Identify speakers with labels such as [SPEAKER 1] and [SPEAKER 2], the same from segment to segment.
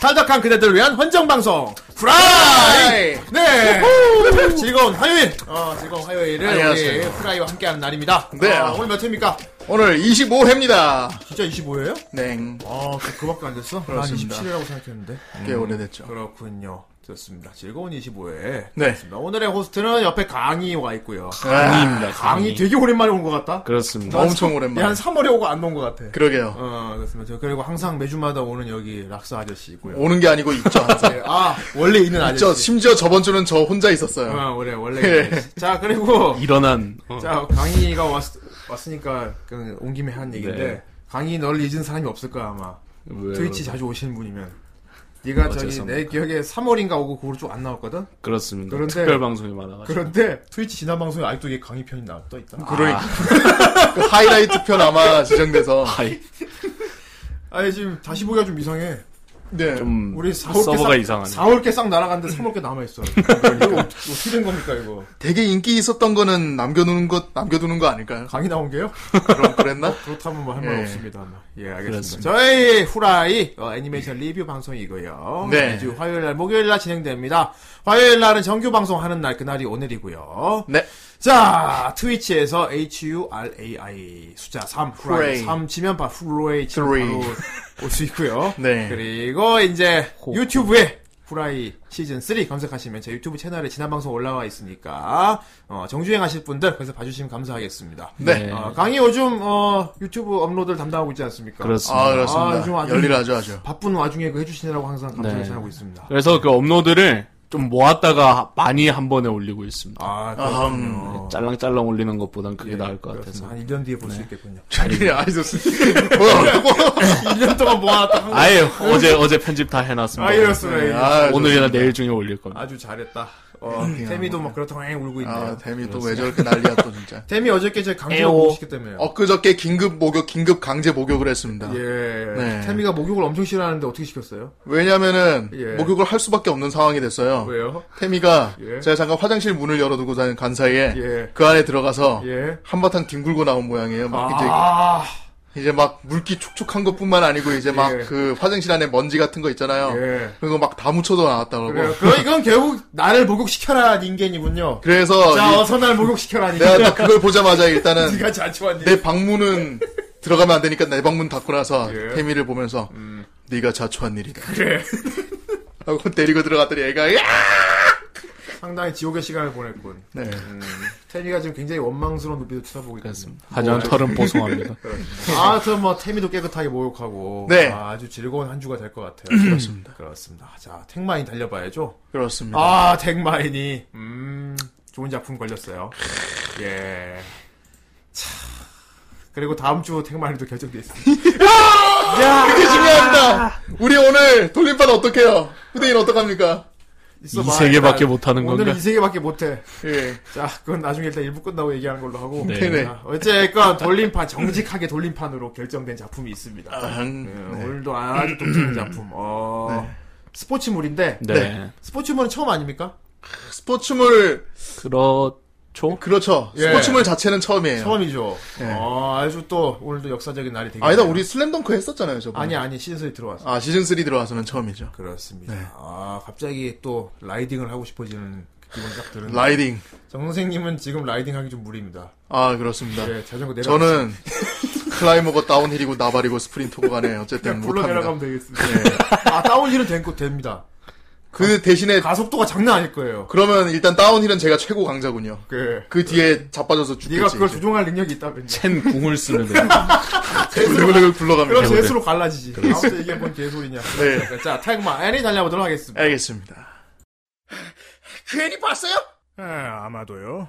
[SPEAKER 1] 탈덕한 그대들을 위한 헌정방송 프라이 네 즐거운 화요일 어 즐거운 화요일을
[SPEAKER 2] 안녕하세요.
[SPEAKER 1] 우리 프라이와 함께하는 날입니다
[SPEAKER 2] 네.
[SPEAKER 1] 어, 오늘 몇 회입니까
[SPEAKER 2] 오늘 25회입니다.
[SPEAKER 1] 진짜 25회예요?
[SPEAKER 2] 냉.
[SPEAKER 1] 아 그- 그밖에 안 됐어? 난
[SPEAKER 2] 그렇습니다.
[SPEAKER 1] 27회라고 생각했는데
[SPEAKER 2] 꽤 오래됐죠.
[SPEAKER 1] 그렇군요 좋습니다 즐거운 25회
[SPEAKER 2] 네.
[SPEAKER 1] 좋습니다. 오늘의 호스트는 옆에 강이 와 있고요
[SPEAKER 2] 아닙니다.
[SPEAKER 1] 강이 되게 오랜만에 온 것 같다
[SPEAKER 3] 그렇습니다.
[SPEAKER 2] 엄청
[SPEAKER 1] 얘
[SPEAKER 2] 오랜만에.
[SPEAKER 1] 한 3월에 오고 안 온 것 같아
[SPEAKER 2] 그러게요.
[SPEAKER 1] 어 그렇습니다 저 그리고 항상 매주마다 오는 여기 락사 아저씨 있고요
[SPEAKER 2] 오는 게 아니고 있죠. 항상.
[SPEAKER 1] 네, 아 원래 있는
[SPEAKER 2] 저
[SPEAKER 1] 아저씨
[SPEAKER 2] 심지어 저번 주는 저 혼자 있었어요.
[SPEAKER 1] 어, 원래 원래
[SPEAKER 2] 예.
[SPEAKER 1] 있는 아저씨. 자 그리고
[SPEAKER 3] 일어난 어,
[SPEAKER 1] 자, 강희가 왔, 왔으니까 그냥 온 김에 한 얘기인데
[SPEAKER 3] 네.
[SPEAKER 1] 강희 널 잊은 사람이 없을 거야 아마
[SPEAKER 3] 왜요?
[SPEAKER 1] 트위치 자주 오시는 분이면 네가 저기
[SPEAKER 3] 어째서입니까?
[SPEAKER 1] 내 기억에 3월인가 오고 그후로 쭉 안 나왔거든
[SPEAKER 3] 그렇습니다.
[SPEAKER 1] 그런데-
[SPEAKER 3] 특별 방송이 많아가지고
[SPEAKER 1] 그런데 트위치 지난 방송에 아직도 이게 강희 편이 나 떠있다
[SPEAKER 2] 그러니까
[SPEAKER 3] 아,
[SPEAKER 2] 그 하이라이트 편 아마 지정돼서
[SPEAKER 3] 하이
[SPEAKER 1] 아, 니 지금 다시 보기가 좀 이상해
[SPEAKER 2] 네.
[SPEAKER 3] 좀
[SPEAKER 1] 우리 4월께
[SPEAKER 3] 서버가
[SPEAKER 1] 싹,
[SPEAKER 3] 이상하네. 그러니까.
[SPEAKER 1] 4월께 싹 날아갔는데 3월께 남아있어 이거 어떻게 된 겁니까 이거
[SPEAKER 2] 되게 인기 있었던 거는 남겨두는 것 남겨두는 거 아닐까요?
[SPEAKER 1] 강희 나온 게요?
[SPEAKER 2] 그럼 그랬나?
[SPEAKER 1] 그렇다면 뭐 할 말
[SPEAKER 2] 예.
[SPEAKER 1] 없습니다. 아마. 예, 알겠습니다.
[SPEAKER 3] 그렇습니다.
[SPEAKER 1] 저희 후라이 어, 애니메이션 리뷰 방송이고요.
[SPEAKER 2] 네.
[SPEAKER 1] 매주 화요일 날, 목요일 날 진행됩니다. 화요일 날은 정규 방송 하는 날, 그날이 오늘이고요.
[SPEAKER 2] 네.
[SPEAKER 1] 자, 트위치에서 HURAI 숫자 3 후라이
[SPEAKER 2] 후레이.
[SPEAKER 1] 3 치면 바 후라이 치면
[SPEAKER 2] 후레이.
[SPEAKER 1] 바로 올 수 있고요.
[SPEAKER 2] 네.
[SPEAKER 1] 그리고 이제 유튜브에 후라이 시즌 3 검색하시면 제 유튜브 채널에 지난 방송 올라와 있으니까 어, 정주행하실 분들 그래서 봐주시면 감사하겠습니다.
[SPEAKER 2] 네.
[SPEAKER 1] 어, 강희 요즘 어, 유튜브 업로드를 담당하고 있지 않습니까?
[SPEAKER 3] 그렇습니다.
[SPEAKER 2] 아
[SPEAKER 1] 아,
[SPEAKER 2] 그렇습니다.
[SPEAKER 1] 요즘 아주-
[SPEAKER 2] 열일하죠 아주.
[SPEAKER 1] 바쁜 와중에 그 해주시느라고 항상 감사히
[SPEAKER 3] 네.
[SPEAKER 1] 전하고 있습니다.
[SPEAKER 3] 그래서 그 업로드를 좀 모았다가 많이 한 번에 올리고 있습니다.
[SPEAKER 1] 아,
[SPEAKER 2] 아하,
[SPEAKER 1] 그렇군요.
[SPEAKER 3] 짤랑짤랑 올리는 것보단 그게 네, 나을 것
[SPEAKER 1] 그렇습니다.
[SPEAKER 3] 같아서.
[SPEAKER 1] 한 1년 뒤에 볼 수 있겠군요.
[SPEAKER 2] 자기 아이소스. 뭐라고?
[SPEAKER 1] 1년 동안 모아놨다 한
[SPEAKER 3] 아예 어제 어제 편집 다 해놨습니다.
[SPEAKER 1] 아, 이렇습니다.
[SPEAKER 2] 아,
[SPEAKER 3] 오늘이나 내일 중에 올릴 겁니다.
[SPEAKER 1] 아주 잘했다. 어, 태미도 막 그렇다고 앵 울고 있네요.
[SPEAKER 2] 아 데미 또 왜 저렇게 난리야 또 진짜.
[SPEAKER 1] 태미 어저께 제 강제로
[SPEAKER 3] 에오.
[SPEAKER 1] 목욕시켰 때문에.
[SPEAKER 2] 엊그저께 긴급 목욕, 긴급 강제 목욕을 했습니다.
[SPEAKER 1] 예.
[SPEAKER 2] 네.
[SPEAKER 1] 태미가 목욕을 엄청 싫어하는데 어떻게 시켰어요?
[SPEAKER 2] 왜냐면은
[SPEAKER 1] 예.
[SPEAKER 2] 목욕을 할 수밖에 없는 상황이 됐어요.
[SPEAKER 1] 왜요?
[SPEAKER 2] 태미가
[SPEAKER 1] 예.
[SPEAKER 2] 제가 잠깐 화장실 문을 열어두고 간, 간 사이에
[SPEAKER 1] 예.
[SPEAKER 2] 그 안에 들어가서
[SPEAKER 1] 예.
[SPEAKER 2] 한바탕 뒹굴고 나온 모양이에요. 막
[SPEAKER 1] 아,
[SPEAKER 2] 이제, 이제 막 물기 촉촉한 것뿐만 아니고 이제
[SPEAKER 1] 예.
[SPEAKER 2] 막 그 화장실 안에 먼지 같은 거 있잖아요.
[SPEAKER 1] 예.
[SPEAKER 2] 그런 거 막 다 묻혀서 나왔다 그러고.
[SPEAKER 1] 그래요. 그, 이건 결국 나를 목욕시켜라, 닌겐이군요.
[SPEAKER 2] 그래서
[SPEAKER 1] 자,
[SPEAKER 2] 이-
[SPEAKER 1] 어서 날 목욕시켜라, 닌겐.
[SPEAKER 2] 내가 또 그걸 보자마자 일단은
[SPEAKER 1] 네가 자초한 일.
[SPEAKER 2] 내 방문은 들어가면 안 되니까 내 방문 닫고 나서
[SPEAKER 1] 예. 음.
[SPEAKER 2] 태미를 보면서 네가 자초한 일이다. 하고 데리고 들어갔더니 애가 야!
[SPEAKER 1] 상당히 지옥의 시간을 보냈군. 음,
[SPEAKER 2] 네.
[SPEAKER 1] 태미가 지금 굉장히 원망스러운 눈빛을 쳐다보고 있습니다. 뭐, 네.
[SPEAKER 3] 하지만 털은 보송합니다.
[SPEAKER 1] 아, 그럼 뭐 태미도 깨끗하게 목욕하고
[SPEAKER 2] 네.
[SPEAKER 1] 아, 주 즐거운 한 주가 될 것
[SPEAKER 3] 음.
[SPEAKER 1] 같아요. 그렇습니다. 그렇습니다. 자, 택마인 달려봐야죠.
[SPEAKER 2] 그렇습니다.
[SPEAKER 1] 아, 택마인이 음, 좋은 작품 걸렸어요. 예. 차. 그리고 다음 주 택마인도 결정돼 있습니다.
[SPEAKER 2] 그게 중요합니다. 우리 오늘 돌림판 어떡해요? 후대인 어떡합니까?
[SPEAKER 1] 있어봐,
[SPEAKER 3] 이 세계밖에
[SPEAKER 1] 일단.
[SPEAKER 3] 못하는 건가?
[SPEAKER 1] 오늘은 이 세계밖에 못해.
[SPEAKER 2] 예.
[SPEAKER 1] 자, 그건 나중에 일단 일부 끝나고 얘기하는 걸로 하고.
[SPEAKER 3] 네.
[SPEAKER 2] 네.
[SPEAKER 1] 자, 아, 어쨌건 돌림판 정직하게 돌림판으로 결정된 작품이 있습니다.
[SPEAKER 2] 아,
[SPEAKER 1] 네, 오늘도 아주 독특한 작품. 어,
[SPEAKER 2] 네.
[SPEAKER 1] 스포츠물인데
[SPEAKER 3] 네.
[SPEAKER 1] 스포츠물은 처음 아닙니까?
[SPEAKER 2] 스포츠물
[SPEAKER 3] 그렇죠.
[SPEAKER 2] 그렇죠.
[SPEAKER 1] 예.
[SPEAKER 2] 스포츠물 자체는 처음이에요.
[SPEAKER 1] 처음이죠. 어, 아주 또 오늘도 역사적인 날이 되겠네요.
[SPEAKER 2] 네. 아니다 우리 슬램덩크 했었잖아요 저번.
[SPEAKER 1] 아니 아니 시즌3 들어왔어.
[SPEAKER 2] 아 네. 시즌 3 들어와서는 처음이죠.
[SPEAKER 1] 그렇습니다. 아 갑자기 또 라이딩을 하고 싶어지는 기분 딱 드는.
[SPEAKER 2] 라이딩.
[SPEAKER 1] 정 선생님은 지금 라이딩하기 좀 무리입니다.
[SPEAKER 2] 아 그렇습니다.
[SPEAKER 1] 예, 자전거 내려.
[SPEAKER 2] 저는 클라이머고 다운힐이고 나발이고 스프린터고 간에 어쨌든
[SPEAKER 1] 그냥 굴러
[SPEAKER 2] 네, 못합니다.
[SPEAKER 1] 네,
[SPEAKER 2] 네.
[SPEAKER 1] 내려가면 되겠습니다. 아 다운힐은 된, 됩니다.
[SPEAKER 2] 그 대신에
[SPEAKER 1] 가속도가 장난 아닐 거예요.
[SPEAKER 2] 그러면 일단 다운힐은 제가 최고 강자군요.
[SPEAKER 1] 그
[SPEAKER 2] 그 뒤에 자빠져서 죽겠지.
[SPEAKER 1] 네가 그걸
[SPEAKER 2] 이제.
[SPEAKER 1] 조종할 능력이 있다면.
[SPEAKER 3] 첸 궁을 쓰면 돼요.
[SPEAKER 2] 그리고 굴러갑니다.
[SPEAKER 1] 그럼 재수로 갈라지지. 아무튼 이게 뭔 개소리냐. 그러니까
[SPEAKER 2] 네.
[SPEAKER 1] 자, 태그마 애니 달려보도록 하겠습니다.
[SPEAKER 2] 알겠습니다. 괜히 봤어요?
[SPEAKER 1] 에, 예, 아마도요.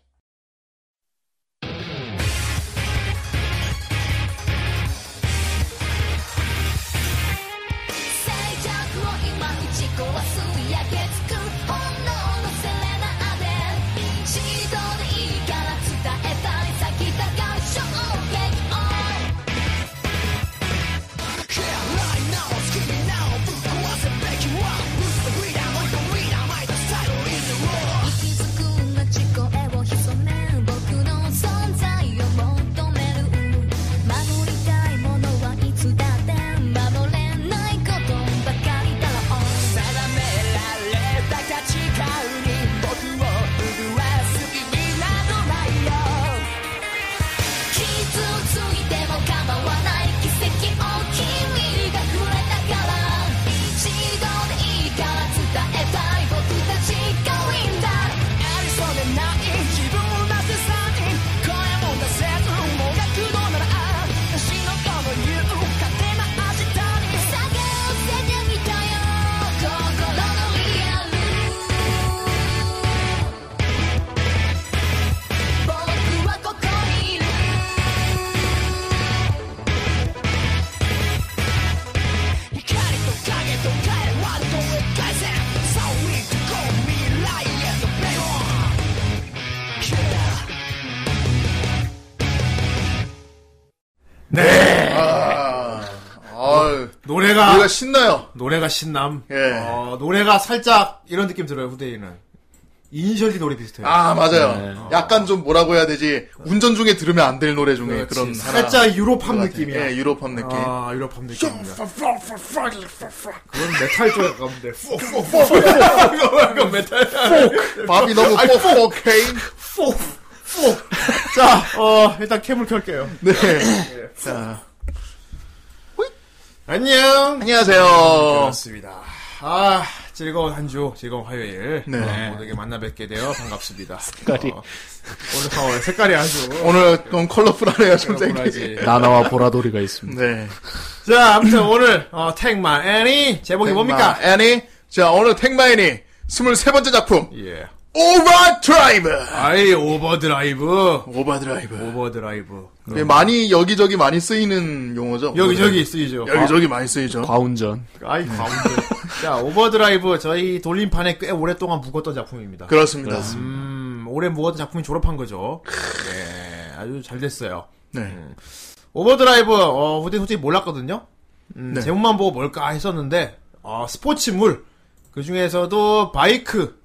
[SPEAKER 4] 「最弱を今打ち壊す」「焼けつく本能のセレナで」「一度でいいから伝えたい先だが衝撃を」「Can't lie now, screaming now」「ぶっ壊せべきは」「ウィーダーもいとウィーダーまいとスタイル
[SPEAKER 1] 아.
[SPEAKER 2] 신나요.
[SPEAKER 1] 노래가 신남.
[SPEAKER 2] 예.
[SPEAKER 1] 어, 노래가 살짝 이런 느낌 들어요, 후대인은. 이니셜이 노래 비슷해요.
[SPEAKER 2] 아 맞아요.
[SPEAKER 3] 네.
[SPEAKER 2] 약간 좀 뭐라고 해야 되지? 운전 중에 들으면 안 될 노래 중에
[SPEAKER 1] 그렇지.
[SPEAKER 2] 그런
[SPEAKER 1] 살짝 유로팝 느낌이야.
[SPEAKER 2] 예, 유로팝 느낌.
[SPEAKER 1] 아, 유럽합 느낌입니다. 그건 메탈 쪽에 가면 돼. 이건 메탈.
[SPEAKER 2] 밥이 너무 폭폭해인.
[SPEAKER 1] 포! 포! 자, 어, 일단 캠을 켤게요.
[SPEAKER 2] 네. 자
[SPEAKER 1] 안녕! 어.
[SPEAKER 2] 안녕하세요.
[SPEAKER 1] 반갑습니다. 아, 즐거운 한 주, 즐거운 화요일.
[SPEAKER 2] 네.
[SPEAKER 1] 어, 모두에게 만나 뵙게 되어 반갑습니다. 색깔이. 어, 오늘 파워 색깔이 아주.
[SPEAKER 2] 오늘 좀 컬러풀하네요, 좀 땡기.
[SPEAKER 1] 보라지.
[SPEAKER 3] 나나와 보라돌이가 있습니다.
[SPEAKER 2] 네.
[SPEAKER 1] 자, 아무튼 오늘, 어, 택마 애니, 제목이 뭡니까?
[SPEAKER 2] 아, 애니. 자 오늘 택마애니 23번째 작품
[SPEAKER 1] 예.
[SPEAKER 2] 오버드라이브.
[SPEAKER 1] 아이, 오버드라이브.
[SPEAKER 2] 오버드라이브.
[SPEAKER 1] 오버드라이브.
[SPEAKER 2] 이게 많이 여기저기 많이 쓰이는 용어죠.
[SPEAKER 1] 여기저기 쓰이죠.
[SPEAKER 2] 여기저기 많이 쓰이죠.
[SPEAKER 3] 과운전.
[SPEAKER 1] 아이 가운데. 자 오버드라이브 저희 돌림판에 꽤 오랫동안 묵었던 작품입니다.
[SPEAKER 2] 그렇습니다.
[SPEAKER 1] 음 오래 묵었던 작품이 졸업한 거죠. 네 아주 잘 됐어요.
[SPEAKER 2] 네.
[SPEAKER 1] 오버드라이브 어 후대 솔직히 몰랐거든요. 음,
[SPEAKER 2] 네.
[SPEAKER 1] 제목만 보고 뭘까 했었는데 어, 스포츠물 그 중에서도 바이크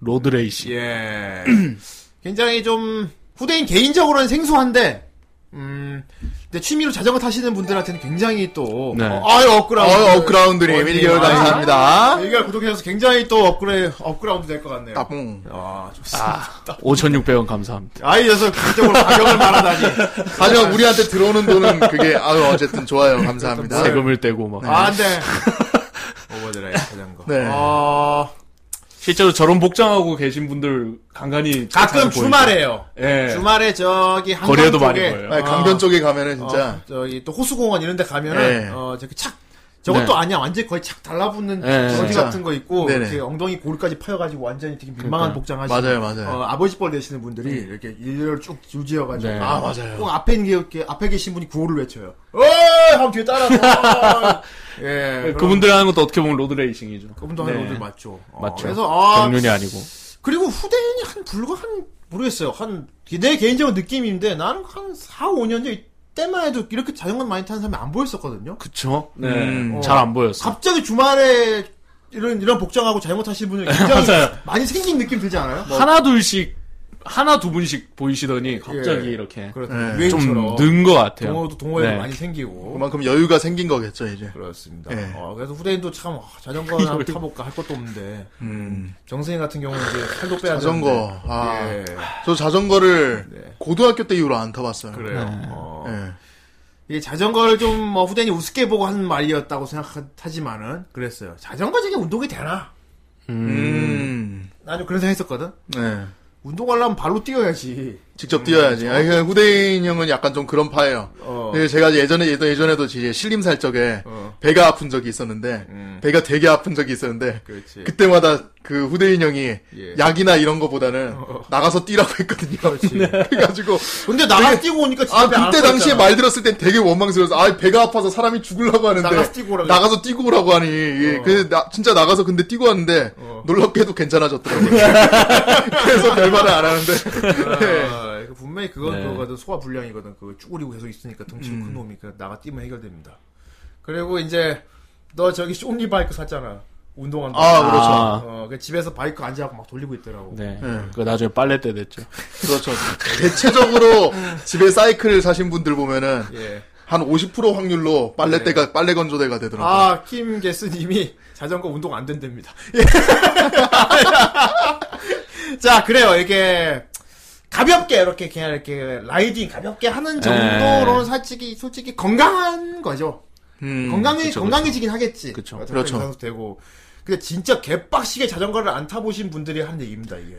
[SPEAKER 3] 로드레이시.
[SPEAKER 1] 예 굉장히 좀 후대인 개인적으로는 생소한데 음 근데 취미로 자전거 타시는 분들한테는 굉장히 또
[SPEAKER 3] 네.
[SPEAKER 1] 어, 아유 업그라운드
[SPEAKER 2] 어이 업그라운드님
[SPEAKER 1] 어이,
[SPEAKER 2] 1개월
[SPEAKER 1] 아유,
[SPEAKER 2] 감사합니다.
[SPEAKER 1] 얘기가 구독해서 굉장히 또 업그레, 업그라운드 될 것 같네요.
[SPEAKER 2] 따봉.
[SPEAKER 1] 아, 좋습니다.
[SPEAKER 3] 5,600원 감사합니다.
[SPEAKER 1] 아, 이 녀석 극적으로 가격을 말하다니.
[SPEAKER 2] 하지만 우리한테 들어오는 돈은 그게 아유 어쨌든 좋아요.
[SPEAKER 1] 네.
[SPEAKER 2] 감사합니다.
[SPEAKER 3] 세금을 떼고 막.
[SPEAKER 1] 아, 안 돼. 오버드라이브 자전거.
[SPEAKER 2] 네.
[SPEAKER 1] 어,
[SPEAKER 3] 실제로 저런 복장하고 계신 분들 간간히
[SPEAKER 1] 가끔
[SPEAKER 3] 잘 보이죠.
[SPEAKER 1] 주말에요.
[SPEAKER 3] 예.
[SPEAKER 1] 주말에 저기 한강
[SPEAKER 3] 거리에도 많이
[SPEAKER 1] 쪽에,
[SPEAKER 3] 보여요.
[SPEAKER 2] 아니, 강변 쪽에 가면은
[SPEAKER 1] 어,
[SPEAKER 2] 진짜
[SPEAKER 1] 저기 또 호수공원 이런 데 가면은,
[SPEAKER 2] 네.
[SPEAKER 1] 어, 저기 착. 저것도
[SPEAKER 3] 네.
[SPEAKER 1] 아니야. 완전히 거의 착 달라붙는
[SPEAKER 3] 네,
[SPEAKER 1] 저지
[SPEAKER 2] 진짜.
[SPEAKER 1] 같은 거 있고,
[SPEAKER 2] 네네.
[SPEAKER 1] 이렇게 엉덩이 고리까지 파여가지고 완전히 되게 민망한
[SPEAKER 3] 그러니까요.
[SPEAKER 1] 복장 하시는
[SPEAKER 2] 맞아요,
[SPEAKER 3] 네.
[SPEAKER 2] 맞아요.
[SPEAKER 1] 어, 아버지뻘 되시는 분들이 이렇게 일렬 쭉 줄지어가지고
[SPEAKER 3] 네.
[SPEAKER 2] 아, 맞아요.
[SPEAKER 1] 꼭 앞에 있는 게 이렇게 앞에 계신 분이 구호를 외쳐요. 어, 하면 뒤에 따라서. 예, 그분
[SPEAKER 3] 네, 그분들 하는 것도 어떻게 보면 로드레이싱이죠.
[SPEAKER 1] 그분도
[SPEAKER 3] 네.
[SPEAKER 1] 하는 분들 맞죠. 어,
[SPEAKER 3] 맞죠.
[SPEAKER 1] 그래서 아
[SPEAKER 3] 경륜이 아니고.
[SPEAKER 1] 그리고 후대인이 한 불과 한 모르겠어요. 한 내 개인적인 느낌인데 나는 한 4, 5년 전 때만 해도 이렇게 자전거 많이 타는 사람이 안 보였었거든요.
[SPEAKER 3] 그쵸? 네.
[SPEAKER 2] 음.
[SPEAKER 3] 잘 안 보였어.
[SPEAKER 1] 갑자기 주말에 이런 이런 복장하고 잘못 타시는 분들 굉장히
[SPEAKER 3] 맞아요.
[SPEAKER 1] 많이 생긴 느낌 들지 않아요? 뭐,
[SPEAKER 3] 하나 둘씩, 하나 두 분씩 보이시더니 갑자기
[SPEAKER 1] 예.
[SPEAKER 3] 이렇게.
[SPEAKER 1] 그렇죠.
[SPEAKER 2] 네.
[SPEAKER 1] 유행처럼.
[SPEAKER 3] 좀 는 것 같아요.
[SPEAKER 1] 동호도 동호회도
[SPEAKER 3] 네.
[SPEAKER 1] 많이 생기고
[SPEAKER 2] 그만큼 여유가 생긴 거겠죠 이제.
[SPEAKER 1] 그렇습니다.
[SPEAKER 2] 예.
[SPEAKER 1] 어, 그래서 후대인도 참 아, 자전거 나 타볼까 할 것도 없는데
[SPEAKER 2] 음.
[SPEAKER 1] 정승이 같은 경우는 이제 살도 빼야 되는데.
[SPEAKER 2] 자전거. 아,
[SPEAKER 1] 예.
[SPEAKER 2] 저 자전거를
[SPEAKER 1] 네.
[SPEAKER 2] 고등학교 때 이후로 안 타봤어요.
[SPEAKER 1] 그래요. 어,
[SPEAKER 2] 예.
[SPEAKER 1] 이게 자전거를 좀 어, 후대인이 우습게 보고 한 말이었다고 생각하지만은 그랬어요. 자전거 저게 운동이 되나?
[SPEAKER 2] 음.
[SPEAKER 1] 나는 그런 생각했었거든.
[SPEAKER 2] 네.
[SPEAKER 1] 운동하려면 발로 뛰어야지.
[SPEAKER 2] 직접 뛰어야지. 아니, 그냥 후대인 형은 약간 좀 그런 파예요.
[SPEAKER 1] 음, 어.
[SPEAKER 2] 네, 제가 예전에 예전- 예전에도 이제 신림살 적에
[SPEAKER 1] 어.
[SPEAKER 2] 배가 아픈 적이 있었는데
[SPEAKER 1] 음.
[SPEAKER 2] 배가 되게 아픈 적이 있었는데
[SPEAKER 1] 그렇지.
[SPEAKER 2] 그때마다그 후대인 형이
[SPEAKER 1] 예. 어.
[SPEAKER 2] 약이나 이런 거보다는 나가서 뛰라고 했거든요.
[SPEAKER 1] 그렇지.
[SPEAKER 2] 그래가지고
[SPEAKER 1] 근데 나가 서 뛰고 오니까 진짜
[SPEAKER 2] 아
[SPEAKER 1] 안
[SPEAKER 2] 그때
[SPEAKER 1] 아팠잖아.
[SPEAKER 2] 당시에 말 들었을 땐 되게 원망스러워서 아 배가 아파서 사람이 죽으려고 하는데
[SPEAKER 1] 나가서 뛰고 오라고
[SPEAKER 2] 나가서 뛰고 오라고 하니 예,
[SPEAKER 1] 어.
[SPEAKER 2] 근데 나- 진짜 나가서 근데 뛰고 왔는데
[SPEAKER 1] 어.
[SPEAKER 2] 놀랍게도 괜찮아졌더라고요. 그래서 별말을 안 하는데
[SPEAKER 1] 아, 이거 분명히 그건
[SPEAKER 3] 네. 음.
[SPEAKER 1] 그거거든 소화 불량이거든 그거 쭈그리고 계속 있으니까 덩치가 큰 놈이 그냥 나가 뛰면 해결됩니다 그리고 이제 너 저기 쇼니 바이크 샀잖아 운동한다
[SPEAKER 2] 아, 그렇죠.
[SPEAKER 1] 어, 그 집에서 바이크 앉아갖고 막 돌리고 있더라고
[SPEAKER 3] 네.
[SPEAKER 2] 예.
[SPEAKER 3] 그 나중에 빨래 때 됐죠.
[SPEAKER 2] 그렇죠. 대체적으로
[SPEAKER 1] 네.
[SPEAKER 2] 집에 사이클을 사신 분들 보면은
[SPEAKER 1] 예.
[SPEAKER 2] 한 50% 확률로 빨래대가 빨래 건조대가 되더라고요.
[SPEAKER 1] 아, 킴게스님이 자전거 운동 안 된답니다. 예. 자, 그래요. 이게 가볍게 이렇게 그냥 이렇게 라이딩 가볍게 하는
[SPEAKER 3] 네.
[SPEAKER 1] 정도로는 솔직히 솔직히 건강한 거죠.
[SPEAKER 2] 음,
[SPEAKER 1] 건강해
[SPEAKER 3] 그쵸,
[SPEAKER 1] 건강해지긴 하겠지.
[SPEAKER 3] 그쵸.
[SPEAKER 1] 어,
[SPEAKER 2] 그렇죠.
[SPEAKER 1] 당연히 되고. 근데 진짜 개빡시게 자전거를 안 타보신 분들이 하는 얘기입니다 이게.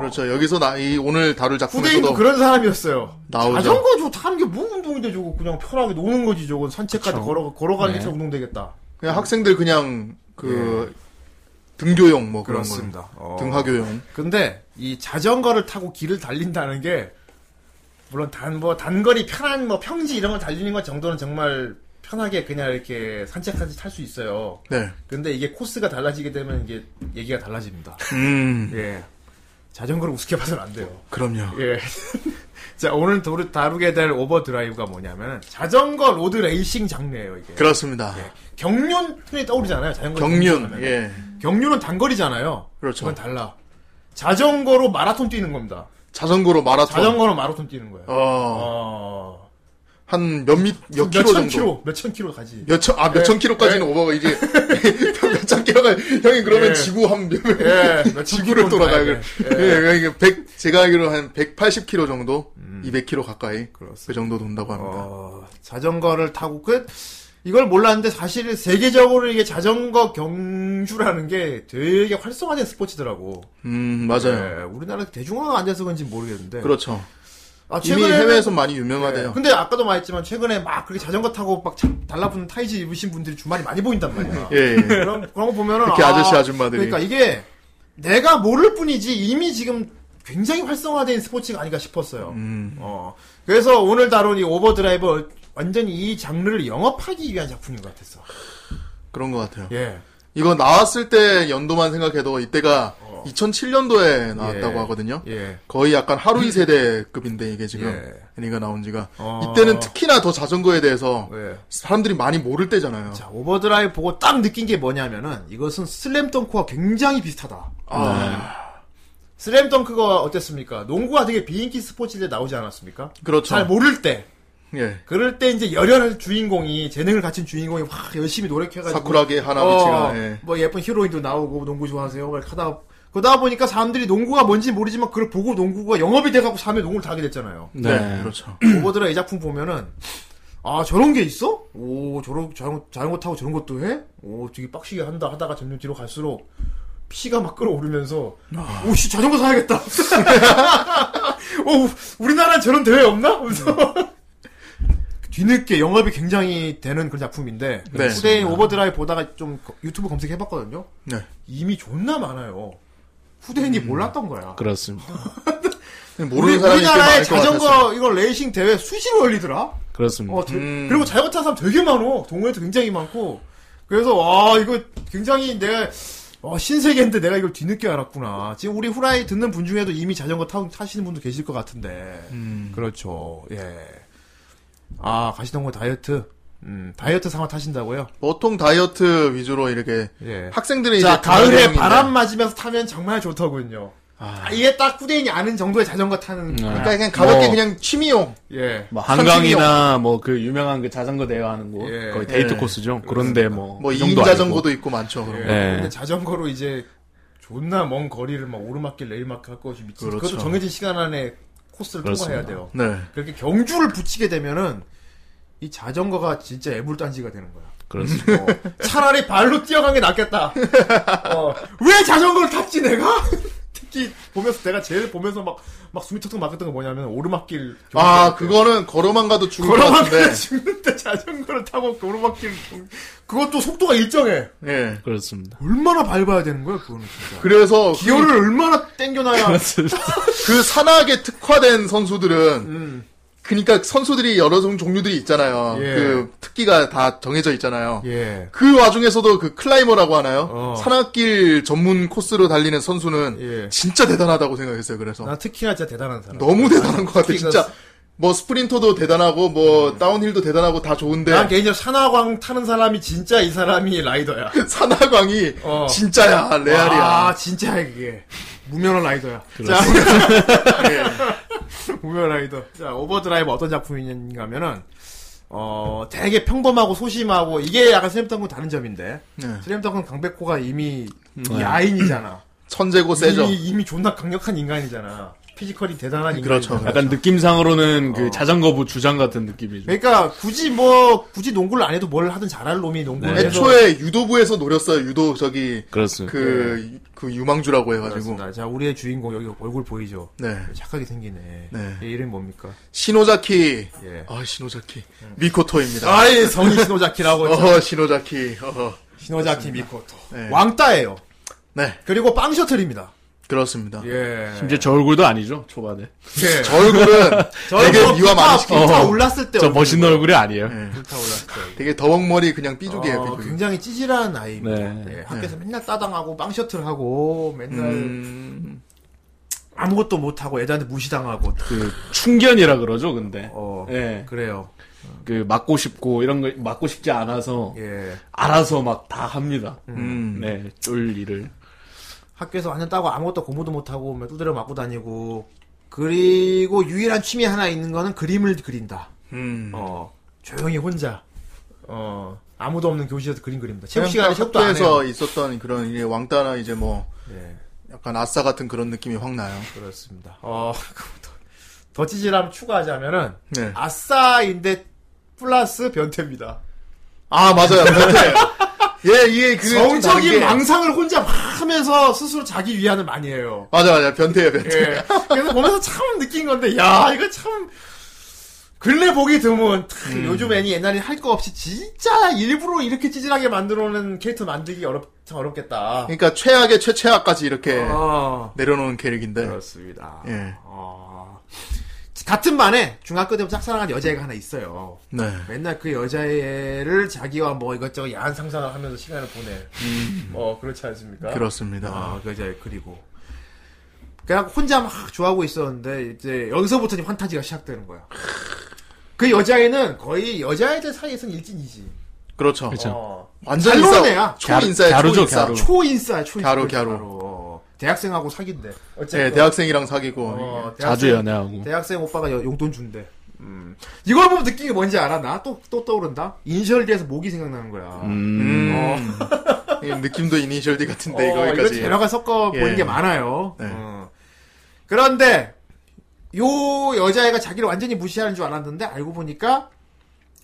[SPEAKER 2] 그렇죠. 여기서 나 이 오늘 다룰
[SPEAKER 1] 후대인도
[SPEAKER 2] 작품에서도
[SPEAKER 1] 그런 사람이었어요.
[SPEAKER 2] 나오죠.
[SPEAKER 1] 자전거 저 타는 게 뭐 운동인데 저거 그냥 편하게 노는 거지 저건 산책까지 걸어 걸어가는 게
[SPEAKER 3] 네.
[SPEAKER 1] 진짜 운동 되겠다.
[SPEAKER 2] 그냥 학생들 그냥 그 등교용 뭐 그런 거
[SPEAKER 1] 그렇습니다. 어.
[SPEAKER 2] 등하교용.
[SPEAKER 1] 근데 이 자전거를 타고 길을 달린다는 게 물론 단 뭐 단거리 편한 뭐 평지 이런 걸 달리는 것 정도는 정말 편하게 그냥 이렇게 산책까지 탈 수 있어요.
[SPEAKER 2] 네.
[SPEAKER 1] 근데 이게 코스가 달라지게 되면 이게 얘기가 달라집니다.
[SPEAKER 2] 음.
[SPEAKER 1] 예. 자전거를 우습게 봐서는 안 돼요.
[SPEAKER 2] 그럼요.
[SPEAKER 1] 예. 자, 오늘 도루- 다루게 될 오버드라이브가 뭐냐면 자전거 로드 레이싱 장르예요, 이게.
[SPEAKER 2] 그렇습니다.
[SPEAKER 1] 경륜이 떠오르잖아요, 자전거.
[SPEAKER 2] 경륜,
[SPEAKER 1] 하면은.
[SPEAKER 2] 예.
[SPEAKER 1] 경륜은 단거리잖아요.
[SPEAKER 2] 그렇죠.
[SPEAKER 1] 그건 달라. 자전거로 마라톤 뛰는 겁니다.
[SPEAKER 2] 자전거로 마라톤.
[SPEAKER 1] 자전거로 마라톤 뛰는 거예요.
[SPEAKER 2] 어,
[SPEAKER 1] 어.
[SPEAKER 2] 한 몇 미, 몇 킬로
[SPEAKER 1] 몇천
[SPEAKER 2] 정도.
[SPEAKER 1] 킬로, 네. 몇천 킬로 가지.
[SPEAKER 2] 몇 천, 아, 몇천 킬로까지는 오버가 이제, 몇천 킬로가, 형이 그러면
[SPEAKER 1] 예.
[SPEAKER 2] 지구 한, 몇,
[SPEAKER 1] 예, 몇천
[SPEAKER 2] 지구를
[SPEAKER 1] 킬로는 가야
[SPEAKER 2] 돌아가요. 그래.
[SPEAKER 1] 돼.
[SPEAKER 2] 예, 이게 100, 제가 알기로 한 180km 정도, 200km 가까이
[SPEAKER 1] 음. 그렇습니다.
[SPEAKER 2] 그 정도 돈다고 합니다.
[SPEAKER 1] 어, 자전거를 타고 끝. 이걸 몰랐는데 사실 세계적으로 이게 자전거 경주라는 게 되게 활성화된 스포츠더라고.
[SPEAKER 2] 음, 맞아요.
[SPEAKER 1] 예, 우리나라 대중화가 안 돼서 그런지 모르겠는데.
[SPEAKER 2] 그렇죠.
[SPEAKER 1] 아,
[SPEAKER 2] 이미
[SPEAKER 1] 최근에는-
[SPEAKER 2] 해외에서 많이
[SPEAKER 1] 예,
[SPEAKER 2] 유명하대요.
[SPEAKER 1] 근데 아까도 말했지만 최근에 막 그렇게 자전거 타고 막 참- 달라붙는 타이즈 입으신 분들이 주말에 많이 보인단 말이야.
[SPEAKER 2] 예, 예.
[SPEAKER 1] 그런 그런 거 보면은
[SPEAKER 2] 이렇게 아저씨, 아줌마들이.
[SPEAKER 1] 그러니까 이게 내가 모를 뿐이지 이미 지금 굉장히 활성화된 스포츠가 아닌가 싶었어요.
[SPEAKER 2] 음,
[SPEAKER 1] 어. 그래서 오늘 다룬 이 오버드라이브 완전히 이 장르를 영업하기 위한 작품인 것 같았어.
[SPEAKER 2] 그런 것 같아요.
[SPEAKER 1] 예.
[SPEAKER 2] 이거 나왔을 때 연도만 생각해도 이때가 2007년도에 나왔다고
[SPEAKER 1] 어. 예.
[SPEAKER 2] 하거든요.
[SPEAKER 1] 예.
[SPEAKER 2] 거의 약간 하루이 세대급인데 이게 지금
[SPEAKER 1] 예.
[SPEAKER 2] 애니가 나온 지가
[SPEAKER 1] 어.
[SPEAKER 2] 이때는 특히나 더 자전거에 대해서
[SPEAKER 1] 예.
[SPEAKER 2] 사람들이 많이 모를 때잖아요.
[SPEAKER 1] 자, 오버드라이브 보고 딱 느낀 게 뭐냐면은 이것은 슬램덩크와 굉장히 비슷하다.
[SPEAKER 2] 아,
[SPEAKER 1] 슬램덩크가 어땠습니까? 농구가 되게 비인기 스포츠에 나오지 않았습니까?
[SPEAKER 2] 그렇죠.
[SPEAKER 1] 잘 모를 때.
[SPEAKER 2] 예.
[SPEAKER 1] 그럴 때 이제 열혈 주인공이 재능을 갖춘 주인공이 확 열심히 노력해가지고
[SPEAKER 2] 사쿠라게 하나부치가, 예.
[SPEAKER 1] 뭐 예쁜 히로인도 나오고 농구 좋아하세요 막 하다 그러다 보니까 사람들이 농구가 뭔지 모르지만 그걸 보고 농구가 영업이 돼갖고 사람이 농구를 타게 됐잖아요.
[SPEAKER 2] 네.
[SPEAKER 3] 네.
[SPEAKER 2] 그렇죠.
[SPEAKER 1] 오버드라 이 작품 보면은 아 저런 게 있어? 오 저런 자전거, 자전거 타고 저런 것도 해? 오 되게 빡시게 한다 하다가 점점 뒤로 갈수록 피가 막 끓어오르면서 오씨 자전거 사야겠다. 오 우리나라 저런 대회 없나? 하면서 뒤늦게 영업이 굉장히 되는 그런 작품인데
[SPEAKER 2] 네.
[SPEAKER 1] 후대인 오버드라이 보다가 좀 거- 유튜브 검색해봤거든요.
[SPEAKER 2] 네.
[SPEAKER 1] 이미 존나 많아요. 후대인이 몰랐던 거야.
[SPEAKER 3] 그렇습니다.
[SPEAKER 2] 모르는
[SPEAKER 1] 우리-
[SPEAKER 2] 사람이 꽤
[SPEAKER 1] 우리나라의
[SPEAKER 2] 많을 것 같아서.
[SPEAKER 1] 자전거 이거 레이싱 대회 수시로 열리더라.
[SPEAKER 3] 그렇습니다.
[SPEAKER 1] 어, 되-
[SPEAKER 2] 음.
[SPEAKER 1] 그리고 자전거 타는 사람 되게 많어. 동호회도 굉장히 많고. 그래서, 와, 이거 굉장히 내가, 어, 신세계인데 내가 이걸 뒤늦게 알았구나. 지금 우리 후라이 듣는 분 중에도 이미 자전거 타, 타시는 분도 계실 것 같은데.
[SPEAKER 2] 음.
[SPEAKER 1] 그렇죠. 예. 아, 가시동거 다이어트. 음, 다이어트 상황 타신다고요?
[SPEAKER 2] 보통 다이어트 위주로 이렇게
[SPEAKER 3] 네.
[SPEAKER 1] 예.
[SPEAKER 2] 학생들의
[SPEAKER 1] 자,
[SPEAKER 2] 이제 그런 네.
[SPEAKER 1] 가을에
[SPEAKER 2] 내용인데.
[SPEAKER 1] 바람 맞으면서 타면 정말 좋더군요. 아, 이게 딱 후대인이 아는 정도의 자전거 타는.
[SPEAKER 2] 그러니까 그냥 가볍게
[SPEAKER 3] 뭐,
[SPEAKER 2] 그냥 취미용.
[SPEAKER 1] 예.
[SPEAKER 3] 뭐 한강이나 뭐 그 유명한 그 자전거 대회하는 곳
[SPEAKER 1] 예.
[SPEAKER 3] 거의 데이트
[SPEAKER 2] 예.
[SPEAKER 3] 코스죠. 그런데 뭐
[SPEAKER 2] 뭐
[SPEAKER 3] 이
[SPEAKER 2] 2인
[SPEAKER 3] 정도
[SPEAKER 2] 자전거도 있고 많죠.
[SPEAKER 1] 예.
[SPEAKER 2] 그런 거.
[SPEAKER 3] 예.
[SPEAKER 1] 근데 자전거로 이제 존나 먼 거리를 막 오르막길 내리막길 할 것이 미친. 그것도
[SPEAKER 2] 그렇죠.
[SPEAKER 1] 정해진 시간 안에 코스를 통과해야
[SPEAKER 3] 그렇습니다.
[SPEAKER 1] 돼요.
[SPEAKER 2] 네.
[SPEAKER 1] 그렇게 경주를 붙이게 되면은 이 자전거가 진짜 애물단지가 되는 거야.
[SPEAKER 3] 알고. 그렇습니다.
[SPEAKER 1] 어, 차라리 발로 뛰어간 게 낫겠다. 어, 왜 자전거를 탔지 내가? 특히 보면서 내가 제일 보면서 막 막 숨이 턱턱 막혔던 거 뭐냐면 오르막길.
[SPEAKER 2] 아, 그거는 걸어만 가도 죽을 것
[SPEAKER 1] 걸어막길
[SPEAKER 3] 네.
[SPEAKER 2] 같은데.
[SPEAKER 1] 죽는데 자전거를 타고 그 오르막길 경- 그것도 속도가 일정해.
[SPEAKER 2] 예.
[SPEAKER 3] 그렇습니다.
[SPEAKER 1] 얼마나 밟아야 되는 거야 그거는 진짜.
[SPEAKER 2] 그래서
[SPEAKER 1] 기어를 얼마나 땡겨놔야
[SPEAKER 2] 그 산악에 특화된 선수들은
[SPEAKER 1] 음.
[SPEAKER 2] 그러니까 선수들이 여러 종- 종류들이 있잖아요.
[SPEAKER 1] 예.
[SPEAKER 2] 그 특기가 다 정해져 있잖아요.
[SPEAKER 1] 예.
[SPEAKER 2] 그 와중에서도 그 클라이머라고 하나요?
[SPEAKER 1] 어.
[SPEAKER 2] 산악길 전문 코스로 달리는 선수는
[SPEAKER 1] 예.
[SPEAKER 2] 진짜 대단하다고 생각했어요. 그래서
[SPEAKER 1] 나 특히나 진짜 대단한 사람.
[SPEAKER 2] 너무 대단한 것 같아.
[SPEAKER 1] 특히나
[SPEAKER 2] 진짜 뭐 스프린터도 대단하고 뭐 다운힐도 대단하고 다 좋은데
[SPEAKER 1] 음. 난 개인적으로 산화광 타는 사람이 진짜 이 사람이 라이더야.
[SPEAKER 2] 그 산악왕이
[SPEAKER 1] 어.
[SPEAKER 2] 진짜야 레알이야.
[SPEAKER 1] 아, 진짜야, 그게. 무면허 라이더야. 자, 무면허 라이더. 자, 오버드라이브 어떤 작품인가 하면은, 어, 되게 평범하고 소심하고, 이게 약간 슬램덩크는 다른 점인데,
[SPEAKER 2] 네.
[SPEAKER 1] 슬램덩크는 강백호가 이미 이 야인이잖아.
[SPEAKER 2] 천재고 세죠.
[SPEAKER 1] 이미, 이미 존나 강력한 인간이잖아. 피지컬이 대단한 인간.
[SPEAKER 2] 그렇죠.
[SPEAKER 3] 약간 느낌상으로는 그 자전거부 주장 같은 느낌이죠.
[SPEAKER 1] 어. 그러니까 굳이 뭐 굳이 농구를 안 해도 뭘 하든 잘할 놈이 농구를
[SPEAKER 3] 네.
[SPEAKER 1] 해서
[SPEAKER 2] 애초에 유도부에서 노렸어요. 유도 저기
[SPEAKER 3] 그렇습니다.
[SPEAKER 2] 그,
[SPEAKER 1] 예.
[SPEAKER 2] 그 유망주라고 해가지고.
[SPEAKER 1] 그렇습니다. 자 우리의 주인공 여기 얼굴 보이죠?
[SPEAKER 2] 네.
[SPEAKER 1] 착하게 생기네.
[SPEAKER 2] 네.
[SPEAKER 1] 얘 이름이 뭡니까?
[SPEAKER 2] 신호자키.
[SPEAKER 1] 예.
[SPEAKER 2] 아, 신호자키. 미코토입니다.
[SPEAKER 1] 음. 아이 성이 신호자키라고 했죠.
[SPEAKER 2] 어허, 신호자키. 어허.
[SPEAKER 1] 신호자키 미코토
[SPEAKER 2] 네.
[SPEAKER 1] 왕따예요.
[SPEAKER 2] 네,
[SPEAKER 1] 그리고 빵 셔틀입니다.
[SPEAKER 2] 그렇습니다.
[SPEAKER 1] 예.
[SPEAKER 3] 이제 저 얼굴도 아니죠 초반에.
[SPEAKER 1] 예.
[SPEAKER 2] 저 얼굴은
[SPEAKER 1] 저
[SPEAKER 2] 되게
[SPEAKER 1] 얼굴은 불타-
[SPEAKER 2] 미화 많이 시키죠.
[SPEAKER 1] 불타 올랐을 때
[SPEAKER 3] 저
[SPEAKER 1] 얼굴.
[SPEAKER 3] 멋있는 얼굴이 아니에요.
[SPEAKER 2] 예.
[SPEAKER 1] 불타 올랐을 때.
[SPEAKER 2] 되게 더벅머리 그냥 삐죽이에요,
[SPEAKER 1] 어,
[SPEAKER 2] 삐죽이.
[SPEAKER 1] 굉장히 찌질한 아이입니다.
[SPEAKER 3] 네.
[SPEAKER 1] 예, 학교에서 맨날 따당하고 빵 셔틀하고 맨날
[SPEAKER 2] 음,
[SPEAKER 1] 아무것도 못하고 애들한테 무시당하고
[SPEAKER 3] 그 충견이라 그러죠, 근데.
[SPEAKER 1] 어
[SPEAKER 3] 예.
[SPEAKER 1] 그래요
[SPEAKER 3] 그 맞고 싶고 이런 거 맞고 싶지 않아서
[SPEAKER 1] 예
[SPEAKER 3] 알아서 막 다 합니다.
[SPEAKER 2] 음.
[SPEAKER 3] 네, 쫄리를.
[SPEAKER 1] 학교에서 완전 따고 아무것도 공부도 못하고 막 두드려 맞고 다니고 그리고 유일한 취미 하나 있는 거는 그림을 그린다
[SPEAKER 2] 음.
[SPEAKER 1] 어 조용히 혼자 어 아무도 없는 교실에서 그림 그립니다 체육
[SPEAKER 2] 체육
[SPEAKER 1] 시간에 협도 안 해요
[SPEAKER 2] 학교에서 있었던 그런 이게 왕따나 이제 뭐
[SPEAKER 1] 예
[SPEAKER 2] 약간 아싸 같은 그런 느낌이 확 나요.
[SPEAKER 1] 그렇습니다 어 더, 더 찌질함 추가하자면은
[SPEAKER 2] 네.
[SPEAKER 1] 아싸인데 플러스 변태입니다
[SPEAKER 2] 아 맞아요. 변태. 예 이게 그
[SPEAKER 1] 정적인 망상을 혼자 막 하면서 스스로 자기 위안을 많이 해요
[SPEAKER 2] 맞아 맞아 변태예요 변태.
[SPEAKER 1] 예. 그래서 보면서 참 느낀 건데, 야, 이거 참. 근래 보기 드문, 참, 요즘 애니 옛날에 할 거 없이 진짜 일부러 이렇게 찌질하게 만들어놓는 캐릭터 만들기 어렵, 참 어렵겠다.
[SPEAKER 2] 그러니까 최악의 최최악까지 이렇게
[SPEAKER 1] 예. 아,
[SPEAKER 2] 내려놓은 캐릭인데.
[SPEAKER 1] 그렇습니다.
[SPEAKER 2] 예.
[SPEAKER 1] 아. 같은 반에 중학교 때부터 짝사랑한 여자애가 하나 있어요.
[SPEAKER 2] 네.
[SPEAKER 1] 맨날 그 여자애를 자기와 뭐 이것저것 야한 상상을 하면서 시간을 보내. 어, 그렇지 않습니까?
[SPEAKER 2] 그렇습니다.
[SPEAKER 1] 아, 그 여자애 그리고. 그냥 혼자 막 좋아하고 있었는데, 이제, 여기서부터 이제 환타지가 시작되는 거야. 그 여자애는 거의 여자애들 사이에서는 일진이지.
[SPEAKER 2] 그렇죠.
[SPEAKER 3] 그렇죠.
[SPEAKER 1] 어.
[SPEAKER 2] 완전
[SPEAKER 1] 잘 노는
[SPEAKER 2] 인싸.
[SPEAKER 1] 애야.
[SPEAKER 2] 초인싸야
[SPEAKER 3] 갸루- 갸루죠,
[SPEAKER 2] 초인싸.
[SPEAKER 3] 갸루.
[SPEAKER 1] 초인싸야, 초인싸.
[SPEAKER 2] 갸루, 갸루.
[SPEAKER 1] 어. 대학생하고 사귄대. 어쨌든.
[SPEAKER 2] 예 대학생이랑 사귀고.
[SPEAKER 1] 어, 대학생-
[SPEAKER 3] 자주 연애하고.
[SPEAKER 1] 대학생 오빠가 여- 용돈 준대. 음. 이걸 보면 느낀 게 뭔지 알아? 나 또, 또 떠오른다? 인셜드에서 목이 생각나는 거야.
[SPEAKER 3] 음.
[SPEAKER 2] 음. 이 느낌도 이니셜 D 같은데
[SPEAKER 1] 어, 이거
[SPEAKER 2] 네, 이거까지.
[SPEAKER 1] 재료가 섞어
[SPEAKER 2] 예.
[SPEAKER 1] 보이는 게 많아요.
[SPEAKER 2] 네.
[SPEAKER 1] 어. 그런데 요 여자애가 자기를 완전히 무시하는 줄 알았는데 알고 보니까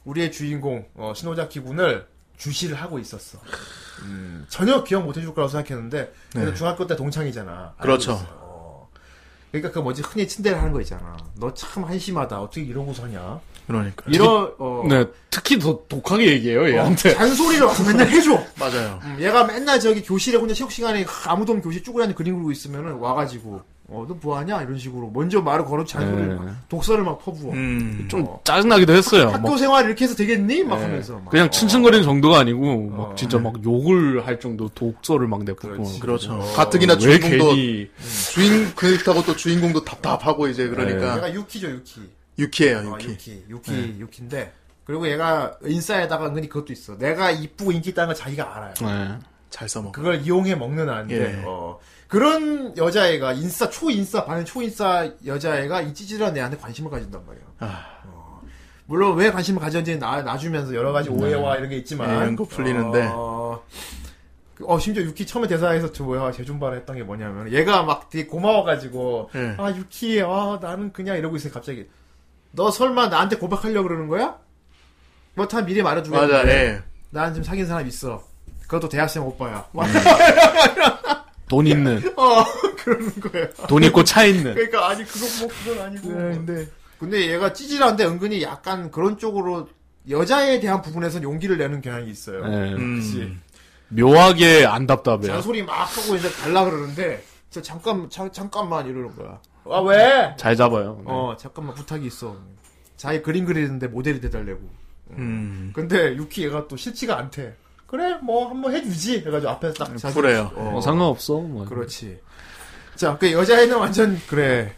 [SPEAKER 1] 우리의 주인공 어, 신호자키 군을 주시를 하고 있었어. 음, 전혀 기억 못 해줄 거라고 생각했는데 그래서 중학교 때 동창이잖아. 알고
[SPEAKER 2] 네. 그렇죠.
[SPEAKER 1] 있어. 어. 그러니까 그 뭐지 흔히 친대를 하는 거 있잖아. 너 참 한심하다. 어떻게 이러고 사냐?
[SPEAKER 2] 그러니까.
[SPEAKER 1] 이런 어,
[SPEAKER 3] 네, 특히 더 독하게 얘기해요,
[SPEAKER 2] 네,
[SPEAKER 1] 어,
[SPEAKER 3] 얘한테.
[SPEAKER 1] 잔소리를 와서 맨날 해줘.
[SPEAKER 2] 맞아요.
[SPEAKER 1] 음, 얘가 맨날 저기 교실에 혼자 체육 시간에 하, 아무도 없는 교실 쭈그려니 그림 그리고 있으면은 와가지고 어너 뭐하냐 이런 식으로 먼저 말을 걸어 잔소리를
[SPEAKER 3] 네.
[SPEAKER 1] 막 독서를 막 퍼부어
[SPEAKER 2] 음.
[SPEAKER 3] 좀 짜증나기도 했어요.
[SPEAKER 1] 학교
[SPEAKER 3] 막,
[SPEAKER 1] 생활 이렇게 해서 되겠니 막
[SPEAKER 3] 예.
[SPEAKER 1] 하면서 막.
[SPEAKER 3] 뭐, 그냥 층층거리는 정도가 아니고
[SPEAKER 1] 어.
[SPEAKER 3] 막 진짜 막 욕을 할 정도 독서를 막 내뿜고.
[SPEAKER 1] 그렇지.
[SPEAKER 2] 그렇죠.
[SPEAKER 1] 어,
[SPEAKER 2] 가뜩이나
[SPEAKER 3] 왜
[SPEAKER 2] 주인공도
[SPEAKER 3] 괜히
[SPEAKER 2] 주인 그렇다고 또 주인공도 답답하고 이제
[SPEAKER 1] 어.
[SPEAKER 2] 그러니까
[SPEAKER 1] 얘가 유키죠 유키
[SPEAKER 3] 아,
[SPEAKER 2] 유키예요
[SPEAKER 1] 어,
[SPEAKER 2] 유키.
[SPEAKER 1] 유키 유키
[SPEAKER 3] 네.
[SPEAKER 1] 유키인데 그리고 얘가 인싸에다가 은근히 그것도 있어 내가 이쁘고 인기 있다는 걸 자기가 알아요
[SPEAKER 3] 네.
[SPEAKER 2] 잘 써먹고.
[SPEAKER 1] 그걸 이용해 먹는 아인데
[SPEAKER 2] 예.
[SPEAKER 1] 어, 그런 여자애가 인싸 초인싸 반은 초인싸 여자애가 이 찌질한 애한테 관심을 가진단 말이야.
[SPEAKER 2] 아.
[SPEAKER 1] 어, 물론 왜 관심을 가졌는지 나, 놔주면서 여러 가지 오해와 이런 게 있지만
[SPEAKER 2] 예, 네. 이런 거 풀리는데.
[SPEAKER 1] 어, 그- 어, 심지어 유키 처음에 대사에서 저 뭐야 재준바라 했던 게 뭐냐면 얘가 막 되게 고마워가지고
[SPEAKER 2] 예.
[SPEAKER 1] 아 유키 아 나는 그냥 이러고 있어요 갑자기 너 설마 나한테 고백하려고 그러는 거야? 뭐다 미리 말해주겠는데
[SPEAKER 2] 맞아. 예.
[SPEAKER 1] 난 지금 사귄 사람 있어 그것도 대학생 오빠야 막
[SPEAKER 3] 돈 있는,
[SPEAKER 1] 어, 그러는 거예요.
[SPEAKER 3] 돈 있고 차 있는.
[SPEAKER 1] 그러니까, 아니, 그건 뭐, 그건 아니고.
[SPEAKER 2] 근데
[SPEAKER 1] 근데 얘가 찌질한데 은근히 약간 그런 쪽으로 여자에 대한 부분에서 용기를 내는 경향이 있어요.
[SPEAKER 3] 예.
[SPEAKER 1] 음.
[SPEAKER 2] 음.
[SPEAKER 1] 그치.
[SPEAKER 3] 묘하게 안 답답해요.
[SPEAKER 1] 잔소리 막 하고 이제 갈라 그러는데, 저 잠깐, 자, 잠깐만 이러는 거야. 아, 왜?
[SPEAKER 3] 잘 잡아요. 네.
[SPEAKER 1] 어, 잠깐만 부탁이 있어. 자기 그림 그리는데 모델이 돼달래고.
[SPEAKER 2] 음.
[SPEAKER 1] 근데 유키 얘가 또 싫지가 않대. 그래, 뭐, 한번 해주지. 해가지고 앞에서
[SPEAKER 2] 네,
[SPEAKER 1] 딱 자기.
[SPEAKER 2] 쿨해요.
[SPEAKER 1] 어,
[SPEAKER 3] 뭐 상관없어. 뭐.
[SPEAKER 1] 그렇지. 자, 그 여자애는 완전 그래.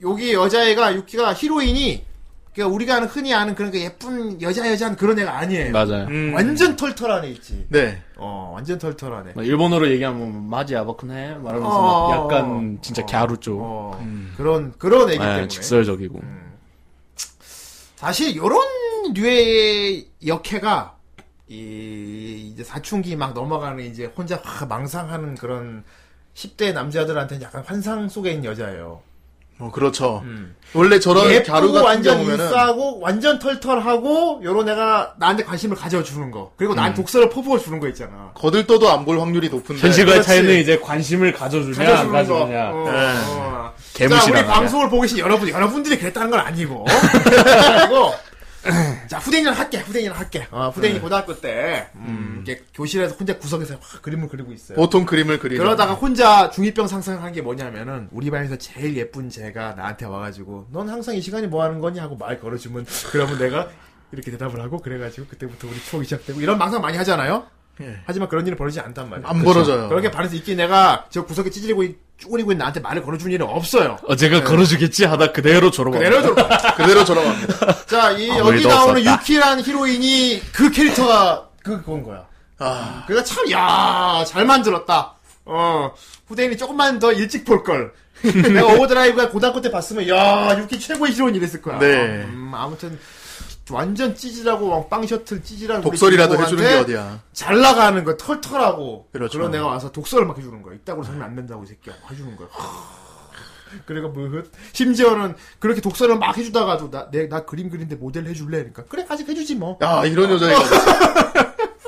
[SPEAKER 1] 여기 여자애가 유키가 히로인이 그러니까 우리가 아는 흔히 아는 그런 그 예쁜 여자 여자한 그런 애가 아니에요.
[SPEAKER 3] 맞아요.
[SPEAKER 2] 음.
[SPEAKER 1] 완전 털털한 애 있지.
[SPEAKER 2] 네.
[SPEAKER 1] 어, 완전 털털한 애.
[SPEAKER 3] 막뭐 일본어로 얘기하면 마지 아바쿠네 말하면서
[SPEAKER 1] 어,
[SPEAKER 3] 막 약간 진짜
[SPEAKER 1] 어,
[SPEAKER 3] 갸루 쪽.
[SPEAKER 1] 어,
[SPEAKER 2] 음.
[SPEAKER 1] 그런 그런 애기
[SPEAKER 3] 예,
[SPEAKER 1] 때문에. 음.
[SPEAKER 3] 직설적이고.
[SPEAKER 1] 사실 요런 류의 역해가 이 이제 사춘기 막 넘어가는 이제 혼자 확 망상하는 그런 10대 남자들한테는 약간 환상 속에 있는 여자예요.
[SPEAKER 2] 뭐 그렇죠.
[SPEAKER 1] 음.
[SPEAKER 2] 원래 저런 갸루
[SPEAKER 1] 예쁘고
[SPEAKER 2] 같은
[SPEAKER 1] 완전
[SPEAKER 2] 경우면은
[SPEAKER 1] 인싸하고 완전 털털하고 요런 애가 나한테 관심을 가져주는 거 그리고
[SPEAKER 2] 음.
[SPEAKER 1] 난 독서를 퍼부어 주는 거 있잖아
[SPEAKER 2] 거들떠도 안 볼 확률이 높은데.
[SPEAKER 3] 현실과의
[SPEAKER 1] 그렇지.
[SPEAKER 3] 차이는 이제 관심을 가져주냐
[SPEAKER 1] 가져주는
[SPEAKER 3] 안
[SPEAKER 1] 거
[SPEAKER 3] 가져주냐.
[SPEAKER 1] 어,
[SPEAKER 2] 네.
[SPEAKER 1] 어. 자
[SPEAKER 3] 개무시라.
[SPEAKER 1] 우리 방송을 보고 계신 여러분 여러분들이 그랬다는 건 아니고 그리고 자 후대인이랑 할게 후대인이랑 할게 어, 후대인이
[SPEAKER 2] 네.
[SPEAKER 1] 고등학교 때 음, 이렇게 교실에서 혼자 구석에서 막 그림을 그리고 있어요
[SPEAKER 2] 보통 그림을 그리죠.
[SPEAKER 1] 그러다가 혼자 중이병 상상한 게 뭐냐면은 우리 반에서 제일 예쁜 쟤가 나한테 와가지고 넌 항상 이 시간에 뭐 하는 거니 하고 말 걸어주면 그러면 내가 이렇게 대답을 하고 그래가지고 그때부터 우리 추억이 시작되고 이런 망상 많이 하잖아요.
[SPEAKER 2] 예.
[SPEAKER 1] 하지만 그런 일은 벌어지지 않단 말이에요. 그렇죠.
[SPEAKER 2] 안 벌어져요.
[SPEAKER 1] 그렇게 반해서 있긴 내가 저 구석에 찌질이고 있- 쭈그리고 있는 나한테 말을 걸어주는 일은 없어요. 네.
[SPEAKER 3] 어, 제가 걸어주겠지 하다 그대로 졸업하고.
[SPEAKER 1] 그대로 좀
[SPEAKER 2] 그대로 돌아갑니다.
[SPEAKER 1] 자, 이
[SPEAKER 3] 아무
[SPEAKER 1] 여기
[SPEAKER 3] 일도
[SPEAKER 1] 나오는
[SPEAKER 3] 없었다.
[SPEAKER 1] 유키란 히로인이 그 캐릭터가 그건 거야.
[SPEAKER 2] 아,
[SPEAKER 1] 그래서 참, 야, 잘 만들었다. 어, 후대인이 조금만 더 일찍 볼 걸. 내가 오버드라이브가 고등학교 때 봤으면, 야, 유키 최고의 히로인 이랬을 거야.
[SPEAKER 2] 네.
[SPEAKER 1] 음, 아무튼, 완전 찌질하고, 왕빵 셔틀 찌질한 우리
[SPEAKER 2] 독설이라도 해주는 게
[SPEAKER 1] 주인공한테
[SPEAKER 2] 어디야.
[SPEAKER 1] 잘 나가는 거, 털털하고.
[SPEAKER 2] 그렇죠.
[SPEAKER 1] 런 애가 와서 독설을 막 해주는 거야. 이따구로 살면 안 된다고, 이 새끼야. 해주는 거야. 그래가 뭐, 심지어는 그렇게 독설을 막 해주다가도, 나, 내, 나 그림 그리는데 모델 해줄래? 그러니까, 그래, 아직 해주지 뭐.
[SPEAKER 2] 야, 이런 여자애가. 어딨어.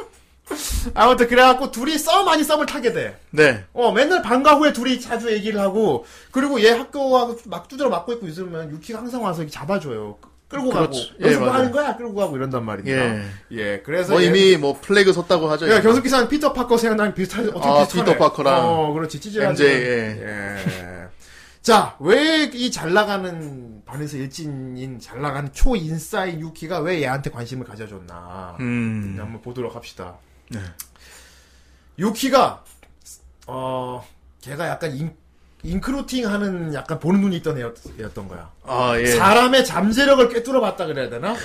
[SPEAKER 1] 아무튼, 그래갖고, 둘이 썸 아닌 썸을 타게 돼.
[SPEAKER 2] 네.
[SPEAKER 1] 어, 맨날 방과 후에 둘이 자주 얘기를 하고, 그리고 얘 학교하고 막 두드려 맞고 있고 있으면 유키가 항상 와서 이렇게 잡아줘요. 끌고 가고.
[SPEAKER 2] 그렇지. 예,
[SPEAKER 1] 여기서 뭐
[SPEAKER 2] 맞아요.
[SPEAKER 1] 하는 거야? 끌고 가고 이런단 말이야.
[SPEAKER 2] 예.
[SPEAKER 1] 예, 그래서.
[SPEAKER 2] 뭐
[SPEAKER 1] 얘-
[SPEAKER 2] 이미 뭐 플래그 섰다고
[SPEAKER 1] 야,
[SPEAKER 2] 하죠. 이거.
[SPEAKER 1] 그러니까 경석기사는 피터 파커 생각나랑 비슷하지, 어떻게
[SPEAKER 2] 아,
[SPEAKER 1] 비슷하네.
[SPEAKER 2] 피터 파커랑
[SPEAKER 1] 어, 그렇지. 찌질한.
[SPEAKER 2] MJ,
[SPEAKER 1] 예. 자, 왜 이 잘 나가는, 반에서 일진인, 잘 나가는 초인싸인 유키가 왜 얘한테 관심을 가져줬나.
[SPEAKER 2] 음.
[SPEAKER 1] 이제 한번 보도록 합시다.
[SPEAKER 2] 네.
[SPEAKER 1] 유키가 어 걔가 약간 인, 인크루팅 하는 약간 보는 눈이 있던 애였, 던 거야.
[SPEAKER 2] 아, 예.
[SPEAKER 1] 사람의 잠재력을 꿰뚫어 봤다 그래야 되나?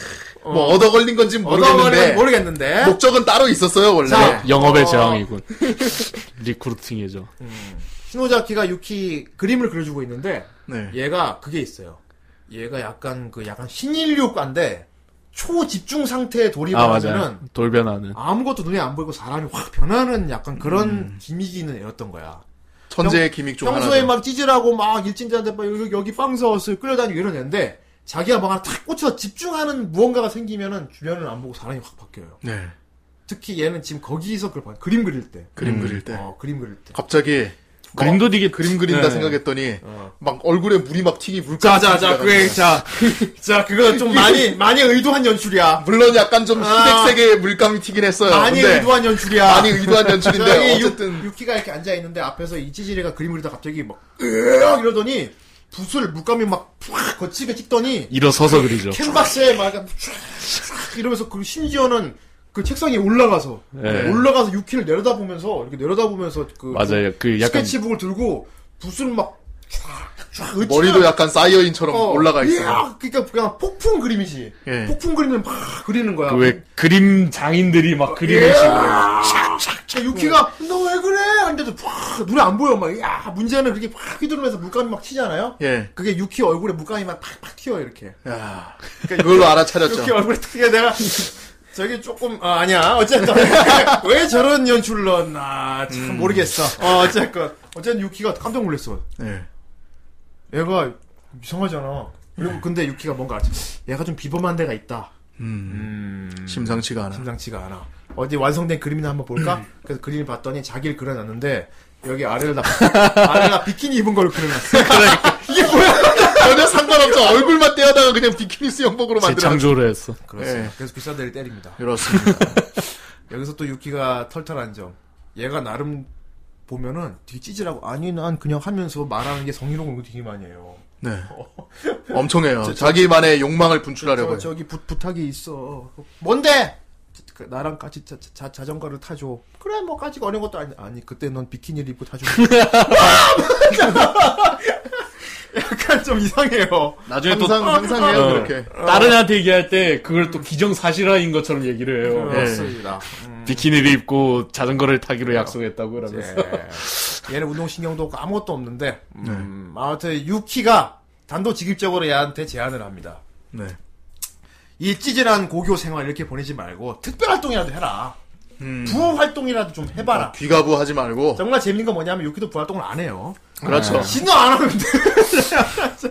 [SPEAKER 2] 뭐 얻어 걸린 건지 모르겠는데
[SPEAKER 1] 얻어버리면 모르겠는데. 예?
[SPEAKER 2] 목적은 따로 있었어요, 원래.
[SPEAKER 1] 자.
[SPEAKER 3] 영업의
[SPEAKER 1] 어.
[SPEAKER 3] 재앙이군. 리크루팅이죠.
[SPEAKER 1] 신호자키가 유키 그림을 그려주고 있는데
[SPEAKER 2] 네.
[SPEAKER 1] 얘가 그게 있어요. 얘가 약간 그 약간 신인류과인데 초집중 상태에
[SPEAKER 3] 아,
[SPEAKER 1] 돌입하면은 뭐,
[SPEAKER 3] 맞아요. 돌변하는.
[SPEAKER 1] 아무것도 눈에 안 보이고 사람이 확 변하는 약간 그런
[SPEAKER 2] 음.
[SPEAKER 1] 기믹이 있는 애였던 거야.
[SPEAKER 2] 천재의 기믹 중
[SPEAKER 1] 평소에
[SPEAKER 2] 하나죠.
[SPEAKER 1] 막 찌질하고 막 일진자한테 막 여기, 여기 빵 사왔어요 끌려다니고 이런 애인데 자기가 막 하나 탁 꽂혀서 집중하는 무언가가 생기면은 주변을 안 보고 사람이 확 바뀌어요.
[SPEAKER 2] 네.
[SPEAKER 1] 특히 얘는 지금 거기서 그걸 봐요. 그림 그릴 때.
[SPEAKER 2] 그림 그릴 때
[SPEAKER 1] 어, 그림 그릴 때.
[SPEAKER 2] 갑자기
[SPEAKER 3] 그림도 되게
[SPEAKER 2] 그림 그린다
[SPEAKER 3] 네.
[SPEAKER 2] 생각했더니
[SPEAKER 1] 어.
[SPEAKER 2] 막 얼굴에 물이 막 튀기 물까
[SPEAKER 1] 자, 자, 자, 그게, 자, 자, 그거 좀 많이, 많이 의도한 연출이야.
[SPEAKER 2] 물론 약간 좀
[SPEAKER 1] 아.
[SPEAKER 2] 희백색의 물감이 튀긴 했어요.
[SPEAKER 1] 많이
[SPEAKER 2] 뭐, 근데
[SPEAKER 1] 의도한 연출이야.
[SPEAKER 2] 많이 의도한 연출인데
[SPEAKER 1] 저기 유-
[SPEAKER 2] 어쨌든
[SPEAKER 1] 유키가 이렇게 앉아 있는데 앞에서 이 찌질이가 그림 그리다 갑자기 막, 으악! 이러더니 붓을 물감이 막, 푹 거치게 찍더니
[SPEAKER 3] 일어서서 그리죠.
[SPEAKER 1] 캔버스에 막 이렇게 촤악 이러면서 그 심지어는 그 책상에 올라가서
[SPEAKER 3] 예.
[SPEAKER 1] 올라가서 유키를 내려다보면서 이렇게 내려다보면서 그
[SPEAKER 3] 맞아요. 그 약간
[SPEAKER 1] 스케치북을 들고 붓을 막 촤악 촤악
[SPEAKER 2] 머리도
[SPEAKER 1] 으쌰-
[SPEAKER 2] 약간 사이어인처럼
[SPEAKER 1] 어,
[SPEAKER 2] 올라가 있어요.
[SPEAKER 1] 이야, 그러니까 그냥 폭풍 그림이지.
[SPEAKER 2] 예.
[SPEAKER 1] 폭풍 그림을 막 그리는 거야.
[SPEAKER 3] 그 왜 그림 장인들이 막
[SPEAKER 1] 예,
[SPEAKER 3] 그림을
[SPEAKER 1] 야, 유키가 너 왜 그래? 근데도 팍 눈에 안 보여 막. 야 문제는 그렇게 팍 휘두르면서 물감이 막 튀잖아요.
[SPEAKER 2] 예.
[SPEAKER 1] 그게 유키 얼굴에 물감이 막 팍팍 튀어 이렇게.
[SPEAKER 2] 야. 그걸로
[SPEAKER 1] 그러니까 이렇게
[SPEAKER 2] 알아차렸죠.
[SPEAKER 1] 얼굴에 특히 내가 저기 조금 아, 아니야 어쨌든 왜 저런 연출을 넣었나 참 모르겠어 어, 어쨌건 어쨌든 유키가 깜짝 놀랐어
[SPEAKER 2] 예.
[SPEAKER 1] 얘가 이상하잖아 그리고 근데 유키가 뭔가 알지 얘가 좀 비범한 데가 있다
[SPEAKER 2] 음.
[SPEAKER 1] 음
[SPEAKER 2] 심상치가 않아.
[SPEAKER 1] 심상치가 않아 어디 완성된 그림이나 한번 볼까 그래서 그림을 봤더니 자기를 그려놨는데 여기 아래를 다 아래가 비키니 입은 걸 그려놨어 이게 뭐야
[SPEAKER 2] 전혀 상관없죠. 얼굴만 떼어다가 그냥 비키니 수영복으로 만들어.
[SPEAKER 3] 재창조를 했어.
[SPEAKER 1] 그렇습니다
[SPEAKER 2] 예.
[SPEAKER 1] 그래서 비싼 데를 때립니다
[SPEAKER 2] 그렇습니다.
[SPEAKER 1] 여기서 또 유키가 털털한 점. 얘가 나름 보면은 되게 찌질하고 아니 난 그냥 하면서 말하는 게 성희롱을 되게 많이 해요.
[SPEAKER 2] 네. 엄청해요. 자기만의 욕망을 분출하려고
[SPEAKER 1] 저,
[SPEAKER 2] 해요.
[SPEAKER 1] 저기 부, 부탁이 있어. 뭔데? 그, 나랑 같이 자, 자, 자전거를 타줘. 그래 뭐 까짓거 어려운 것도 아니 아니 그때 넌 비키니를 입고 타줘. 약간 좀 이상해요.
[SPEAKER 2] 나중에 또
[SPEAKER 1] 항상-
[SPEAKER 2] 항상 해요
[SPEAKER 1] 어.
[SPEAKER 2] 그렇게.
[SPEAKER 3] 다른 애한테 얘기할 때 그걸 또 기정사실화인 것처럼 얘기를
[SPEAKER 2] 네.
[SPEAKER 3] 해요.
[SPEAKER 1] 어. 그렇습니다.
[SPEAKER 3] 예. 비키니를 입고 자전거를
[SPEAKER 1] 어.
[SPEAKER 3] 타기로 약속했다고
[SPEAKER 2] 네.
[SPEAKER 3] 그러면서.
[SPEAKER 1] 예. 얘는 운동신경도 없고 아무것도 없는데,
[SPEAKER 2] 네.
[SPEAKER 1] 음, 아무튼 유키가 단도직입적으로 얘한테 제안을 합니다.
[SPEAKER 2] 네.
[SPEAKER 1] 이 찌질한 고교 생활 이렇게 보내지 말고, 특별 활동이라도 해라.
[SPEAKER 2] 음. 그러니까.
[SPEAKER 1] 부호 활동이라도 좀 해봐라.
[SPEAKER 2] 귀가부 하지 말고.
[SPEAKER 1] 정말 재밌는 건 뭐냐면 유키도 부활동을 안 해요.
[SPEAKER 2] 그렇죠.
[SPEAKER 1] 신도 안 하면 돼.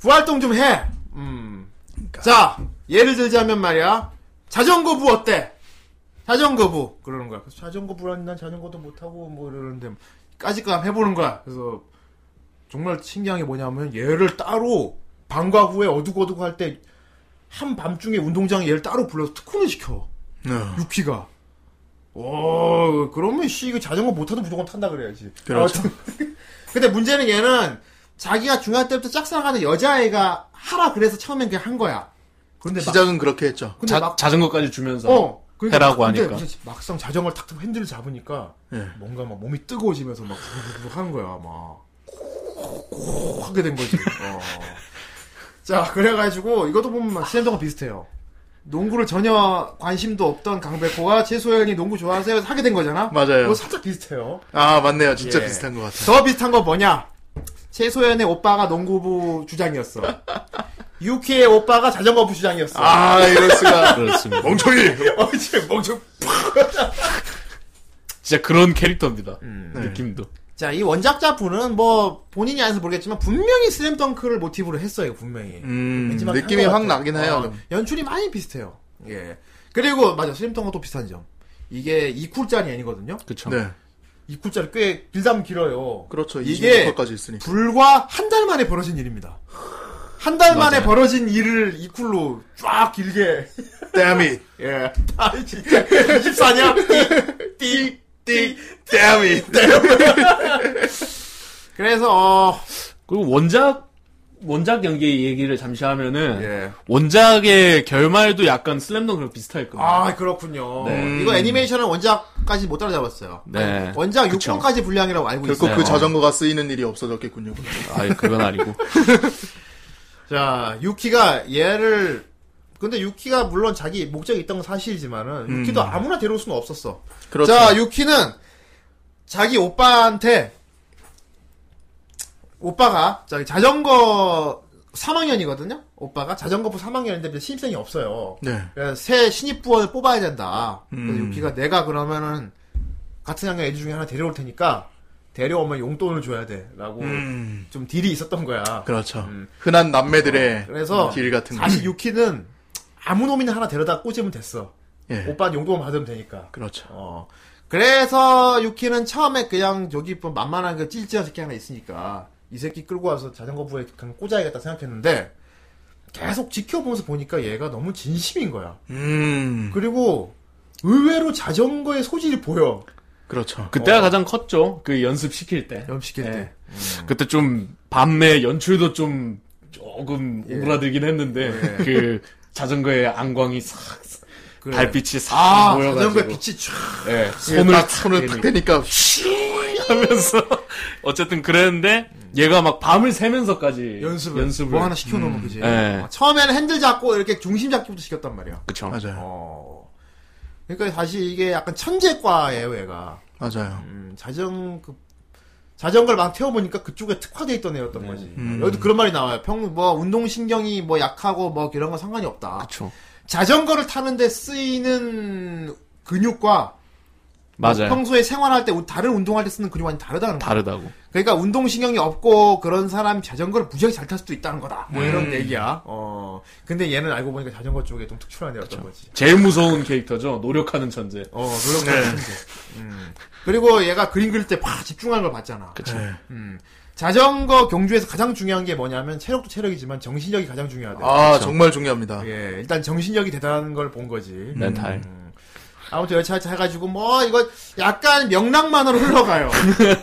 [SPEAKER 1] 부활동 좀 해. 음. 자, 예를 들자면 말이야. 자전거 부 어때? 자전거 부. 그러는 거야. 그래서 자전거 부라니 난 자전거도 못하고 뭐 이러는데. 까짓감 해보는 거야. 그래서 정말 신기한 게 뭐냐면 얘를 따로 방과 후에 어두고어두고 할 때 한밤중에 운동장에 얘를 따로 불러서 특훈을 시켜.
[SPEAKER 2] 네.
[SPEAKER 1] 유키가. 오, 그러면 씨, 이거 자전거 못 타도 무조건 탄다 그래야지.
[SPEAKER 2] 그렇죠.
[SPEAKER 1] 아무튼. 근데 문제는 얘는 자기가 중학교 때부터 짝사랑하는 여자애가 하라 그래서 처음엔 그냥 한 거야. 그런데 막,
[SPEAKER 2] 시작은 그렇게 했죠.
[SPEAKER 1] 근데
[SPEAKER 3] 자,
[SPEAKER 1] 막,
[SPEAKER 3] 자전거까지 주면서.
[SPEAKER 1] 어. 그러니까
[SPEAKER 3] 해라고
[SPEAKER 1] 막- 근데
[SPEAKER 3] 하니까.
[SPEAKER 1] 무슨 막상 자전거를 탁탁 핸들을 잡으니까
[SPEAKER 2] 예.
[SPEAKER 1] 뭔가 막 몸이 뜨거워지면서 막 부르르 하는 거야 막 콕콕 하게 된 거지. 어. 자 그래가지고 이것도 보면 막 시즌 동안 비슷해요. 농구를 전혀 관심도 없던 강백호가 최소연이 농구 좋아하세요 해서 하게 된 거잖아.
[SPEAKER 2] 맞아요.
[SPEAKER 1] 그거 살짝 비슷해요.
[SPEAKER 2] 아 맞네요. 진짜
[SPEAKER 1] 예.
[SPEAKER 2] 비슷한 것 같아.
[SPEAKER 1] 더 비슷한 건 뭐냐? 최소연의 오빠가 농구부 주장이었어. 유키의 오빠가 자전거부 주장이었어.
[SPEAKER 2] 아 이럴 수가.
[SPEAKER 3] 그렇습니다.
[SPEAKER 2] 멍청이.
[SPEAKER 1] 어, 이제 멍청.
[SPEAKER 3] 진짜 그런 캐릭터입니다. 네.
[SPEAKER 1] 음.
[SPEAKER 3] 느낌도.
[SPEAKER 1] 자, 이 원작자 분은 뭐 본인이 아니서 모르겠지만 분명히 슬램덩크를 모티브로 했어요, 분명히.
[SPEAKER 2] 음
[SPEAKER 1] 왠지 막
[SPEAKER 2] 느낌이
[SPEAKER 1] 한것
[SPEAKER 2] 확
[SPEAKER 1] 같아요.
[SPEAKER 2] 나긴
[SPEAKER 1] 어,
[SPEAKER 2] 해요.
[SPEAKER 1] 연출이 많이 비슷해요. 예. 그리고 맞아, 슬램덩크가 또 비슷한 점. 이게 2쿨짜리 애니거든요.
[SPEAKER 3] 그쵸.
[SPEAKER 2] 네.
[SPEAKER 1] 2쿨짜리 꽤 길다면 길어요.
[SPEAKER 2] 그렇죠.
[SPEAKER 1] 이게
[SPEAKER 2] 26화까지 있으니.
[SPEAKER 1] 불과 한 달 만에 벌어진 일입니다. 한 달 만에
[SPEAKER 3] 맞아요.
[SPEAKER 1] 벌어진 일을 이쿨로 쫙 길게.
[SPEAKER 2] Damn it.
[SPEAKER 1] 예. 아, 진짜. 24냐? 띠, 띠.
[SPEAKER 2] Damn it.
[SPEAKER 1] 그래서, 어,
[SPEAKER 3] 그리고 원작, 원작 연기 얘기를 잠시 하면은,
[SPEAKER 1] 예.
[SPEAKER 3] 원작의 결말도 약간 슬램덩크랑 비슷할 겁니다.
[SPEAKER 1] 아, 그렇군요.
[SPEAKER 3] 네.
[SPEAKER 1] 이거 애니메이션은 원작까지 못 따라잡았어요.
[SPEAKER 3] 네.
[SPEAKER 1] 아니, 원작
[SPEAKER 3] 그쵸.
[SPEAKER 1] 6권까지 분량이라고 알고
[SPEAKER 2] 결국
[SPEAKER 1] 있어요.
[SPEAKER 2] 그 자전거가 쓰이는 일이 없어졌겠군요.
[SPEAKER 3] 아, 그건 아니고.
[SPEAKER 1] 자, 유키가 얘를 근데 유키가 물론 자기 목적이 있던 건 사실이지만은 유키도 아무나 데려올 수는 없었어.
[SPEAKER 2] 음. 그렇죠.
[SPEAKER 1] 자, 유키는 자기 오빠한테 오빠가 자기 자전거 3학년이거든요. 오빠가 자전거부 3학년인데 신입생이 없어요.
[SPEAKER 2] 네.
[SPEAKER 1] 그래서 예, 새 신입부원을 뽑아야 된다.
[SPEAKER 2] 음.
[SPEAKER 1] 그래서 유키가 내가 그러면은 같은 학년 애들 중에 하나 데려올 테니까 데려오면 용돈을 줘야 돼라고
[SPEAKER 2] 음.
[SPEAKER 1] 좀 딜이 있었던 거야.
[SPEAKER 2] 그렇죠. 흔한 남매들의
[SPEAKER 1] 그래서
[SPEAKER 2] 길 같은 거.
[SPEAKER 1] 사실 유키는 아무 놈이나 하나 데려다 꽂으면 됐어.
[SPEAKER 2] 예.
[SPEAKER 1] 오빠는 용돈 받으면 되니까.
[SPEAKER 2] 그렇죠.
[SPEAKER 1] 어. 그래서 유키는 처음에 그냥 저기 뭐 만만한 그 찔찔한 새끼 하나 있으니까 이 새끼 끌고 와서 자전거 부에 그냥 꽂아야겠다 생각했는데 계속 지켜보면서 보니까 얘가 너무 진심인 거야.
[SPEAKER 2] 음.
[SPEAKER 1] 그리고 의외로 자전거의 소질이 보여.
[SPEAKER 2] 그렇죠.
[SPEAKER 3] 그때가
[SPEAKER 1] 어.
[SPEAKER 3] 가장 컸죠. 그 연습시킬 때.
[SPEAKER 1] 연습시킬
[SPEAKER 3] 예.
[SPEAKER 1] 때.
[SPEAKER 3] 그때 좀, 밤에 연출도 좀, 조금
[SPEAKER 1] 예.
[SPEAKER 3] 오그라들긴 했는데, 그, 자전거의 안광이 싹,
[SPEAKER 1] 그래.
[SPEAKER 3] 달빛이 싹
[SPEAKER 1] 예. 아,
[SPEAKER 3] 모여가지고.
[SPEAKER 1] 자전거에 빛이 촥.
[SPEAKER 3] 예,
[SPEAKER 2] 손을
[SPEAKER 3] 손을
[SPEAKER 2] 딱 손을 탁 대니까
[SPEAKER 3] 하면서 어쨌든 그랬는데 얘가 막 밤을 새면서까지
[SPEAKER 1] 음. 연습을,
[SPEAKER 3] 네. 연습을
[SPEAKER 1] 뭐 하나 시켜놓으면 그지.
[SPEAKER 3] 예.
[SPEAKER 1] 어, 처음에는 핸들 잡고 이렇게 중심 잡기부터 시켰단 말이야.
[SPEAKER 3] 그쵸
[SPEAKER 2] 맞아요.
[SPEAKER 1] 어. 그러니까 다시 이게 약간 천재과예요, 얘가.
[SPEAKER 2] 맞아요.
[SPEAKER 1] 음, 자전 그 자전거를 막 태워보니까 그쪽에 특화돼 있던 애였던 거지.
[SPEAKER 2] 음.
[SPEAKER 1] 여기도 그런 말이 나와요. 평, 뭐, 운동신경이 뭐 약하고 뭐 이런 건 상관이 없다.
[SPEAKER 3] 그쵸
[SPEAKER 1] 자전거를 타는데 쓰이는 근육과
[SPEAKER 3] 맞아요
[SPEAKER 1] 뭐 평소에 생활할 때 우- 다른 운동할 때 쓰는 근육이 완전 다르다는 거야.
[SPEAKER 3] 다르다고
[SPEAKER 1] 그러니까 운동신경이 없고 그런 사람이 자전거를 무지하게 잘 탈 수도 있다는 거다. 뭐 이런
[SPEAKER 3] 음.
[SPEAKER 1] 얘기야. 어. 근데 얘는 알고 보니까 자전거 쪽에 좀 특출한 애였던 거지.
[SPEAKER 3] 제일 무서운 캐릭터죠 노력하는 천재
[SPEAKER 1] 어, 노력하는 네. 음. 그리고 얘가 그림 그릴 때 팍 집중하는 걸 봤잖아.
[SPEAKER 3] 그쵸
[SPEAKER 2] 네.
[SPEAKER 1] 음. 자전거 경주에서 가장 중요한 게 뭐냐면 체력도 체력이지만 정신력이 가장 중요하대.
[SPEAKER 2] 아 정말 중요합니다.
[SPEAKER 1] 예, 일단 정신력이 대단한 걸 본 거지.
[SPEAKER 3] 멘탈
[SPEAKER 1] 아무튼 여차저차 해가지고 뭐 이거 약간 명랑만으로 흘러가요.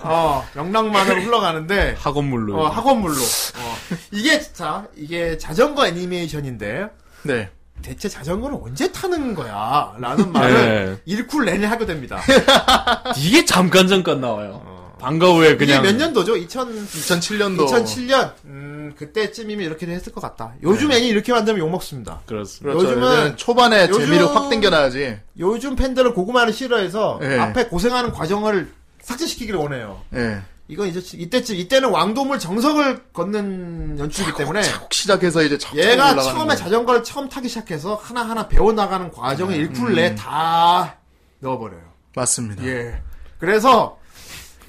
[SPEAKER 1] 어, 명랑만으로 흘러가는데
[SPEAKER 3] 학원물로
[SPEAKER 1] 어, 학원물로. 어. 이게 자 이게 자전거 애니메이션인데
[SPEAKER 2] 네.
[SPEAKER 1] 대체 자전거를 언제 타는 거야? 라는 말을
[SPEAKER 3] 네.
[SPEAKER 1] 일쿨 내내 하게 됩니다.
[SPEAKER 3] 예. 이게 잠깐 잠깐 나와요 방과 후에
[SPEAKER 1] 어. 이게
[SPEAKER 3] 그냥
[SPEAKER 1] 몇 년도죠? 2000
[SPEAKER 2] 2007년도
[SPEAKER 1] 2007년 음, 그때쯤이면 이렇게도 했을 것 같다.
[SPEAKER 3] 네.
[SPEAKER 1] 요즘 애니 이렇게 만들면 욕 먹습니다.
[SPEAKER 3] 그렇습니다
[SPEAKER 2] 그렇죠.
[SPEAKER 1] 요즘은-
[SPEAKER 2] 요즘은 초반에
[SPEAKER 1] 요즘-
[SPEAKER 2] 재미를 확 땡겨놔야지.
[SPEAKER 1] 요즘 팬들은 고구마를 싫어해서
[SPEAKER 3] 네.
[SPEAKER 2] 예.
[SPEAKER 1] 앞에 고생하는 과정을 삭제시키기를 원해요.
[SPEAKER 2] 예.
[SPEAKER 1] 이건 이제 이때쯤 이때는 왕도물 정석을 걷는 연출이기 때문에
[SPEAKER 2] 꼭 시작해서 이제 척
[SPEAKER 1] 얘가
[SPEAKER 2] 올라가는
[SPEAKER 1] 처음에
[SPEAKER 2] 거예요.
[SPEAKER 1] 자전거를 처음 타기 시작해서 하나하나 배워나가는 과정에
[SPEAKER 2] 네. 음.
[SPEAKER 1] 일풀 내다 넣어버려요.
[SPEAKER 2] 맞습니다.
[SPEAKER 1] 예. 그래서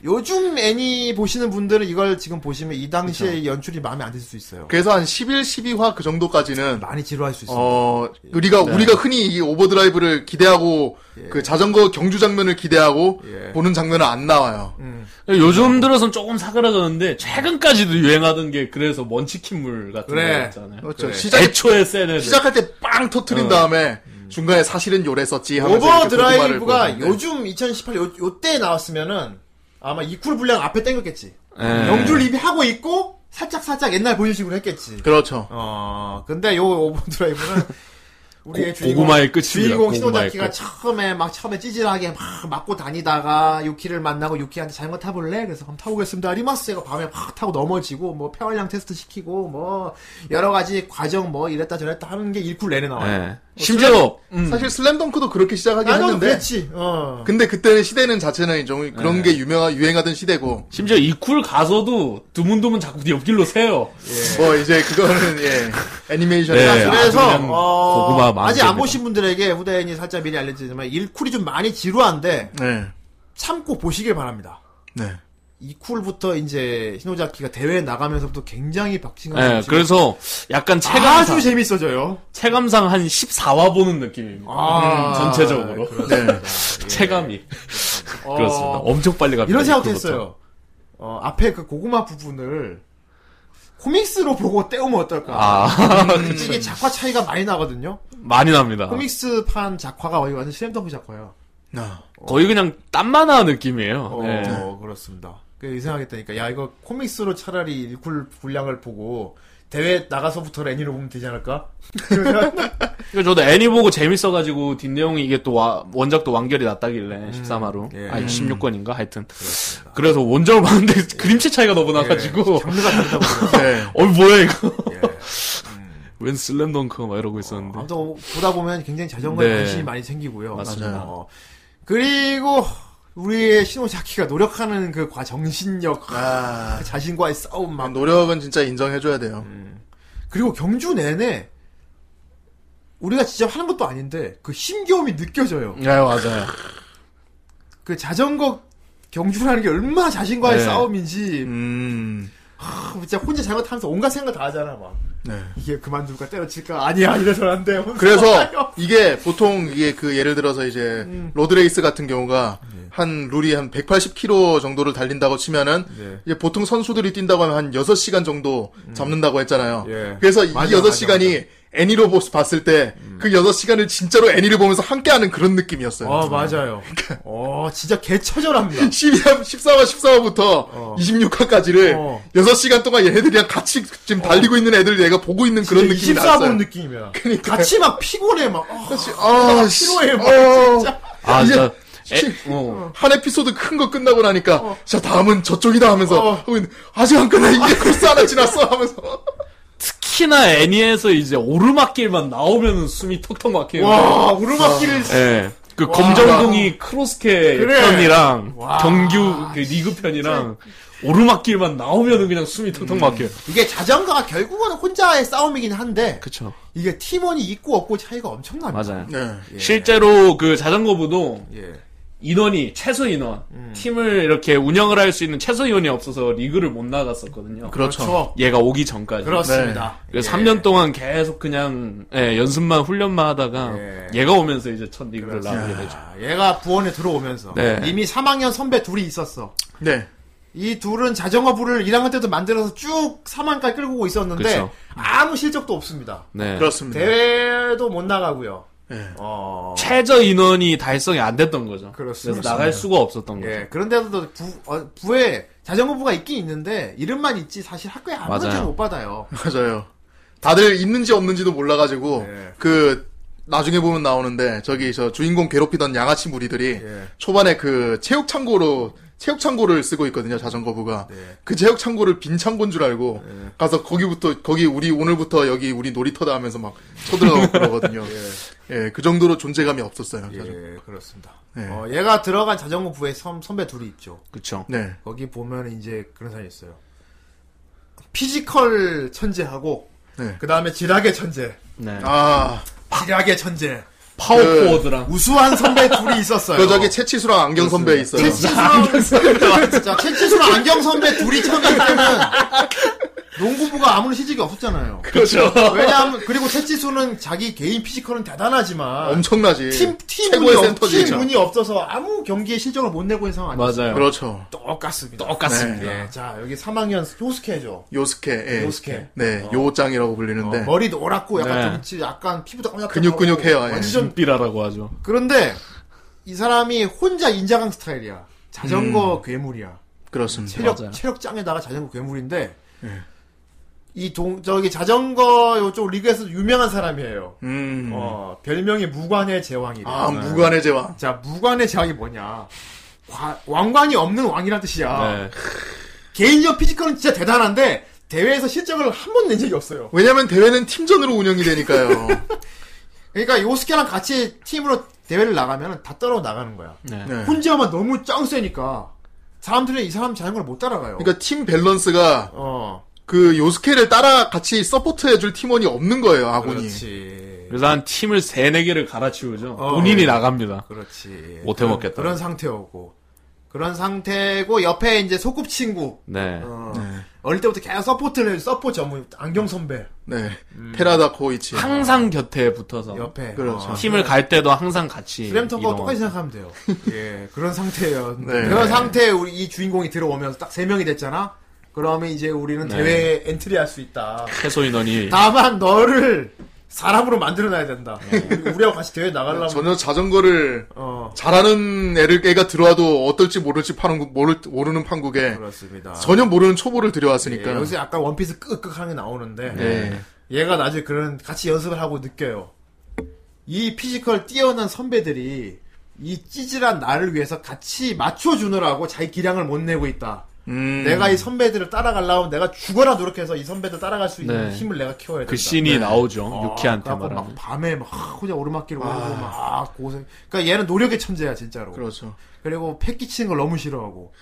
[SPEAKER 1] 요즘 애니 보시는 분들은 이걸 지금 보시면 이 당시에 연출이 마음에 안 들 수 있어요.
[SPEAKER 2] 그래서 한 11, 12화 그 정도까지는
[SPEAKER 1] 많이 지루할 수 있어요.
[SPEAKER 2] 어 우리가 우리가 흔히 이 오버드라이브를 기대하고 그 자전거 경주 장면을 기대하고
[SPEAKER 1] 예.
[SPEAKER 2] 보는 장면은 안 나와요.
[SPEAKER 3] 요즘 들어선 조금 사그라졌는데 최근까지도 유행하던 게 그래서 먼치킨물 같은
[SPEAKER 1] 그래. 어,
[SPEAKER 3] 거 있잖아요
[SPEAKER 2] 그렇죠.
[SPEAKER 1] 그래.
[SPEAKER 2] 시작
[SPEAKER 3] 애초에 센 애들
[SPEAKER 2] 시작할 때 빵 터트린 어. 다음에 중간에 사실은 요랬었지 하면서 이렇게 고구마를
[SPEAKER 1] 오버드라이브가
[SPEAKER 2] 보는데.
[SPEAKER 1] 요즘 2018 요, 요때 나왔으면은 아마 이쿨 분량 앞에 땡겼겠지.
[SPEAKER 3] 예.
[SPEAKER 2] 네.
[SPEAKER 1] 영주 리뷰 하고 있고 살짝 살짝 옛날 보여식으로 했겠지.
[SPEAKER 2] 그렇죠.
[SPEAKER 1] 어 근데 요 오버드라이브는 우리의
[SPEAKER 3] 고-
[SPEAKER 1] 주인공-
[SPEAKER 3] 고구마의 끝입니다.
[SPEAKER 1] 주인공
[SPEAKER 3] 고구마의
[SPEAKER 1] 신호자키가
[SPEAKER 3] 끝.
[SPEAKER 1] 처음에 막 처음에 찌질하게 막 맞고 다니다가 유키를 만나고 유키한테 자전거 타볼래? 그래서 그럼 타보겠습니다. 리마스가 밤에 막 타고 넘어지고 뭐 폐활량 테스트 시키고 뭐 여러 가지 과정 뭐 이랬다 저랬다 하는 게 일쿨 내내 나와요.
[SPEAKER 3] 예. 심지어 음,
[SPEAKER 2] 사실 슬램덩크도 그렇게 시작하긴
[SPEAKER 1] 나는
[SPEAKER 2] 했는데
[SPEAKER 1] 그랬지. 어.
[SPEAKER 2] 근데 그때는 시대는 자체는 좀 그런 게 유명하 유행하던 시대고
[SPEAKER 3] 심지어 이 쿨 가서도 드문드문 자꾸 옆길로 새요.
[SPEAKER 2] 뭐 이제 그거는 예 애니메이션
[SPEAKER 3] 네,
[SPEAKER 2] 네.
[SPEAKER 3] 아주
[SPEAKER 1] 그래서
[SPEAKER 3] 그냥
[SPEAKER 1] 어,
[SPEAKER 3] 고구마 많은
[SPEAKER 1] 아직 안
[SPEAKER 3] 겁니다.
[SPEAKER 1] 보신 분들에게 후대인이 살짝 미리 알려드리지만 일쿨이 좀 많이 지루한데
[SPEAKER 2] 네.
[SPEAKER 1] 참고 보시길 바랍니다.
[SPEAKER 2] 네.
[SPEAKER 1] 이쿨부터 이제 히노자키가 대회에 나가면서부터 굉장히 박진감.
[SPEAKER 3] 예, 그래서 약간 체감상
[SPEAKER 1] 음, 아주 재밌어져요.
[SPEAKER 3] 체감상 한 14화 보는 느낌입니다.
[SPEAKER 1] 아,
[SPEAKER 3] 음, 전체적으로
[SPEAKER 2] 네.
[SPEAKER 3] 체감이
[SPEAKER 1] 어,
[SPEAKER 3] 그렇습니다. 네, 그렇죠. 엄청 빨리 갑니다.
[SPEAKER 1] 이런 생각도
[SPEAKER 3] 이쿨부터.
[SPEAKER 1] 했어요. 어, 앞에 그 고구마 부분을 코믹스로 보고 때우면 어떨까.
[SPEAKER 3] 아
[SPEAKER 1] 음. 이게 작화 차이가 많이 나거든요.
[SPEAKER 3] 많이 납니다.
[SPEAKER 1] 코믹스판 작화가 거의 완전 슬램덩크 작화예요.
[SPEAKER 2] 아,
[SPEAKER 3] 거의 그냥 딴만화 느낌이에요.
[SPEAKER 1] 어,
[SPEAKER 3] 예.
[SPEAKER 1] 그렇습니다. 그래서 이 생각했다니까. 야, 이거 코믹스로 차라리 일쿨 분량을 보고 대회 나가서부터 애니로 보면 되지 않을까?
[SPEAKER 3] 그러니까 저도 애니 보고 재밌어가지고 뒷내용이 이게 또 와- 원작도 완결이 났다길래 13화로
[SPEAKER 1] 예.
[SPEAKER 3] 아니 16권인가 하여튼 그래서 원작을 봤는데 그림체 차이가 너무 나가지고
[SPEAKER 1] 예, 장르가 다르다고. 그래요.
[SPEAKER 2] 네.
[SPEAKER 3] 어 뭐야 이거 웬 슬램덩크 막 이러고 있었는데
[SPEAKER 1] 예. 아무튼 뭐 보다 보면 굉장히 자전거에
[SPEAKER 3] 네.
[SPEAKER 1] 관심이 많이 생기고요.
[SPEAKER 3] 맞습니다.
[SPEAKER 2] 맞아요.
[SPEAKER 1] 어. 그리고 우리의 신호자키가 노력하는 그 과정신력, 그
[SPEAKER 2] 아,
[SPEAKER 1] 자신과의 싸움 막
[SPEAKER 2] 노력은 진짜 인정해줘야 돼요.
[SPEAKER 1] 그리고 경주 내내 우리가 진짜 하는 것도 아닌데 그 힘겨움이 느껴져요.
[SPEAKER 3] 네 맞아요
[SPEAKER 1] 그 자전거 경주라는 게 얼마나 자신과의
[SPEAKER 3] 네.
[SPEAKER 1] 싸움인지
[SPEAKER 2] 음,
[SPEAKER 1] 아, 진짜 혼자 잘못 타면서 온갖 생각 다 하잖아 막
[SPEAKER 2] 네.
[SPEAKER 1] 이게 그만둘까 때려칠까 아니야 이래선 안돼
[SPEAKER 2] 그래서 이게 보통 이게 그 예를 들어서 이제 로드레이스 같은 경우가 한 룰이 한 180km 정도를 달린다고 치면은
[SPEAKER 1] 네.
[SPEAKER 2] 이제 보통 선수들이 뛴다고 하면 한 6시간 정도 잡는다고 했잖아요.
[SPEAKER 1] 음. 예.
[SPEAKER 2] 그래서 이
[SPEAKER 1] 맞아, 음.
[SPEAKER 2] 6시간이 애니로 보- 봤을 때 그 6시간을 진짜로 애니를 보면서 함께하는 그런 느낌이었어요.
[SPEAKER 1] 아 맞아요
[SPEAKER 3] 그러니까.
[SPEAKER 1] 어 진짜 개처절합니다
[SPEAKER 2] 12화, 14화, 14화부터 26화까지를
[SPEAKER 1] 어.
[SPEAKER 2] 6시간 동안 얘네들이랑 같이 지금 달리고 있는 애들 내가 보고 있는 그런 느낌이
[SPEAKER 1] 24분
[SPEAKER 2] 났어요.
[SPEAKER 1] 느낌이야 같이 막 피곤해 막 어,
[SPEAKER 2] 그렇지. 아, 씨.
[SPEAKER 1] 피로해 막
[SPEAKER 2] 어.
[SPEAKER 1] 진짜
[SPEAKER 3] 아
[SPEAKER 2] 이제
[SPEAKER 3] 진짜
[SPEAKER 2] 시-
[SPEAKER 3] 에, 어.
[SPEAKER 2] 한 에피소드 큰 거 끝나고 나니까 자 다음은 저쪽이다 하면서
[SPEAKER 1] 어.
[SPEAKER 2] 하고 있는데, 아직 안 끝나 이제 코스 하나 지났어 하면서
[SPEAKER 3] 특히나 애니에서 이제 오르막길만 나오면은 숨이 턱턱 막히는
[SPEAKER 1] 아, 와 오르막길을
[SPEAKER 2] 아.
[SPEAKER 3] 예. 그 검정둥이 크로스케
[SPEAKER 1] 그래.
[SPEAKER 3] 편이랑
[SPEAKER 1] 와.
[SPEAKER 3] 경규 그 리그 편이랑 오르막길만 나오면은 그냥 숨이
[SPEAKER 1] 음.
[SPEAKER 3] 턱턱 막혀요.
[SPEAKER 1] 이게 자전거가 결국은 혼자의 싸움이긴 한데
[SPEAKER 3] 그쵸.
[SPEAKER 1] 이게 팀원이 있고 없고 차이가 엄청납니다.
[SPEAKER 3] 맞아요.
[SPEAKER 2] 네.
[SPEAKER 1] 그렇죠.
[SPEAKER 3] 실제로 그 자전거부도
[SPEAKER 1] 예. 음.
[SPEAKER 3] 인원이 최소 인원 팀을 이렇게 운영을 할 수 있는 최소 인원이 없어서 리그를 못 나갔었거든요.
[SPEAKER 1] 그렇죠.
[SPEAKER 3] 얘가 오기 전까지.
[SPEAKER 1] 그렇습니다.
[SPEAKER 3] 네.
[SPEAKER 1] 예.
[SPEAKER 3] 그래서 3년 동안 계속 그냥 예, 연습만 훈련만 하다가
[SPEAKER 1] 예.
[SPEAKER 3] 얘가 오면서 이제 첫 리그를 나오게 되죠.
[SPEAKER 1] 아, 얘가 부원에 들어오면서
[SPEAKER 3] 네.
[SPEAKER 1] 이미 3학년 선배 둘이 있었어.
[SPEAKER 2] 네.
[SPEAKER 1] 이 둘은 자전거 부를 1학년 때도 만들어서 쭉 3학년까지 끌고 오고 있었는데
[SPEAKER 3] 그쵸.
[SPEAKER 1] 아무 실적도 없습니다.
[SPEAKER 3] 네.
[SPEAKER 2] 그렇습니다.
[SPEAKER 1] 대회도 못 나가고요.
[SPEAKER 2] 네.
[SPEAKER 1] 어.
[SPEAKER 3] 최저 인원이 달성이 안 됐던 거죠.
[SPEAKER 1] 그렇습니다.
[SPEAKER 3] 래서 나갈 수가 없었던 거죠.
[SPEAKER 1] 예. 그런데도 부, 어, 부에 자전거 부가 있긴 있는데 이름만 있지 사실 학교에 아무
[SPEAKER 3] 맞아요.
[SPEAKER 1] 문제못 받아요.
[SPEAKER 2] 맞아요. 다들 있는지 없는지도 몰라가지고
[SPEAKER 1] 네.
[SPEAKER 2] 그 나중에 보면 나오는데 저기 저 주인공 괴롭히던 양아치 무리들이
[SPEAKER 1] 예.
[SPEAKER 2] 초반에 그 체육 창고로 체육 창고를 쓰고 있거든요 자전거부가
[SPEAKER 1] 네.
[SPEAKER 2] 그 체육 창고를 빈 창고인 줄 알고 가서 거기부터 거기 우리 오늘부터 여기 우리 놀이터다 하면서 막 쳐들어가고 그러거든요. 예, 그 정도로 존재감이 없었어요. 그 자전거.
[SPEAKER 1] 예, 그렇습니다.
[SPEAKER 2] 예.
[SPEAKER 1] 어, 얘가 들어간 자전거 부에 선, 선배 둘이 있죠.
[SPEAKER 3] 그쵸.
[SPEAKER 2] 네,
[SPEAKER 1] 거기 보면 이제 그런 사람이 있어요. 피지컬 천재하고,
[SPEAKER 2] 네.
[SPEAKER 1] 그 다음에 지략의 천재,
[SPEAKER 3] 네.
[SPEAKER 2] 아,
[SPEAKER 1] 지략의 천재, 그
[SPEAKER 3] 파워포워드랑.
[SPEAKER 1] 우수한 선배 둘이 아, 있었어요.
[SPEAKER 2] 그 저기 채치수랑 안경 선배 있어요.
[SPEAKER 1] 채치수랑 진짜 채치수랑 안경 선배 둘이 처음에 할 때는 농구부가 아무런 시직이 없었잖아요.
[SPEAKER 3] 그렇죠.
[SPEAKER 1] 왜냐하면 그리고 채치수는 자기 개인 피지컬은 대단하지만
[SPEAKER 2] 엄청나지.
[SPEAKER 1] 아, 팀, 팀, 운이,
[SPEAKER 2] 최고의
[SPEAKER 1] 없,
[SPEAKER 2] 센터지.
[SPEAKER 1] 팀 운이 없어서 아무 경기에 실적을 못 내고 있는 상황 아니에요?
[SPEAKER 3] 맞아요.
[SPEAKER 2] 그렇죠.
[SPEAKER 1] 똑같습니다.
[SPEAKER 3] 똑같습니다.
[SPEAKER 1] 예, 자, 여기 3학년 효스케죠.
[SPEAKER 2] 요스케, 예.
[SPEAKER 1] 요스케. 어.
[SPEAKER 2] 네, 요짱이라고 불리는데.
[SPEAKER 1] 머리 노랗고 약간
[SPEAKER 3] 네.
[SPEAKER 1] 좀 있지, 약간 피부도 까맣게
[SPEAKER 2] 네. 근육, 근육
[SPEAKER 1] 하고,
[SPEAKER 2] 헤어, 예.
[SPEAKER 1] 완전
[SPEAKER 3] 준비라라고 하죠.
[SPEAKER 1] 그런데 이 사람이 혼자 인자강 스타일이야. 자전거 괴물이야.
[SPEAKER 2] 그렇습니다.
[SPEAKER 1] 체력
[SPEAKER 3] 맞아요.
[SPEAKER 2] 예.
[SPEAKER 1] 체력 짱에다가 자전거 괴물인데 이 동, 저기 자전거 요쪽 리그에서 유명한 사람이에요.
[SPEAKER 2] 음.
[SPEAKER 1] 어, 네. 별명이 무관의 제왕이래요.
[SPEAKER 2] 아, 무관의 제왕.
[SPEAKER 1] 자, 무관의 제왕이 뭐냐. 과- 왕관이 없는 왕이란 뜻이야.
[SPEAKER 3] 네.
[SPEAKER 1] 개인적 피지컬은 진짜 대단한데, 대회에서 실적을 한 번 낸 적이 없어요.
[SPEAKER 2] 왜냐면 대회는 팀전으로 운영이 되니까요.
[SPEAKER 1] 그러니까 요스케랑 같이 팀으로 대회를 나가면 다 떨어 나가는 거야.
[SPEAKER 3] 네.
[SPEAKER 2] 네.
[SPEAKER 1] 혼자만 너무 짱 세니까, 사람들이 이 사람 자전거를 못 따라가요.
[SPEAKER 2] 그러니까 팀 밸런스가
[SPEAKER 1] 어,
[SPEAKER 2] 그 요스케를 따라 같이 서포트해줄 팀원이 없는 거예요, 아군이.
[SPEAKER 1] 그렇지.
[SPEAKER 3] 그래서 한 팀을 세네 개를 갈아치우죠.
[SPEAKER 1] 어.
[SPEAKER 3] 본인이 나갑니다.
[SPEAKER 1] 그렇지.
[SPEAKER 3] 못해
[SPEAKER 1] 그런-
[SPEAKER 3] 먹겠다.
[SPEAKER 1] 그런 상태였고. 그런 상태고, 옆에 이제 소꿉친구.
[SPEAKER 3] 네.
[SPEAKER 1] 어, 어릴 때부터 계속 서포트를, 해줘. 서포트 전문, 안경 선배.
[SPEAKER 2] 네.
[SPEAKER 1] 음.
[SPEAKER 2] 테라다 코이치.
[SPEAKER 3] 항상 곁에 붙어서
[SPEAKER 1] 예. 옆에.
[SPEAKER 2] 그렇죠.
[SPEAKER 1] 어.
[SPEAKER 3] 팀을 갈 때도 항상 같이
[SPEAKER 1] 스램턴과
[SPEAKER 3] 이동하고.
[SPEAKER 1] 똑같이 생각하면 돼요. 예, 그런 상태예요.
[SPEAKER 2] 네.
[SPEAKER 1] 그런 상태에 우리 이 주인공이 들어오면서 딱 세명이 됐잖아? 그러면 이제 우리는
[SPEAKER 3] 네.
[SPEAKER 1] 대회에 엔트리할 수 있다.
[SPEAKER 3] 최소 인원이
[SPEAKER 1] 다만 너를 사람으로 만들어놔야 된다.
[SPEAKER 3] 네.
[SPEAKER 1] 우리하고 같이 대회 나가려면.
[SPEAKER 2] 전혀 자전거를
[SPEAKER 1] 어,
[SPEAKER 2] 잘하는 애를 애가 들어와도 어떨지 모를지 파는 모를 모르는 판국에
[SPEAKER 1] 그렇습니다.
[SPEAKER 2] 전혀 모르는 초보를
[SPEAKER 1] 예,
[SPEAKER 2] 들여왔으니까.
[SPEAKER 1] 요새 약간 원피스 끄끄 하는 게 나오는데.
[SPEAKER 2] 네.
[SPEAKER 1] 얘가 나중에 그런 같이 연습을 하고 느껴요. 이 피지컬 뛰어난 선배들이 이 찌질한 나를 위해서 같이 맞춰주느라고 자기 기량을 못 내고 있다.
[SPEAKER 2] 음.
[SPEAKER 1] 내가 이 선배들을 따라가려면 내가 죽어라 노력해서 이 선배들 따라갈 수 있는
[SPEAKER 3] 네.
[SPEAKER 1] 힘을 내가 키워야 된다.
[SPEAKER 3] 그 씬이 나오죠. 유키한테
[SPEAKER 1] 네. 아, 그래갖고 막
[SPEAKER 3] 말하는.
[SPEAKER 1] 밤에 막 혼자 오르막길 오르고 막 고생. 그러니까 얘는 노력의 천재야 진짜로.
[SPEAKER 2] 그렇죠.
[SPEAKER 1] 그리고 패 끼치는 걸 너무 싫어하고.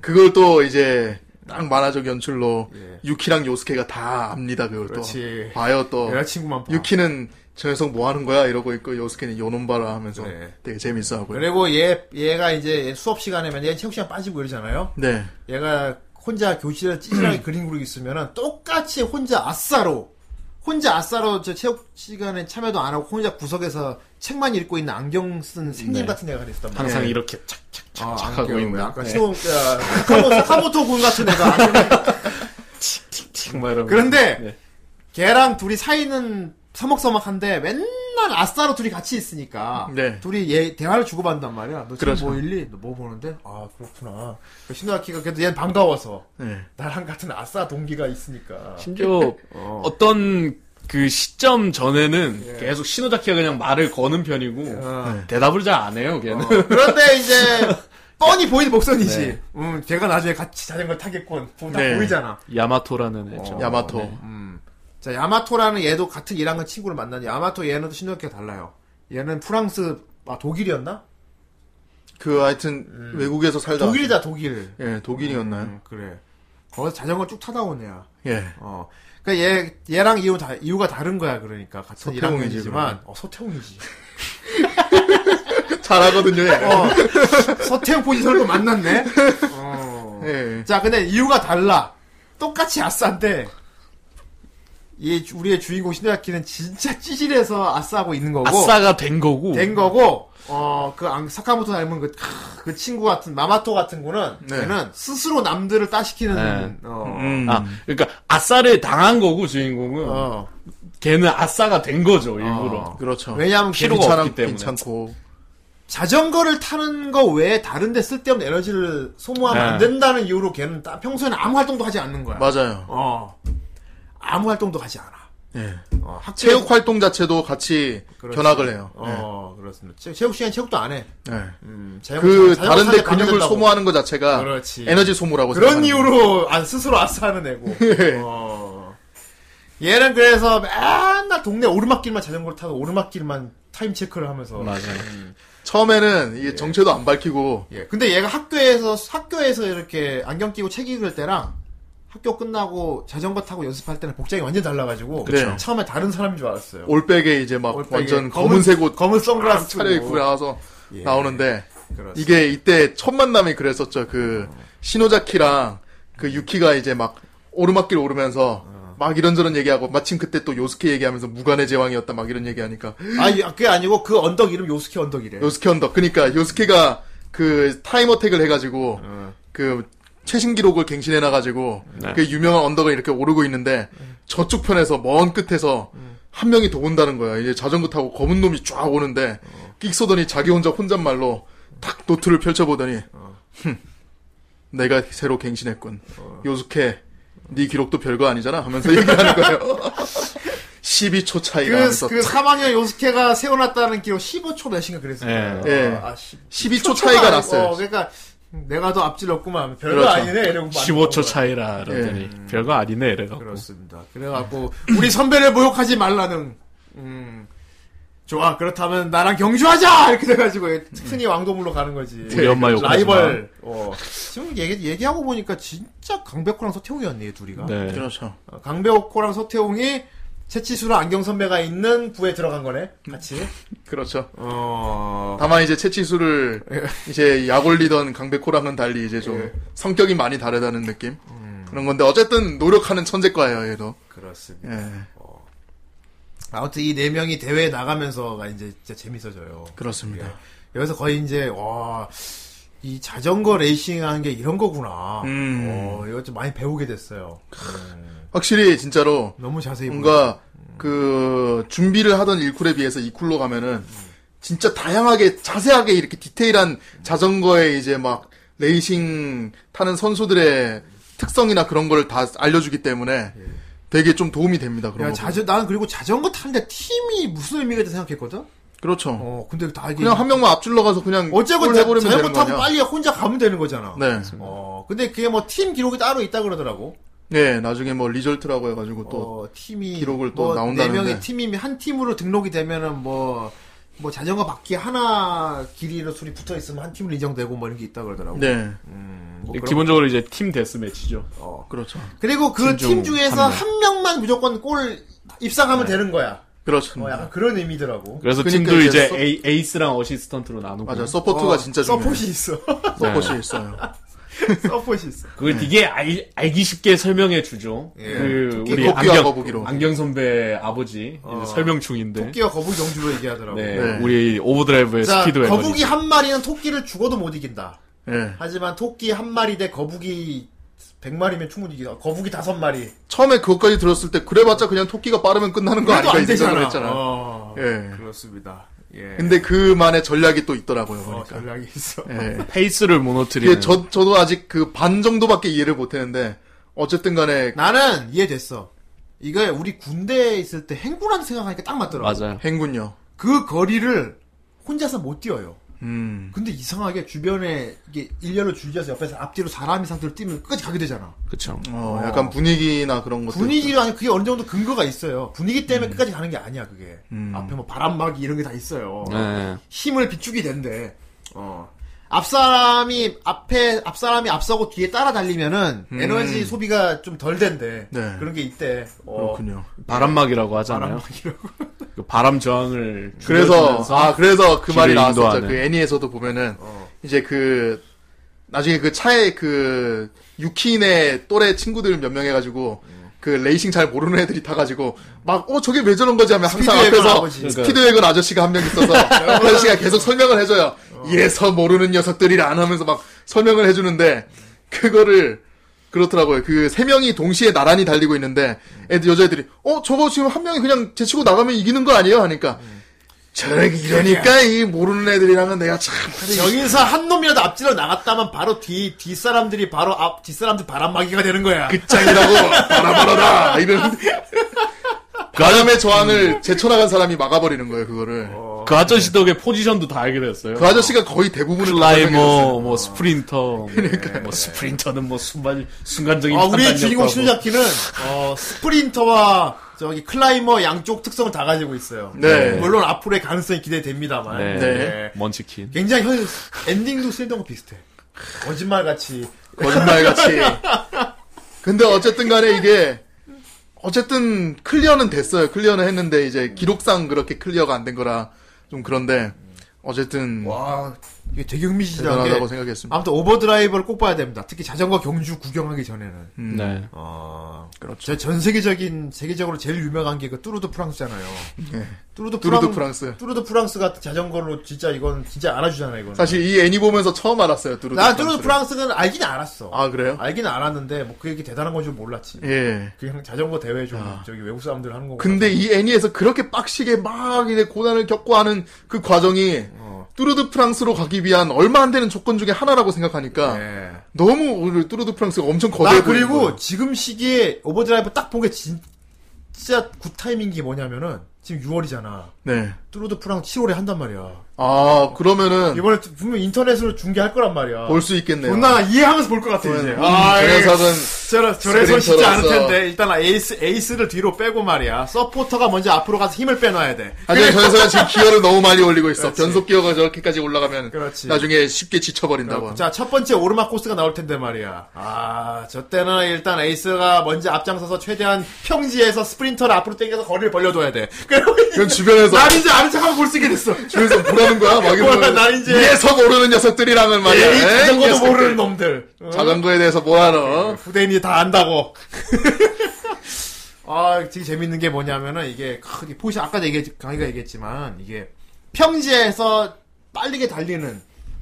[SPEAKER 2] 그걸 또 이제 딱 만화적 연출로
[SPEAKER 1] 예.
[SPEAKER 2] 유키랑 요스케가 다 압니다. 그걸
[SPEAKER 1] 그렇지.
[SPEAKER 2] 또 봐요 또.
[SPEAKER 1] 여자친구만 봐.
[SPEAKER 2] 어. 유키는 저 녀석 뭐 하는 거야 이러고 있고 요스케는 요놈 봐라 하면서
[SPEAKER 1] 네.
[SPEAKER 2] 되게 재밌어하고요.
[SPEAKER 1] 그리고 얘 얘가 이제 수업 시간에면 얘 체육 시간 빠지고 이러잖아요.
[SPEAKER 2] 네.
[SPEAKER 1] 얘가 혼자 교실에
[SPEAKER 3] 음.
[SPEAKER 1] 찌질하게 그림 그리고 있으면은 똑같이 혼자 아싸로 혼자 아싸로 저 체육 시간에 참여도 안 하고 혼자 구석에서 책만 읽고 있는 안경 쓴 생님
[SPEAKER 3] 네.
[SPEAKER 1] 같은 애가 있었단 말이야.
[SPEAKER 3] 항상
[SPEAKER 2] 네.
[SPEAKER 3] 이렇게
[SPEAKER 1] 아,
[SPEAKER 3] 착착착착 하고
[SPEAKER 1] 안경,
[SPEAKER 3] 있는.
[SPEAKER 1] 약간
[SPEAKER 3] 네.
[SPEAKER 1] 시동 카모, 카모토 군 같은 애가 안경-
[SPEAKER 3] 틱틱 막 이러면서.
[SPEAKER 1] 그런데
[SPEAKER 3] 네.
[SPEAKER 1] 걔랑 둘이 사이는 서먹서먹한데 맨날 아싸로 둘이 같이 있으니까
[SPEAKER 2] 네.
[SPEAKER 1] 둘이 얘 대화를 주고받는단 말이야. 너 지금
[SPEAKER 2] 그렇죠.
[SPEAKER 1] 뭐 일리? 너 뭐 보는데? 아 그렇구나. 신우아키가 그래도 얘는 반가워서
[SPEAKER 2] 네.
[SPEAKER 1] 나랑 같은 아싸 동기가 있으니까.
[SPEAKER 3] 심지어
[SPEAKER 1] 어. 예.
[SPEAKER 3] 어떤 그 시점 전에는 계속 신호자키가 그냥 말을 거는 편이고
[SPEAKER 2] 네.
[SPEAKER 1] 어.
[SPEAKER 3] 대답을 잘 안 해요. 걔는.
[SPEAKER 1] 그런데 이제 뻔히 보이는 목선이지.
[SPEAKER 3] 네.
[SPEAKER 1] 음, 걔가 나중에 같이 자전거 타겠군. 보- 다
[SPEAKER 2] 네.
[SPEAKER 1] 보이잖아.
[SPEAKER 3] 야마토라는 애죠.
[SPEAKER 1] 어.
[SPEAKER 2] 야마토.
[SPEAKER 3] 네.
[SPEAKER 1] 음. 자 야마토라는 얘도 같은 이랑은 친구를 만나니 야마토 얘는 또 신우아키가 달라요. 얘는 프랑스 아 독일이었나?
[SPEAKER 2] 그 하여튼 외국에서 살다.
[SPEAKER 1] 음. 독일이다 독일.
[SPEAKER 2] 예, 독일이었나요?
[SPEAKER 1] 음, 그래. 거기서 자전거 쭉 타다 온 애야.
[SPEAKER 2] 예.
[SPEAKER 1] 어. 그니까 얘, 얘랑 이유 다, 이유가 다른 거야, 그러니까. 같은
[SPEAKER 2] 서태웅이지,
[SPEAKER 1] 1학년이지만. 어, 서태웅이지.
[SPEAKER 2] 잘하거든요. 얘.
[SPEAKER 1] 어. 서태웅 포지션도 만났네? 어.
[SPEAKER 2] 예.
[SPEAKER 1] 자, 근데 이유가 달라. 똑같이 아싸인데. 이 주- 우리의 주인공 신도야키는 진짜 찌질해서 아싸하고 있는 거고.
[SPEAKER 3] 아싸가 된 거고.
[SPEAKER 1] 된 거고, 어, 그, 앙- 사카모토 닮은 그, 크, 그 친구 같은, 마마토 같은 거는,
[SPEAKER 2] 네.
[SPEAKER 1] 얘는 스스로 남들을 따시키는,
[SPEAKER 3] 네.
[SPEAKER 1] 어,
[SPEAKER 2] 음.
[SPEAKER 3] 아, 그러니까 아싸를 당한 거고 주인공은
[SPEAKER 1] 어,
[SPEAKER 3] 걔는 아싸가 된 거죠 일부러.
[SPEAKER 1] 어.
[SPEAKER 2] 그렇죠.
[SPEAKER 1] 왜냐하면
[SPEAKER 3] 필요가
[SPEAKER 1] 괜찮아.
[SPEAKER 2] 괜찮아,
[SPEAKER 3] 없기 때문에.
[SPEAKER 2] 괜찮고.
[SPEAKER 1] 자전거를 타는 거 외에 다른데 쓸데없는 에너지를 소모하면
[SPEAKER 3] 네.
[SPEAKER 1] 안 된다는 이유로 걔는 따- 평소에는 아무 활동도 하지 않는 거야.
[SPEAKER 2] 맞아요.
[SPEAKER 1] 어. 아무 활동도 하지 않아.
[SPEAKER 2] 예.
[SPEAKER 1] 어, 학교
[SPEAKER 2] 체육 활동 자체도 같이
[SPEAKER 1] 그렇지.
[SPEAKER 2] 견학을 해요.
[SPEAKER 1] 어, 그렇습니다. 체- 체육 시간 체육도 안 해.
[SPEAKER 2] 예. 예.
[SPEAKER 1] 음, 자전거-
[SPEAKER 2] 그
[SPEAKER 1] 자전거
[SPEAKER 2] 다른데
[SPEAKER 1] 사지 말아야
[SPEAKER 2] 근육을
[SPEAKER 1] 된다고.
[SPEAKER 2] 소모하는 것 자체가
[SPEAKER 1] 그렇지.
[SPEAKER 2] 에너지 소모라고
[SPEAKER 1] 그런
[SPEAKER 2] 생각하는 예.
[SPEAKER 1] 이유로 아, 스스로 아싸하는 애고. 어. 얘는 그래서 맨날 동네 오르막길만 자전거를 타고 오르막길만 타임 체크를 하면서
[SPEAKER 3] 맞아요.
[SPEAKER 2] 거예요. 처음에는 이게 정체도 안 밝히고
[SPEAKER 1] 예. 근데 얘가 학교에서 학교에서 이렇게 안경 끼고 책 읽을 때랑 학교 끝나고 자전거 타고 연습할 때는 복장이 완전 달라가지고
[SPEAKER 2] 그쵸.
[SPEAKER 1] 처음에 다른 사람인 줄 알았어요.
[SPEAKER 2] 올백에 이제 막
[SPEAKER 1] 올백에
[SPEAKER 2] 완전 검은색 옷
[SPEAKER 1] 검은 선글라스
[SPEAKER 2] 차려입고 나와서
[SPEAKER 1] 예.
[SPEAKER 2] 나오는데
[SPEAKER 1] 그렇습니다.
[SPEAKER 2] 이게 이때 첫 만남이 그랬었죠. 그 신호자키랑 그 유키가 이제 막 오르막길 오르면서
[SPEAKER 1] 어.
[SPEAKER 2] 막 이런저런 얘기하고 마침 그때 또 요스케 얘기하면서 무관의 제왕이었다 막 이런 얘기하니까
[SPEAKER 1] 아니 그게 아니고 그 언덕 이름 요스키 언덕이래.
[SPEAKER 2] 요스케 언덕 그러니까 요스케가 그 타임어택을 해가지고 그 최신 기록을 갱신해놔가지고
[SPEAKER 3] 네.
[SPEAKER 2] 그 유명한 언덕을 이렇게 오르고 있는데 저쪽 편에서 먼 끝에서 한 명이 더 온다는 거야. 이제 자전거 타고 검은 놈이 쫙 오는데 끽 쏘더니 자기 혼자 혼잣말로 탁 어. 어. 노트를 펼쳐보더니 흠, 내가 새로 갱신했군. 요스케 네 기록도 별거 아니잖아 하면서 얘기하는 거예요. 12초 차이가
[SPEAKER 1] 그,
[SPEAKER 2] 하면서
[SPEAKER 1] 그 사망의 요스케가 세워놨다는 기록 15초 몇인가 그랬을 거예요.
[SPEAKER 2] 예. 예.
[SPEAKER 1] 아, 10,
[SPEAKER 2] 12초 차이가 났어요. 네.
[SPEAKER 1] 그러니까 내가 더 앞질렀구만. 별거
[SPEAKER 2] 그렇죠.
[SPEAKER 1] 아니네. 이러고 만든
[SPEAKER 3] 15초
[SPEAKER 1] 거예요.
[SPEAKER 3] 차이라 그러더니 예. 별거 아니네 이래갖고
[SPEAKER 1] 그러니까. 그렇습니다. 그래갖고 우리 선배를 모욕하지 말라는. 음. 좋아 그렇다면 나랑 경주하자 이렇게 돼가지고 특히 왕도물로 가는 거지.
[SPEAKER 3] 우리 엄마 욕하지
[SPEAKER 1] 라이벌. 어. 지금 얘기 얘기하고 보니까 진짜 강백호랑 서태웅이었네 이 둘이가.
[SPEAKER 3] 네.
[SPEAKER 2] 그렇죠.
[SPEAKER 1] 어, 강백호랑 서태웅이 채치수랑 안경 선배가 있는 부에 들어간 거네. 같이.
[SPEAKER 2] 그렇죠.
[SPEAKER 1] 어.
[SPEAKER 2] 다만 이제 채치수를 이제 약올리던 강백호랑은 달리 이제 좀
[SPEAKER 1] 예. 음.
[SPEAKER 2] 성격이 많이 다르다는 느낌 그런 건데 어쨌든 노력하는 천재과예요 얘도.
[SPEAKER 1] 그렇습니다.
[SPEAKER 2] 예.
[SPEAKER 1] 아무튼 이 네 명이 대회에 나가면서가 이제 진짜 재밌어져요.
[SPEAKER 2] 그렇습니다.
[SPEAKER 1] 예. 여기서 거의 이제 와. 이 자전거 레이싱 하는 게 이런 거구나.
[SPEAKER 2] 음.
[SPEAKER 1] 어, 이것 좀 많이 배우게 됐어요. 음,
[SPEAKER 2] 확실히 진짜로
[SPEAKER 1] 너무 자세히 보니까.
[SPEAKER 2] 뭔가 그 준비를 하던 일쿨에 비해서 이쿨로 가면은 진짜 다양하게 자세하게 이렇게 디테일한 자전거에 이제 막 레이싱 타는 선수들의 특성이나 그런 거를 다 알려주기 때문에 되게 좀 도움이 됩니다.
[SPEAKER 1] 예.
[SPEAKER 2] 그런
[SPEAKER 1] 야,
[SPEAKER 2] 거.
[SPEAKER 1] 자전 나는 그리고 자전거 타는데 팀이 무슨 의미가 있다 생각했거든.
[SPEAKER 2] 그렇죠.
[SPEAKER 1] 어, 근데 다 이게
[SPEAKER 2] 그냥 한 명만 앞줄러 가서 그냥
[SPEAKER 1] 어쨌건
[SPEAKER 2] 골
[SPEAKER 1] 자-
[SPEAKER 2] 해버리면
[SPEAKER 1] 자전거
[SPEAKER 2] 되는
[SPEAKER 1] 타고
[SPEAKER 2] 거냐.
[SPEAKER 1] 빨리 혼자 가면 되는 거잖아.
[SPEAKER 2] 네.
[SPEAKER 1] 어, 근데 그게 뭐 팀 기록이 따로 있다 그러더라고.
[SPEAKER 2] 네, 나중에 뭐 리절트라고 해가지고 또
[SPEAKER 1] 어, 팀이
[SPEAKER 2] 기록을 또
[SPEAKER 1] 뭐
[SPEAKER 2] 나온다는데.
[SPEAKER 1] 네 명의 팀이 한 팀으로 등록이 되면은 뭐. 뭐 자전거 바퀴 하나 길이로 둘이 붙어 있으면 한 팀으로 인정되고 뭐 이런 게 있다 그러더라고.
[SPEAKER 2] 네,
[SPEAKER 1] 음, 뭐 그런-
[SPEAKER 3] 기본적으로 이제 팀 데스매치죠.
[SPEAKER 1] 어.
[SPEAKER 2] 그렇죠.
[SPEAKER 1] 그리고 그
[SPEAKER 3] 팀
[SPEAKER 1] 팀
[SPEAKER 3] 중
[SPEAKER 1] 중에서
[SPEAKER 3] 한 명.
[SPEAKER 1] 한 명만 무조건 골 입상하면
[SPEAKER 2] 네.
[SPEAKER 1] 되는 거야.
[SPEAKER 2] 그렇죠.
[SPEAKER 1] 뭐 약간 그런 의미더라고.
[SPEAKER 3] 그래서
[SPEAKER 2] 그러니까
[SPEAKER 3] 팀도
[SPEAKER 2] 이제
[SPEAKER 3] 이제
[SPEAKER 2] 서-
[SPEAKER 3] 에이, 에이스랑 어시스턴트로 나누고
[SPEAKER 2] 맞아, 서포트가
[SPEAKER 1] 어,
[SPEAKER 2] 그 진짜 중요해.
[SPEAKER 1] 서폿이 있어.
[SPEAKER 2] 서폿이 있어요.
[SPEAKER 1] 서폿이 있어.
[SPEAKER 3] 그걸 되게 알, 알기 쉽게 설명해 주죠.
[SPEAKER 1] 예.
[SPEAKER 3] 그
[SPEAKER 1] 토끼
[SPEAKER 3] 우리
[SPEAKER 2] 토끼와
[SPEAKER 3] 안경
[SPEAKER 2] 거북이로.
[SPEAKER 3] 안경 선배 아버지 이제
[SPEAKER 1] 어.
[SPEAKER 3] 설명충인데.
[SPEAKER 1] 토끼와 거북이 영주로 얘기하더라고.
[SPEAKER 3] 네,
[SPEAKER 2] 네.
[SPEAKER 3] 우리 오버드라이브의
[SPEAKER 1] 자,
[SPEAKER 3] 스피드웨
[SPEAKER 1] 거북이 한 마리는 토끼를 죽어도 못 이긴다.
[SPEAKER 2] 예.
[SPEAKER 1] 하지만 토끼 한 마리 대 거북이 100마리면 충분히 이기다. 거북이 다섯 마리.
[SPEAKER 2] 처음에 그것까지 들었을 때 그래봤자 그냥 토끼가 빠르면 끝나는 거
[SPEAKER 1] 그래도
[SPEAKER 2] 아닌가
[SPEAKER 1] 안
[SPEAKER 2] 이
[SPEAKER 1] 되잖아.
[SPEAKER 2] 생각을 했잖아.
[SPEAKER 1] 어,
[SPEAKER 2] 예.
[SPEAKER 1] 그렇습니다. 예.
[SPEAKER 2] 근데 그만의 전략이 또 있더라고요.
[SPEAKER 1] 어,
[SPEAKER 2] 보니까.
[SPEAKER 1] 전략이 있어.
[SPEAKER 2] 예.
[SPEAKER 3] 페이스를
[SPEAKER 2] 그게
[SPEAKER 3] 무너뜨리는
[SPEAKER 2] 저 저도 아직 그 반 정도밖에 이해를 못했는데 어쨌든 간에
[SPEAKER 1] 나는 이해됐어. 이거 우리 군대에 있을 때 행군하는 생각하니까 딱 맞더라고.
[SPEAKER 3] 맞아요.
[SPEAKER 2] 행군요.
[SPEAKER 1] 그 거리를 혼자서 못 뛰어요.
[SPEAKER 2] 음.
[SPEAKER 1] 근데 이상하게 주변에 이게 일렬로 줄지어서 옆에서 앞뒤로 사람이 상태로 뛰면 끝까지 가게 되잖아.
[SPEAKER 3] 그렇죠.
[SPEAKER 2] 어, 약간 분위기나 그런 것도 있고.
[SPEAKER 1] 분위기가 아니 그게 어느 정도 근거가 있어요. 분위기 때문에 끝까지 가는 게 아니야 그게.
[SPEAKER 2] 음.
[SPEAKER 1] 앞에 뭐 바람막이 이런 게 다 있어요.
[SPEAKER 3] 네.
[SPEAKER 1] 힘을 비축이 된대. 어. 앞 사람이 앞에 앞 사람이 앞서고 뒤에 따라 달리면은 에너지 소비가 좀 덜 된대.
[SPEAKER 2] 음. 네.
[SPEAKER 1] 그런 게 있대. 어.
[SPEAKER 2] 그렇군요. 네.
[SPEAKER 3] 바람막이라고 하잖아요. 그 바람 저항을
[SPEAKER 2] 그래서
[SPEAKER 3] 줄여주면서
[SPEAKER 2] 아 그래서 그 말이
[SPEAKER 3] 길을
[SPEAKER 2] 나왔었죠.
[SPEAKER 3] 인도하는.
[SPEAKER 2] 그 애니에서도 보면은
[SPEAKER 1] 어.
[SPEAKER 2] 이제 그 나중에 그 차에 그 유키인의 또래 친구들 몇 명 해가지고 그 레이싱 잘 모르는 애들이 타가지고 막 어 저게 왜 저런 거지 하면 항상
[SPEAKER 1] 스피드웨건
[SPEAKER 2] 앞에서
[SPEAKER 1] 아버지.
[SPEAKER 2] 스피드웨건 아저씨가 한 명 있어서 그 아저씨가 계속 설명을 해줘요.
[SPEAKER 1] 어.
[SPEAKER 2] 예서 모르는 녀석들이라 안 하면서 막 설명을 해주는데 그거를 그렇더라고요. 그 세 명이 동시에 나란히 달리고 있는데 애들 여자애들이 어 저거 지금 한 명이 그냥 제치고 나가면 이기는 거 아니에요? 하니까
[SPEAKER 1] 음.
[SPEAKER 2] 저렇게
[SPEAKER 1] 그러니까.
[SPEAKER 2] 이러니까 이 모르는 애들이랑은 내가 참
[SPEAKER 1] 여기서 한 놈이라도 앞질러 나갔다면 바로 뒤, 뒷 사람들이 바로 앞, 뒷 사람들 바람막이가 되는 거야.
[SPEAKER 2] 그 끝장이라고 바라바라라 이런 바람의 저항을 제쳐나간 사람이 막아버리는 거예요 그거를
[SPEAKER 3] 그 아저씨 덕에 포지션도 다 알게 됐어요.
[SPEAKER 2] 그 아저씨가 거의 대부분을 다 설명해줬어요.
[SPEAKER 3] 클라이머, 뭐 스프린터, 뭐, 뭐 스프린터는 뭐 순간 순간적인
[SPEAKER 1] 아, 우리의
[SPEAKER 3] 판단력도
[SPEAKER 1] 주인공
[SPEAKER 3] 하고.
[SPEAKER 1] 신우자키는, 어, 스프린터와 저기 클라이머 양쪽 특성을 다 가지고 있어요.
[SPEAKER 2] 네.
[SPEAKER 1] 물론 앞으로의 가능성이 기대됩니다만.
[SPEAKER 3] 네.
[SPEAKER 2] 네.
[SPEAKER 3] 먼치킨.
[SPEAKER 1] 굉장히 현, 엔딩도 쓸데없고 비슷해. 거짓말같이.
[SPEAKER 2] 거짓말같이 근데 어쨌든 간에 이게 어쨌든 클리어는 됐어요 클리어는 했는데 이제 기록상 그렇게 클리어가 안 된 거라 좀 그런데 어쨌든
[SPEAKER 1] 와, 이게 되게 흥미진진한
[SPEAKER 2] 음. 대단하다고
[SPEAKER 1] 게.
[SPEAKER 2] 생각했습니다
[SPEAKER 1] 아무튼 오버드라이브를 꼭 봐야 됩니다. 특히 자전거 경주 구경하기 전에는.
[SPEAKER 2] 음,
[SPEAKER 3] 네.
[SPEAKER 1] 어, 그렇죠. 전 세계적인, 세계적으로 제일 유명한 게 그 뚜르드 프랑스잖아요.
[SPEAKER 2] 예.
[SPEAKER 1] 뚜르드
[SPEAKER 2] 두루두
[SPEAKER 1] 프랑-
[SPEAKER 2] 프랑스
[SPEAKER 1] 뚜르드 프랑스 같은 자전거로 진짜 이건 진짜 알아주잖아 이건.
[SPEAKER 2] 사실 이 애니 보면서 처음 알았어요 두루두
[SPEAKER 1] 난 뚜르드
[SPEAKER 2] 프랑스를.
[SPEAKER 1] 프랑스는 알긴 알았어.
[SPEAKER 2] 아 그래요?
[SPEAKER 1] 알긴 알았는데 뭐 그게 대단한 건 줄 몰랐지.
[SPEAKER 2] 예 아.
[SPEAKER 1] 그냥 자전거 대회 좀 저기 외국 사람들 하는 거.
[SPEAKER 2] 근데 이 애니에서 그렇게 빡시게 막 이제 고난을 겪고 하는 그 과정이
[SPEAKER 1] 어.
[SPEAKER 2] 뚜르드 프랑스로 가기 위한 얼마 안 되는 조건 중에 하나라고 생각하니까
[SPEAKER 1] 예.
[SPEAKER 2] 너무 오히려 뚜르드 프랑스가 엄청 거대해
[SPEAKER 1] 나
[SPEAKER 2] 보이는
[SPEAKER 1] 그리고
[SPEAKER 2] 거예요.
[SPEAKER 1] 지금 시기에 오버드라이브 딱 본 게 진짜 굿 타이밍인 게 뭐냐면은 지금 6월이잖아.
[SPEAKER 2] 네.
[SPEAKER 1] 뚜루드 프랑 7월에 한단 말이야.
[SPEAKER 2] 아 그러면은
[SPEAKER 1] 이번에 분명 인터넷으로 중계할 거란 말이야.
[SPEAKER 2] 볼 수 있겠네요. 음,
[SPEAKER 1] 존나 이해하면서 볼 것 같아 이제. 아, 이거
[SPEAKER 2] 그래서는
[SPEAKER 1] 저래 저래서 쉽지 않을
[SPEAKER 2] 스프린터로서.
[SPEAKER 1] 텐데 일단 에이스 에이스를 뒤로 빼고 말이야. 서포터가 먼저 앞으로 가서 힘을 빼놔야 돼.
[SPEAKER 2] 하지만 전선은 지금 기어를 너무 많이 올리고 있어. 변속 기어가 저렇게까지 올라가면
[SPEAKER 1] 그렇지.
[SPEAKER 2] 나중에 쉽게 지쳐버린다고.
[SPEAKER 1] 자, 첫 번째 오르막 코스가 나올 텐데 말이야. 아, 저 때는 일단 에이스가 먼저 앞장서서 최대한 평지에서 스프린터를 앞으로 당겨서 거리를 벌려줘야 돼. 그리고
[SPEAKER 2] 그건 주변에서
[SPEAKER 1] 난 이제 아는 척하고 볼 수 있게 됐어.
[SPEAKER 2] 주변에서 뭐라는 거야? 막
[SPEAKER 1] 몰라,
[SPEAKER 2] 이러면
[SPEAKER 1] 나 이제- 예,
[SPEAKER 2] 위에서 모르는 녀석들이랑은 말이야.
[SPEAKER 1] 에이, 자전거도
[SPEAKER 2] 녀석들.
[SPEAKER 1] 모르는 놈들. 어?
[SPEAKER 2] 자전거에 대해서 뭐 알아?
[SPEAKER 1] 후대인이 다 안다고. 아, 되게 재밌는 게 뭐냐면은 이게 크게 포시 아까도 얘기 강의가 얘기했지만 이게 평지에서 빠르게 달리는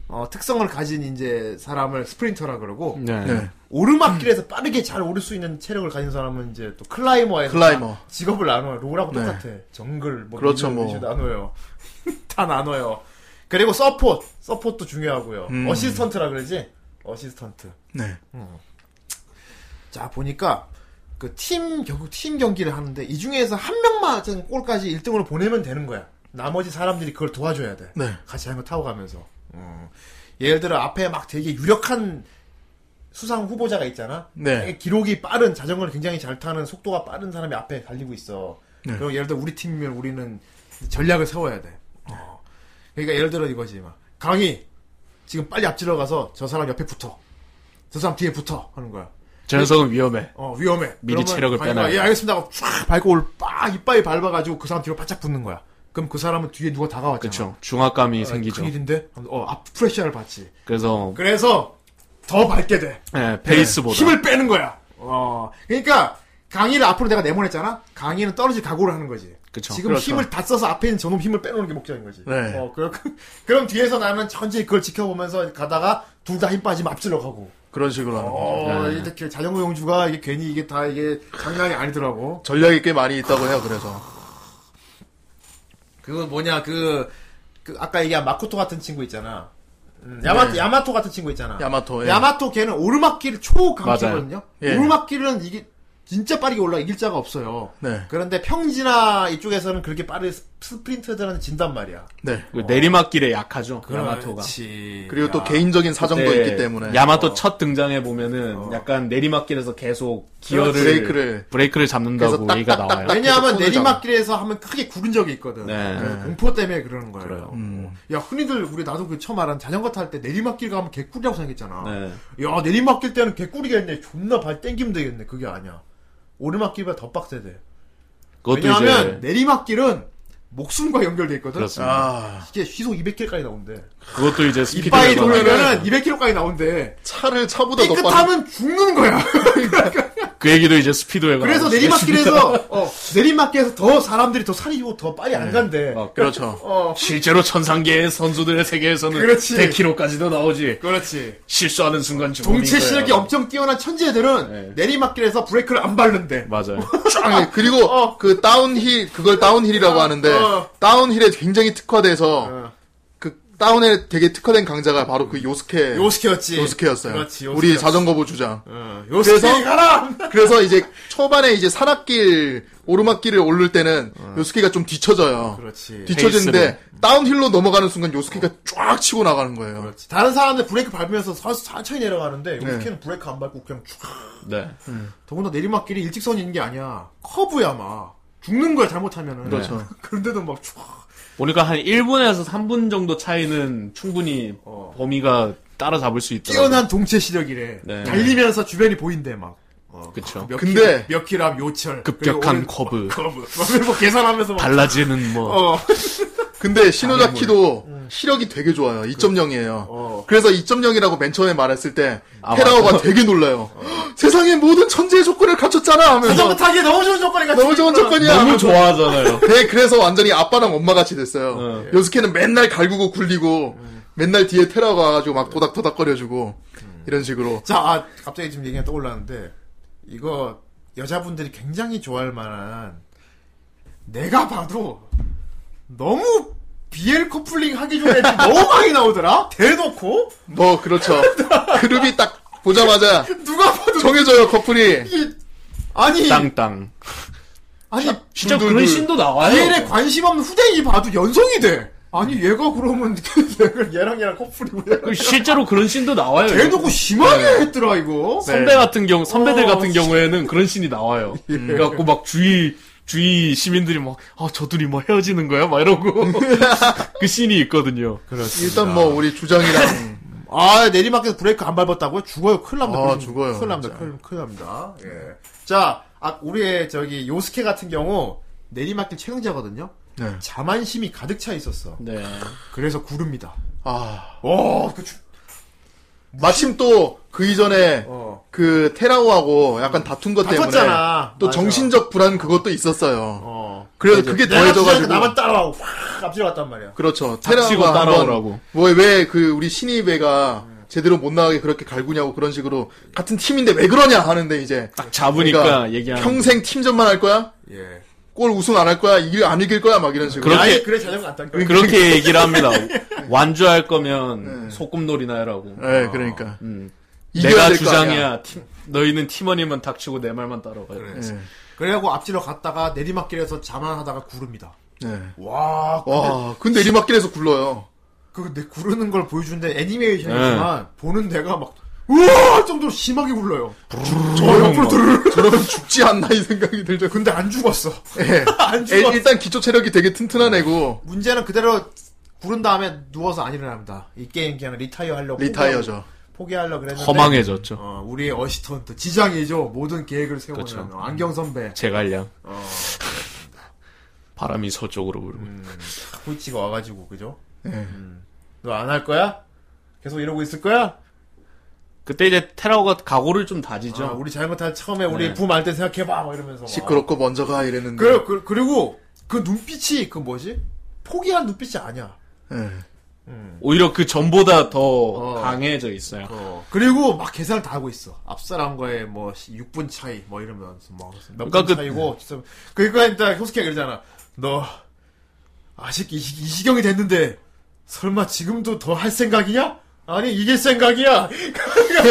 [SPEAKER 1] 어, 특성을 가진 이제 사람을 스프린터라 그러고
[SPEAKER 3] 네.
[SPEAKER 2] 네.
[SPEAKER 1] 오르막길에서 빠르게 잘 오를 수 있는 체력을 가진 사람은 이제 또 클라이머에서
[SPEAKER 2] 클라이머.
[SPEAKER 1] 직업을 나눠요. 로우라고
[SPEAKER 2] 네.
[SPEAKER 1] 똑같아. 정글 뭐
[SPEAKER 2] 그렇죠,
[SPEAKER 1] 이런
[SPEAKER 2] 뭐.
[SPEAKER 1] 식으로 나눠요. 다 나눠요. 그리고 서포트, 서포트도 중요하고요.
[SPEAKER 2] 음.
[SPEAKER 1] 어시스턴트라 그러지? 어시스턴트.
[SPEAKER 2] 네.
[SPEAKER 1] 자 보니까 그 팀 결국 팀 경기를 하는데 이 중에서 한 명만 어쨌든 골까지 1등으로 보내면 되는 거야. 나머지 사람들이 그걸 도와줘야 돼.
[SPEAKER 2] 네.
[SPEAKER 1] 같이 한거 타고 가면서. 음. 예를 들어 앞에 막 되게 유력한 수상 후보자가 있잖아.
[SPEAKER 2] 네.
[SPEAKER 1] 되게 기록이 빠른 자전거를 굉장히 잘 타는 속도가 빠른 사람이 앞에 달리고 있어.
[SPEAKER 2] 네.
[SPEAKER 1] 그럼 예를 들어 우리 팀이면 우리는 전략을 세워야 돼. 어.
[SPEAKER 2] 네.
[SPEAKER 1] 그러니까 예를 들어 이거지 막 강희 지금 빨리 앞질러 가서 저 사람 옆에 붙어. 저 사람 뒤에 붙어 하는 거야.
[SPEAKER 3] 저 녀석은 위험해.
[SPEAKER 1] 어 위험해.
[SPEAKER 3] 미리
[SPEAKER 1] 그러면
[SPEAKER 3] 체력을
[SPEAKER 1] 방해가,
[SPEAKER 3] 빼놔요.
[SPEAKER 1] 예 알겠습니다. 하고 쫙 밟고 올빡 이빨이 밟아가지고 그 사람 뒤로 바짝 붙는 거야. 그럼 그 사람은 뒤에 누가 다가왔잖아.
[SPEAKER 3] 그쵸. 중압감이
[SPEAKER 1] 아,
[SPEAKER 3] 생기죠.
[SPEAKER 1] 큰일인데 어앞 프레셔를 받지.
[SPEAKER 3] 그래서
[SPEAKER 1] 그래서 더 밟게 돼.
[SPEAKER 3] 예, 베이스보다
[SPEAKER 1] 네. 힘을 빼는 거야. 어 그러니까 강의를 앞으로 내가 내보냈잖아. 강의는 떨어질 각오를 하는 거지.
[SPEAKER 3] 그쵸.
[SPEAKER 1] 지금
[SPEAKER 2] 그렇죠.
[SPEAKER 1] 힘을 다 써서 앞에 있는 저놈 힘을 빼놓는 게 목적인 거지.
[SPEAKER 2] 네.
[SPEAKER 1] 어, 그럼, 그럼 뒤에서 나는 천천히 그걸 지켜보면서 가다가 둘 다 힘 빠지면 앞질러 가고.
[SPEAKER 2] 그런 식으로 하는 거.
[SPEAKER 3] 네.
[SPEAKER 1] 어, 이렇게 자전거 용주가 이게 괜히 이게 다 이게 장난이 아니더라고.
[SPEAKER 2] 전략이 꽤 많이 있다고 해요. 그래서
[SPEAKER 1] 그거 뭐냐 그, 그 아까 얘기한 마코토 같은 친구 있잖아. 음, 야마, 야마토 같은 친구 있잖아.
[SPEAKER 2] 야마토. 예.
[SPEAKER 1] 야마토 걔는 오르막길 초강자거든요.
[SPEAKER 2] 예.
[SPEAKER 1] 오르막길은 이게 진짜 빠르게 올라 이길 자가 없어요.
[SPEAKER 2] 네.
[SPEAKER 1] 그런데 평지나 이쪽에서는 그렇게 빠르게 스- 스프린터들한테 진단 말이야.
[SPEAKER 2] 네.
[SPEAKER 3] 그 내리막길에 약하죠. 야마토가.
[SPEAKER 1] 그렇지.
[SPEAKER 2] 그리고 또
[SPEAKER 1] 야.
[SPEAKER 2] 개인적인 사정도
[SPEAKER 3] 그때
[SPEAKER 2] 있기 때문에
[SPEAKER 3] 야마토
[SPEAKER 1] 어.
[SPEAKER 3] 첫 등장해 보면은 약간 내리막길에서 계속
[SPEAKER 1] 그렇죠.
[SPEAKER 3] 기어를
[SPEAKER 2] 브레이크를.
[SPEAKER 3] 브레이크를
[SPEAKER 2] 그래서
[SPEAKER 3] 잡는다고
[SPEAKER 2] 딱,
[SPEAKER 3] 얘기가
[SPEAKER 2] 딱, 딱,
[SPEAKER 3] 나와요.
[SPEAKER 2] 딱.
[SPEAKER 1] 왜냐하면
[SPEAKER 2] 손을 잡아.
[SPEAKER 1] 내리막길에서 하면 크게 구른 적이 있거든.
[SPEAKER 3] 네.
[SPEAKER 1] 네, 공포 때문에 그러는 거예요.
[SPEAKER 2] 음.
[SPEAKER 1] 야, 흔히들 우리 나도 그 처음 말한 자전거 탈 때 내리막길 가면 개꿀이라고 생각했잖아.
[SPEAKER 3] 네.
[SPEAKER 1] 야, 내리막길 때는 개꿀이겠네. 존나 발 땡기면 되겠네. 그게 아니야. 오르막길보다 더 빡세대.
[SPEAKER 3] 그것도
[SPEAKER 1] 왜냐하면
[SPEAKER 3] 이제
[SPEAKER 1] 내리막길은 목숨과 연결돼 있거든.
[SPEAKER 3] 그렇습니다.
[SPEAKER 2] 아
[SPEAKER 1] 이게 시속 200km까지 나온대.
[SPEAKER 3] 그것도 이제
[SPEAKER 1] 이빨이
[SPEAKER 3] 스피드가 많아요.
[SPEAKER 1] 돌면은 200km까지 나온대.
[SPEAKER 2] 차를 차보다 더 빠른
[SPEAKER 1] 깨끗하면 죽는 거야.
[SPEAKER 3] 그 얘기도 이제 스피드웨이가
[SPEAKER 1] 그래서
[SPEAKER 3] 나오죠.
[SPEAKER 1] 내리막길에서 어, 내리막길에서 더 사람들이 더 살이 고더 빨리 안 간대.
[SPEAKER 3] 어,
[SPEAKER 2] 그렇죠.
[SPEAKER 1] 어,
[SPEAKER 3] 실제로 천상계의 선수들의 세계에서는
[SPEAKER 1] 그렇지.
[SPEAKER 3] 100km까지도 나오지. 아,
[SPEAKER 1] 그렇지.
[SPEAKER 3] 실수하는 순간 죽음.
[SPEAKER 1] 동체 시력이 엄청 뛰어난 천재들은 내리막길에서 브레이크를 안 밟는데.
[SPEAKER 3] 네. 맞아요.
[SPEAKER 2] 아, 그리고
[SPEAKER 1] 어.
[SPEAKER 2] 그 다운힐 그걸 다운힐이라고 하는데
[SPEAKER 1] 어.
[SPEAKER 2] 다운힐에 굉장히 특화돼서
[SPEAKER 1] 어,
[SPEAKER 2] 그 다운에 되게 특화된 강자가 바로 그 요스케
[SPEAKER 1] 요스케였지.
[SPEAKER 2] 요스케였어요.
[SPEAKER 1] 그렇지, 요스케.
[SPEAKER 2] 우리 자전거부 주장.
[SPEAKER 1] 어, 요스케
[SPEAKER 2] 그래서-
[SPEAKER 1] 가라.
[SPEAKER 2] 그래서 이제 초반에 이제 산악길 오르막길을 오를 때는 요스케가 좀 뒤쳐져요.
[SPEAKER 1] 어. 그렇지.
[SPEAKER 2] 뒤쳐지는데 다운힐로 넘어가는 순간 요스케가 쫙 치고 나가는 거예요.
[SPEAKER 1] 그렇지. 다른 사람들 브레이크 밟으면서 서- 천천히 내려가는데
[SPEAKER 2] 네.
[SPEAKER 1] 요스케는 브레이크 안 밟고 그냥 쭉.
[SPEAKER 3] 네.
[SPEAKER 1] 더군다나 내리막길이 일직선이 있는 게 아니야. 커브야 막. 죽는 거야 잘못하면은.
[SPEAKER 2] 그렇죠.
[SPEAKER 1] 그런데도 막 쭉.
[SPEAKER 3] 보니까 한 1분에서 3분 정도 차이는 충분히
[SPEAKER 1] 어.
[SPEAKER 3] 범위가 따라잡을 수 있더라고요.
[SPEAKER 1] 뛰어난 동체 시력이래.
[SPEAKER 3] 네.
[SPEAKER 1] 달리면서 주변이 보인대 막. 어,
[SPEAKER 3] 그쵸.
[SPEAKER 1] 몇 킬로,
[SPEAKER 2] 근데-
[SPEAKER 1] 몇 킬로 앞 요철.
[SPEAKER 3] 급격한
[SPEAKER 1] 그리고 오늘-
[SPEAKER 3] 커브.
[SPEAKER 1] 커브. 막 뭐 계산하면서 막.
[SPEAKER 3] 달라지는 뭐.
[SPEAKER 1] 어.
[SPEAKER 2] 근데 신호자키도 시력이 되게 좋아요. 2.0이에요.
[SPEAKER 1] 어.
[SPEAKER 2] 그래서 2.0이라고 맨 처음에 말했을 때
[SPEAKER 3] 아,
[SPEAKER 2] 테라오가 되게 놀라요. 세상의 모든 천재의 조건을 갖췄잖아
[SPEAKER 1] 자전거
[SPEAKER 2] 하면서
[SPEAKER 1] 그 타기에 너무 좋은 조건이 같이.
[SPEAKER 2] 너무 좋은 조건이야.
[SPEAKER 3] 너무
[SPEAKER 2] 하면서.
[SPEAKER 3] 좋아하잖아요.
[SPEAKER 2] 네, 그래서 완전히 아빠랑 엄마 같이 됐어요.
[SPEAKER 3] 어.
[SPEAKER 2] 요스케는 맨날 갈구고 굴리고 맨날 뒤에 테라오가 와가지고 막 도닥도닥거려주고 이런 식으로
[SPEAKER 1] 자, 아, 갑자기 지금 얘기가 떠올랐는데, 이거, 여자분들이 굉장히 좋아할 만한, 내가 봐도, 너무 BL 커플링 하기 전에 너무 많이 나오더라? 대놓고?
[SPEAKER 2] 뭐 그렇죠. 그룹이 딱 보자마자
[SPEAKER 1] 누가 봐도
[SPEAKER 2] 정해져요 커플이.
[SPEAKER 1] 이게 아니
[SPEAKER 3] 땅땅.
[SPEAKER 1] 아니
[SPEAKER 3] 진짜
[SPEAKER 2] 둘,
[SPEAKER 3] 그런
[SPEAKER 2] 둘.
[SPEAKER 3] 신도 나와요.
[SPEAKER 1] BL에 관심 없는 후대인이 봐도 연성이 돼. 아니 얘가 그러면 얘가 얘랑 얘랑 커플이고 얘
[SPEAKER 3] 그 실제로 그런 신도 나와요.
[SPEAKER 1] 대놓고 심하게 했더라 이거.
[SPEAKER 3] 선배
[SPEAKER 2] 네.
[SPEAKER 3] 같은 경우
[SPEAKER 2] 어,
[SPEAKER 3] 선배들 같은 경우에는 그런 신이 나와요.
[SPEAKER 2] 예.
[SPEAKER 3] 그래갖고 막 주위 주위 시민들이 막 아 저들이 뭐 헤어지는 거야 막 이러고 그 신이 있거든요.
[SPEAKER 2] 일단 뭐 우리 주장이랑
[SPEAKER 1] 아 내리막에서 브레이크 안 밟았다고요? 죽어요. 큰일 납니다.
[SPEAKER 2] 아,
[SPEAKER 1] 그러시면
[SPEAKER 2] 죽어요,
[SPEAKER 1] 큰일 납니다.
[SPEAKER 2] 진짜.
[SPEAKER 1] 큰일, 큰일 납니다. 예. 자, 아, 우리의 저기 요스케 같은 경우 내리막길 최강자거든요.
[SPEAKER 2] 네.
[SPEAKER 1] 자만심이 가득 차 있었어.
[SPEAKER 3] 네.
[SPEAKER 1] 그래서 구릅니다.
[SPEAKER 2] 아
[SPEAKER 1] 와, 그 죽.
[SPEAKER 2] 마침 또 그 이전에
[SPEAKER 1] 어.
[SPEAKER 2] 그 테라오하고 약간 다툰 것 때문에
[SPEAKER 1] 다퉜잖아.
[SPEAKER 2] 또
[SPEAKER 1] 맞아.
[SPEAKER 2] 정신적 불안 그것도 있었어요.
[SPEAKER 1] 어.
[SPEAKER 2] 그래서 그게
[SPEAKER 1] 내가 주장해서
[SPEAKER 2] 더해져가지고
[SPEAKER 1] 나만 따라오고 확 앞뒤로 갔단 말이야.
[SPEAKER 2] 그렇죠.
[SPEAKER 3] 닥치고
[SPEAKER 2] 테라가
[SPEAKER 3] 따라오라고.
[SPEAKER 2] 뭐왜 그 우리 신입애가 제대로 못 나가게 그렇게 갈구냐고 그런 식으로 같은 팀인데 왜 그러냐 하는데 이제
[SPEAKER 3] 딱 잡으니까
[SPEAKER 2] 그러니까
[SPEAKER 3] 얘기하는.
[SPEAKER 2] 평생 팀전만 할 거야?
[SPEAKER 1] 예.
[SPEAKER 2] 골 우승 안 할 거야? 이길 안 이길 거야? 막 이런 식으로.
[SPEAKER 3] 그렇게-
[SPEAKER 1] 아예 그래 자전거 안 탄. 거야.
[SPEAKER 3] 그렇게 얘기를 합니다. 완주할 거면 소꿉놀이나 해라고.
[SPEAKER 2] 예, 그러니까.
[SPEAKER 3] 음.
[SPEAKER 2] 이겨야
[SPEAKER 3] 내가
[SPEAKER 2] 될거 아니야.
[SPEAKER 3] 주장이야. 팀- 너희는 팀원이면 닥치고 내 말만 따라가.
[SPEAKER 1] 그래.
[SPEAKER 3] 요
[SPEAKER 2] 예.
[SPEAKER 1] 그래갖고 앞뒤로 갔다가 내리막길에서 자만하다가 구릅니다.
[SPEAKER 2] 네.
[SPEAKER 1] 와,
[SPEAKER 2] 와, 근데 내리막길에서 굴러요.
[SPEAKER 1] 그내 구르는 걸 보여주는데 애니메이션이지만 보는 내가 막 우와 정도로 심하게 굴러요.
[SPEAKER 3] 뭐
[SPEAKER 1] 저 옆으로 들르.
[SPEAKER 2] 저러면 죽지 않나 이 생각이 들죠.
[SPEAKER 1] 근데 안 죽었어.
[SPEAKER 2] 예.
[SPEAKER 1] 안
[SPEAKER 2] 에,
[SPEAKER 1] 죽었어.
[SPEAKER 2] 일단 기초 체력이 되게 튼튼한 애고
[SPEAKER 1] 문제는 그대로 구른 다음에 누워서 안 일어납니다. 이 게임 그냥 리타이어 하려고
[SPEAKER 2] 리타이어죠.
[SPEAKER 1] 포기하, 려고 그랬는데
[SPEAKER 3] 허망해졌죠.
[SPEAKER 1] 어, 우리의 어시턴트 지장이죠. 모든 계획을 세우는
[SPEAKER 3] 그쵸.
[SPEAKER 1] 어, 안경 선배
[SPEAKER 3] 제갈량.
[SPEAKER 1] 어.
[SPEAKER 3] 바람이 서쪽으로 불고.
[SPEAKER 2] 음.
[SPEAKER 1] 후이치가 와가지고 그죠? 음.
[SPEAKER 2] 예.
[SPEAKER 1] 너 안 할 거야? 계속 이러고 있을 거야?
[SPEAKER 3] 그때 이제 테라오가 각오를 좀 다지죠.
[SPEAKER 1] 아, 우리 잘못한 처음에 우리
[SPEAKER 3] 네.
[SPEAKER 1] 부말 때 생각해봐 막 이러면서 막.
[SPEAKER 2] 시끄럽고 먼저 가 이랬는데.
[SPEAKER 1] 그, 그, 그리고 그 눈빛이 그 뭐지? 포기한 눈빛이 아니야.
[SPEAKER 2] 예.
[SPEAKER 3] 오히려 그 전보다 더
[SPEAKER 1] 어.
[SPEAKER 3] 강해져 있어요.
[SPEAKER 1] 그리고 막 계산을 다 하고 있어. 앞사람과의 뭐 6분 차이 뭐 이러면서 뭐몇분
[SPEAKER 3] 그러니까 그-
[SPEAKER 1] 차이고 진짜- 그러니까 일단 효스케가 그러잖아. 너 아직 이, 이 시경이 됐는데 설마 지금도 더 할 생각이냐? 아니 이길 생각이야.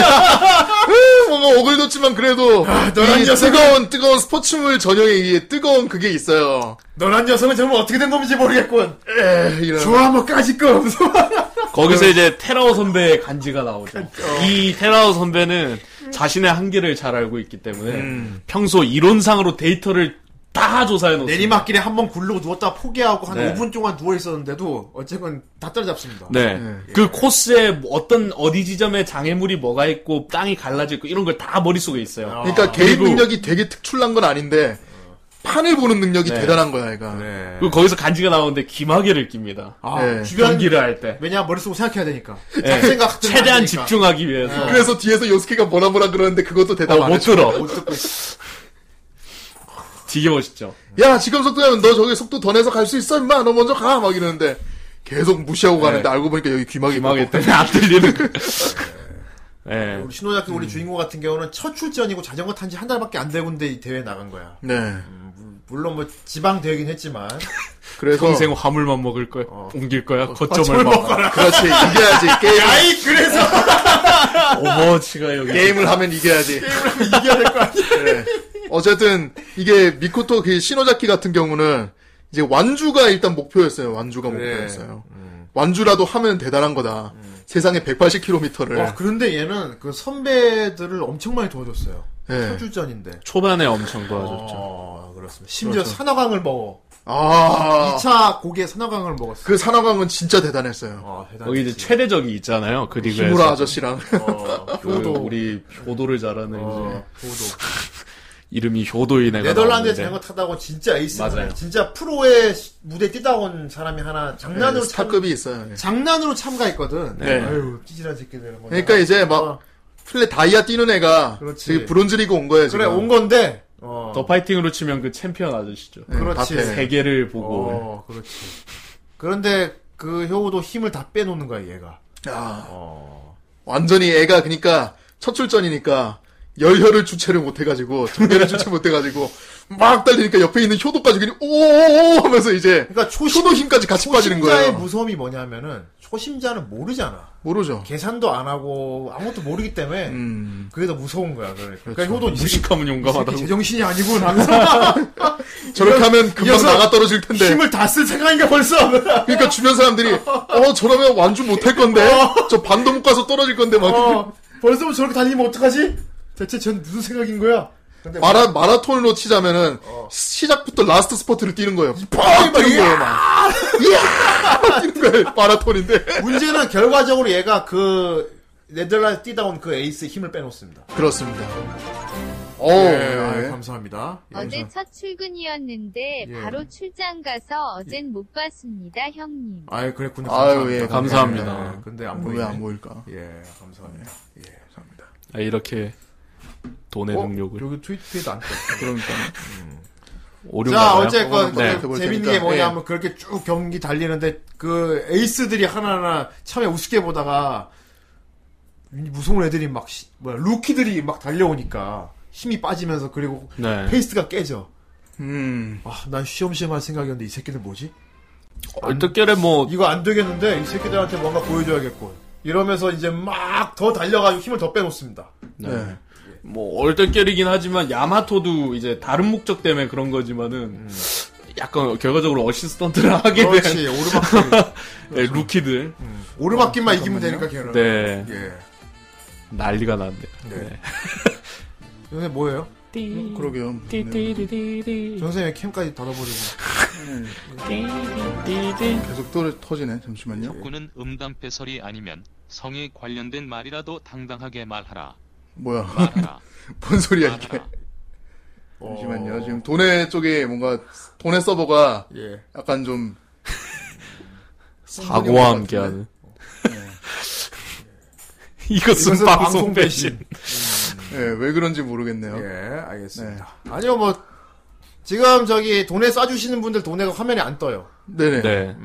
[SPEAKER 2] 뭔가 오글도지만 그래도
[SPEAKER 1] 아, 너란
[SPEAKER 2] 이
[SPEAKER 1] 녀석은-
[SPEAKER 2] 뜨거운 뜨거운 스포츠물 전형에 이 뜨거운 그게 있어요.
[SPEAKER 1] 너란 녀석은 정말 어떻게 된 놈인지 모르겠군.
[SPEAKER 2] 에 이런.
[SPEAKER 1] 좋아 뭐 까짓 거. 그렇죠.
[SPEAKER 3] 거기서 이제 테라오 선배의 간지가 나오죠. 이 테라오 선배는 자신의 한계를 잘 알고 있기 때문에 평소 이론상으로 데이터를 다 조사해
[SPEAKER 1] 음.
[SPEAKER 3] 놓습니다.
[SPEAKER 1] 내리막길에 한 번 굴르고 누웠다 포기하고 한
[SPEAKER 3] 네.
[SPEAKER 1] 5분 동안 누워 있었는데도 어쨌건 다 따라잡습니다.
[SPEAKER 3] 네.
[SPEAKER 2] 예.
[SPEAKER 3] 그 코스에 어떤 어디 지점에 장애물이 뭐가 있고 땅이 갈라져 있고 이런 걸 다 머릿속에 있어요.
[SPEAKER 1] 아.
[SPEAKER 2] 그러니까 개인
[SPEAKER 3] 그리고-
[SPEAKER 2] 능력이 되게 특출난 건 아닌데 판을 보는 능력이
[SPEAKER 3] 네.
[SPEAKER 2] 대단한 거야, 얘가. 예.
[SPEAKER 1] 네.
[SPEAKER 3] 그리고 거기서 간지가 나오는데 기마개를 낍니다.
[SPEAKER 1] 아,
[SPEAKER 2] 네.
[SPEAKER 1] 주변 그
[SPEAKER 3] 경기를 할 때.
[SPEAKER 1] 왜냐 머릿속으로 생각해야 되니까.
[SPEAKER 3] 예.
[SPEAKER 1] 생각
[SPEAKER 3] 최대한 집중하기 위해서.
[SPEAKER 1] 네.
[SPEAKER 2] 그래서 뒤에서 요스케가 뭐라 뭐라 그러는데 그것도 대답
[SPEAKER 3] 어,
[SPEAKER 2] 안
[SPEAKER 3] 못
[SPEAKER 2] 해줘.
[SPEAKER 3] 들어. 되게 멋있죠.
[SPEAKER 2] 야 지금 속도면 너 저기 속도 더 내서 갈 수 있어 임마 너 먼저 가 막 이러는데 계속 무시하고 가는데 알고 보니까 여기 귀막이
[SPEAKER 3] 기마개
[SPEAKER 2] 있고.
[SPEAKER 3] 때문에 안 들리는 거. 예.
[SPEAKER 1] 우리 신호작교 우리 주인공 같은 경우는 첫 출전이고 자전거 탄 지 한 달밖에 안 되고 근데 이 대회 나간 거야.
[SPEAKER 2] 네
[SPEAKER 1] 물론 뭐 지방 대회긴 했지만
[SPEAKER 2] 그래서
[SPEAKER 3] 평생 화물만 먹을 거야. 옮길 거야. 거점을 막.
[SPEAKER 2] 그렇지 이겨야지 게임
[SPEAKER 1] 아이 그래서
[SPEAKER 3] 오버워치가 여기.
[SPEAKER 2] 게임을 하면 이겨야지
[SPEAKER 1] 이겨야 될 거 아니야.
[SPEAKER 2] 네. 어쨌든 이게 미코토 그 신호자키 같은 경우는 이제 완주가 일단 목표였어요 완주가
[SPEAKER 1] 그래. 음.
[SPEAKER 2] 목표였어요 완주라도 하면 대단한 거다 세상에 180km를
[SPEAKER 1] 와, 어, 그런데 얘는 그 선배들을 엄청 많이 도와줬어요.
[SPEAKER 2] 네.
[SPEAKER 1] 첫 출전인데.
[SPEAKER 3] 초반에 엄청 도와줬죠.
[SPEAKER 1] 어, 그렇습니다. 심지어 산화강을 먹어.
[SPEAKER 2] 아그
[SPEAKER 1] 2차 고기에 산화강을 먹었어.
[SPEAKER 2] 산화강은 진짜 대단했어요
[SPEAKER 1] 어, 대단했지.
[SPEAKER 3] 거기 이제 최대적이 있잖아요.
[SPEAKER 1] 네.
[SPEAKER 3] 그 리그에서.
[SPEAKER 2] 히무라 아저씨랑
[SPEAKER 1] 어,
[SPEAKER 3] 그
[SPEAKER 1] 효도.
[SPEAKER 3] 우리 효도를 잘하는
[SPEAKER 1] 어,
[SPEAKER 3] 네, 이제
[SPEAKER 1] 효도.
[SPEAKER 3] 이름이 효도인 애가
[SPEAKER 1] 네덜란드에 자전거
[SPEAKER 3] 나오는데.
[SPEAKER 1] 타다고 진짜 에이스 네.
[SPEAKER 3] 맞아요.
[SPEAKER 1] 진짜 프로의 무대 뛰다 온 사람이 하나 장난으로
[SPEAKER 2] 네,
[SPEAKER 1] 참,
[SPEAKER 2] 스타급이 있어요 예.
[SPEAKER 1] 장난으로 참가했거든.
[SPEAKER 2] 네.
[SPEAKER 1] 아유 찌질한 새끼들. 뭐.
[SPEAKER 2] 그러니까 이제 막
[SPEAKER 1] 어.
[SPEAKER 2] 플레 다이아 뛰는 애가
[SPEAKER 1] 그렇지.
[SPEAKER 2] 지금 브론즈리그 온 거예요 지금
[SPEAKER 1] 그래 온 건데. 어.
[SPEAKER 3] 더 파이팅으로 치면 그 챔피언 아저씨죠.
[SPEAKER 2] 네,
[SPEAKER 1] 그렇지.
[SPEAKER 2] 다 패.
[SPEAKER 3] 세 개를 보고
[SPEAKER 1] 어, 그렇지. 그런데 그 효우도 힘을 다 빼놓는 거야 얘가.
[SPEAKER 2] 야,
[SPEAKER 1] 어.
[SPEAKER 2] 완전히 애가 그러니까 첫 출전이니까 열혈을 주체를 못해가지고 정렬을 주체 못해가지고 막 달리니까 옆에 있는 효도까지 그냥 오오오 하면서 이제
[SPEAKER 1] 그러니까 초심,
[SPEAKER 2] 효도 힘까지 같이 빠지는
[SPEAKER 1] 초심자의
[SPEAKER 2] 거예요.
[SPEAKER 1] 무서움이 뭐냐면은 초심자는 모르잖아.
[SPEAKER 2] 모르죠.
[SPEAKER 1] 계산도 안 하고 아무것도 모르기 때문에
[SPEAKER 2] 음.
[SPEAKER 1] 그게 더 무서운 거야. 그래. 그러니까
[SPEAKER 2] 그렇죠.
[SPEAKER 1] 효도 이 새끼
[SPEAKER 3] 무식하면
[SPEAKER 1] 이 새끼
[SPEAKER 3] 용감하다고.
[SPEAKER 1] 제정신이 아니군 하면서
[SPEAKER 2] 저렇게 하면 금방
[SPEAKER 1] 녀석
[SPEAKER 2] 나가 떨어질 텐데.
[SPEAKER 1] 힘을 다 쓸 생각인가 벌써.
[SPEAKER 2] 그러니까 주변 사람들이 어 저러면 완주 못할 건데 저 반도 못 가서 어. 떨어질 건데 막
[SPEAKER 1] 어, 벌써부터 저렇게 달리면 어떡하지? 대체 전 무슨 생각인 거야? 근데
[SPEAKER 2] 마라 마라톤으로 치자면은 시작부터 라스트 스퍼트를 뛰는 거예요. 어. 팍 뛰는 거예요, 막. 이야! 뛰는 거예요. 마라톤인데.
[SPEAKER 1] 문제는 결과적으로 얘가 그 네덜란드 뛰다 온 그 에이스 힘을 빼놓습니다.
[SPEAKER 2] 그렇습니다. 어. 예.
[SPEAKER 1] 감사합니다.
[SPEAKER 5] 어제 첫 출근이었는데
[SPEAKER 1] 그렇죠. 예.
[SPEAKER 5] 바로 출장 가서 어젠 못 봤습니다, 형님.
[SPEAKER 1] 아유 그랬군요.
[SPEAKER 2] 아유,
[SPEAKER 1] 감사합니다.
[SPEAKER 2] 예,
[SPEAKER 3] 감사합니다.
[SPEAKER 1] 예, 근데 안 보이네.
[SPEAKER 2] 왜 안 보일까?
[SPEAKER 1] 예, 감사합니다. 예, 감사합니다.
[SPEAKER 3] 아, 이렇게 돈의
[SPEAKER 1] 어?
[SPEAKER 3] 능력을.
[SPEAKER 1] 여기 트위트에도 안 떠.
[SPEAKER 2] 그러니까.
[SPEAKER 3] 오류가
[SPEAKER 1] 자,
[SPEAKER 3] 나요?
[SPEAKER 1] 어쨌건
[SPEAKER 3] 네.
[SPEAKER 1] 그
[SPEAKER 2] 볼
[SPEAKER 1] 재밌는
[SPEAKER 2] 테니까.
[SPEAKER 1] 게 뭐냐면 그렇게 쭉 경기 달리는데 그 에이스들이 하나하나 참에 우습게 보다가 무서운 애들이 막 시- 뭐야 루키들이 막 달려오니까 힘이 빠지면서 그리고
[SPEAKER 3] 네.
[SPEAKER 1] 페이스가 깨져.
[SPEAKER 2] 음.
[SPEAKER 1] 아, 난 쉬엄쉬엄할 생각이었는데 이 새끼들 뭐지?
[SPEAKER 3] 얼떨결에 뭐
[SPEAKER 1] 이거 안 되겠는데 이 새끼들한테 뭔가 보여줘야겠군. 이러면서 이제 막 더 달려가지고 힘을 더 빼놓습니다.
[SPEAKER 3] 네.
[SPEAKER 2] 네.
[SPEAKER 3] 뭐 얼떨결이긴 하지만 야마토도 이제 다른 목적 때문에 그런 거지만은 약간 결과적으로 어시스턴트를 하게 된
[SPEAKER 1] 그렇지 오르막길
[SPEAKER 3] 네, 루키들
[SPEAKER 1] 오르막길만 이기면 되니까 걔는.
[SPEAKER 3] 네
[SPEAKER 1] 예.
[SPEAKER 3] 난리가 났네.
[SPEAKER 1] 네. 요새 뭐예요? 음.
[SPEAKER 2] 그러게요. 네.
[SPEAKER 1] 전생에 캠까지 닫아버리고.
[SPEAKER 2] 네. 계속 또 터지네. 잠시만요.
[SPEAKER 6] 구는 음담패설이 아니면 성에 관련된 말이라도 당당하게 말하라.
[SPEAKER 2] 뭐야.
[SPEAKER 6] 말하라.
[SPEAKER 2] 뭔 소리야 이게.
[SPEAKER 6] 말하라.
[SPEAKER 2] 잠시만요. 지금 돈의 쪽에 뭔가 돈의 서버가
[SPEAKER 1] 어. 예.
[SPEAKER 2] 약간 좀
[SPEAKER 3] 사고와 함께하는 이것은
[SPEAKER 1] 이것은
[SPEAKER 3] 방송 배신.
[SPEAKER 2] 예, 왜 그런지 모르겠네요.
[SPEAKER 1] 예, 알겠습니다. 아니요, 뭐, 지금 저기 돈에 쏴주시는 분들 돈에가 화면에 안 떠요.
[SPEAKER 2] 네네.
[SPEAKER 3] 네.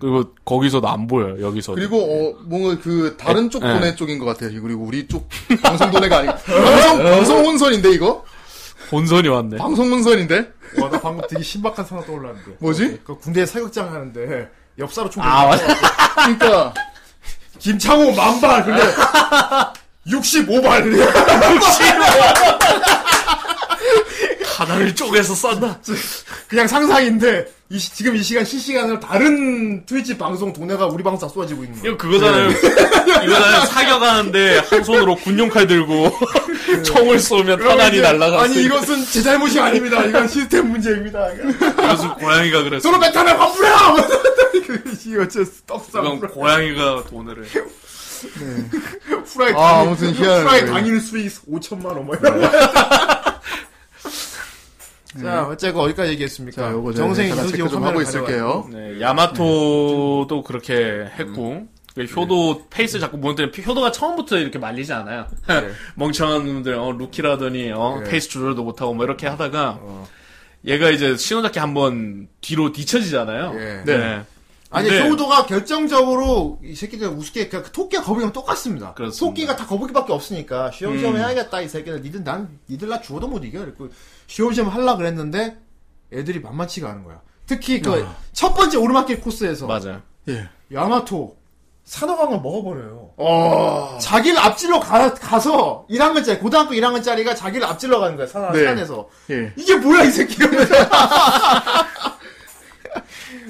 [SPEAKER 3] 그리고 거기서도 안 보여요. 여기서.
[SPEAKER 2] 그리고 어 뭔가 그 다른 쪽
[SPEAKER 3] 네.
[SPEAKER 2] 돈의 쪽인 것 같아요. 이거 그리고 우리 쪽 방송 돈의가 아니고 방송 방송 혼선인데 이거
[SPEAKER 3] 본선이 왔네.
[SPEAKER 2] 방송 혼선인데
[SPEAKER 1] 와, 나 방금 되게 신박한 생각 떠올랐는데.
[SPEAKER 2] 뭐지?
[SPEAKER 1] 그 군대 사격장 하는데, 엽사로 총.
[SPEAKER 3] 아, 맞아.
[SPEAKER 2] 그러니까
[SPEAKER 1] 김창호 만발, 근데, 65발.
[SPEAKER 3] 하나를 쪼개서 싼다.
[SPEAKER 1] 그냥 상상인데, 이 시- 지금 이 시간 실시간으로 다른 트위치 방송 돈에가 우리 방송 다 쏘아지고 있는 거야.
[SPEAKER 3] 이거 그거잖아요. 이거잖아요. 사격하는데 한 손으로 군용칼 들고 총을 쏘면 탄환이 날라가.
[SPEAKER 1] 아니, 이것은 제 잘못이 아닙니다. 이건 시스템 문제입니다.
[SPEAKER 3] 그래서 고양이가 그랬어.
[SPEAKER 1] 서로 메타나 환불해라! 이거 진짜 떡상.
[SPEAKER 3] 그건 고양이가 돈을. 해.
[SPEAKER 1] 후라이
[SPEAKER 2] 아, 아무튼 희한하네. 네.
[SPEAKER 1] 후라이 당일 수익 5천만 원, 뭐 이런 거. 자, 어쨌건 어디까지 얘기했습니까?
[SPEAKER 2] 자 요거
[SPEAKER 1] 정생
[SPEAKER 2] 정생 제가
[SPEAKER 1] 인수지원
[SPEAKER 2] 체크 좀
[SPEAKER 1] 화면을
[SPEAKER 2] 하고 있을게요.
[SPEAKER 3] 네, 야마토도 그렇게 했고. 그 효도 페이스 자꾸 보는 때는 효도가 처음부터 이렇게 말리지 않아요. 멍청한 놈들 어 루키라더니 어 페이스 조절도 못하고 뭐 이렇게 하다가 얘가 이제 신호잡기 한번 뒤로 뒤쳐지잖아요.
[SPEAKER 1] 예.
[SPEAKER 3] 네.
[SPEAKER 1] 아니,
[SPEAKER 3] 근데-
[SPEAKER 1] 효도가 결정적으로 이 새끼들 우습게, 그냥 그 토끼와 거북이랑 똑같습니다.
[SPEAKER 3] 그렇습니다. 음.
[SPEAKER 1] 토끼가 다 거북이밖에 없으니까, 쉬엄쉬엄 해야겠다, 이 새끼들. 니들 난, 니들 나 죽어도 못 이겨. 그랬고, 쉬엄쉬엄 하려고 그랬는데, 애들이 만만치가 않은 거야. 특히 그, 첫 번째 오르막길 코스에서,
[SPEAKER 3] 어. 맞아요.
[SPEAKER 2] 예.
[SPEAKER 1] 야마토, 산호강을 먹어버려요.
[SPEAKER 2] 어.
[SPEAKER 1] 자기를 앞질러 가, 가서 1학년짜리 고등학교 1학년짜리가 자기를 앞질러 가는 거야 산,
[SPEAKER 2] 네.
[SPEAKER 1] 산에서
[SPEAKER 2] 예.
[SPEAKER 1] 이게 뭐야 이 새끼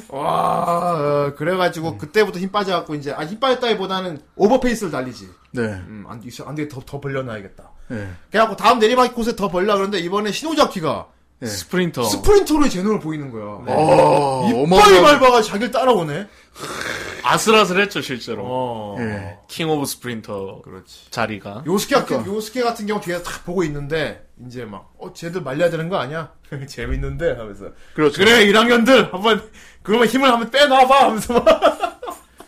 [SPEAKER 1] 와 어, 그래가지고 그때부터 힘 빠져갖고 이제 아, 힘 빠졌다기보다는 오버페이스를 달리지
[SPEAKER 2] 네.
[SPEAKER 1] 음, 안, 이씨, 안 되게 더, 더 벌려놔야겠다
[SPEAKER 2] 예.
[SPEAKER 1] 그래갖고 다음 내리막 곳에 더 벌려 그러는데 이번에 신호자키가
[SPEAKER 2] 예.
[SPEAKER 3] 네. 스프린터.
[SPEAKER 1] 스프린터로의 재능을 보이는 거야
[SPEAKER 2] 어.
[SPEAKER 1] 이빨이
[SPEAKER 2] 어마어마.
[SPEAKER 1] 밟아가 자기를 따라오네
[SPEAKER 3] 아슬아슬했죠 실제로. 네.
[SPEAKER 1] 어
[SPEAKER 2] 예.
[SPEAKER 3] 킹 오브 스프린터
[SPEAKER 1] 그렇지 그러니까.
[SPEAKER 3] 자리가.
[SPEAKER 1] 요스케 같은 요스케 같은 경우 뒤에서 딱 보고 있는데 이제 막 어 쟤들 말려야 되는 거 아니야? 재밌는데 하면서
[SPEAKER 2] 그렇죠.
[SPEAKER 1] 그래 1학년들 한번 그러면 힘을 한번 빼놔봐 하면서 막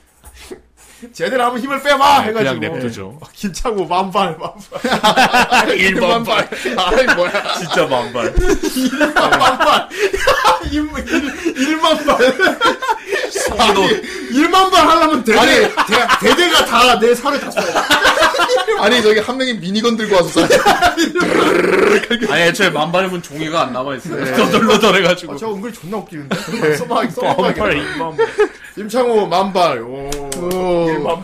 [SPEAKER 1] 쟤들 한번 힘을 빼봐 해가지고
[SPEAKER 3] 네, 그냥 냅두죠.
[SPEAKER 1] 예. 김창호 만발 만발
[SPEAKER 3] 아, 일반발.
[SPEAKER 2] 아이 뭐야.
[SPEAKER 3] 진짜 만발.
[SPEAKER 1] 만발 일- 일- 일만발
[SPEAKER 3] 아니,
[SPEAKER 1] 일만발 하려면 대대
[SPEAKER 2] 아니,
[SPEAKER 1] 대, 대대가 다 내 살을 다 써요
[SPEAKER 2] 아니 저기 한 명이 미니건 들고 와서 쏴.
[SPEAKER 3] 아니 애초에 만발이면 종이가 안 남아있어요 너덜너덜해가지고
[SPEAKER 1] 아, 저 은근히 존나 웃기는데. 써봐, 써봐.
[SPEAKER 3] 만발
[SPEAKER 1] 임창호 만발. 오.
[SPEAKER 2] 오,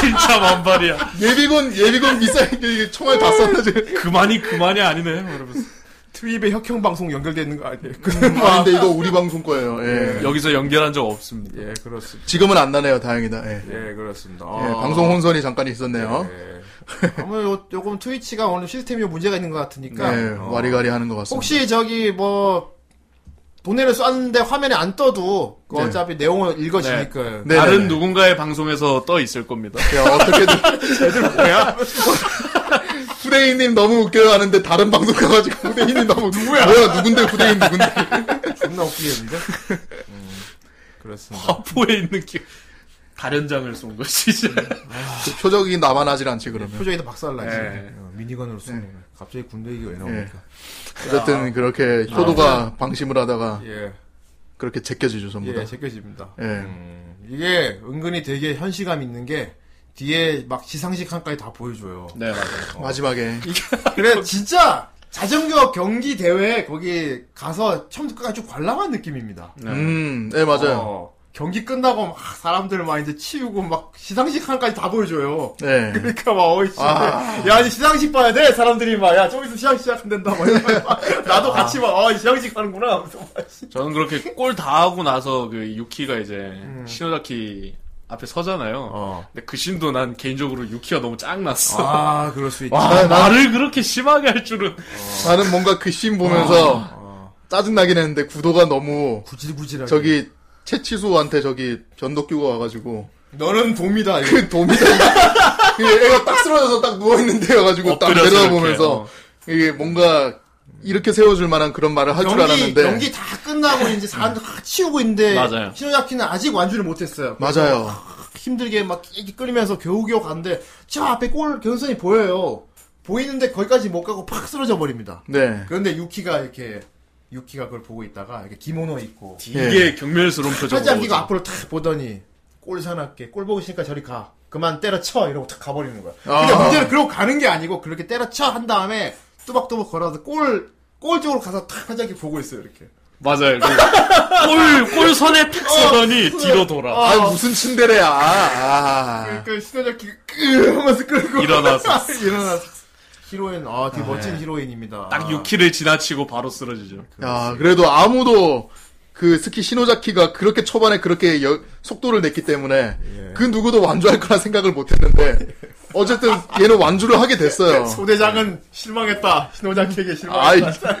[SPEAKER 3] 진짜 만발이야
[SPEAKER 2] 예비군 예비군 미사일 이게 총알 다 쐈나 지금.
[SPEAKER 3] 그만이 그만이 아니네 이러면서
[SPEAKER 1] 트위브의 혁형 방송 연결돼 있는 거 아니에요?
[SPEAKER 2] 아 근데 이거 우리 방송 거예요. 예.
[SPEAKER 3] 네. 여기서 연결한 적 없습니다
[SPEAKER 1] 예, 그렇습니다.
[SPEAKER 2] 지금은 안 나네요. 다행이다. 예.
[SPEAKER 1] 예, 그렇습니다.
[SPEAKER 2] 예, 방송 혼선이 잠깐 있었네요.
[SPEAKER 1] 아무래도 조금 트위치가 어느 시스템이 문제가 있는 것 같으니까.
[SPEAKER 2] 예,
[SPEAKER 1] 어.
[SPEAKER 2] 와리가리 하는 것 같습니다.
[SPEAKER 1] 혹시 저기 뭐 돈을 쐈는데 화면에 안 떠도 그
[SPEAKER 2] 네.
[SPEAKER 1] 어차피 내용을 읽어지니까
[SPEAKER 2] 네,
[SPEAKER 3] 다른
[SPEAKER 2] 네, 네.
[SPEAKER 3] 누군가의 방송에서 떠 있을 겁니다
[SPEAKER 2] 야, 예, 어떻게든
[SPEAKER 3] 뭐야?
[SPEAKER 2] 후대인님 너무 웃겨요 하는데 다른 방송 가가지고 후대인님 너무 누구야? 뭐야 누군데 후대인 누군데?
[SPEAKER 1] 존나 웃기겠는데. 음, 그렇습니다.
[SPEAKER 3] 화포에 있는 음. 게 다른 장을 쏜 것이 진짜
[SPEAKER 2] 그 표적이 나만 하질 않지 그러면.
[SPEAKER 1] 표정이 다 박살나지.
[SPEAKER 3] 네.
[SPEAKER 1] 어, 미니건으로 쏘는 거. 갑자기 군대 얘기가 왜 나옵니까?
[SPEAKER 2] 어쨌든 그렇게 효도가 방심을 하다가
[SPEAKER 1] 예,
[SPEAKER 2] 그렇게 제껴지죠 전부 다.
[SPEAKER 1] 예, 제껴집니다.
[SPEAKER 2] 예.
[SPEAKER 1] 음, 이게 은근히 되게 현실감 있는 게 뒤에 막 시상식 한까지 다 보여줘요. 어.
[SPEAKER 3] 네 맞아요
[SPEAKER 2] 마지막에
[SPEAKER 1] 그래 진짜 자전거 경기 대회 거기 가서 처음부터 끝까지 좀 관람한 느낌입니다.
[SPEAKER 2] 음, 네 맞아요.
[SPEAKER 1] 어, 경기 끝나고 막 사람들 막 이제 치우고 막 시상식 한까지 다 보여줘요.
[SPEAKER 2] 네.
[SPEAKER 1] 그러니까 막 어이 씨,
[SPEAKER 2] 아.
[SPEAKER 1] 야 이제 시상식 봐야 돼 사람들이 막야 좀 있으면 시상식 시작된다 막 이러면서 막 나도 같이 막아 시상식 하는구나 하면서 막
[SPEAKER 3] 저는 그렇게 골 다 하고 나서 그 유키가 이제 신호자키 앞에 서잖아요.
[SPEAKER 1] 어.
[SPEAKER 3] 근데 그 신도 난 개인적으로 유키가 너무 짱났어.
[SPEAKER 1] 아 그럴 수 있지.
[SPEAKER 3] 와
[SPEAKER 2] 난-
[SPEAKER 3] 말을 그렇게 심하게 할 줄은.
[SPEAKER 2] 나는 뭔가 그 씬 보면서
[SPEAKER 3] 어.
[SPEAKER 2] 짜증 나긴 했는데 구도가 너무
[SPEAKER 1] 구질구질하게.
[SPEAKER 2] 저기 채치수한테 저기 변덕규가 와가지고
[SPEAKER 1] 너는 돔이다. 이거.
[SPEAKER 2] 그 돔이다. 이게 애가 딱 쓰러져서 딱 누워 있는데여가지고 딱
[SPEAKER 3] 엎드려서
[SPEAKER 2] 내려다보면서
[SPEAKER 3] 이렇게, 어.
[SPEAKER 2] 이게 뭔가 이렇게 세워줄 만한 그런 말을 할 줄
[SPEAKER 1] 경기
[SPEAKER 2] 알았는데
[SPEAKER 1] 경기 다 끝나고 이제 사람들 다 치우고 있는데
[SPEAKER 3] 맞아요.
[SPEAKER 1] 신호야키는 아직 완주를 못했어요.
[SPEAKER 2] 맞아요.
[SPEAKER 1] 힘들게 막 끼기 끌리면서 겨우겨우 가는데 저 앞에 골 경선이 보여요. 보이는데 거기까지 못 가고 팍 쓰러져 버립니다.
[SPEAKER 2] 네.
[SPEAKER 1] 그런데 유키가 이렇게 유키가 그걸 보고 있다가 이렇게 기모노 입고
[SPEAKER 3] 되게 경멸스러운 그 표정으로.
[SPEAKER 1] 화장기가 앞으로 탁 보더니 꼴 사납게 꼴 보고 있으니까 저리 가. 그만 때려쳐 이러고 탁 가버리는 거야. 근데
[SPEAKER 2] 아.
[SPEAKER 1] 문제는 그러고 가는 게 아니고 그렇게 때려쳐 한 다음에 뚜벅뚜벅 걸어서 골, 골 쪽으로 가서 탁 화장기 보고 있어요 이렇게.
[SPEAKER 3] 맞아요. 그 골, 골 선에 탁 서더니 뒤로 돌아.
[SPEAKER 2] 아 무슨 침대래야. 아.
[SPEAKER 1] 그러니까 신호자키 끄 하면서 끌고
[SPEAKER 3] 일어나서. 예.
[SPEAKER 1] 일어나서 히로인 아 되게 멋진 히로인입니다.
[SPEAKER 3] 딱 유키를 지나치고 바로 쓰러지죠.
[SPEAKER 2] 야 그래도 아무도 그 스키 시노자키가 그렇게 초반에 그렇게 여- 속도를 냈기 때문에 그 누구도 완주할 거라 생각을 못했는데 어쨌든 얘는 완주를 하게 됐어요.
[SPEAKER 1] 소대장은 실망했다. 신호자키에게
[SPEAKER 2] 아이
[SPEAKER 1] 실망했다.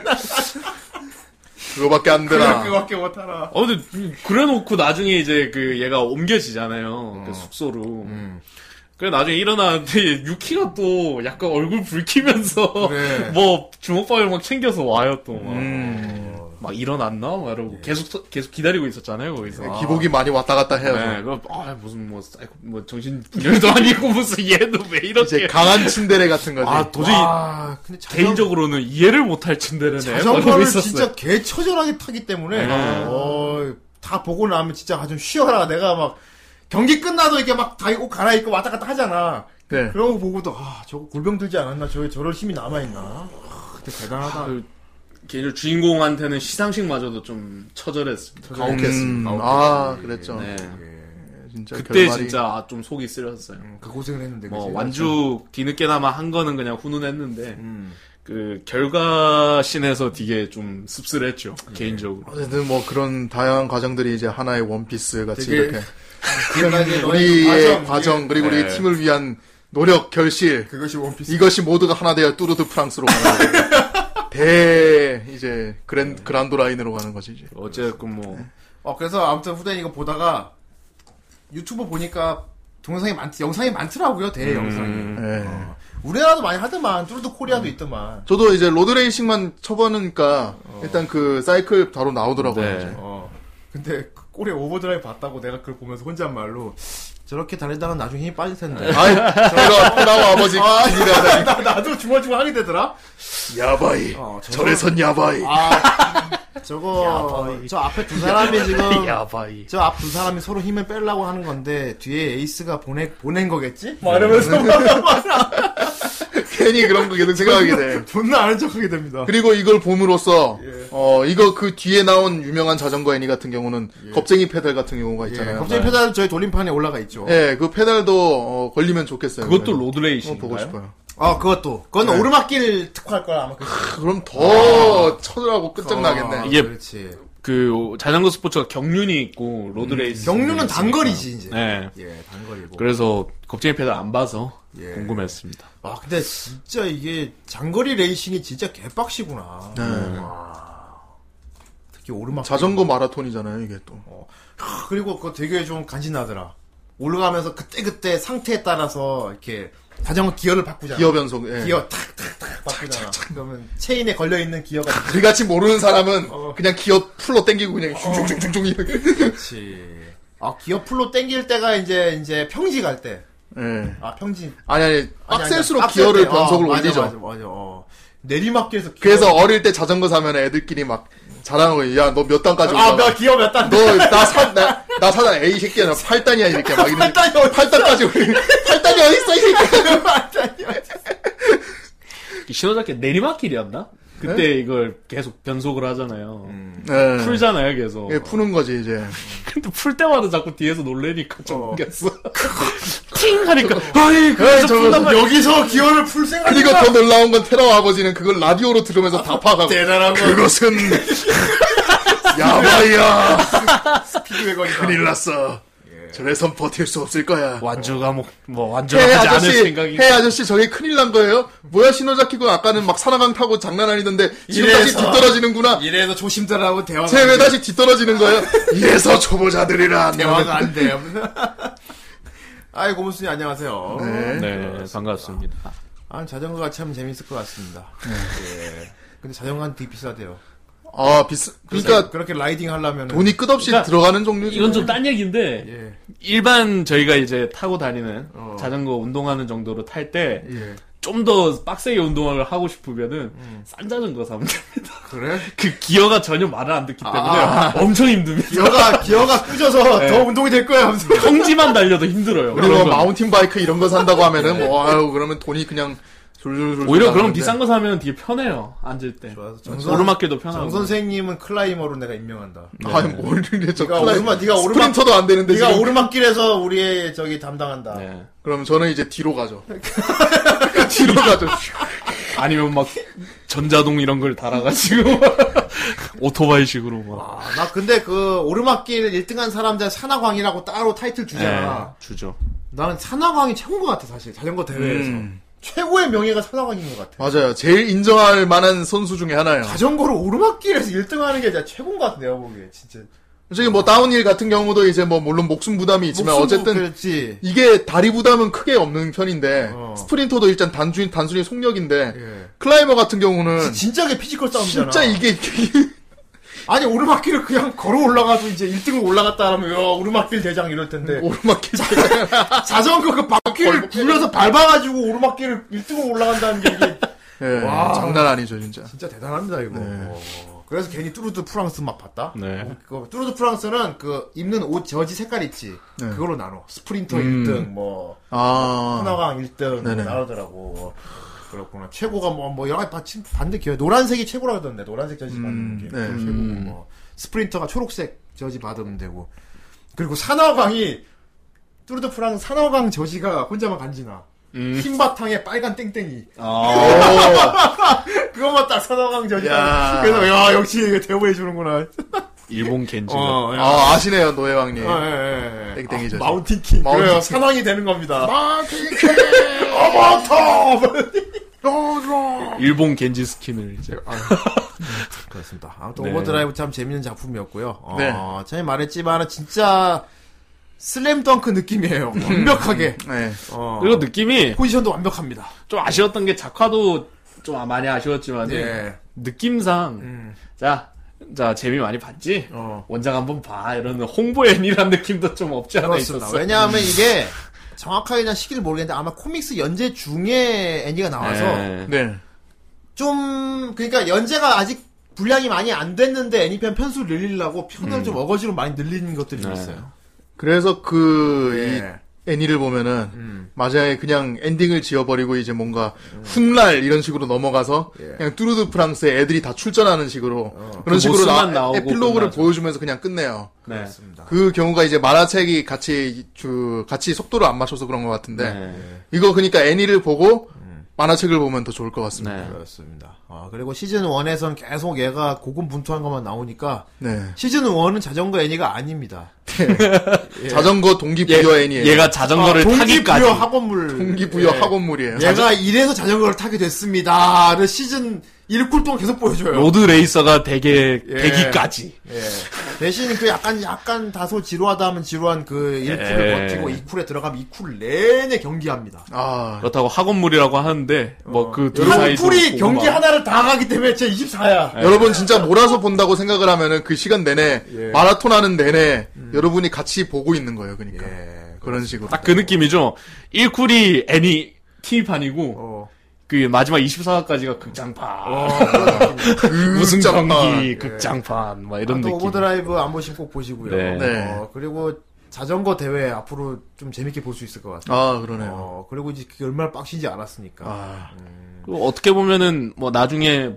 [SPEAKER 2] 그거밖에 안 되나.
[SPEAKER 1] 그거밖에 못하라.
[SPEAKER 3] 어, 근데, 그래놓고 나중에 이제 그 얘가 옮겨지잖아요.
[SPEAKER 1] 어.
[SPEAKER 3] 그 숙소로.
[SPEAKER 1] 음.
[SPEAKER 3] 그래, 나중에 일어나는데, 유키가 또 약간 얼굴 붉히면서,
[SPEAKER 1] 그래.
[SPEAKER 3] 뭐, 주먹밥을 막 챙겨서 와요, 또. 막,
[SPEAKER 2] 음.
[SPEAKER 3] 막 일어났나? 막
[SPEAKER 1] 예.
[SPEAKER 3] 이러고. 계속, 서- 계속 기다리고 있었잖아요, 거기서.
[SPEAKER 1] 네,
[SPEAKER 2] 네, 기복이 많이 왔다 갔다 해요.
[SPEAKER 3] 네, 그, 아, 무슨, 뭐, 사이코- 뭐, 정신분열도 아니고, 무슨 얘도 왜 이렇게.
[SPEAKER 2] 이제 강한 침대레 같은 거지.
[SPEAKER 3] 아, 도저히,
[SPEAKER 1] 와, 근데 자전-
[SPEAKER 3] 개인적으로는 이해를 못할 침대를 내.
[SPEAKER 1] 자전거를 진짜 개 처절하게 타기 때문에 어, 다 보고 나면 진짜 아 좀 쉬어라. 내가 막 경기 끝나도 이렇게 막 다 옷 갈아입고 왔다 갔다 하잖아.
[SPEAKER 2] 네.
[SPEAKER 1] 그러고 보고도 아 저거 굴병 들지 않았나? 저 저럴 힘이 남아 있나? 근데 대단하다.
[SPEAKER 3] 그- 개인적으로 주인공한테는 시상식마저도 좀 처절했습니다.
[SPEAKER 2] 음,
[SPEAKER 1] 가혹했습니다.
[SPEAKER 2] 아, 그랬죠.
[SPEAKER 3] 네.
[SPEAKER 2] 진짜
[SPEAKER 3] 그때
[SPEAKER 2] 결말이-
[SPEAKER 3] 진짜 아, 좀 속이 쓰렸어요.
[SPEAKER 1] 음, 그 고생을 했는데.
[SPEAKER 3] 뭐
[SPEAKER 1] 그치?
[SPEAKER 3] 완주 뒤늦게나마 한 거는 그냥 훈훈했는데
[SPEAKER 1] 음.
[SPEAKER 3] 그 결과 씬에서 되게 좀 씁쓸했죠
[SPEAKER 1] 음.
[SPEAKER 3] 개인적으로.
[SPEAKER 2] 어쨌든 뭐 그런 다양한 과정들이 이제 하나의 원피스 같이
[SPEAKER 1] 되게
[SPEAKER 2] 이렇게
[SPEAKER 1] 그래가지고 그러니까 너의
[SPEAKER 2] 우리의 과정,
[SPEAKER 1] 이게-
[SPEAKER 2] 그리고
[SPEAKER 3] 네.
[SPEAKER 2] 우리 팀을 위한 노력 결실
[SPEAKER 1] 예, 그것이 원피스.
[SPEAKER 2] 이것이 모두가 하나 되어 뚜르드 프랑스로 가는 거죠. 대 이제
[SPEAKER 3] 네.
[SPEAKER 2] 그랜 그란도 라인으로 가는 거지 이제.
[SPEAKER 3] 어쨌건 뭐
[SPEAKER 1] 어, 그래서 아무튼 후대인 이거 보다가 유튜브 보니까 동영상이 많, 영상이 많더라고요, 대
[SPEAKER 3] 아.
[SPEAKER 1] 영상이.
[SPEAKER 2] 예.
[SPEAKER 1] 우리나라도 많이 하더만, 뚜루드 코리아도 있더만.
[SPEAKER 2] 저도 이제 로드레이싱만 쳐보니까 일단 그 사이클 바로 나오더라고요.
[SPEAKER 3] 어. 네.
[SPEAKER 2] 이제.
[SPEAKER 1] 어. 근데 그 꼴에 오버드라이브 봤다고 내가 그걸 보면서 혼잣말로 저렇게 달리다가 나중에 힘이 빠질 텐데.
[SPEAKER 2] 아이, 제가 프라우 아버지 기대하다.
[SPEAKER 1] 나, 나도 중얼중얼 하게 되더라?
[SPEAKER 2] 야바이.
[SPEAKER 1] 어, 저거-
[SPEAKER 2] 절에선 야바이.
[SPEAKER 1] 아, 저거 저 앞에 두 사람이 지금
[SPEAKER 3] 야바이.
[SPEAKER 1] 저 앞 두 사람이 서로 힘을 빼려고 하는 건데 뒤에 에이스가 보내 보낸 거겠지? 막 이러면서 막
[SPEAKER 2] 괜히 그런 거 계속 생각하게 돼.
[SPEAKER 1] 존나 아는 척하게 됩니다.
[SPEAKER 2] 그리고 이걸 봄으로써
[SPEAKER 3] 예.
[SPEAKER 2] 어 이거 그 뒤에 나온 유명한 자전거 애니 같은 경우는
[SPEAKER 3] 예.
[SPEAKER 2] 겁쟁이 페달 같은 경우가
[SPEAKER 1] 예,
[SPEAKER 2] 있잖아요.
[SPEAKER 1] 갑자기 페달은 저희 돌림판에 올라가 있죠.
[SPEAKER 2] 예, 그 페달도 어, 걸리면 좋겠어요.
[SPEAKER 1] 네.
[SPEAKER 3] 그것도
[SPEAKER 2] 그래서. 어,
[SPEAKER 3] 로드레이싱.
[SPEAKER 2] 보고 싶어요.
[SPEAKER 1] 아 그것도 그건
[SPEAKER 2] 네.
[SPEAKER 1] 오르막길 특화할 거야 아마.
[SPEAKER 2] 그럼 더 쳐들하고
[SPEAKER 1] 아,
[SPEAKER 2] 끝장나겠네.
[SPEAKER 3] 이게
[SPEAKER 1] 그렇지.
[SPEAKER 3] 그 자전거 스포츠가 경륜이 있고 로드레이스.
[SPEAKER 1] 음, 경륜은 단거리지 이제.
[SPEAKER 3] 네.
[SPEAKER 1] 예, 단거리고.
[SPEAKER 3] 그래서 겁쟁이 패드 안 봐서
[SPEAKER 1] 예.
[SPEAKER 3] 궁금했습니다.
[SPEAKER 1] 아 근데 진짜 이게 장거리 레이싱이 진짜 개빡시구나.
[SPEAKER 2] 네.
[SPEAKER 1] 와. 특히 오르막.
[SPEAKER 2] 자전거 마라톤이잖아요, 이게 또.
[SPEAKER 1] 아, 그리고 그거 되게 좀 간지나더라. 올라가면서 그때 그때 상태에 따라서 이렇게 자전거 기어를 바꾸잖아.
[SPEAKER 2] 기어 변속. 예.
[SPEAKER 1] 기어 탁탁탁 바꾸잖아. 그러면 체인에 걸려 있는 기어가
[SPEAKER 2] 우리같이 모르는 사람은 그냥 기어 풀로 땡기고 그냥 슝슝슝슝 이렇게.
[SPEAKER 1] 그렇지. 아 기어 풀로 당길 때가 이제 이제 평지 갈 때.
[SPEAKER 2] 예.
[SPEAKER 1] 아 평지.
[SPEAKER 2] 아니 아니
[SPEAKER 1] 아니,
[SPEAKER 2] 빡셀수록
[SPEAKER 1] 아니, 앞셀
[SPEAKER 2] 기어를
[SPEAKER 1] 때.
[SPEAKER 2] 변속을
[SPEAKER 1] 어, 맞아,
[SPEAKER 2] 올리죠.
[SPEAKER 1] 맞아 맞아. 어. 내리막길에서 기어.
[SPEAKER 2] 그래서 어릴 때 자전거 사면 애들끼리 막 자랑하고 야 너 몇 단까지 올라가?
[SPEAKER 1] 아몇 기어 몇
[SPEAKER 2] 네.
[SPEAKER 1] 단.
[SPEAKER 2] 너나 사, 나, 나 사단 A 새끼야, 나 8단이야, 이렇게 막 이러는.
[SPEAKER 1] 팔단이 어디
[SPEAKER 2] 8단까지 우리, 8단이 어딨어, 이 새끼야.
[SPEAKER 3] 그 신호자께 내리막길이었나? 그때
[SPEAKER 1] 네?
[SPEAKER 3] 이걸 계속 변속을 하잖아요.
[SPEAKER 1] 음.
[SPEAKER 2] 네.
[SPEAKER 3] 풀잖아요, 계속.
[SPEAKER 2] 예, 푸는 거지, 이제. 예,
[SPEAKER 3] 근데 풀 때마다 자꾸 뒤에서 놀래니까 좀
[SPEAKER 1] 어.
[SPEAKER 3] 웃겼어. 팅! 하니까, 아니, 그래서
[SPEAKER 2] 저거
[SPEAKER 3] 푼단 말이야.
[SPEAKER 1] 여기서 기어를 풀 생각이
[SPEAKER 2] 그리고 더 놀라운 건 테러 아버지는 그걸 라디오로 들으면서 다 파가고.
[SPEAKER 1] 대단한 거
[SPEAKER 2] 그것은, 야바이야.
[SPEAKER 1] 피드백거리다.
[SPEAKER 2] 큰일 났어. 저래선 버틸 수 없을 거야.
[SPEAKER 3] 완주가 뭐, 뭐
[SPEAKER 2] 해
[SPEAKER 3] 예. 완전하지 않을
[SPEAKER 2] 네, 아저씨,
[SPEAKER 3] 생각이.
[SPEAKER 2] 해 아저씨, 저게 큰일 난 거예요? 뭐야, 신호자키고 아까는 막 산화강 타고 장난 아니던데, 지금 다시
[SPEAKER 1] 이래서.
[SPEAKER 2] 뒤떨어지는구나.
[SPEAKER 1] 이래서 조심들하고 대화가
[SPEAKER 2] 쟤 왜 다시 뒤떨어지는 거예요? 이래서 초보자들이라.
[SPEAKER 1] 대화가 안 돼요. 아이 고문수님 안녕하세요.
[SPEAKER 2] 네.
[SPEAKER 3] 네, 반갑습니다.
[SPEAKER 1] 아 자전거가 참 재밌을 것 같습니다. 예. 근데 자전거는 되게 비싸대요.
[SPEAKER 2] 아, 비싸. 네. 그러니까
[SPEAKER 1] 그렇게 라이딩 하려면
[SPEAKER 2] 돈이 끝없이
[SPEAKER 3] 그러니까
[SPEAKER 2] 들어가는 종류죠.
[SPEAKER 3] 이건 좀 딴 얘기인데,
[SPEAKER 1] 예.
[SPEAKER 3] 일반 저희가 이제 타고 다니는
[SPEAKER 1] 어.
[SPEAKER 3] 자전거 운동하는 정도로 탈 때 좀 더
[SPEAKER 1] 예.
[SPEAKER 3] 빡세게 운동을 하고 싶으면은 싼 자전거 사면 됩니다.
[SPEAKER 1] 그래?
[SPEAKER 3] 그 기어가 전혀 말을 안 듣기 때문에
[SPEAKER 1] 아.
[SPEAKER 3] 엄청 힘듭니다.
[SPEAKER 1] 기어가 기어가 끄져서
[SPEAKER 3] 예.
[SPEAKER 1] 더 운동이 될 거야. 하면서.
[SPEAKER 3] 평지만 달려도 힘들어요.
[SPEAKER 2] 우리 뭐
[SPEAKER 3] 그런 건.
[SPEAKER 2] 마운틴 바이크 이런 거 산다고 하면은 뭐 아유 그러면 돈이 그냥 줄줄줄
[SPEAKER 3] 오히려 그런 비싼 거 사면 되게 편해요. 앉을 때.
[SPEAKER 1] 좋아서 정선-
[SPEAKER 3] 오르막길도 편하고.
[SPEAKER 1] 정 선생님은 클라이머로 내가 임명한다.
[SPEAKER 2] 아니 뭘 이래 저
[SPEAKER 1] 네가
[SPEAKER 2] 클라이-
[SPEAKER 1] 오르막- 네가 오르막-
[SPEAKER 2] 스프린터도 안 되는데
[SPEAKER 1] 네가
[SPEAKER 2] 지금. 그-
[SPEAKER 1] 오르막길에서 우리의 저기 담당한다.
[SPEAKER 3] 네.
[SPEAKER 2] 그럼 저는 이제 뒤로 가죠. 뒤로 가죠.
[SPEAKER 3] 아니면 막 전자동 이런 걸 달아가지고 오토바이식으로 막
[SPEAKER 1] 아, 나 근데 그 오르막길 1등한 사람들 산하광이라고 따로 타이틀 주잖아.
[SPEAKER 3] 네, 주죠.
[SPEAKER 1] 나는 산하광이 최고인 것 같아 사실 자전거 대회에서
[SPEAKER 2] 음.
[SPEAKER 1] 최고의 명예가 산하광인 것 같아.
[SPEAKER 2] 맞아요. 제일 인정할 만한 선수 중에 하나예요.
[SPEAKER 1] 자전거로 오르막길에서 1등하는 게 진짜 최고인 것 같아 내가 보기에 진짜.
[SPEAKER 2] 솔직히 뭐 다운힐 같은 경우도 이제 뭐 물론 목숨 부담이 있지만
[SPEAKER 1] 목숨도
[SPEAKER 2] 어쨌든
[SPEAKER 1] 그랬지.
[SPEAKER 2] 이게 다리 부담은 크게 없는 편인데
[SPEAKER 1] 어.
[SPEAKER 2] 스프린터도 일단 단순히 단순히 속력인데
[SPEAKER 1] 예.
[SPEAKER 2] 클라이머 같은 경우는
[SPEAKER 1] 진작에 피지컬 싸움이잖아.
[SPEAKER 2] 음. 진짜 이게
[SPEAKER 1] 아니 오르막길을 그냥 걸어 올라가도 이제 1등으로 올라갔다 하면 야 오르막길 대장 이럴 텐데
[SPEAKER 2] 음, 오르막길 어, 뭐,
[SPEAKER 1] 자전거 그 바퀴를 굴려서 밟아가지고 오르막길을 1등으로 올라간다는 게 이게
[SPEAKER 2] 예,
[SPEAKER 1] 와.
[SPEAKER 2] 장난 아니죠,
[SPEAKER 3] 네.
[SPEAKER 2] 진짜.
[SPEAKER 1] 진짜 대단합니다 이거. 그래서 괜히 뚜르드 프랑스 맛 봤다.
[SPEAKER 3] 네.
[SPEAKER 1] 그 뚜르드 프랑스는 그 입는 옷 저지 색깔 있지.
[SPEAKER 2] 네.
[SPEAKER 1] 그걸로 나눠. 스프린터
[SPEAKER 3] 음.
[SPEAKER 1] 1등, 뭐
[SPEAKER 2] 아.
[SPEAKER 1] 하나강 1등
[SPEAKER 2] 네네.
[SPEAKER 1] 나오더라고. 그렇구나. 최고가 뭐 뭐 여러 가지 받침- 반대 기회. 노란색이 최고라 그러던데. 노란색 저지 받는 게
[SPEAKER 2] 네.
[SPEAKER 1] 최고고 뭐 스프린터가 초록색 저지 받으면 되고. 그리고 산하강이 뚜르드 프랑스 산하강 저지가 혼자만 간지나.
[SPEAKER 3] 음.
[SPEAKER 1] 흰 바탕에 빨간 땡땡이.
[SPEAKER 3] 아,
[SPEAKER 1] 그것만 딱 산하강 저지.
[SPEAKER 2] 야.
[SPEAKER 1] 그래서 야 역시 이거 대우해 주는구나.
[SPEAKER 3] 일본 겐지가
[SPEAKER 1] 어, 야.
[SPEAKER 2] 아, 아시네요, 노예왕님.
[SPEAKER 3] 어,
[SPEAKER 1] 아, 예, 예, 예.
[SPEAKER 2] 땡땡이죠.
[SPEAKER 1] 마운틴킹.
[SPEAKER 2] 마운틴
[SPEAKER 1] 그래요.
[SPEAKER 2] 킹.
[SPEAKER 1] 산왕이 되는 겁니다. 아,
[SPEAKER 2] 마틴
[SPEAKER 1] 마운터!
[SPEAKER 3] 일본 겐지 스킨을 이제
[SPEAKER 1] 그렇습니다. 아무튼
[SPEAKER 3] 네.
[SPEAKER 1] 오버드라이브 참 재밌는 작품이었고요. 어,
[SPEAKER 2] 네.
[SPEAKER 1] 전에 말했지만 진짜 슬램덩크 느낌이에요. 완벽하게.
[SPEAKER 3] 예.
[SPEAKER 2] 네.
[SPEAKER 1] 어,
[SPEAKER 3] 그리고 느낌이
[SPEAKER 1] 포지션도 완벽합니다.
[SPEAKER 3] 좀 아쉬웠던 게 작화도 좀 많이 아쉬웠지만
[SPEAKER 1] 예.
[SPEAKER 3] 느낌상
[SPEAKER 1] 음.
[SPEAKER 3] 자, 자 재미 많이 봤지?
[SPEAKER 1] 어.
[SPEAKER 3] 원작 한번 봐 이런 홍보 애니란 느낌도 좀 없지 않아
[SPEAKER 1] 그렇습니다.
[SPEAKER 3] 있었어.
[SPEAKER 1] 왜냐하면 이게 정확하게 난 시기를 모르겠는데 아마 코믹스 연재 중에 애니가 나와서
[SPEAKER 3] 네.
[SPEAKER 2] 네.
[SPEAKER 1] 좀 그러니까 연재가 아직 분량이 많이 안 됐는데 애니편 편수를 늘리려고 편을 좀 어거지로 많이 늘리는 것들이 좀
[SPEAKER 3] 네.
[SPEAKER 1] 있어요.
[SPEAKER 2] 그래서 그,
[SPEAKER 1] 예.
[SPEAKER 2] 이 애니를 보면은,
[SPEAKER 1] 음.
[SPEAKER 2] 마지막에 그냥 엔딩을 지어버리고 이제 뭔가 훗날 이런 식으로 넘어가서
[SPEAKER 1] 예. 어.
[SPEAKER 2] 그냥 뚜르드 프랑스에 애들이 다 출전하는 식으로 그런
[SPEAKER 3] 그
[SPEAKER 2] 식으로
[SPEAKER 3] 모습만
[SPEAKER 2] 나,
[SPEAKER 3] 나오고
[SPEAKER 2] 에필로그를
[SPEAKER 3] 끝나죠.
[SPEAKER 2] 보여주면서 그냥 끝내요.
[SPEAKER 3] 네.
[SPEAKER 1] 그렇습니다.
[SPEAKER 2] 그 경우가 이제 만화책이 같이 그 같이 속도를 안 맞춰서 그런 것 같은데
[SPEAKER 3] 네.
[SPEAKER 2] 이거 그러니까 애니를 보고
[SPEAKER 1] 음.
[SPEAKER 2] 만화책을 보면 더 좋을 것 같습니다.
[SPEAKER 3] 네.
[SPEAKER 1] 그렇습니다. 아, 그리고 시즌 1에선 계속 얘가 고군분투한 것만 나오니까
[SPEAKER 2] 네.
[SPEAKER 1] 시즌 1은 자전거 애니가 아닙니다.
[SPEAKER 2] 자전거 동기부여 애니예요.
[SPEAKER 3] 예. 얘가 자전거를
[SPEAKER 1] 아,
[SPEAKER 3] 타기까지.
[SPEAKER 1] 동기부여 학원물.
[SPEAKER 2] 동기부여
[SPEAKER 1] 예.
[SPEAKER 2] 학원물이에요.
[SPEAKER 1] 얘가 이래서 자전거를 타게 됐습니다를 시즌 1쿨 동안 계속 보여줘요.
[SPEAKER 3] 로드 레이서가 되게
[SPEAKER 1] 예.
[SPEAKER 3] 되기까지.
[SPEAKER 1] 예. 대신 그 약간 약간 다소 지루하다 하면 지루한 그 1쿨을
[SPEAKER 3] 예.
[SPEAKER 1] 버티고 2쿨에 들어가면 2쿨 내내 경기합니다.
[SPEAKER 2] 아
[SPEAKER 3] 그렇다고 학원물이라고 하는데 뭐 그 둘
[SPEAKER 1] 어. 여러분
[SPEAKER 3] 사이도
[SPEAKER 1] 쿨이
[SPEAKER 3] 없고
[SPEAKER 1] 경기
[SPEAKER 3] 막-
[SPEAKER 1] 하나를 다 가기 때문에 제 24야.
[SPEAKER 2] 여러분 진짜 몰아서 본다고 생각을 하면은 그 시간 내내 마라톤 하는 내내 여러분이 같이 보고 있는 거예요. 그러니까 그런 식으로.
[SPEAKER 3] 딱 그 느낌이죠. 1쿨이 애니 TV판이고
[SPEAKER 1] 어.
[SPEAKER 3] 그 마지막 24화까지가 극장판.
[SPEAKER 2] 그
[SPEAKER 3] 무슨
[SPEAKER 2] 극장판.
[SPEAKER 3] 경기 극장판 막 이런
[SPEAKER 1] 예. 또
[SPEAKER 3] 느낌.
[SPEAKER 1] 오버드라이브 안 보시면 꼭 보시고요.
[SPEAKER 3] 네.
[SPEAKER 2] 네.
[SPEAKER 1] 어, 그리고 자전거 대회 앞으로 좀 재밌게 볼 수 있을 것 같아요.
[SPEAKER 2] 아 그러네요.
[SPEAKER 1] 어, 그리고 이제 그게 얼마나 빡신지 알았으니까.
[SPEAKER 2] 아.
[SPEAKER 3] 그리고 어떻게 보면은 뭐 나중에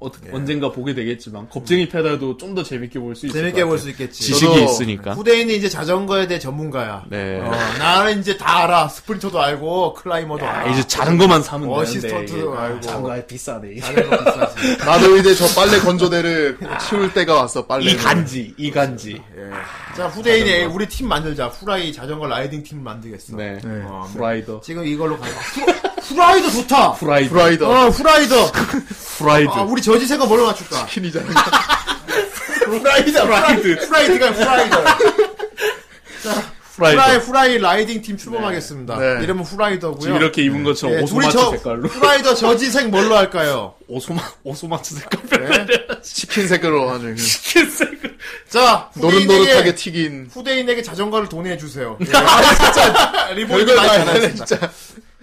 [SPEAKER 3] 어,
[SPEAKER 1] 예.
[SPEAKER 3] 언젠가 보게 되겠지만 겁쟁이 페달도 좀 더 재밌게 볼 수 있을 것
[SPEAKER 1] 재밌게
[SPEAKER 3] 같아요.
[SPEAKER 1] 볼 수 있겠지.
[SPEAKER 3] 지식이
[SPEAKER 2] 저도
[SPEAKER 3] 있으니까.
[SPEAKER 1] 후대인이 이제 자전거에 대해 전문가야.
[SPEAKER 3] 네.
[SPEAKER 1] 어, 나는 이제 다 알아. 스프린터도 알고 클라이머도
[SPEAKER 3] 야,
[SPEAKER 1] 알아.
[SPEAKER 3] 이제 자전거만 사면
[SPEAKER 1] 어,
[SPEAKER 3] 되는데.
[SPEAKER 1] 어시스턴트도
[SPEAKER 3] 이게
[SPEAKER 1] 알고. 아,
[SPEAKER 3] 자전거가 비싸네. 이게.
[SPEAKER 1] 자전거 비싸지.
[SPEAKER 2] 나도 이제 저 빨래 건조대를 치울 때가 왔어.
[SPEAKER 1] 네,
[SPEAKER 2] 빨래.
[SPEAKER 3] 이 간지, 이 간지.
[SPEAKER 1] 예. 자 후대인이 우리 팀 만들자. 후라이 자전거 라이딩 팀 만들겠어.
[SPEAKER 3] 네.
[SPEAKER 1] 어,
[SPEAKER 3] 프라이더.
[SPEAKER 1] 지금 이걸로 가자. 후- 후라이더 좋다.
[SPEAKER 3] 프라이더.
[SPEAKER 2] 프라이더.
[SPEAKER 1] 어, 후라이더.
[SPEAKER 3] 프라이드.
[SPEAKER 1] 아, 우리 저지세가 뭘로 맞출까?
[SPEAKER 2] 스킨이잖아.
[SPEAKER 1] 후라이더.
[SPEAKER 3] 프라이드.
[SPEAKER 1] 후라이드가 후라이더.
[SPEAKER 3] 프라이더.
[SPEAKER 1] 후라이 후라이 라이딩 팀 출범하겠습니다.
[SPEAKER 2] 네.
[SPEAKER 1] 이름은 후라이더고요.
[SPEAKER 3] 지금 이렇게 입은 것처럼
[SPEAKER 1] 예, 둘이
[SPEAKER 3] 오소마츠
[SPEAKER 1] 저
[SPEAKER 3] 색깔로.
[SPEAKER 1] 후라이더 저지생 뭘로 할까요?
[SPEAKER 3] 오소마, 오소마츠 색깔.
[SPEAKER 2] 치킨 색깔로 아주 그냥
[SPEAKER 3] 치킨 색깔.
[SPEAKER 1] 자, 후대인에게
[SPEAKER 2] 노릇노릇하게 튀긴.
[SPEAKER 1] 후대인에게 자전거를 돈해 주세요. 예. 아니, 진짜 리본이
[SPEAKER 2] 별걸 다
[SPEAKER 1] 많이
[SPEAKER 2] 했네
[SPEAKER 1] 달라진다.
[SPEAKER 2] 진짜.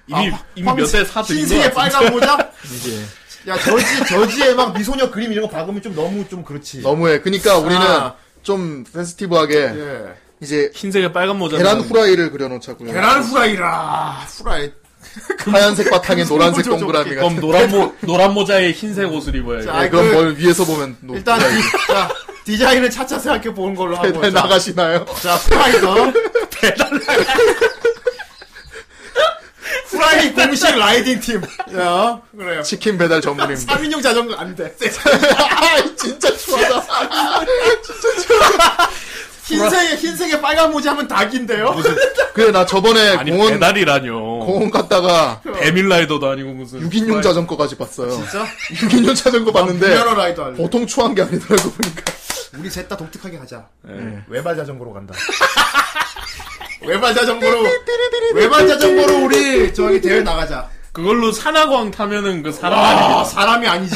[SPEAKER 3] 이미,
[SPEAKER 1] 아,
[SPEAKER 3] 이미 몇 대 사드린 것
[SPEAKER 1] 신세계
[SPEAKER 3] 같은데.
[SPEAKER 1] 빨간 모자? 야, 저지 저지에 막 미소녀 그림 이런 거 박으면 좀 너무 좀 그렇지.
[SPEAKER 2] 너무해. 그러니까 우리는
[SPEAKER 1] 아.
[SPEAKER 2] 좀 페스티브하게
[SPEAKER 1] 예.
[SPEAKER 2] 이제
[SPEAKER 3] 흰색에 빨간 모자.
[SPEAKER 2] 계란 후라이를 그려놓자고요.
[SPEAKER 1] 계란 후라이라. 후라이.
[SPEAKER 2] 하얀색 바탕에 노란색
[SPEAKER 1] 금속
[SPEAKER 2] 동그라미가.
[SPEAKER 3] 그럼 노란 모, 노란 모자에 흰색 옷을 입어야
[SPEAKER 1] 자,
[SPEAKER 3] 돼.
[SPEAKER 2] 예, 그럼
[SPEAKER 1] 그-
[SPEAKER 2] 뭘 위에서 보면 노,
[SPEAKER 1] 일단 디, 자, 디자인을 차차 생각해 보는 걸로 하고
[SPEAKER 2] 배달
[SPEAKER 1] 자,
[SPEAKER 2] 나가시나요?
[SPEAKER 1] 자 후라이더 후라이 공식 라이딩 팀. 야 그래요.
[SPEAKER 2] 치킨 배달 전문입니다.
[SPEAKER 1] 3인용 자전거 안 돼.
[SPEAKER 2] 아, 진짜 추하다.
[SPEAKER 1] 흰색에 흰색에 빨간 모자 하면 닭인데요.
[SPEAKER 2] 그래 나 저번에
[SPEAKER 3] 아니,
[SPEAKER 2] 공원
[SPEAKER 3] 배달이라뇨.
[SPEAKER 2] 공원 갔다가
[SPEAKER 3] 어, 배밀라이더도 아니고 무슨.
[SPEAKER 2] 6인용 자전거까지 봤어요.
[SPEAKER 1] 진짜?
[SPEAKER 2] 6인용 자전거 봤는데
[SPEAKER 1] 미아노 라이더 할래.
[SPEAKER 2] 보통 추한 게 아니더라고 보니까.
[SPEAKER 1] 우리 셋 다 독특하게 가자.
[SPEAKER 3] 네.
[SPEAKER 1] 외발 자전거로 간다. 외발 자전거로 외발 자전거로 우리 저기 대회 나가자.
[SPEAKER 3] 그걸로 산악왕 타면은 그 사람
[SPEAKER 1] 아
[SPEAKER 3] 아니겠어.
[SPEAKER 1] 사람이 아니지.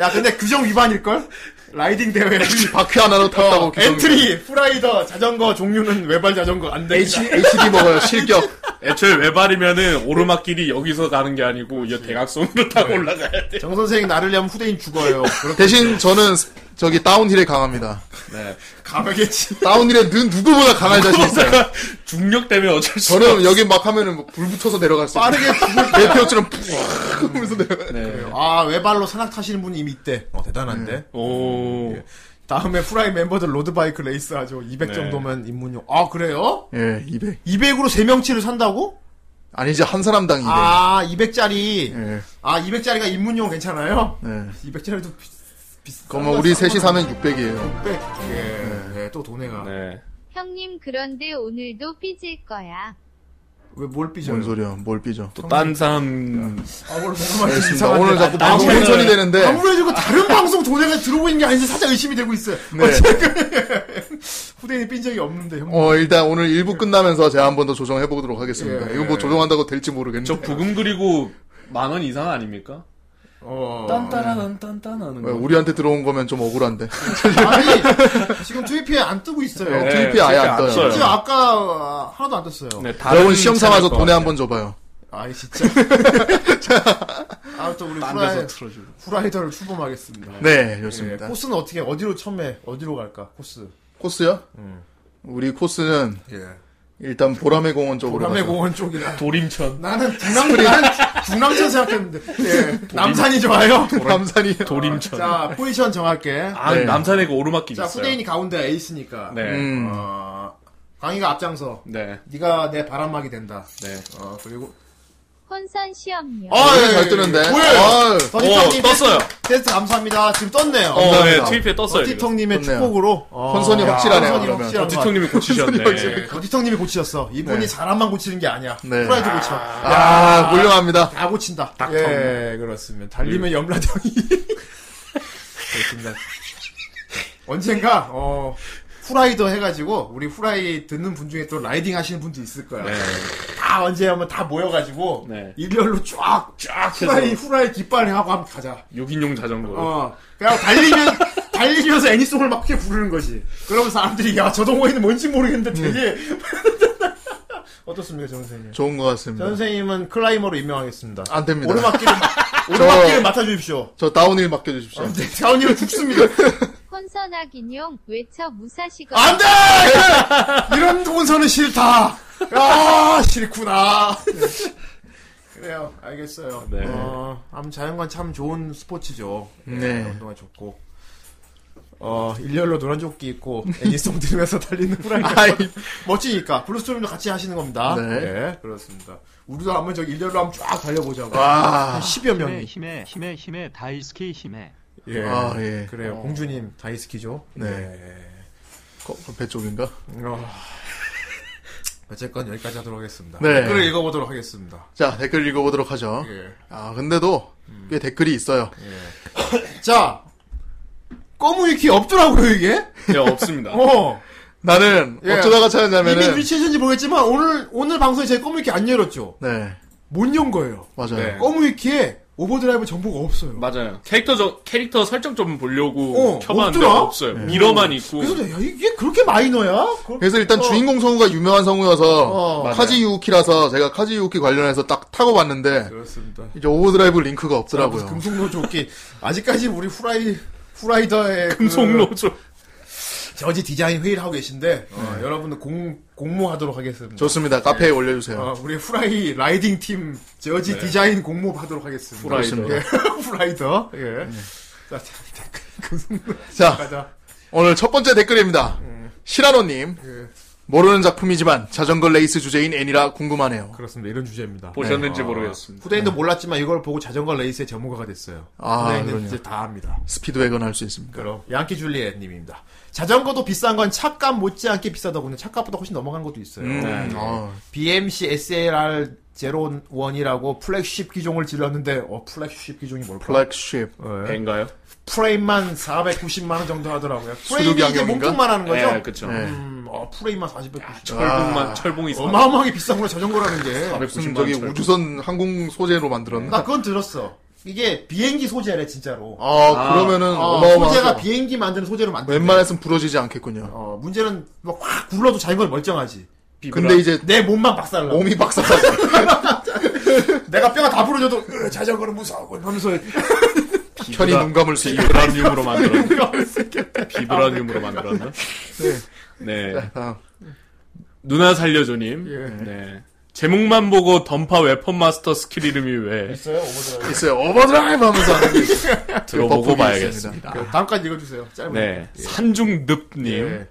[SPEAKER 1] 야 근데 규정 위반일 걸? 라이딩 대회.
[SPEAKER 2] 바퀴 하나로 탔다고 기성이.
[SPEAKER 1] 어, 엔트리 프라이더 자전거 종류는 외발 자전거 안 돼.
[SPEAKER 2] H, HD 먹어요 실격
[SPEAKER 3] 애초에 외발이면은 오르막길이 여기서 가는 게 아니고 이 대각선으로 타고 올라가야 돼.
[SPEAKER 1] 정 선생 나르려면 후대인 죽어요. 그렇게
[SPEAKER 2] 대신 저는 스- 저기 다운힐에 강합니다
[SPEAKER 3] 네.
[SPEAKER 1] 가봐야겠지.
[SPEAKER 2] 다운힐에 는 누구보다 강할 자신 있어요
[SPEAKER 3] 중력 때문에 어쩔 수
[SPEAKER 2] 저는 여기 막 하면은 뭐불 붙어서 내려갈 수 있어요
[SPEAKER 1] 빠르게 죽을
[SPEAKER 2] 대표처럼 푹 하면서 내려가요
[SPEAKER 3] 네.
[SPEAKER 1] 아 외발로 산악 타시는 분이 이미 있대. 어 대단한데.
[SPEAKER 3] 오.
[SPEAKER 1] 다음에 프라이 멤버들 로드바이크 레이스 하죠. 200
[SPEAKER 3] 네.
[SPEAKER 1] 정도면 입문용. 아 그래요?
[SPEAKER 2] 예 200.
[SPEAKER 1] 200으로 3명치를 산다고?
[SPEAKER 2] 아니 이제 한 사람당 200
[SPEAKER 1] 아 200짜리.
[SPEAKER 2] 예,
[SPEAKER 1] 아 200짜리가 입문용 괜찮아요?
[SPEAKER 2] 예.
[SPEAKER 1] 200짜리도 비싸.
[SPEAKER 2] 그럼 뭐 우리 셋이 사면 600이에요
[SPEAKER 1] 600. 예. 예, 또 돈해가.
[SPEAKER 3] 네.
[SPEAKER 5] 형님 그런데 오늘도 삐질 거야.
[SPEAKER 1] 왜 뭘 삐져요?
[SPEAKER 2] 뭔 소리야 뭘 삐져
[SPEAKER 3] 딴 사람
[SPEAKER 1] 아 오늘 뭔가 말이
[SPEAKER 2] 알겠습니다
[SPEAKER 1] 이상한데.
[SPEAKER 2] 오늘 자꾸
[SPEAKER 1] 나-
[SPEAKER 2] 방송
[SPEAKER 1] 나무를-
[SPEAKER 2] 훼손이 되는데
[SPEAKER 1] 아무래도 이거 다른 방송 돈해가 들어보는 게 아닌지 살짝 의심이 되고 있어요.
[SPEAKER 2] 네.
[SPEAKER 1] 후대인이 삔 적이 없는데 형.
[SPEAKER 2] 어 일단 오늘 1부 끝나면서 제가 한 번 더 조정해 보도록 하겠습니다
[SPEAKER 1] 예.
[SPEAKER 2] 이거 뭐 조정한다고 될지
[SPEAKER 3] 저
[SPEAKER 2] 모르겠는데
[SPEAKER 3] 부금 그리고 만 원 이상 아닙니까?
[SPEAKER 1] 어.
[SPEAKER 3] 딴따라는 딴딴하는
[SPEAKER 2] 왜,
[SPEAKER 3] 거.
[SPEAKER 2] 우리한테 들어온 거면 좀 억울한데
[SPEAKER 1] 아니 지금 트위피에 안 뜨고 있어요.
[SPEAKER 2] 네. 트리피 아예 안 떠요.
[SPEAKER 1] 심지어 아까 아, 하나도 안 떴어요.
[SPEAKER 3] 네, 다른
[SPEAKER 2] 여러분 시험 삼아서
[SPEAKER 3] 채널 거
[SPEAKER 2] 돈에
[SPEAKER 3] 같아요.
[SPEAKER 2] 한 번 줘봐요
[SPEAKER 1] 아이 진짜. 아 다음 또 우리
[SPEAKER 3] 딴 데서
[SPEAKER 1] 후라이,
[SPEAKER 3] 틀어주고.
[SPEAKER 1] 후라이더를 출범하겠습니다.
[SPEAKER 2] 네,
[SPEAKER 1] 예,
[SPEAKER 2] 좋습니다.
[SPEAKER 1] 코스는 어떻게 어디로 처음에 어디로 갈까? 코스.
[SPEAKER 2] 코스요?
[SPEAKER 1] 음.
[SPEAKER 2] 우리 코스는
[SPEAKER 1] 예.
[SPEAKER 2] 일단 보람의 공원 쪽으로
[SPEAKER 1] 보람의
[SPEAKER 2] 가서.
[SPEAKER 1] 공원 쪽이나
[SPEAKER 3] 도림천.
[SPEAKER 1] 나는 중랑 나는 중랑천 생각했는데. 예. 남산이 좋아요.
[SPEAKER 2] 남산이
[SPEAKER 3] 도림천.
[SPEAKER 1] 자 포지션 정할게.
[SPEAKER 3] 아,
[SPEAKER 2] 네.
[SPEAKER 3] 남산에 그 오르막길
[SPEAKER 1] 자
[SPEAKER 3] 있어요.
[SPEAKER 1] 후대인이 가운데 에이스니까.
[SPEAKER 3] 네.
[SPEAKER 2] 음.
[SPEAKER 1] 어, 강희가 앞장서.
[SPEAKER 3] 네.
[SPEAKER 1] 네가 내 바람막이 된다.
[SPEAKER 3] 네.
[SPEAKER 1] 어 그리고
[SPEAKER 5] 혼선 시험요.
[SPEAKER 1] 아,
[SPEAKER 2] 예, 잘 뜨는데.
[SPEAKER 1] 뭐예요?
[SPEAKER 2] 아유.
[SPEAKER 1] 서지성님
[SPEAKER 3] 오, 떴어요.
[SPEAKER 1] 테스트, 테스트 감사합니다. 지금 떴네요.
[SPEAKER 3] 어,
[SPEAKER 2] 감사합니다.
[SPEAKER 3] 네, 트위프에 떴어요. 이거.
[SPEAKER 1] 버티통님의
[SPEAKER 2] 떴네요.
[SPEAKER 1] 축복으로 어,
[SPEAKER 2] 혼선이
[SPEAKER 1] 야,
[SPEAKER 2] 확실하네요,
[SPEAKER 1] 혼선이
[SPEAKER 2] 그러면.
[SPEAKER 1] 확실한 것
[SPEAKER 3] 버티통님이 고치셨네.
[SPEAKER 2] 버티통이
[SPEAKER 1] 버티통님이 고치셨어. 이분이
[SPEAKER 2] 네.
[SPEAKER 1] 사람만 고치는 게 아니야.
[SPEAKER 2] 네.
[SPEAKER 1] 후라이도 고쳐. 야,
[SPEAKER 2] 아, 훌륭합니다.
[SPEAKER 1] 다 고친다.
[SPEAKER 3] 닥터.
[SPEAKER 1] 예, 그렇습니다. 달리면 염라정이. 그렇습니다. 언젠가 어 후라이더 해가지고 우리 후라이 듣는 분 중에 또 라이딩 하시는 분도 있을 거야.
[SPEAKER 3] 네.
[SPEAKER 1] 다 언제 하면 다 모여가지고
[SPEAKER 3] 네.
[SPEAKER 1] 일렬로 쫙
[SPEAKER 3] 쫙
[SPEAKER 1] 아, 후라이
[SPEAKER 3] 해서.
[SPEAKER 1] 후라이 깃발을 하고 한번 가자.
[SPEAKER 3] 6인용 자전거.
[SPEAKER 1] 어. 그냥 달리면, 달리면서 애니송을 막 크게 부르는 거지. 그러면 사람들이, 야, 저 동호회는 뭔지 모르겠는데 되게.
[SPEAKER 3] 음.
[SPEAKER 1] 어떻습니까, 전 선생님?
[SPEAKER 2] 좋은 것 같습니다.
[SPEAKER 1] 전 선생님은 클라이머로 임명하겠습니다.
[SPEAKER 2] 안 됩니다.
[SPEAKER 1] 오르막길을, 마- 오르막길을 맡아주십시오.
[SPEAKER 2] 저 다운힐 맡겨주십시오.
[SPEAKER 1] 어, 네, 자원님은 죽습니다.
[SPEAKER 5] 혼선하긴용 외쳐 무사시거.
[SPEAKER 1] 안 돼! 이런 동선은 싫다. 아, 싫구나. 그래요, 알겠어요.
[SPEAKER 3] 네.
[SPEAKER 1] 어, 아무 자연관 참 좋은 스포츠죠.
[SPEAKER 2] 네.
[SPEAKER 1] 운동화 좋고. 어, 일렬로 노란 조끼 입고, 애니송 들으면서 달리는 후라이.
[SPEAKER 2] 아이,
[SPEAKER 1] 멋지니까. 블루스토리도 같이 하시는 겁니다.
[SPEAKER 2] 네.
[SPEAKER 1] 그렇습니다. 우리도 한번 저기 일렬로 한번 쫙 달려보자고. 한
[SPEAKER 2] 와.
[SPEAKER 1] 10여
[SPEAKER 6] 힘에
[SPEAKER 1] 명이.
[SPEAKER 6] 힘에 힘에 힘에 다이스키 힘에
[SPEAKER 1] 예.
[SPEAKER 2] 아, 예.
[SPEAKER 1] 그래요. 공주님, 다이스키죠?
[SPEAKER 2] 네.
[SPEAKER 1] 예.
[SPEAKER 2] 거- 배 쪽인가?
[SPEAKER 1] 어... 어쨌건 여기까지 하도록 하겠습니다.
[SPEAKER 2] 네.
[SPEAKER 1] 댓글을 읽어보도록 하겠습니다.
[SPEAKER 2] 자, 댓글 읽어보도록 하죠.
[SPEAKER 1] 예.
[SPEAKER 2] 아, 근데도 꽤 댓글이 있어요.
[SPEAKER 1] 자, 꺼무위키 없더라고요 이게.
[SPEAKER 3] 네, 없습니다.
[SPEAKER 1] 어.
[SPEAKER 2] 나는
[SPEAKER 1] 예.
[SPEAKER 2] 어쩌다가
[SPEAKER 1] 이미
[SPEAKER 2] 찾았냐면은.
[SPEAKER 1] 위치해진지 모르겠지만 오늘 오늘 방송에 제가 꺼무위키 안 열었죠.
[SPEAKER 2] 네,
[SPEAKER 1] 못 연 거예요.
[SPEAKER 2] 맞아요.
[SPEAKER 3] 네.
[SPEAKER 1] 꺼무위키에 오버드라이브 정보가 없어요.
[SPEAKER 3] 맞아요. 캐릭터 저, 캐릭터 설정 좀 보려고
[SPEAKER 1] 어,
[SPEAKER 3] 켜봤는데
[SPEAKER 1] 없더라?
[SPEAKER 3] 없어요. 미러만 있고.
[SPEAKER 1] 그래서 내가 야, 이게 그렇게 마이너야? 그-
[SPEAKER 2] 그래서 일단
[SPEAKER 1] 어.
[SPEAKER 2] 주인공 성우가 유명한 성우여서
[SPEAKER 1] 어.
[SPEAKER 3] 맞아요.
[SPEAKER 2] 카지 유우키라서 제가 카지 유우키 관련해서 딱 타고 봤는데
[SPEAKER 1] 그렇습니다.
[SPEAKER 2] 이제 오버드라이브 링크가
[SPEAKER 1] 어, 무슨
[SPEAKER 2] 없더라고요.
[SPEAKER 1] 아, 금속노 조끼. 아직까지 우리 후라이 후라이더의 그
[SPEAKER 3] 금속노조.
[SPEAKER 1] 저지 디자인 회의를 하고 계신데 어, 여러분들 공 공모하도록 하겠습니다.
[SPEAKER 2] 좋습니다. 카페에 올려주세요.
[SPEAKER 1] 어, 우리 후라이 라이딩 팀 저지 디자인 공모하도록 하겠습니다.
[SPEAKER 3] 후라이더.
[SPEAKER 1] 네.
[SPEAKER 2] 그렇습니다.
[SPEAKER 1] 후라이더. 예. 자, 자, 그,
[SPEAKER 2] 자,
[SPEAKER 1] 가자.
[SPEAKER 2] 오늘 첫 번째 댓글입니다. 시라노님
[SPEAKER 1] 음. 예.
[SPEAKER 2] 모르는 작품이지만 자전거 레이스 주제인 애니라 궁금하네요.
[SPEAKER 1] 그렇습니다. 이런 주제입니다.
[SPEAKER 3] 보셨는지
[SPEAKER 1] 어,
[SPEAKER 3] 모르겠습니다.
[SPEAKER 1] 후대인도 몰랐지만 이걸 보고 자전거 레이스의 전문가가 됐어요.
[SPEAKER 2] 아,
[SPEAKER 1] 후대인은
[SPEAKER 2] 그러네요.
[SPEAKER 1] 이제 다 압니다.
[SPEAKER 2] 스피드웨건 할 수 있습니까?
[SPEAKER 1] 그럼 양키 줄리엣 님입니다. 자전거도 비싼 건 차값 못지않게 비싸다고 근데 차값보다 훨씬 넘어간 것도 있어요.
[SPEAKER 2] 음,
[SPEAKER 3] 네.
[SPEAKER 1] 아,
[SPEAKER 2] 어,
[SPEAKER 1] BMC SLR 01이라고 플렉쉽 기종을 질렀는데 어 플렉쉽 기종이 뭘까?
[SPEAKER 2] 플렉쉽.
[SPEAKER 1] 예.
[SPEAKER 3] 네. 인가요?
[SPEAKER 1] 프레임만 490만 원 정도 하더라고요. 프레임이
[SPEAKER 2] 수륙
[SPEAKER 1] 이제
[SPEAKER 2] 양용인가?
[SPEAKER 1] 몸통만 하는 거죠?
[SPEAKER 3] 네, 그쵸.
[SPEAKER 2] 네.
[SPEAKER 1] 음, 어, 프레임만 490만 원.
[SPEAKER 3] 철봉만, 철봉이 있어.
[SPEAKER 1] 어마어마하게 비싼 거라 자전거라는 게.
[SPEAKER 2] 무슨
[SPEAKER 3] 490만
[SPEAKER 2] 아, 저기
[SPEAKER 3] 철봉.
[SPEAKER 2] 우주선 항공 소재로 만들었나?
[SPEAKER 1] 나 그건 들었어. 이게 비행기 소재래 진짜로.
[SPEAKER 2] 아, 그러면은
[SPEAKER 1] 어,
[SPEAKER 2] 어마어마하죠.
[SPEAKER 1] 소재가 비행기 만드는 소재로 만든.
[SPEAKER 2] 웬만해선 부러지지 않겠군요.
[SPEAKER 1] 어 문제는 막 확 굴러도 자전거 멀쩡하지. 그러니까
[SPEAKER 3] 비브라.
[SPEAKER 2] 근데 이제
[SPEAKER 1] 내 몸만 박살나.
[SPEAKER 2] 몸이 박살났어.
[SPEAKER 1] 내가 뼈가 다 부러져도 으, 자전거는 무서워. 하면서
[SPEAKER 2] 편히 눈 감을 수 있게.
[SPEAKER 3] 비브라늄으로 만들었나? 비브라늄으로 만들었나? 네. 네.
[SPEAKER 2] 다음.
[SPEAKER 3] 누나 살려줘님.
[SPEAKER 1] 예.
[SPEAKER 3] 네. 제목만 보고 던파 웨폰 마스터 스킬 이름이 왜
[SPEAKER 2] 예.
[SPEAKER 1] 있어요 오버드라이브.
[SPEAKER 2] 있어요. 오버드라이브 하면서 하는 게 있어요.
[SPEAKER 3] 들어보고
[SPEAKER 2] 버프가
[SPEAKER 3] 봐야겠습니다.
[SPEAKER 2] 있습니다. 예.
[SPEAKER 1] 그, 다음까지 읽어주세요. 짧은.
[SPEAKER 3] 네. 산중늪님.
[SPEAKER 2] 네.
[SPEAKER 1] 예.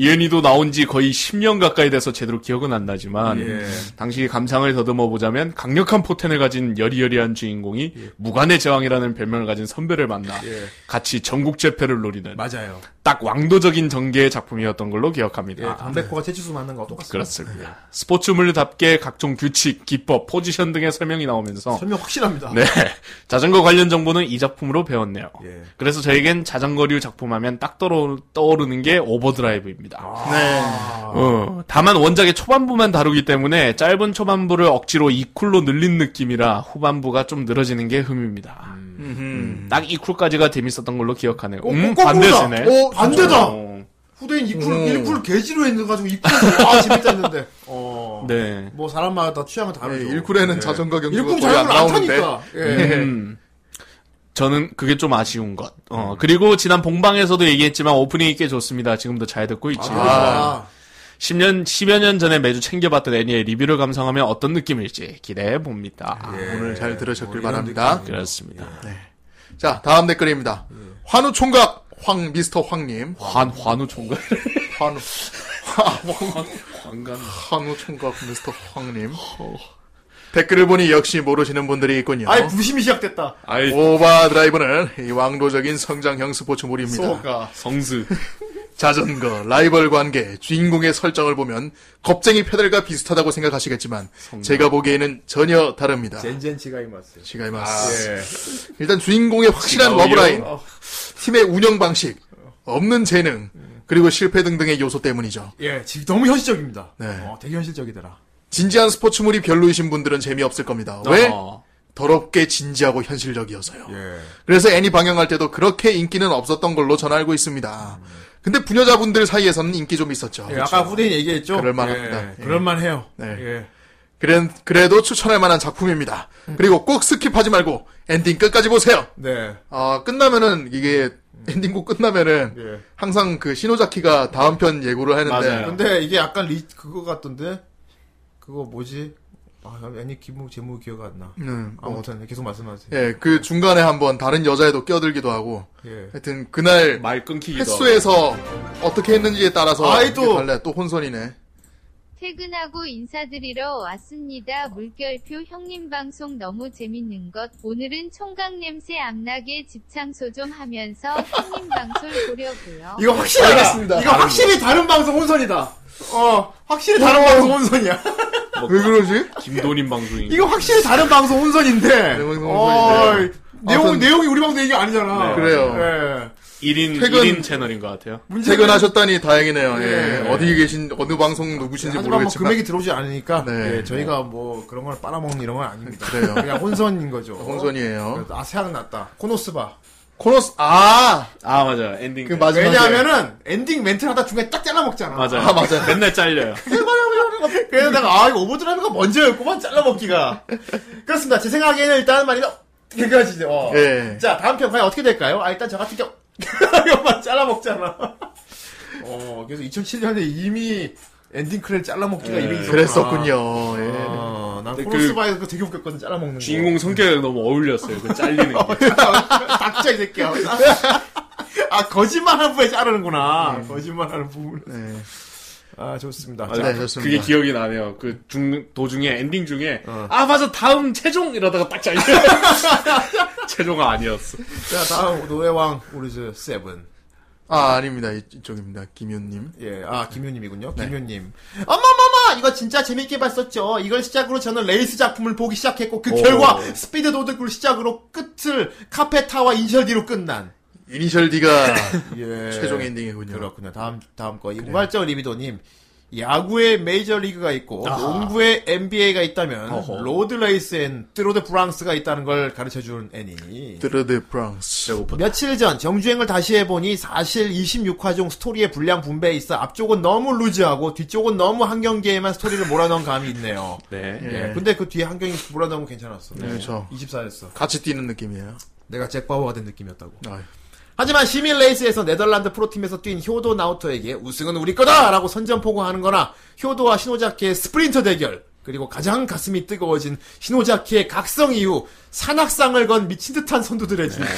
[SPEAKER 3] 이은이도 나온 지 거의 10년 가까이 돼서 제대로 기억은 안 나지만,
[SPEAKER 1] 예.
[SPEAKER 3] 당시 감상을 더듬어 보자면, 강력한 포텐을 가진 여리여리한 주인공이
[SPEAKER 2] 예.
[SPEAKER 3] 무관의 제왕이라는 별명을 가진 선배를 만나,
[SPEAKER 1] 예.
[SPEAKER 3] 같이 전국재패를 노리는,
[SPEAKER 1] 맞아요.
[SPEAKER 3] 딱 왕도적인 전개의 작품이었던 걸로
[SPEAKER 1] 예,
[SPEAKER 2] 아,
[SPEAKER 3] 기억합니다.
[SPEAKER 2] 네.
[SPEAKER 1] 담배코가 채취수 맞는 거와 똑같습니다.
[SPEAKER 3] 그렇습니다. 스포츠물답게 각종 규칙, 기법, 포지션 등의 설명이 나오면서
[SPEAKER 1] 설명 확실합니다.
[SPEAKER 3] 네 자전거 관련 정보는 이 작품으로 배웠네요.
[SPEAKER 1] 예.
[SPEAKER 3] 그래서 저에겐 자전거류 작품하면 딱 떠오르, 는게 오버드라이브입니다.
[SPEAKER 1] 아.
[SPEAKER 3] 어, 다만 원작의 초반부만 다루기 때문에 짧은 초반부를 억지로 2쿨로 늘린 느낌이라 후반부가 좀 늘어지는 게 흠입니다.
[SPEAKER 2] 음.
[SPEAKER 3] 딱 2쿨까지가 재밌었던 걸로 기억하네요.
[SPEAKER 1] 어,
[SPEAKER 3] 음,
[SPEAKER 1] 꼭
[SPEAKER 3] 반대시네.
[SPEAKER 1] 그거다. 어, 반대다.
[SPEAKER 3] 어,
[SPEAKER 1] 후대인 이쿨
[SPEAKER 2] 음.
[SPEAKER 1] 일쿨 개지로 해가지고 이쿨 아 재밌다 했는데. 어. 어.
[SPEAKER 3] 네.
[SPEAKER 1] 뭐 사람마다 취향은 다르죠. 네.
[SPEAKER 2] 네, 일쿨에는 자전거 경주가
[SPEAKER 1] 예. 일품
[SPEAKER 2] 거의 안
[SPEAKER 1] 자전거를 안
[SPEAKER 2] 나오는데 네.
[SPEAKER 1] 타니까. 예.
[SPEAKER 3] 음. 저는 그게 좀 아쉬운 것. 어, 그리고 지난 본방에서도 얘기했지만 오프닝이 꽤 좋습니다. 지금도 잘 듣고 있지만.
[SPEAKER 1] 아,
[SPEAKER 3] 10년, 10여 년 전에 매주 챙겨봤던 애니의 리뷰를 감상하면 어떤 느낌일지 기대해 봅니다.
[SPEAKER 2] 오늘 잘 들으셨길
[SPEAKER 1] 이런
[SPEAKER 2] 바랍니다.
[SPEAKER 3] 그렇습니다.
[SPEAKER 2] 뭐 자 다음 댓글입니다. 환우 총각 황 미스터 황님
[SPEAKER 3] 환, 환우 총각.
[SPEAKER 2] 환우
[SPEAKER 3] 환간.
[SPEAKER 2] 환우 총각 미스터 황님 댓글을 보니 역시 모르시는 분들이 있군요.
[SPEAKER 1] 아예 부심이 시작됐다.
[SPEAKER 3] 아이,
[SPEAKER 2] 오바 드라이브는 이 왕도적인 성장형 스포츠물입니다.
[SPEAKER 1] 소가.
[SPEAKER 3] 성수.
[SPEAKER 2] 자전거, 라이벌 관계, 주인공의 설정을 보면 겁쟁이 페달과 비슷하다고 생각하시겠지만 제가 보기에는 전혀 다릅니다.
[SPEAKER 1] 젠젠치가 이마스.
[SPEAKER 2] 지가이마스.
[SPEAKER 1] 예.
[SPEAKER 2] 일단 주인공의 확실한 러브라인,
[SPEAKER 1] 어.
[SPEAKER 2] 팀의 운영 방식, 없는 재능, 그리고 실패 등등의 요소 때문이죠.
[SPEAKER 1] 예, 지금 너무 현실적입니다.
[SPEAKER 2] 네.
[SPEAKER 1] 어, 되게 현실적이더라.
[SPEAKER 2] 진지한 스포츠물이 별로이신 분들은 재미없을 겁니다. 왜?
[SPEAKER 3] 어.
[SPEAKER 2] 더럽게 진지하고 현실적이어서요.
[SPEAKER 1] 예.
[SPEAKER 2] 그래서 애니 방영할 때도 그렇게 인기는 없었던 걸로 전 알고 있습니다. 근데 부녀자분들 사이에서는 인기 좀 있었죠.
[SPEAKER 1] 예, 아까 후대인 얘기했죠?
[SPEAKER 2] 그렇죠. 그럴만합니다. 예.
[SPEAKER 1] 그럴만해요.
[SPEAKER 2] 네.
[SPEAKER 1] 예.
[SPEAKER 2] 그래, 그래도 추천할 만한 작품입니다. 그리고 꼭 스킵하지 말고 엔딩 끝까지 보세요.
[SPEAKER 1] 네.
[SPEAKER 2] 아, 끝나면은 이게 엔딩곡 끝나면은
[SPEAKER 1] 예.
[SPEAKER 2] 항상 그 시노자키가 다음 편 예고를 하는데
[SPEAKER 3] 맞아요.
[SPEAKER 1] 근데 이게 약간 리, 그거 같던데? 그거 뭐지? 아, 아니, 기분, 제목이 기억 안 나.
[SPEAKER 2] 음, 뭐,
[SPEAKER 1] 아무튼, 계속 말씀하세요.
[SPEAKER 2] 예, 그 중간에 한번 다른 여자애도 끼어들기도 하고
[SPEAKER 1] 예.
[SPEAKER 2] 하여튼 그날
[SPEAKER 3] 말 끊기기도
[SPEAKER 2] 횟수에서 어떻게 했는지에 따라서
[SPEAKER 1] 아이,
[SPEAKER 2] 이게
[SPEAKER 1] 또.
[SPEAKER 2] 달라요. 또 혼선이네.
[SPEAKER 5] 퇴근하고 인사드리러 왔습니다. 물결표 형님 방송 너무 재밌는 것. 오늘은 총각 냄새 안 나게 집창소 좀 하면서 형님 방송 보려고요.
[SPEAKER 1] 이거 확실히,
[SPEAKER 2] 알겠습니다.
[SPEAKER 1] 이거 확실히 다른 방송 혼선이다. 어, 확실히 다른 방송 혼선이야.
[SPEAKER 3] 하고. 뭐
[SPEAKER 2] 왜 그러지?
[SPEAKER 3] 김도림 방송인.
[SPEAKER 1] 이거 확실히 다른 방송 혼선인데.
[SPEAKER 2] 다른 방송
[SPEAKER 1] 어,
[SPEAKER 2] 혼선인데요.
[SPEAKER 1] 내용,
[SPEAKER 2] 아무튼-
[SPEAKER 1] 내용이 우리 방송 얘기 아니잖아.
[SPEAKER 3] 네.
[SPEAKER 2] 그래요.
[SPEAKER 1] 예.
[SPEAKER 3] 1인,
[SPEAKER 2] 퇴근-
[SPEAKER 3] 1인 채널인 것 같아요.
[SPEAKER 1] 문제는-
[SPEAKER 2] 퇴근하셨다니 다행이네요. 예.
[SPEAKER 1] 예.
[SPEAKER 2] 어디 계신 어느 방송 누구신지
[SPEAKER 1] 하지만 뭐
[SPEAKER 2] 모르겠지만
[SPEAKER 1] 금액이 들어오지 않으니까
[SPEAKER 2] 네.
[SPEAKER 1] 예, 저희가 뭐 그런 걸 빨아먹는 이런 건 아닙니다.
[SPEAKER 2] 그래요.
[SPEAKER 1] 그냥 혼선인 거죠.
[SPEAKER 2] 혼선이에요.
[SPEAKER 1] 아 생각났다. 코노스바.
[SPEAKER 2] 코너스 아,
[SPEAKER 3] 아, 맞아요. 엔딩.
[SPEAKER 2] 그
[SPEAKER 3] 때.
[SPEAKER 2] 마지막에
[SPEAKER 1] 왜냐하면은 엔딩 멘트를 하다 중간에 딱 잘라먹잖아.
[SPEAKER 3] 맞아요.
[SPEAKER 2] 아, 맞아요.
[SPEAKER 3] 맨날 잘려요.
[SPEAKER 1] 그래서 내가 아 이거 오버드라이브가 먼저였구만 잘라먹기가. 그렇습니다. 제 생각에는 일단 말이죠. 그거지죠. 어.
[SPEAKER 2] 예.
[SPEAKER 1] 자 다음 편 과연 어떻게 될까요? 아 일단 저 같은 경우 이것만 잘라먹잖아. 어 그래서 2007년에 이미 엔딩 크를 잘라먹기가 이미 있었구나.
[SPEAKER 2] 그랬었군요. 예.
[SPEAKER 1] 어, 난
[SPEAKER 3] 근데
[SPEAKER 1] 코노스바에서 그거 되게 웃겼거든 잘라먹는 거.
[SPEAKER 3] 주인공 성격이 너무 어울렸어요. 그 잘리는 게.
[SPEAKER 1] 닥쳐 이 새끼야. 아 거짓말하는 부분에 자르는구나. 거짓말하는 부분.
[SPEAKER 2] 네.
[SPEAKER 1] 아 좋습니다.
[SPEAKER 3] 맞아요.
[SPEAKER 2] 네, 좋습니다.
[SPEAKER 3] 그게 기억이 나네요. 그 중, 도중에, 엔딩 중에, 아, 맞아, 다음 최종! 이러다가 딱 잘려. 최종아 아니었어.
[SPEAKER 1] 자 다음 노래왕 우리 저 세븐.
[SPEAKER 2] 아, 아닙니다. 이- 이쪽입니다. 김윤님.
[SPEAKER 1] 예, 아, 김효님이군요. 김효님. 어머머머! 이거 진짜 재밌게 봤었죠. 이걸 시작으로 저는 레이스 작품을 보기 시작했고, 그
[SPEAKER 3] 오.
[SPEAKER 1] 결과 스피드 도둑을 시작으로 끝을 카페타와 인셜디로 끝난.
[SPEAKER 2] 이니셜 D가
[SPEAKER 1] 예.
[SPEAKER 2] 최종 엔딩이군요.
[SPEAKER 1] 그렇군요. 다음, 다음 거. 이발적 리비도님. 야구에 메이저리그가 있고, 농구에 NBA가 있다면,
[SPEAKER 3] 어허.
[SPEAKER 1] 로드레이스엔 뜨로드 프랑스가 있다는 걸 가르쳐준 애니.
[SPEAKER 2] 드르드 프랑스.
[SPEAKER 3] 배고프다.
[SPEAKER 1] 뭐 며칠 전 정주행을 다시 해보니 사실 26화 중 스토리의 분량 분배에 있어 앞쪽은 너무 루즈하고 뒤쪽은 너무 한 경기에만 스토리를 몰아넣은 감이 있네요.
[SPEAKER 3] 네.
[SPEAKER 1] 예. 근데 그 예. 뒤에 한 경기 몰아넣은 건 괜찮았어.
[SPEAKER 2] 그렇죠.
[SPEAKER 1] 24였어.
[SPEAKER 2] 같이 뛰는 느낌이에요.
[SPEAKER 1] 내가 잭바워가 된 느낌이었다고.
[SPEAKER 2] 아유. 예.
[SPEAKER 1] 하지만 시밀레이스에서 네덜란드 프로팀에서 뛴 효도 나우터에게 우승은 우리 거다! 라고 선전포고하는 거나 효도와 신호자키의 스프린터 대결 그리고 가장 가슴이 뜨거워진 신호자키의 각성 이후 산악상을 건 미친 듯한 선두들의 질주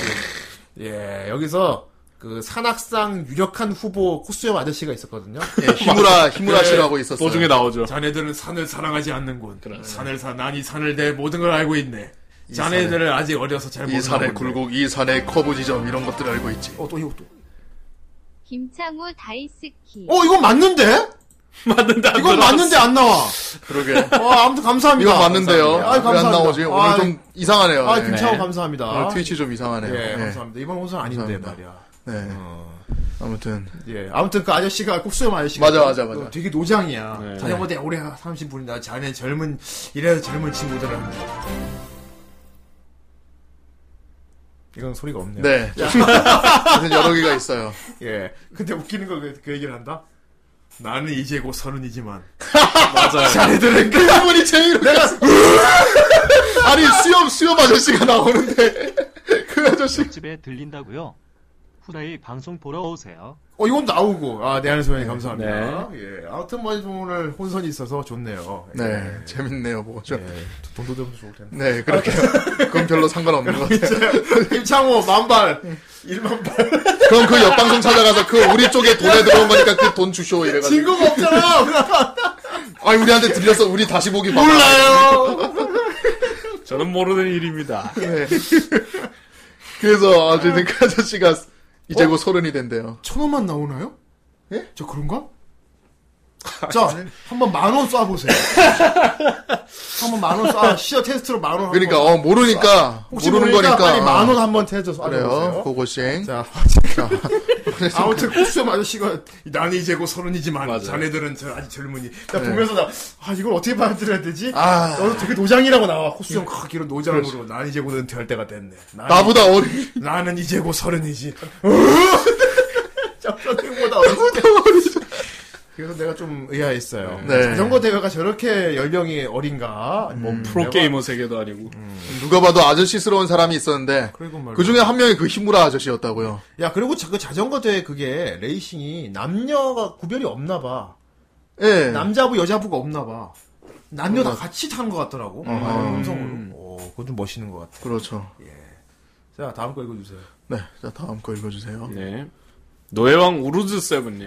[SPEAKER 1] 예 여기서 그 산악상 유력한 후보 코스염 아저씨가 있었거든요
[SPEAKER 2] 예, 히무라, 히무라 씨라고
[SPEAKER 1] 예.
[SPEAKER 2] 하고 있었어요.
[SPEAKER 3] 도중에 나오죠.
[SPEAKER 1] 자네들은 산을 사랑하지 않는군 산을 사 난이 산을 내 모든 걸 알고 있네
[SPEAKER 2] 자네들은
[SPEAKER 1] 아직 어려서 잘
[SPEAKER 2] 이 산의 굴곡, 이 산의 커브 지점, 이런 것들 을 알고 있지.
[SPEAKER 1] 어또 이거 또.
[SPEAKER 5] 김창우 다이스키.
[SPEAKER 1] 어 이건 맞는데?
[SPEAKER 3] 맞는데 안
[SPEAKER 1] 이건
[SPEAKER 3] 들어갔어.
[SPEAKER 1] 맞는데 안 나와
[SPEAKER 2] 그러게.
[SPEAKER 1] 어, 아무튼 감사합니다.
[SPEAKER 2] 이거 맞는데요.
[SPEAKER 1] 감사합니다. 아이,
[SPEAKER 2] 왜 안
[SPEAKER 1] 감사합니다.
[SPEAKER 2] 나오지? 오늘
[SPEAKER 1] 아,
[SPEAKER 2] 좀 이상하네요.
[SPEAKER 1] 아,
[SPEAKER 2] 네.
[SPEAKER 1] 김창호
[SPEAKER 3] 네.
[SPEAKER 1] 감사합니다.
[SPEAKER 2] 오늘 트위치 좀 이상하네요.
[SPEAKER 1] 예,
[SPEAKER 2] 예.
[SPEAKER 1] 감사합니다. 이번 호선 아닌데
[SPEAKER 2] 감사합니다.
[SPEAKER 1] 말이야.
[SPEAKER 2] 네.
[SPEAKER 1] 어,
[SPEAKER 2] 아무튼.
[SPEAKER 1] 예. 아무튼 그 아저씨가 국수염 아저씨가
[SPEAKER 2] 맞아, 맞아, 맞아.
[SPEAKER 1] 되게 노장이야.
[SPEAKER 3] 네.
[SPEAKER 1] 자전거대 올해 30분이다. 자네 젊은 이래서 젊은 친구들은 이건 소리가 없네요.
[SPEAKER 2] 네. 아무튼 여러 개가 있어요.
[SPEAKER 1] 예. 근데 웃기는 거 그 얘기를 한다. 나는 이제 곧 서른이지만
[SPEAKER 3] 맞아요.
[SPEAKER 1] 자네들은 그
[SPEAKER 2] 그분이 제일 내가 아니 수염 수염 아저씨가 나오는데 그 아저씨
[SPEAKER 7] 집에 들린다고요? 후라이 방송 보러 오세요.
[SPEAKER 1] 어 이건 나오고 아 내하는
[SPEAKER 2] 네.
[SPEAKER 1] 소연이 감사합니다. 예 아무튼 뭐 오늘 혼선이 있어서 좋네요. 예.
[SPEAKER 2] 네 재밌네요 보죠
[SPEAKER 1] 예, 돈도 좀 좋을 텐데.
[SPEAKER 2] 네 그렇게 그건 별로 상관없는 것 같아요
[SPEAKER 1] 임창호 만발 1만 발
[SPEAKER 2] 그럼 그 옆방송 찾아가서 그 우리 쪽에 돈에 들어온 거니까 그 돈 주쇼 이래가지고
[SPEAKER 1] 진급 없잖아.
[SPEAKER 2] 아 우리한테 들려서 우리 다시 보기 바빠.
[SPEAKER 3] 몰라요. 저는 모르는 일입니다.
[SPEAKER 2] 네. 그래서 어쨌든 그 아저씨가 이제
[SPEAKER 1] 어?
[SPEAKER 2] 곧 서른이 된대요
[SPEAKER 1] 천 원만 나오나요? 예? 저 그런가? 자, 한번 만 원 쏴보세요. 한번 만 원 쏴, 시어 테스트로 만 원.
[SPEAKER 2] 그러니까
[SPEAKER 1] 한번.
[SPEAKER 2] 어 모르니까
[SPEAKER 1] 혹시
[SPEAKER 2] 모르는
[SPEAKER 1] 모르니까
[SPEAKER 2] 거니까
[SPEAKER 1] 빨리 만 원 한번 테스트
[SPEAKER 2] 그래요
[SPEAKER 1] 쏴보세요.
[SPEAKER 2] 고고싱
[SPEAKER 1] 자,
[SPEAKER 2] 자,
[SPEAKER 1] 아무튼 코스염 아저씨가 나는 이제 곧 서른이지만 자네들은 저 아직 젊으니 나 보면서 나 아, 이걸 어떻게 받아들여야 되지?
[SPEAKER 2] 아.
[SPEAKER 1] 너도 되게 노장이라고 나와 코스염 크게 이런 노장으로 난 이제 곧 은퇴할 때가 됐네. 나는,
[SPEAKER 2] 나보다 어린
[SPEAKER 1] 나는 이제 곧 서른이지. 자선생보다 어리지. 그래서 내가 좀 의아했어요.
[SPEAKER 2] 네.
[SPEAKER 1] 자전거 대회가 저렇게 연령이 어린가? 뭐
[SPEAKER 3] 프로게이머 세계도 아니고.
[SPEAKER 2] 누가 봐도 아저씨스러운 사람이 있었는데
[SPEAKER 1] 그리고 말이야.
[SPEAKER 2] 그 중에 한 명이 그 히무라 아저씨였다고요.
[SPEAKER 1] 야 그리고 자, 그 자전거 대회 그게 레이싱이 남녀가 구별이 없나 봐.
[SPEAKER 2] 예.
[SPEAKER 1] 남자부 여자부가 없나 봐. 남녀 다 같이 타는 것 같더라고. 아, 음. 음성으로. 오, 그건 좀 멋있는 것 같아.
[SPEAKER 2] 그렇죠.
[SPEAKER 1] 자, 다음 거 읽어주세요.
[SPEAKER 2] 네. 자 다음 거 읽어주세요.
[SPEAKER 3] 네. 노예왕 우루즈 세븐님.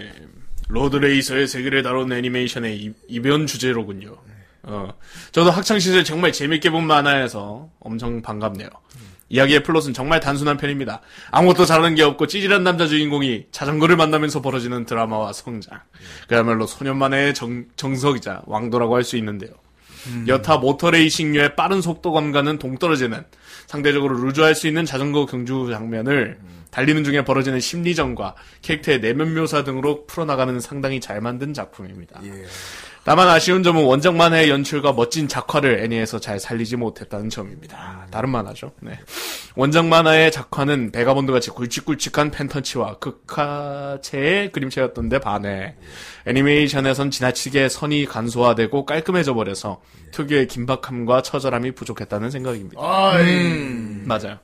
[SPEAKER 3] 로드레이서의 세계를 다룬 애니메이션의 이- 이변 주제로군요.
[SPEAKER 2] 네.
[SPEAKER 3] 어, 저도 학창시절 정말 재밌게 본 만화여서 엄청 반갑네요. 이야기의 플롯은 정말 단순한 편입니다. 아무것도 잘하는 게 없고 찌질한 남자 주인공이 자전거를 만나면서 벌어지는 드라마와 성장. 그야말로 소년만의 정, 정석이자 왕도라고 할 수 있는데요.
[SPEAKER 2] 음.
[SPEAKER 3] 여타 모터레이싱류의 빠른 속도감과는 동떨어지는 상대적으로 루즈할 수 있는 자전거 경주 장면을 달리는 중에 벌어지는 심리전과 캐릭터의 내면 묘사 등으로 풀어나가는 상당히 잘 만든 작품입니다. 다만 아쉬운 점은 원작 만화의 연출과 멋진 작화를 애니에서 잘 살리지 못했다는 점입니다. 다른 만화죠. 네. 원작 만화의 작화는 베가본드 같이 굵직굵직한 펜턴치와 극화체의 그림체였던데 반해 애니메이션에선 지나치게 선이 간소화되고 깔끔해져 버려서 특유의 긴박함과 처절함이 부족했다는 생각입니다.
[SPEAKER 1] 아,
[SPEAKER 2] 음.
[SPEAKER 3] 맞아요.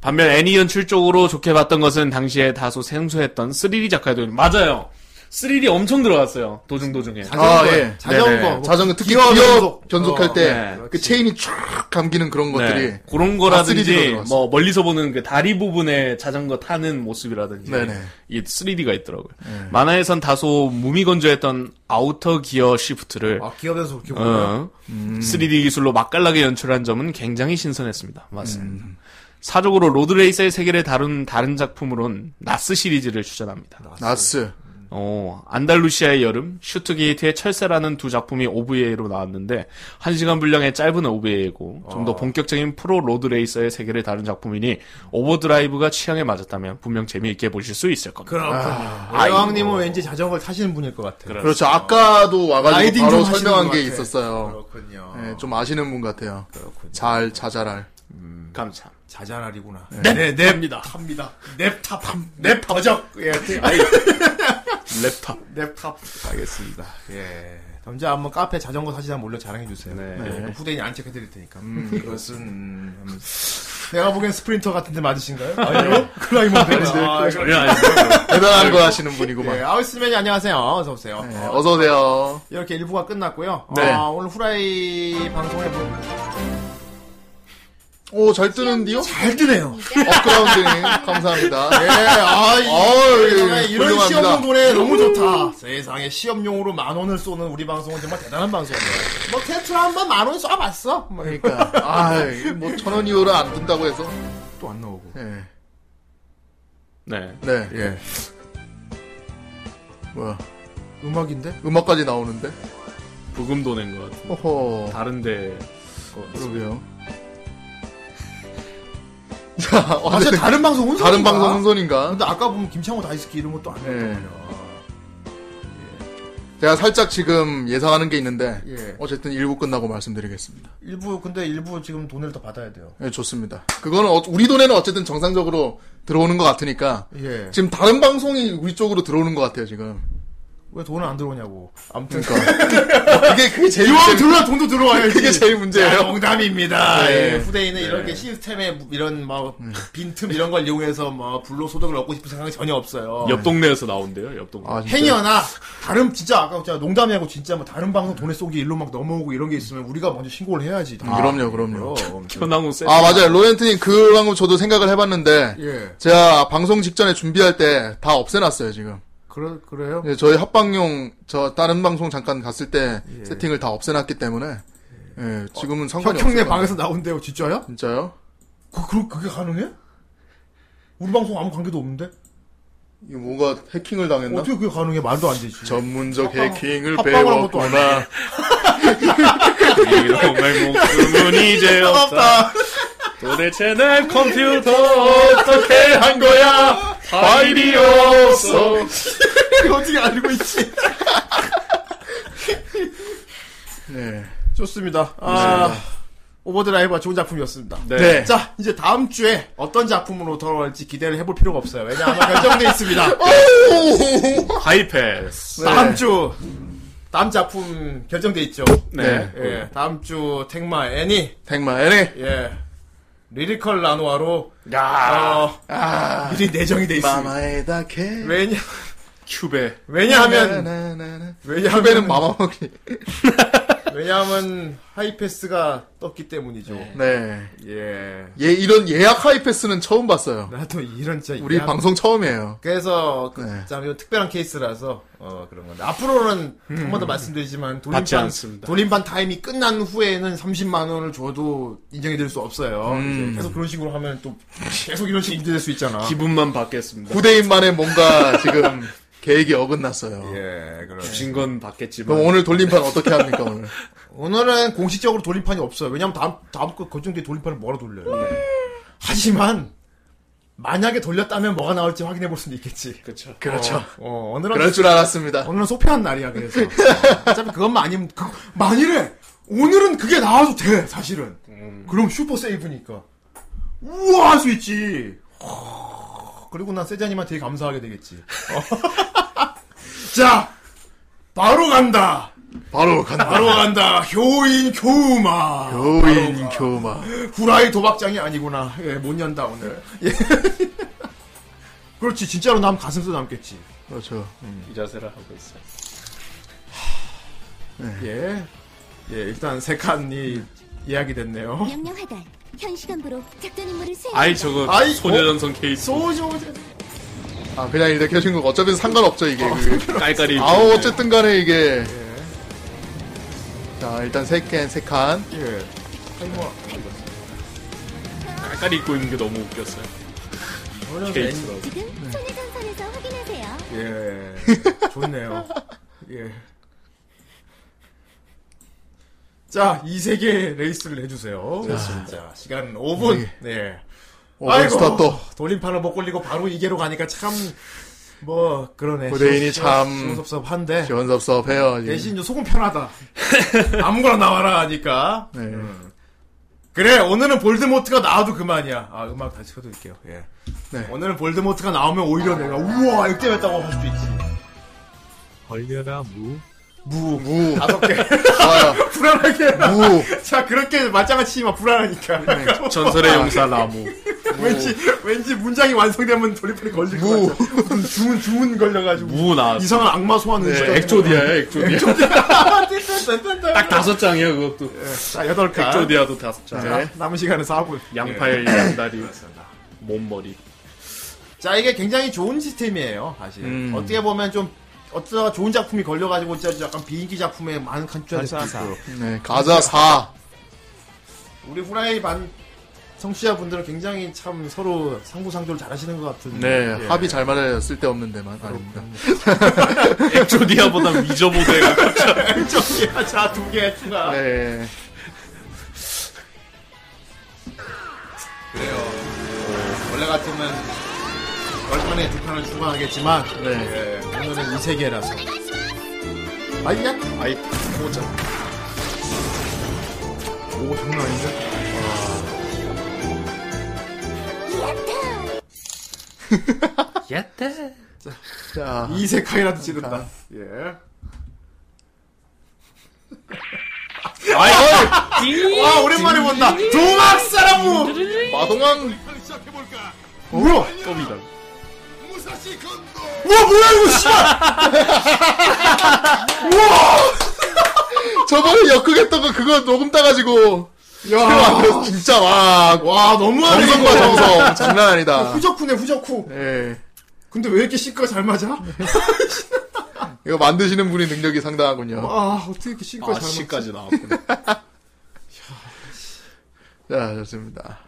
[SPEAKER 3] 반면 애니 연출 쪽으로 좋게 봤던 것은 당시에 다소 생소했던 3D 작가들 맞아요. 3D 엄청 들어갔어요. 도중 도중에.
[SPEAKER 1] 자전거.
[SPEAKER 2] 아, 예.
[SPEAKER 1] 자전거.
[SPEAKER 3] 네네.
[SPEAKER 1] 뭐
[SPEAKER 2] 자전거 특히
[SPEAKER 1] 기어
[SPEAKER 2] 기어,
[SPEAKER 1] 변속.
[SPEAKER 2] 변속할
[SPEAKER 1] 어,
[SPEAKER 2] 때
[SPEAKER 3] 네.
[SPEAKER 2] 그 체인이 쫙 감기는 그런 것들이.
[SPEAKER 3] 네.
[SPEAKER 2] 다 3D
[SPEAKER 3] 그런
[SPEAKER 2] 로
[SPEAKER 3] 거라든지
[SPEAKER 2] 들어갔어.
[SPEAKER 3] 뭐 멀리서 보는 그 다리 부분에 자전거 타는 모습이라든지
[SPEAKER 2] 네네. 네.
[SPEAKER 3] 이게 3D가 있더라고요. 만화에선 다소 무미건조했던 아우터 기어 시프트를
[SPEAKER 1] 아, 기어 변속 이렇게 보면.
[SPEAKER 3] 네. 어,
[SPEAKER 1] 음.
[SPEAKER 3] 3D 기술로 맛깔나게 연출한 점은 굉장히 신선했습니다. 맞습니다.
[SPEAKER 1] 음.
[SPEAKER 3] 사적으로 로드레이서의 세계를 다룬 다른 작품으론 나스 시리즈를 추천합니다.
[SPEAKER 1] 네.
[SPEAKER 2] 나스.
[SPEAKER 3] 어, 안달루시아의 여름, 슈트게이트의 철새라는 두 작품이 OVA로 나왔는데 1시간 분량의 짧은 OVA이고 좀
[SPEAKER 1] 어.
[SPEAKER 3] 더 본격적인 프로 로드레이서의 세계를 다룬 작품이니 오버드라이브가 취향에 맞았다면 분명 재미있게 보실 수 있을 겁니다.
[SPEAKER 1] 그렇군요. 아, 여왕님은 왠지 자전거를 타시는 분일 것 같아요.
[SPEAKER 3] 그렇-
[SPEAKER 2] 그렇죠. 아까도 와가지고
[SPEAKER 1] 라이딩
[SPEAKER 2] 바로
[SPEAKER 1] 좀 하시는
[SPEAKER 2] 설명한
[SPEAKER 1] 것
[SPEAKER 2] 게
[SPEAKER 1] 같아.
[SPEAKER 2] 있었어요.
[SPEAKER 1] 그렇군요.
[SPEAKER 2] 예, 좀 아시는 분 같아요.
[SPEAKER 1] 그렇군요.
[SPEAKER 2] 잘 자잘할.
[SPEAKER 1] 그-
[SPEAKER 3] 감사.
[SPEAKER 1] 자잘알이구나. 네, 네, 냅니다. 탑니다. 냅탑. 냅 버적. 예.
[SPEAKER 3] 랩탑.
[SPEAKER 1] 냅탑. 알겠습니다. 예. 언제 한번 카페 자전거 사진 한번 올려 자랑해주세요.
[SPEAKER 3] 네.
[SPEAKER 1] 그 후대인이 안 체크해드릴 테니까. 음, 그것은, 음, 하면서. 내가 보기엔 스프린터 같은데 맞으신가요? 아니요.
[SPEAKER 3] 네.
[SPEAKER 1] 클라이머인데. 아,
[SPEAKER 3] 전혀 아니고요.
[SPEAKER 2] 대단한 거 하시는
[SPEAKER 1] 예,
[SPEAKER 2] 분이구만.
[SPEAKER 1] 아우스맨이 안녕하세요. 어서오세요.
[SPEAKER 2] 네, 어서오세요.
[SPEAKER 1] 이렇게 1부가 끝났고요.
[SPEAKER 2] 네.
[SPEAKER 1] 아, 오늘 후라이 방송에 뭐-
[SPEAKER 2] 오, 잘 뜨는데요?
[SPEAKER 1] 잘 뜨네요.
[SPEAKER 2] 업그라운드님, 감사합니다.
[SPEAKER 1] 예, 아, 이,
[SPEAKER 2] 어이, 예,
[SPEAKER 1] 세상에 이런
[SPEAKER 2] 그 훌륭합니다. 음.
[SPEAKER 1] 시험용 노래 너무 좋다. 세상에 시험용으로 만 원을 쏘는 우리 방송은 정말 대단한 방송이에요. 뭐 테트라 한 번 만 원 쏴봤어. 뭐 이렇게
[SPEAKER 2] 그러니까, 아, 뭐, 천 원 이후로 안 뜬다고 해서.
[SPEAKER 1] 또안 나오고.
[SPEAKER 2] 예.
[SPEAKER 3] 네.
[SPEAKER 2] 네.
[SPEAKER 1] 예,
[SPEAKER 2] 뭐야.
[SPEAKER 1] 음악인데?
[SPEAKER 2] 음악까지 나오는데?
[SPEAKER 3] 부금도 낸 것 같아요.
[SPEAKER 2] 호호.
[SPEAKER 3] 다른데.
[SPEAKER 2] 그러게요. 자,
[SPEAKER 1] 아, 진짜 다른 방송 혼선.
[SPEAKER 2] 다른 방송 혼선인가?
[SPEAKER 1] 근데 아까 보면 김창호 다이스키 이런 것도 안
[SPEAKER 2] 예.
[SPEAKER 1] 했거든요.
[SPEAKER 2] 제가 살짝 지금 예상하는 게 있는데
[SPEAKER 1] 예.
[SPEAKER 2] 어쨌든 일부 끝나고 말씀드리겠습니다.
[SPEAKER 1] 일부 근데 일부 지금 돈을 더 받아야 돼요.
[SPEAKER 2] 예, 좋습니다. 그거는 어- 우리 돈에는 어쨌든 정상적으로 들어오는 것 같으니까
[SPEAKER 1] 예.
[SPEAKER 2] 지금 다른 방송이 우리 쪽으로 들어오는 것 같아요 지금.
[SPEAKER 1] 왜 돈은 안 들어오냐고. 아무튼.
[SPEAKER 2] 그게 그게 제일
[SPEAKER 1] 이왕
[SPEAKER 2] 문제,
[SPEAKER 1] 들어와 돈도 들어와야지.
[SPEAKER 2] 그게 제일
[SPEAKER 1] 아,
[SPEAKER 2] 문제예요.
[SPEAKER 1] 농담입니다.
[SPEAKER 2] 네.
[SPEAKER 1] 예, 후대인은 이런 게 시스템에 이런 막 빈틈 이런 걸 이용해서 막 불로 소득을 얻고 싶은 생각이 전혀 없어요.
[SPEAKER 3] 옆 동네에서 나온대요. 옆 동네.
[SPEAKER 2] 아, 진짜.
[SPEAKER 1] 행여나 다른 진짜 아까 진짜 농담이라고 진짜 뭐 다른 방송 돈의 속이 일로 막 넘어오고 이런 게 있으면 우리가 먼저 신고를 해야지. 다.
[SPEAKER 2] 음, 그럼요, 그럼요.
[SPEAKER 3] 어,
[SPEAKER 1] 그럼.
[SPEAKER 3] 현황은 세.
[SPEAKER 2] 아 맞아요. 로렌트님 그 방금 저도 생각을 해봤는데
[SPEAKER 1] 예.
[SPEAKER 2] 제가 방송 직전에 준비할 때 다 없애놨어요 지금.
[SPEAKER 1] 그래 그래요?
[SPEAKER 2] 예, 저희 합방용 저 다른 방송 잠깐 갔을 때 세팅을 다 없애놨기 때문에 예, 지금은 상관이 없어요.
[SPEAKER 1] 예. 혁형네 방에서 나온대요. 진짜야?
[SPEAKER 2] 진짜요?
[SPEAKER 1] 그, 그 그게 가능해? 우리 방송 아무 관계도 없는데
[SPEAKER 2] 이거 뭔가 해킹을 당했나?
[SPEAKER 1] 어떻게 그게 가능해? 말도 안 되지.
[SPEAKER 2] 전문적
[SPEAKER 1] 합방-
[SPEAKER 2] 해킹을
[SPEAKER 1] 합방을 한 것도
[SPEAKER 2] 배웠구나.
[SPEAKER 3] 이런 말 목숨은 이제 없다. 도대체 내 컴퓨터 어떻게 한 거야? 파일이 없어.
[SPEAKER 1] 어떻게 알고 있지?
[SPEAKER 2] 네.
[SPEAKER 1] 좋습니다. 아, 오버드라이브가 좋은 작품이었습니다.
[SPEAKER 3] 네.
[SPEAKER 2] 네.
[SPEAKER 1] 자, 이제 다음 주에 어떤 작품으로 돌아올지 기대를 해볼 필요가 없어요. 왜냐하면 결정돼 있습니다. 네.
[SPEAKER 3] 하이패스.
[SPEAKER 1] 다음 주, 다음 작품 결정돼 있죠.
[SPEAKER 3] 네.
[SPEAKER 1] 예, 다음 주 택마 애니,
[SPEAKER 2] 택마 애니.
[SPEAKER 1] 예, 리리컬 라노아로,
[SPEAKER 3] 네. 야.
[SPEAKER 1] 어, 미리 내정이 돼 있습니다.
[SPEAKER 2] 마마에다 캐.
[SPEAKER 1] 왜냐,
[SPEAKER 3] 큐베.
[SPEAKER 2] 네,
[SPEAKER 1] 왜냐하면,
[SPEAKER 2] 나나나나.
[SPEAKER 1] 왜냐하면,
[SPEAKER 2] 후배는 마마먹이.
[SPEAKER 1] 왜냐하면 하이패스가 떴기 때문이죠.
[SPEAKER 2] 네.
[SPEAKER 1] 예.
[SPEAKER 2] 예, 이런 예약 하이패스는 처음 봤어요.
[SPEAKER 1] 나도 이런 진짜
[SPEAKER 2] 우리
[SPEAKER 1] 이해하-
[SPEAKER 2] 방송 처음이에요.
[SPEAKER 1] 그래서 그
[SPEAKER 2] 네.
[SPEAKER 1] 참 이거 특별한 케이스라서 어 그런 건데 앞으로는 한 번 더 말씀드리지만 돌림판
[SPEAKER 3] 음. 받지 않습니다.
[SPEAKER 1] 돌림판 타임이 끝난 후에는 30만 원을 줘도 인정해드릴 수 없어요.
[SPEAKER 3] 음.
[SPEAKER 1] 이제 계속 그런 식으로 하면 또 계속 이런 식으로 인정될 수 있잖아.
[SPEAKER 3] 기분만 받겠습니다.
[SPEAKER 2] 후대인만의 뭔가 지금 계획이 어긋났어요.
[SPEAKER 1] 예, 그럼
[SPEAKER 3] 주신 건
[SPEAKER 2] 그럼
[SPEAKER 3] 받겠지만.
[SPEAKER 2] 오늘 돌림판 어떻게 합니까 오늘?
[SPEAKER 1] 오늘은 공식적으로 돌림판이 없어요. 왜냐면 다음 다음 거 걱정 뒤에 돌림판을 뭐라 돌려요.
[SPEAKER 3] 음.
[SPEAKER 1] 네. 하지만 만약에 돌렸다면 뭐가 나올지 확인해 볼 수는 있겠지.
[SPEAKER 3] 그렇죠.
[SPEAKER 2] 그렇죠.
[SPEAKER 1] 어, 어느 날
[SPEAKER 2] 그럴 줄 알았습니다.
[SPEAKER 1] 오늘은 소피한 날이야 그래서 어차피 그것만 아니면 그, 만일에 오늘은 그게 나와도 돼 사실은 그럼 슈퍼 세이브니까 우와 할 수 있지 허, 그리고 난 세자님한테 되게 감사하게 되겠지 어. 자 바로 간다
[SPEAKER 2] 바로 간다.
[SPEAKER 1] 바로 간다 효인 교우마
[SPEAKER 2] 교인 교마.
[SPEAKER 1] 후라이 도박장이 아니구나 예, 못 연다 오늘 예. 그렇지 진짜로 남 가슴 도 남겠지
[SPEAKER 2] 그렇죠.
[SPEAKER 3] 이 자세를 하고 있어요.
[SPEAKER 1] 예. 예, 일단 세 칸이 이야기 됐네요.
[SPEAKER 4] 명령하달 현 시간부로 작전 임무를 수행
[SPEAKER 3] 아이 어? 저거
[SPEAKER 1] 아이,
[SPEAKER 3] 소녀전선 케이스
[SPEAKER 1] 소조제.
[SPEAKER 2] 아 그냥 이렇게 하신 거 어차피 상관없죠 이게. 그-
[SPEAKER 3] 깔깔이.
[SPEAKER 2] 아우 어쨌든 간에 이게. 자 일단 세캔세 칸.
[SPEAKER 1] 예. 타이머.
[SPEAKER 3] 깔깔이 입고 있는 게 너무 웃겼어요. 케이스라고.
[SPEAKER 4] 지금 손해 전선에서 확인하세요
[SPEAKER 1] 네. 예. 좋네요. 예. 자, 이 세계 레이스를 해주세요. 자, 시간은 5분. 네.
[SPEAKER 2] 예. 오늘 스타트.
[SPEAKER 1] 돌림판을 못 걸리고 바로 이계로 가니까 참, 뭐, 그러네.
[SPEAKER 2] 고대인이
[SPEAKER 1] 시-
[SPEAKER 2] 참-
[SPEAKER 1] 시- 시원섭섭한데.
[SPEAKER 2] 지원섭섭해요. 지금.
[SPEAKER 1] 대신 소금 편하다. 아무거나 나와라 하니까.
[SPEAKER 2] 네.
[SPEAKER 1] 그래 오늘은 볼드모트가 나와도 그만이야 아 음악 다시 켜둘게요 예.
[SPEAKER 2] 네.
[SPEAKER 1] 오늘은 볼드모트가 나오면 오히려 내가 우와 역대했다고 할 수도
[SPEAKER 3] 네.
[SPEAKER 1] 있지
[SPEAKER 7] 걸려라 무
[SPEAKER 1] 무
[SPEAKER 2] 무.
[SPEAKER 1] 다섯 개
[SPEAKER 2] 좋아요.
[SPEAKER 1] 불안하게 해라.
[SPEAKER 2] 무.
[SPEAKER 1] 자 그렇게 맞짱을 치면 불안하니까
[SPEAKER 3] 네. 전설의 용사 라무.
[SPEAKER 1] 왠지 왠지 문장이 완성되면 돌리풀이 걸릴 것
[SPEAKER 2] 무.
[SPEAKER 1] 같아 무슨 주문 주문 걸려가지고
[SPEAKER 3] 무 나왔어.
[SPEAKER 1] 이상한 악마 소환을
[SPEAKER 2] 네,
[SPEAKER 3] 엑조디아야 엑조디아. 딱 다섯 장이야 그것도.
[SPEAKER 1] 자 여덟 칸
[SPEAKER 3] 엑조디아도 다섯 장.
[SPEAKER 1] 자, 남은 예. 시간은 4분
[SPEAKER 3] 양팔, 양다리, 몸머리.
[SPEAKER 1] 자 이게 굉장히 좋은 시스템이에요 사실
[SPEAKER 2] 음.
[SPEAKER 1] 어떻게 보면 좀 어쩌다 좋은 작품이 걸려가지고 진짜 약간 비인기 작품에 많은 간추가 됐고
[SPEAKER 7] 가자,
[SPEAKER 2] 네 가자 사.
[SPEAKER 1] 우리 후라이 반 청취자분들은 굉장히 참 서로 상부상조를 잘하시는 것 같은
[SPEAKER 2] 네
[SPEAKER 1] 예.
[SPEAKER 2] 합이 잘 맞아요. 쓸데없는 데만. 아닙니다.
[SPEAKER 3] 엑조디아보다 위저보드가
[SPEAKER 1] 저기야 자두개 추가
[SPEAKER 2] 네.
[SPEAKER 1] 그래요 어, 원래 같으면 얼판에 두 판을 추가하겠지만
[SPEAKER 2] 네.
[SPEAKER 1] 예, 오늘은 이 세계라서 아이야 아이 보자 오 장난 아닌데
[SPEAKER 3] 야떼.
[SPEAKER 2] 자,
[SPEAKER 1] 이세카이라도 찌른다. 예.
[SPEAKER 3] 아이,
[SPEAKER 1] 와, 오랜만에 본다. 도막 사람우!
[SPEAKER 2] 마동왕 어?
[SPEAKER 1] 뭐야?
[SPEAKER 3] 껌이다.
[SPEAKER 1] 우와, 뭐야, 이거, 씨발!
[SPEAKER 2] 저번에 역극했던 거 그거 녹음 따가지고
[SPEAKER 1] 야,
[SPEAKER 2] 그래서 진짜 와
[SPEAKER 1] 와, 너무하네.
[SPEAKER 2] 정성과
[SPEAKER 1] 이거.
[SPEAKER 2] 정성 장난 아니다.
[SPEAKER 1] 후적후네, 후적후.
[SPEAKER 2] 예,
[SPEAKER 1] 근데 왜 이렇게 싱크가 잘 맞아?
[SPEAKER 2] 이거 만드시는 분이 능력이 상당하군요.
[SPEAKER 1] 아, 어떻게 이렇게 싱크가 잘 맞지?
[SPEAKER 3] 아씨까지 나왔구나.
[SPEAKER 2] 자, 좋습니다.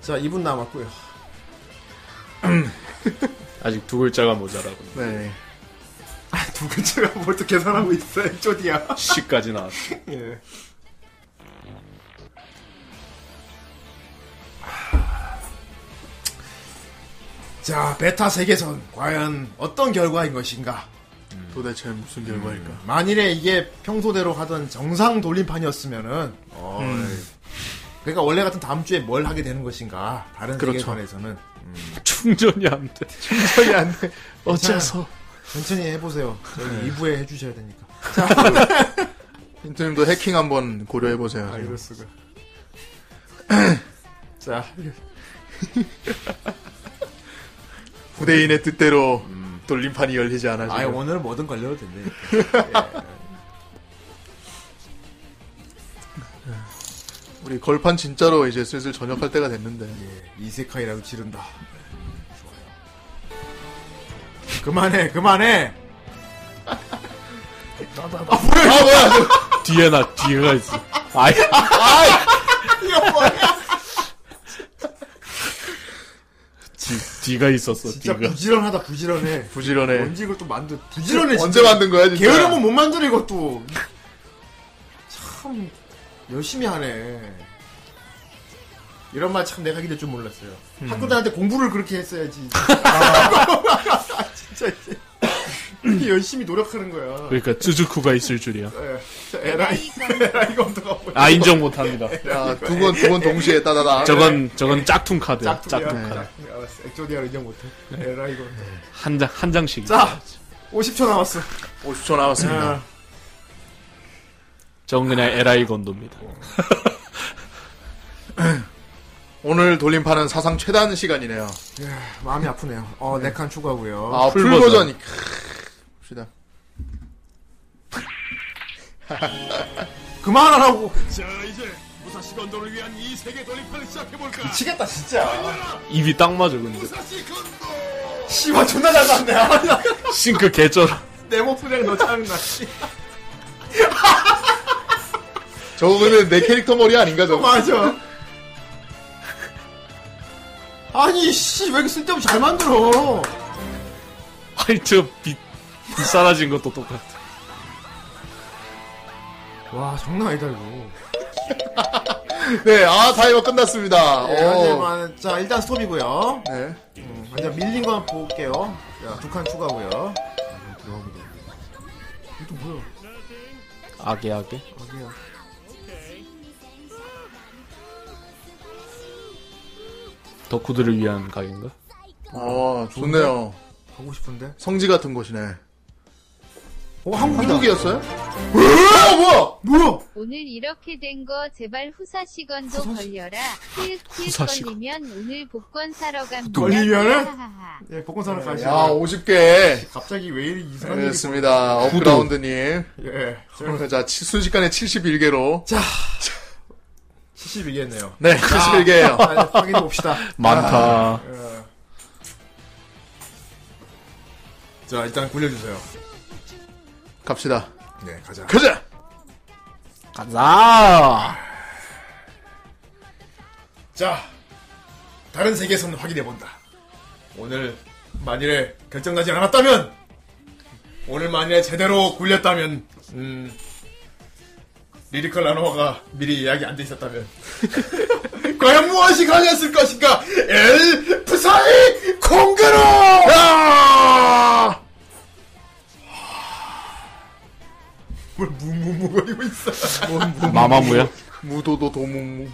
[SPEAKER 1] 자, 2분 남았고요.
[SPEAKER 3] 아직 두 글자가 모자라고.
[SPEAKER 2] 네,
[SPEAKER 1] 아, 두 글자가 뭘또 계산하고 있어, 쪼디야.
[SPEAKER 3] 씨까지 나왔어.
[SPEAKER 1] 예. 자, 베타 세계선. 과연 어떤 결과인 것인가?
[SPEAKER 2] 도대체 무슨 결과일까?
[SPEAKER 1] 만일에 이게 평소대로 하던 정상 돌림판이었으면은, 어,
[SPEAKER 2] 음.
[SPEAKER 1] 그러니까 원래 같은 다음 주에 뭘 하게 되는 것인가? 다른
[SPEAKER 2] 그렇죠.
[SPEAKER 1] 세계관에서는 음.
[SPEAKER 3] 충전이 안 돼.
[SPEAKER 2] 저기 안 돼. 어째서? 네.
[SPEAKER 1] 천천히 해보세요. 저희 2부에 해주셔야 되니까.
[SPEAKER 2] 힌트님도 해킹 한번 고려해보세요.
[SPEAKER 1] 아, 이럴 수가. 자,
[SPEAKER 2] 부대인의 뜻대로
[SPEAKER 1] 음.
[SPEAKER 2] 돌림판이 열리지 않아.
[SPEAKER 1] 아
[SPEAKER 2] 지금.
[SPEAKER 1] 오늘은 뭐든 걸려도 된대.
[SPEAKER 2] 우리 걸판 진짜로 이제 슬슬 전역할 때가 됐는데.
[SPEAKER 1] 예, 이세카이라도 지른다. 좋아요. 그만해, 그만해.
[SPEAKER 2] 아 뭐야?
[SPEAKER 3] 뒤에 나 뒤에가 있어. 아이,
[SPEAKER 1] 이거 뭐야?
[SPEAKER 3] 뒤, 뒤가 있었어.
[SPEAKER 1] 진짜
[SPEAKER 3] 뒤가. 네.
[SPEAKER 1] 부지런하다, 부지런해.
[SPEAKER 2] 부지런해.
[SPEAKER 1] 언제 이걸 또 만들? 부지런해.
[SPEAKER 2] 언제
[SPEAKER 1] 진짜.
[SPEAKER 2] 만든 거야 진짜?
[SPEAKER 1] 게으르면 못 만들어 이것도. 참 열심히 하네. 이런 말 참 내가 기댈 줄 몰랐어요. 학교 다닐 때 공부를 그렇게 했어야지. 아, 진짜 이제 이렇게 열심히 노력하는 거야.
[SPEAKER 3] 그러니까 쯔즈쿠가 있을 줄이야.
[SPEAKER 1] 예. 저 에라이 에라이 검도가 뭐야?
[SPEAKER 3] 아 인정 못합니다.
[SPEAKER 2] 네. 야두번 두 번 동시에 따다다.
[SPEAKER 3] 저건 저건 짝퉁
[SPEAKER 1] 네,
[SPEAKER 3] 카드야.
[SPEAKER 1] 짝퉁이야.
[SPEAKER 3] 짝퉁 카드.
[SPEAKER 1] 짝퉁이야. 알았어. 액조디아 인정 못해. 에라이 검도.
[SPEAKER 3] 한 장 한 장씩.
[SPEAKER 1] 자, 50초 남았어.
[SPEAKER 2] 50초 남았습니다.
[SPEAKER 1] 아,
[SPEAKER 3] 저건 그냥 LI 건도입니다.
[SPEAKER 2] 오늘 돌림판은 사상 최단 시간이네요.
[SPEAKER 1] 마음이 아프네요. 어, 네 칸 추가고요.
[SPEAKER 2] 아
[SPEAKER 3] 풀
[SPEAKER 2] 풀버전. 봅시다.
[SPEAKER 1] 그만하라고.
[SPEAKER 8] 무사시 건도를 위한 이 세계 돌림판을 시작해볼까?
[SPEAKER 1] 미치겠다 진짜.
[SPEAKER 3] 입이 딱 맞아 근데.
[SPEAKER 8] 무사시 건도!
[SPEAKER 1] 씨발 존나 잘 났네. 아, 나
[SPEAKER 3] 싱크 개쩔어.
[SPEAKER 1] 네모 포장 너 짜증나. 씨.
[SPEAKER 2] 저거는 내 캐릭터 머리 아닌가 저거?
[SPEAKER 1] 맞아. 아니 씨왜 이렇게 쓸데없이 잘 만들어.
[SPEAKER 3] 아니 저비 비싸라진 것도 똑같아.
[SPEAKER 1] 와 장난 아니다 이거.
[SPEAKER 2] 네, 아 타이머 끝났습니다.
[SPEAKER 1] 예,
[SPEAKER 2] 오.
[SPEAKER 1] 하지만 자 일단 스톱이고요.
[SPEAKER 2] 네.
[SPEAKER 1] 음, 완전 밀린 거 한번 볼게요. 자, 두 칸 추가고요. 어, 이거 뭐야?
[SPEAKER 3] 아게 아게.
[SPEAKER 1] 아니야.
[SPEAKER 3] 덕후들을 위한 가게인가?
[SPEAKER 2] 아 좋네요.
[SPEAKER 1] 가고 싶은데.
[SPEAKER 2] 성지 같은 곳이네.
[SPEAKER 1] 어 한국이다.
[SPEAKER 2] 한국이었어요? 으아 뭐야?
[SPEAKER 1] 뭐야?
[SPEAKER 5] 오늘 이렇게 된 거 제발 후사시건도
[SPEAKER 1] 후사시-
[SPEAKER 5] 걸려라. 키읔키읔
[SPEAKER 3] 후사시건.
[SPEAKER 5] 걸리면 오늘 복권 사러 갑니다.
[SPEAKER 1] 걸리면은?
[SPEAKER 5] 하하하.
[SPEAKER 1] 예, 복권사로 가시죠.
[SPEAKER 2] 야 50개.
[SPEAKER 1] 갑자기 왜 이리
[SPEAKER 8] 예.
[SPEAKER 1] 이상한 일이 있어?
[SPEAKER 2] 알겠습니다. 업그라운드님.
[SPEAKER 1] 예. 저-
[SPEAKER 2] 자, 치- 순식간에 71개로.
[SPEAKER 1] 자, 72개네요.
[SPEAKER 2] 네,
[SPEAKER 1] 아.
[SPEAKER 2] 71개예요.
[SPEAKER 1] 확인해 봅시다.
[SPEAKER 3] 많다.
[SPEAKER 1] 자, 일단 굴려주세요.
[SPEAKER 2] 갑시다.
[SPEAKER 1] 네, 가자.
[SPEAKER 2] 가자.
[SPEAKER 3] 가자.
[SPEAKER 1] 자, 다른 세계선 확인해 본다. 오늘 만일에 결정나지 않았다면, 오늘 만일에 제대로 굴렸다면, 음, 리리컬 라노아가 미리 예약이 안 돼 있었다면, 과연 무엇이 가능했을 것인가? 엘 프사이 공개로! 뭘 무무무거리고 있어?
[SPEAKER 3] 마마무야?
[SPEAKER 2] 무도도 도무무.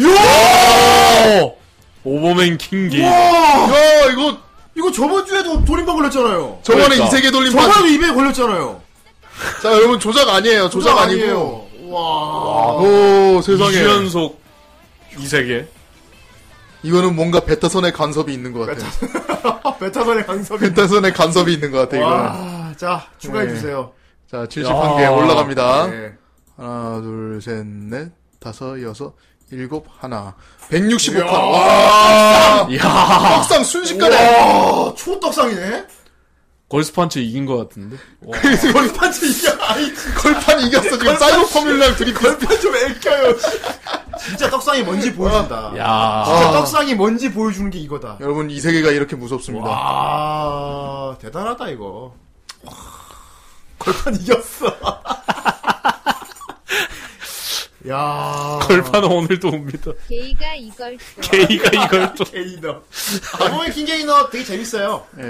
[SPEAKER 1] 요!
[SPEAKER 3] 오버맨 킹기.
[SPEAKER 1] 와!
[SPEAKER 2] 야, 이거
[SPEAKER 1] 이거 저번 주에도 돌림판 걸렸잖아요.
[SPEAKER 2] 저번에
[SPEAKER 3] 그러니까.
[SPEAKER 2] 이 세계 돌림판.
[SPEAKER 1] 저번에도 입에 걸렸잖아요.
[SPEAKER 2] 자, 여러분 조작 아니에요. 조작, 아니고.
[SPEAKER 1] 와.
[SPEAKER 2] 오, 세상에.
[SPEAKER 3] 2주 연속 이 세계.
[SPEAKER 2] 이거는 뭔가 베타선의 간섭이 있는 것 같아요.
[SPEAKER 1] 베타선의 강섭이.
[SPEAKER 2] 베타선의 간섭이 있는 것 같아요, 이거는.
[SPEAKER 1] 와. 자, 추가해주세요.
[SPEAKER 2] 자,
[SPEAKER 3] 야.
[SPEAKER 2] 71개 올라갑니다.
[SPEAKER 1] 예.
[SPEAKER 2] 하나, 둘, 셋, 넷, 다섯, 여섯, 일곱, 하나. 165칸.
[SPEAKER 1] 이야. 아.
[SPEAKER 2] 와!
[SPEAKER 3] 이야.
[SPEAKER 2] 막상 순식간에.
[SPEAKER 1] 와, 아, 초떡상이네?
[SPEAKER 3] 걸스펀치 이긴 것 같은데. 와.
[SPEAKER 1] 걸판지 이게 아이,
[SPEAKER 2] 걸판 이겼어. 지금 사이버 퍼뮬러랑 둘이 걸
[SPEAKER 1] 걸판 좀 애껴요. 진짜 떡상이 뭔지 보여준다.
[SPEAKER 3] 야.
[SPEAKER 1] 진짜 떡상이 뭔지 보여주는 게 이거다.
[SPEAKER 2] 여러분, 이 세계가 이렇게 무섭습니다.
[SPEAKER 1] 와, 대단하다, 이거. 와, 걸판 이겼어. 야.
[SPEAKER 3] 걸판은 오늘도 옵니다.
[SPEAKER 5] 게이가 이걸 또.
[SPEAKER 3] 게이가 이걸 또.
[SPEAKER 1] 게이너. 아무튼 킹게이너 되게 재밌어요.
[SPEAKER 2] 예.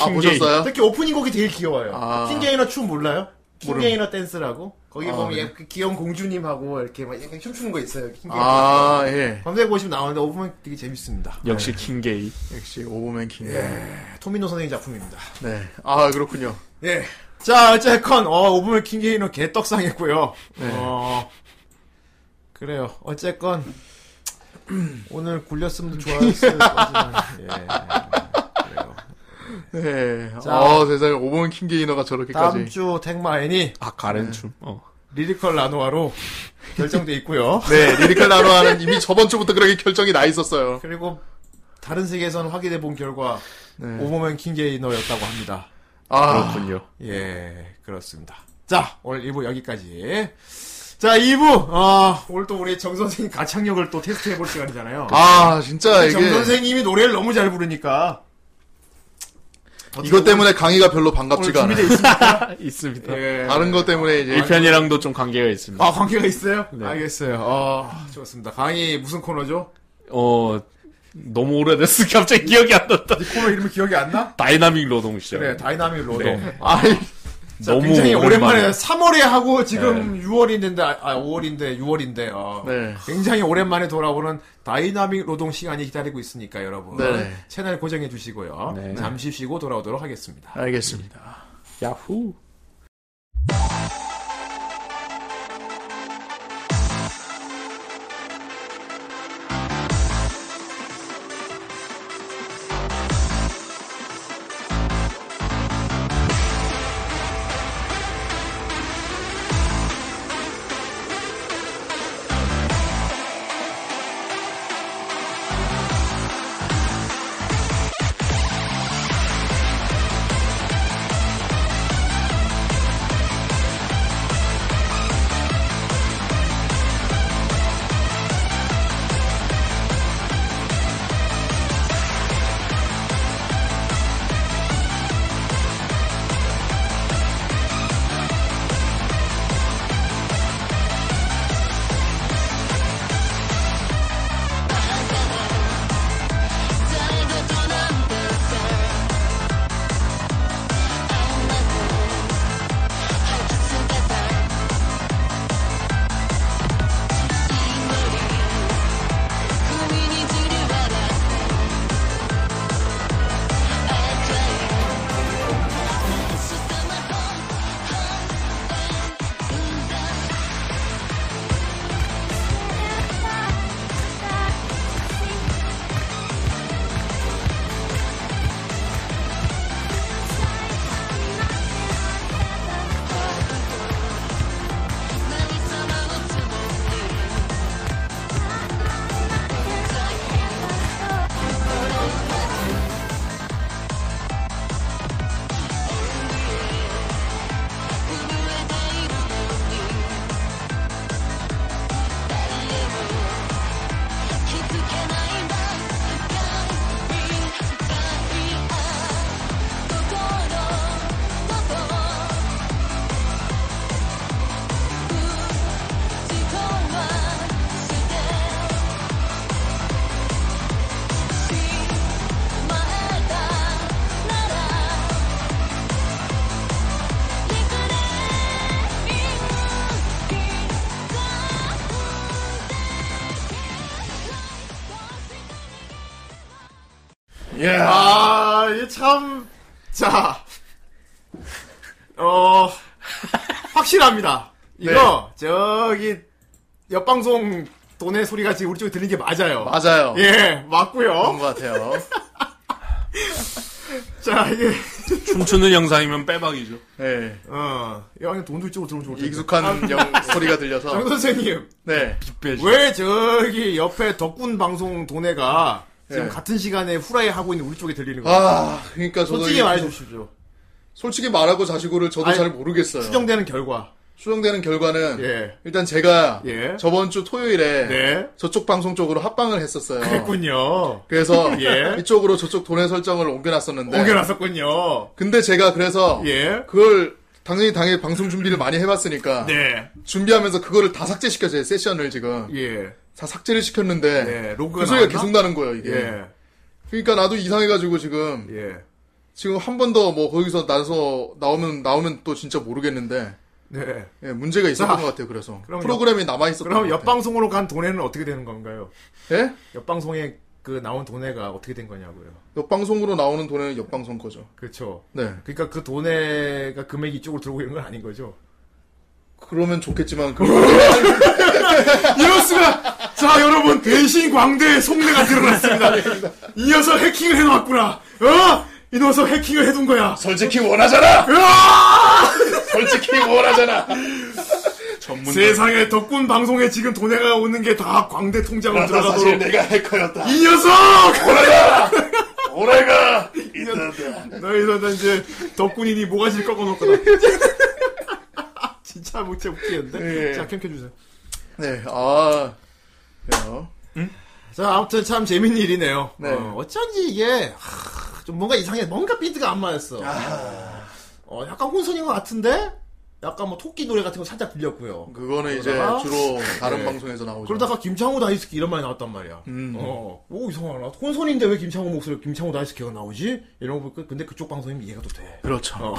[SPEAKER 2] 아,
[SPEAKER 3] 킹게임.
[SPEAKER 2] 보셨어요?
[SPEAKER 1] 특히 오프닝 곡이 되게 귀여워요.
[SPEAKER 2] 아.
[SPEAKER 1] 킹게이너 춤 몰라요?
[SPEAKER 2] 모름.
[SPEAKER 1] 킹게이너 댄스라고? 거기
[SPEAKER 2] 아,
[SPEAKER 1] 보면
[SPEAKER 2] 그래요?
[SPEAKER 1] 예, 그 귀여운 공주님하고 이렇게 막 약간 춤추는 거 있어요. 킹게이너.
[SPEAKER 2] 아, 예.
[SPEAKER 1] 검색해보시면 나오는데 오프닝 되게 재밌습니다.
[SPEAKER 3] 역시 킹게이.
[SPEAKER 2] 역시 오버맨 킹.
[SPEAKER 1] 예. 토미노 선생님 작품입니다.
[SPEAKER 2] 네. 아, 그렇군요.
[SPEAKER 1] 예. 자, 어쨌건, 어, 오브맨 킹게이너 개떡상했고요. 어, 그래요. 어쨌건, 오늘 굴렸으면 좋았을 거지만, 예. 그래요.
[SPEAKER 2] 네.
[SPEAKER 1] 자.
[SPEAKER 2] 아, 세상에 오버맨 킹 게이너가 저렇게까지.
[SPEAKER 1] 다음 주 택마엔이
[SPEAKER 3] 아, 가렌춤. 어.
[SPEAKER 1] 리리컬 라노아로 결정돼 있고요.
[SPEAKER 2] 네, 리리컬 나노아는 이미 저번 주부터 그렇게 결정이 나 있었어요.
[SPEAKER 1] 그리고 다른 세계에서는 확인해 본 결과
[SPEAKER 2] 네.
[SPEAKER 1] 오버맨 킹게이너였다고 합니다.
[SPEAKER 2] 아,
[SPEAKER 3] 그렇군요.
[SPEAKER 1] 예, 그렇습니다. 자, 오늘 2부 여기까지. 자, 2부! 아, 오늘 또 우리 정선생님 가창력을 또 테스트 해볼 시간이잖아요.
[SPEAKER 2] 아, 진짜 이게
[SPEAKER 1] 정 선생님이 노래를 너무 잘 부르니까
[SPEAKER 2] 이것 때문에 강의가 별로
[SPEAKER 1] 오늘
[SPEAKER 2] 반갑지가
[SPEAKER 1] 준비돼
[SPEAKER 2] 않아요.
[SPEAKER 1] 있습니다.
[SPEAKER 3] 있습니다.
[SPEAKER 1] 예.
[SPEAKER 2] 다른 것 때문에 이제
[SPEAKER 3] 1편이랑도 네. 좀 관계가 있습니다.
[SPEAKER 1] 아 관계가 있어요?
[SPEAKER 3] 네.
[SPEAKER 1] 알겠어요. 아 좋습니다. 강의 무슨 코너죠?
[SPEAKER 3] 어, 너무 오래됐어. 갑자기 기억이 안 난다.
[SPEAKER 1] 이 코너 이름이 기억이 안 나?
[SPEAKER 3] 다이나믹 노동 시절.
[SPEAKER 1] 그래 다이나믹 로더.
[SPEAKER 3] 네.
[SPEAKER 1] 아이 자,
[SPEAKER 3] 너무
[SPEAKER 1] 굉장히 오랜만에
[SPEAKER 3] 오랜만에.
[SPEAKER 1] 3월에 하고 지금 6월인데 아 5월인데 6월인데 어.
[SPEAKER 2] 네.
[SPEAKER 1] 굉장히 오랜만에 돌아오는 다이나믹 노동 시간이 기다리고 있으니까 여러분
[SPEAKER 2] 네.
[SPEAKER 1] 채널 고정해 주시고요.
[SPEAKER 3] 네.
[SPEAKER 1] 잠시 쉬고 돌아오도록 하겠습니다.
[SPEAKER 2] 알겠습니다.
[SPEAKER 3] 야후.
[SPEAKER 4] 「
[SPEAKER 3] 예.
[SPEAKER 1] 아, 이게 참, 자, 어, 확실합니다. 이거, 저기, 옆방송 돈의 소리가 지금 우리 쪽에 들린 게 맞아요.
[SPEAKER 2] 맞아요.
[SPEAKER 1] 예,
[SPEAKER 2] 그런
[SPEAKER 1] 맞고요
[SPEAKER 2] 것 같아요.
[SPEAKER 1] 자, 이게,
[SPEAKER 3] 춤추는 영상이면 빼박이죠.
[SPEAKER 2] 네. 뭐
[SPEAKER 1] 어, 아, 야, 이거 돈도 이쪽으로 들어오면 좋을 텐데.
[SPEAKER 2] 익숙한 영 소리가 들려서.
[SPEAKER 1] 장 선생님,
[SPEAKER 2] 네.
[SPEAKER 3] 빗배죠.
[SPEAKER 1] 왜 저기 옆에 덕분 방송 돈해가 지금
[SPEAKER 2] 예.
[SPEAKER 1] 같은 시간에 후라이 하고 있는 우리 쪽에 들리는 거예요?
[SPEAKER 2] 아, 그러니까 저도
[SPEAKER 1] 솔직히
[SPEAKER 2] 이-
[SPEAKER 1] 말해 주십시오.
[SPEAKER 2] 솔직히 말하고 자식으로 저도
[SPEAKER 1] 아니,
[SPEAKER 2] 잘 모르겠어요.
[SPEAKER 1] 수정되는 결과.
[SPEAKER 2] 수정되는 결과는
[SPEAKER 1] 예.
[SPEAKER 2] 일단 제가
[SPEAKER 1] 예.
[SPEAKER 2] 저번 주 토요일에
[SPEAKER 1] 네.
[SPEAKER 2] 저쪽 방송 쪽으로 합방을 했었어요.
[SPEAKER 1] 그랬군요.
[SPEAKER 2] 그래서
[SPEAKER 1] 예.
[SPEAKER 2] 이쪽으로 저쪽 돈의 설정을 옮겨놨었는데
[SPEAKER 1] 옮겨놨었군요.
[SPEAKER 2] 근데 제가 그래서
[SPEAKER 1] 예.
[SPEAKER 2] 그걸 당연히 당일 방송 준비를 많이 해봤으니까
[SPEAKER 1] 네.
[SPEAKER 2] 준비하면서 그거를 다 삭제시켜 제 세션을 지금
[SPEAKER 1] 예.
[SPEAKER 2] 다 삭제를 시켰는데
[SPEAKER 1] 네. 로그가
[SPEAKER 2] 그 소리가
[SPEAKER 1] 나왔나?
[SPEAKER 2] 계속 나는 거예요 이게
[SPEAKER 1] 예.
[SPEAKER 2] 그러니까 나도 이상해가지고 지금
[SPEAKER 1] 예.
[SPEAKER 2] 지금 한 번 더 뭐 거기서 나서 나오면 나오면 또 진짜 모르겠는데
[SPEAKER 1] 네.
[SPEAKER 2] 예, 문제가 있었던
[SPEAKER 1] 자,
[SPEAKER 2] 것 같아요 그래서
[SPEAKER 1] 그럼
[SPEAKER 2] 프로그램이 남아 있었던
[SPEAKER 1] 그럼 옆방송으로 간 돈해는 어떻게 되는 건가요?
[SPEAKER 2] 예?
[SPEAKER 1] 옆방송에 그 나온 돈해가 어떻게 된 거냐고요.
[SPEAKER 2] 옆방송으로 나오는 돈은 옆방송 거죠
[SPEAKER 1] 그렇죠.
[SPEAKER 2] 네
[SPEAKER 1] 그러니까 그 돈해가 금액이 이쪽으로 들어오고 있는 건 아닌 거죠.
[SPEAKER 2] 그러면 좋겠지만 그
[SPEAKER 1] 이렇습니다. 자, 여러분, 대신 광대의 속내가 드러났습니다. 이 녀석 해킹을 해놨구나. 어? 이 녀석 해킹을 해둔 거야.
[SPEAKER 2] 솔직히 원하잖아
[SPEAKER 1] 으아!
[SPEAKER 2] 솔직히 원하잖아
[SPEAKER 3] 전문.
[SPEAKER 1] 세상에 덕분 방송에 지금 돈해가 오는 게 다 광대
[SPEAKER 2] 아,
[SPEAKER 1] 통장으로 들어가도록.
[SPEAKER 2] 내가 할 거였다
[SPEAKER 1] 이 녀석!
[SPEAKER 2] 오래가 있다
[SPEAKER 1] 너희들 나 이제 덕군이니 모가지를 꺾어놓을 거다. 진짜 못해 웃기는데.
[SPEAKER 2] 예.
[SPEAKER 1] 자, 캠 켜주세요.
[SPEAKER 2] 네, 아, 그래요.
[SPEAKER 1] 자, 아무튼 참 재밌는 일이네요.
[SPEAKER 2] 네.
[SPEAKER 1] 어, 쩐지 이게 하, 좀 뭔가 이상해. 뭔가 빈트가 안 맞았어.
[SPEAKER 2] 아.
[SPEAKER 1] 어, 약간 혼선인 것 같은데? 약간 뭐 토끼 노래 같은 거 살짝 들렸고요.
[SPEAKER 2] 그거는 이제
[SPEAKER 1] 그러다가-
[SPEAKER 2] 주로 다른
[SPEAKER 1] 네.
[SPEAKER 2] 방송에서 나오죠.
[SPEAKER 1] 그러다가 김창호 다이스키 이런 말이 나왔단 말이야.
[SPEAKER 2] 음.
[SPEAKER 1] 어, 오 이상하나. 혼선인데 왜 김창호 목소리, 김창호 다이스키가 나오지? 이런 거 보니까 근데 그쪽 방송이면 이해가 또 돼.
[SPEAKER 2] 그렇죠.
[SPEAKER 1] 어.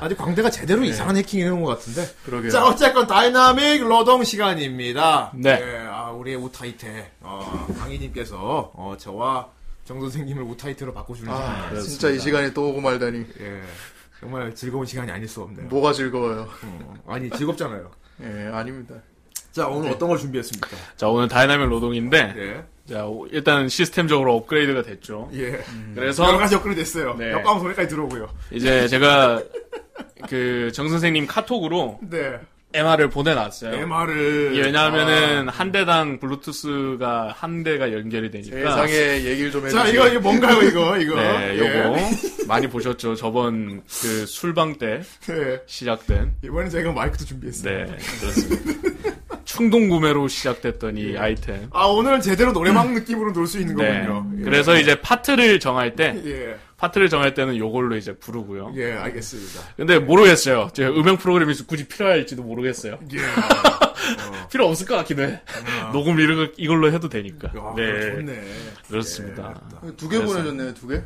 [SPEAKER 1] 아직 광대가 제대로
[SPEAKER 2] 네.
[SPEAKER 1] 이상한 해킹 해놓은 것 같은데.
[SPEAKER 2] 그러게요.
[SPEAKER 1] 자, 어쨌건 다이나믹 러동 시간입니다.
[SPEAKER 3] 네.
[SPEAKER 1] 예, 아, 우리의 우타이테, 어, 강희님께서, 어, 저와 정선생님을 우타이테로 바꿔주는
[SPEAKER 2] 아,
[SPEAKER 1] 시간이에요.
[SPEAKER 2] 진짜 이 시간에 또 오고 말다니
[SPEAKER 1] 예. 정말 즐거운 시간이 아닐 수 없네요.
[SPEAKER 2] 뭐가 즐거워요.
[SPEAKER 1] 어, 아니, 즐겁잖아요. 예.
[SPEAKER 2] 예, 아닙니다.
[SPEAKER 1] 자, 오늘 어떤 걸 준비했습니까?
[SPEAKER 3] 자 오늘 다이나믹 노동인데
[SPEAKER 1] 네.
[SPEAKER 3] 자 오- 일단 시스템적으로 업그레이드가 됐죠.
[SPEAKER 1] 예. 여러
[SPEAKER 3] 그래서
[SPEAKER 1] 가지 업그레이드 됐어요.
[SPEAKER 3] 음. 네.
[SPEAKER 1] 옆방 소리까지 들어오고요.
[SPEAKER 3] 이제 제가 그 정 선생님 카톡으로
[SPEAKER 1] 네.
[SPEAKER 3] MR을 보내놨어요.
[SPEAKER 1] MR을. 아.
[SPEAKER 3] 이게 네. 예, 왜냐하면은 한 대당 블루투스가 한 대가 연결이 되니까
[SPEAKER 2] 세상에 얘기를 좀 해주세요.
[SPEAKER 1] 자, 이거, 이거 뭔가요, 이거, 이거.
[SPEAKER 3] 네 요거
[SPEAKER 1] 예.
[SPEAKER 3] 많이 보셨죠 저번 그 술방 때
[SPEAKER 1] 네.
[SPEAKER 3] 시작된
[SPEAKER 1] 이번엔 제가 마이크도 준비했어요.
[SPEAKER 3] 네 그렇습니다 충동 구매로 시작됐던 이 아이템
[SPEAKER 1] 아, 오늘은 제대로 노래방 느낌으로 놀 수 있는
[SPEAKER 3] 네
[SPEAKER 1] 거군요. 예.
[SPEAKER 3] 그래서 이제 파트를 정할 때
[SPEAKER 1] 예,
[SPEAKER 3] 파트를 정할 때는 요걸로 이제 부르고요
[SPEAKER 1] 예, 알겠습니다.
[SPEAKER 3] 근데 모르겠어요 제가 음향 프로그램이 굳이 필요할지도 모르겠어요
[SPEAKER 1] 예.
[SPEAKER 3] 필요 없을 것 같기도 해 녹음 이런 거 이걸로 해도 되니까
[SPEAKER 1] 야,
[SPEAKER 3] 네
[SPEAKER 1] 아, 좋네.
[SPEAKER 3] 그렇습니다
[SPEAKER 2] 두 개
[SPEAKER 3] 그래서-
[SPEAKER 2] 보내줬네요, 두 개.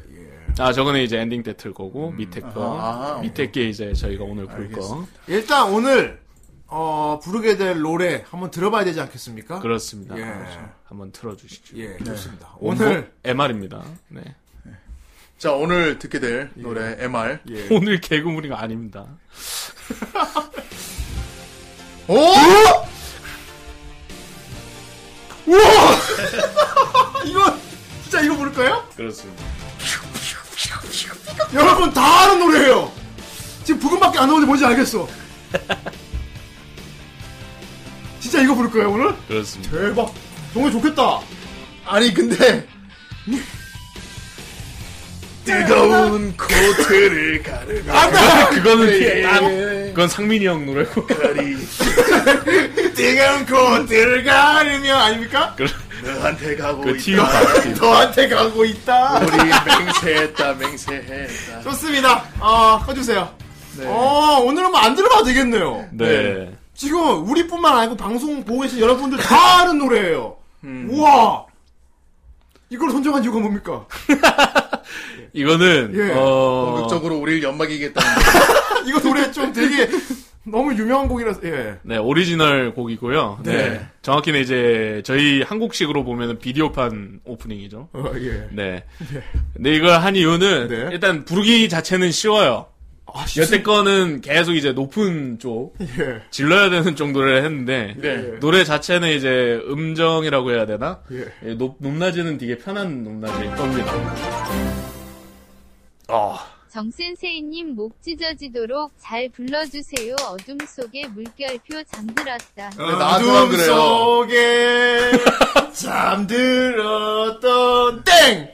[SPEAKER 3] 아, 저거는 이제 엔딩 때 틀 거고, 밑에 거.
[SPEAKER 2] 아,
[SPEAKER 3] 밑에 게 이제 저희가 오늘 볼 거.
[SPEAKER 1] 일단 오늘, 어, 부르게 될 노래 한번 들어봐야 되지 않겠습니까?
[SPEAKER 3] 그렇습니다. 네.
[SPEAKER 1] 예.
[SPEAKER 3] 그렇죠. 한번 틀어주시죠.
[SPEAKER 1] 예, 좋습니다. 오늘,
[SPEAKER 3] MR입니다. 네.
[SPEAKER 2] 자, 오늘 듣게 될 노래 MR.
[SPEAKER 1] 예.
[SPEAKER 3] 오늘 개그물이가 아닙니다. 뭐?
[SPEAKER 2] 오!
[SPEAKER 1] 어?
[SPEAKER 2] 우와!
[SPEAKER 1] 이거, 진짜 이거 부를까요?
[SPEAKER 3] 그렇습니다.
[SPEAKER 1] 여러분 다 아는 노래예요. 지금 부금밖에 안 나오는데 뭔지 알겠어. 진짜 이거 부를 거예요 오늘?
[SPEAKER 3] 그렇습니다.
[SPEAKER 1] 대박. 정말 좋겠다.
[SPEAKER 2] 아니 근데 뜨거운 코트를 가르고
[SPEAKER 1] 아,
[SPEAKER 3] 그거는
[SPEAKER 2] 예.
[SPEAKER 3] 딱, 그건 상민이 형 노래고.
[SPEAKER 1] 뜨거운 코트를 가르며 아닙니까?
[SPEAKER 2] 너한테 가고
[SPEAKER 3] 그
[SPEAKER 2] 있다.
[SPEAKER 3] 티유 파티.
[SPEAKER 1] 너한테 가고 있다.
[SPEAKER 2] 우리 맹세했다, 맹세했다.
[SPEAKER 1] 좋습니다. 어, 꺼주세요.
[SPEAKER 2] 네.
[SPEAKER 1] 어, 오늘은 뭐 안 들어봐도 되겠네요.
[SPEAKER 3] 네.
[SPEAKER 1] 지금 우리뿐만 아니고 방송 보고 계신 여러분들 다 아는 노래예요.
[SPEAKER 2] 음.
[SPEAKER 1] 우와. 이걸 선정한 이유가 뭡니까?
[SPEAKER 3] 이거는,
[SPEAKER 1] 예.
[SPEAKER 3] 어,
[SPEAKER 2] 본격적으로 우리를 연막이겠다는
[SPEAKER 1] 이거 노래 좀 되게 너무 유명한 곡이라서 예.
[SPEAKER 3] 네, 오리지널 곡이고요. 네. 정확히는 이제 저희 한국식으로 보면 비디오판 오프닝이죠.
[SPEAKER 1] 어, 예.
[SPEAKER 3] 네. 근데 이걸 한 이유는
[SPEAKER 1] 네.
[SPEAKER 3] 일단 부르기 자체는 쉬워요.
[SPEAKER 1] 아, 쉽지-
[SPEAKER 3] 여태 거는 계속 이제 높은 쪽
[SPEAKER 1] 예.
[SPEAKER 3] 질러야 되는 정도를 했는데
[SPEAKER 1] 네.
[SPEAKER 3] 노래 자체는 이제 음정이라고 해야 되나?
[SPEAKER 1] 예.
[SPEAKER 3] 예, 높, 높낮이는 되게 편한 높낮이일 겁니다. 아,
[SPEAKER 5] 정센세이님 목 찢어지도록 잘 불러주세요. 어둠 속에 물결표 잠들었다.
[SPEAKER 2] 나한테만
[SPEAKER 1] 어둠
[SPEAKER 2] 그래요.
[SPEAKER 1] 속에 잠들었던 땡!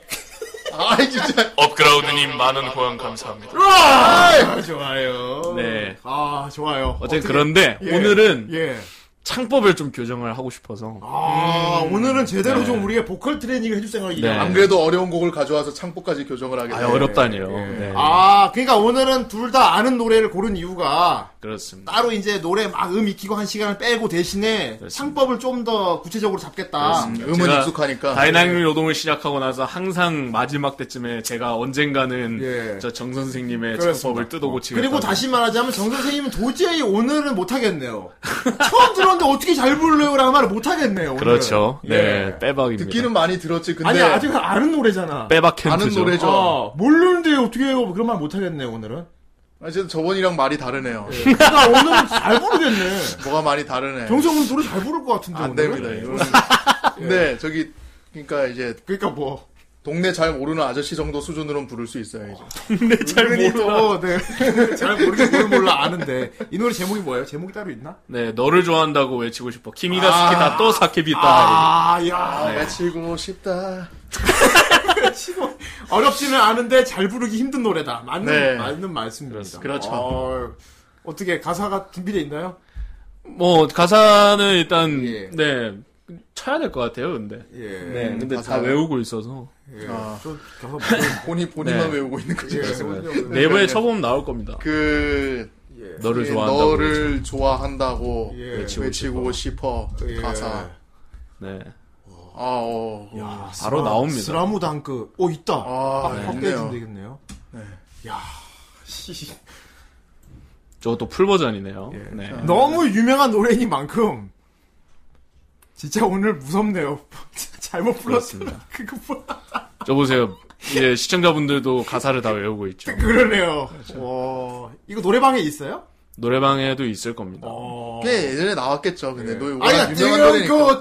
[SPEAKER 2] 아이 진짜
[SPEAKER 3] 업그라운드님 많은 고향 감사합니다.
[SPEAKER 1] 아, 좋아요.
[SPEAKER 3] 네.
[SPEAKER 1] 아, 좋아요.
[SPEAKER 3] 어쨌든
[SPEAKER 1] 어떻게-
[SPEAKER 3] 그런데
[SPEAKER 1] 예.
[SPEAKER 3] 오늘은
[SPEAKER 1] 예.
[SPEAKER 3] 창법을 좀 교정을 하고 싶어서
[SPEAKER 1] 아, 오늘은 제대로
[SPEAKER 3] 네.
[SPEAKER 1] 좀 우리가 보컬 트레이닝을 해줄 생각이에요.
[SPEAKER 3] 네.
[SPEAKER 2] 안 그래도 어려운 곡을 가져와서 창법까지 교정을 하게
[SPEAKER 3] 아,
[SPEAKER 2] 돼.
[SPEAKER 3] 어렵다니요.
[SPEAKER 1] 예.
[SPEAKER 3] 네.
[SPEAKER 1] 아, 그러니까 오늘은 둘 다 아는 노래를 고른 이유가
[SPEAKER 3] 그렇습니다.
[SPEAKER 1] 따로 이제 노래 막 음 익히고 한 시간을 빼고 대신에
[SPEAKER 3] 그렇습니다.
[SPEAKER 1] 창법을 좀 더 구체적으로 잡겠다.
[SPEAKER 3] 그렇습니다.
[SPEAKER 2] 음은
[SPEAKER 3] 제가
[SPEAKER 2] 익숙하니까.
[SPEAKER 3] 다이나믹 노동을 시작하고 나서 항상 마지막 때쯤에 제가 언젠가는
[SPEAKER 1] 예.
[SPEAKER 3] 저 정 선생님의
[SPEAKER 1] 그렇습니다.
[SPEAKER 3] 창법을 뜯어고치고
[SPEAKER 1] 그리고 다시 말하자면 정 선생님은 도저히 오늘은 못하겠네요. 처음 들었는데 어떻게 잘 불러요라는 말을 못하겠네요. 오늘은.
[SPEAKER 3] 그렇죠. 네,
[SPEAKER 1] 예.
[SPEAKER 3] 빼박입니다.
[SPEAKER 2] 듣기는 많이 들었지. 근데
[SPEAKER 1] 아니 아직 아는 노래잖아.
[SPEAKER 3] 빼박
[SPEAKER 2] 아는
[SPEAKER 3] 캠프죠.
[SPEAKER 2] 노래죠.
[SPEAKER 1] 아, 모르는데 어떻게 해요? 그런 말 못하겠네요 오늘은.
[SPEAKER 2] 어쨌든 저번이랑 말이 다르네요.
[SPEAKER 1] 그러니까 오늘은 잘 부르겠네.
[SPEAKER 2] 뭐가 많이 다르네.
[SPEAKER 1] 정성훈 노래 잘 부를 것 같은데
[SPEAKER 2] 안
[SPEAKER 1] 오늘은?
[SPEAKER 2] 됩니다. 이거는.
[SPEAKER 1] 예.
[SPEAKER 2] 근데 저기 그러니까 이제
[SPEAKER 1] 그러니까 뭐
[SPEAKER 2] 동네 잘 모르는 아저씨 정도 수준으로는 부를 수 있어요. 이제.
[SPEAKER 1] 잘 모르고 네. 잘 모르긴 뭘 몰라 아는데 이 노래 제목이 뭐예요? 제목이 따로 있나?
[SPEAKER 3] 네, 너를 좋아한다고 외치고 싶어. 키미가
[SPEAKER 1] 아.
[SPEAKER 3] 스키다 또 사케비다.
[SPEAKER 2] 아,
[SPEAKER 1] 아야
[SPEAKER 2] 외치고 싶다.
[SPEAKER 1] 네. 어렵지는 않은데 잘 부르기 힘든 노래다 맞는
[SPEAKER 2] 네.
[SPEAKER 1] 맞는 말씀입니다.
[SPEAKER 2] 그렇죠.
[SPEAKER 1] 어, 어떻게 가사가 준비돼 있나요?
[SPEAKER 3] 뭐 가사는 일단
[SPEAKER 1] 예.
[SPEAKER 3] 네 쳐야 될 것 같아요. 근데
[SPEAKER 1] 예.
[SPEAKER 3] 네, 근데 다
[SPEAKER 2] 가사요?
[SPEAKER 3] 외우고 있어서
[SPEAKER 1] 예.
[SPEAKER 2] 아.
[SPEAKER 1] 저 가사 모르-
[SPEAKER 2] 본인 본인만
[SPEAKER 3] 네.
[SPEAKER 2] 외우고 있는 거지.
[SPEAKER 1] 예.
[SPEAKER 3] 네이버에 쳐보면 나올 겁니다.
[SPEAKER 2] 그
[SPEAKER 1] 그러니까 예.
[SPEAKER 3] 너를
[SPEAKER 2] 예,
[SPEAKER 3] 좋아한다고. 외쳐.
[SPEAKER 2] 너를 좋아한다고
[SPEAKER 1] 예.
[SPEAKER 2] 외치고, 싶어,
[SPEAKER 1] 예.
[SPEAKER 2] 가사.
[SPEAKER 3] 네,
[SPEAKER 2] 아, 어.
[SPEAKER 1] 야,
[SPEAKER 3] 바로 나옵니다.
[SPEAKER 1] 스라무단크. 오 있다. 예.
[SPEAKER 2] 아,
[SPEAKER 1] 아,
[SPEAKER 2] 네.
[SPEAKER 1] 확대해주면 되겠네요. 야, 씨.
[SPEAKER 3] 저것도 풀 버전이네요.
[SPEAKER 1] 예.
[SPEAKER 3] 네.
[SPEAKER 1] 너무 유명한 노래이니만큼 진짜 오늘 무섭네요. 잘못 불렀습니다. 그거 뭐야?
[SPEAKER 3] 저 보세요. 이제 시청자분들도 가사를 다 외우고 있죠.
[SPEAKER 1] 그러네요. 와, 이거 노래방에 있어요?
[SPEAKER 3] 노래방에도 있을 겁니다.
[SPEAKER 1] 어.
[SPEAKER 2] 꽤 예전에 나왔겠죠. 근데 너
[SPEAKER 1] 아니,
[SPEAKER 2] 워낙 유명한
[SPEAKER 1] 대형
[SPEAKER 2] 노래니까.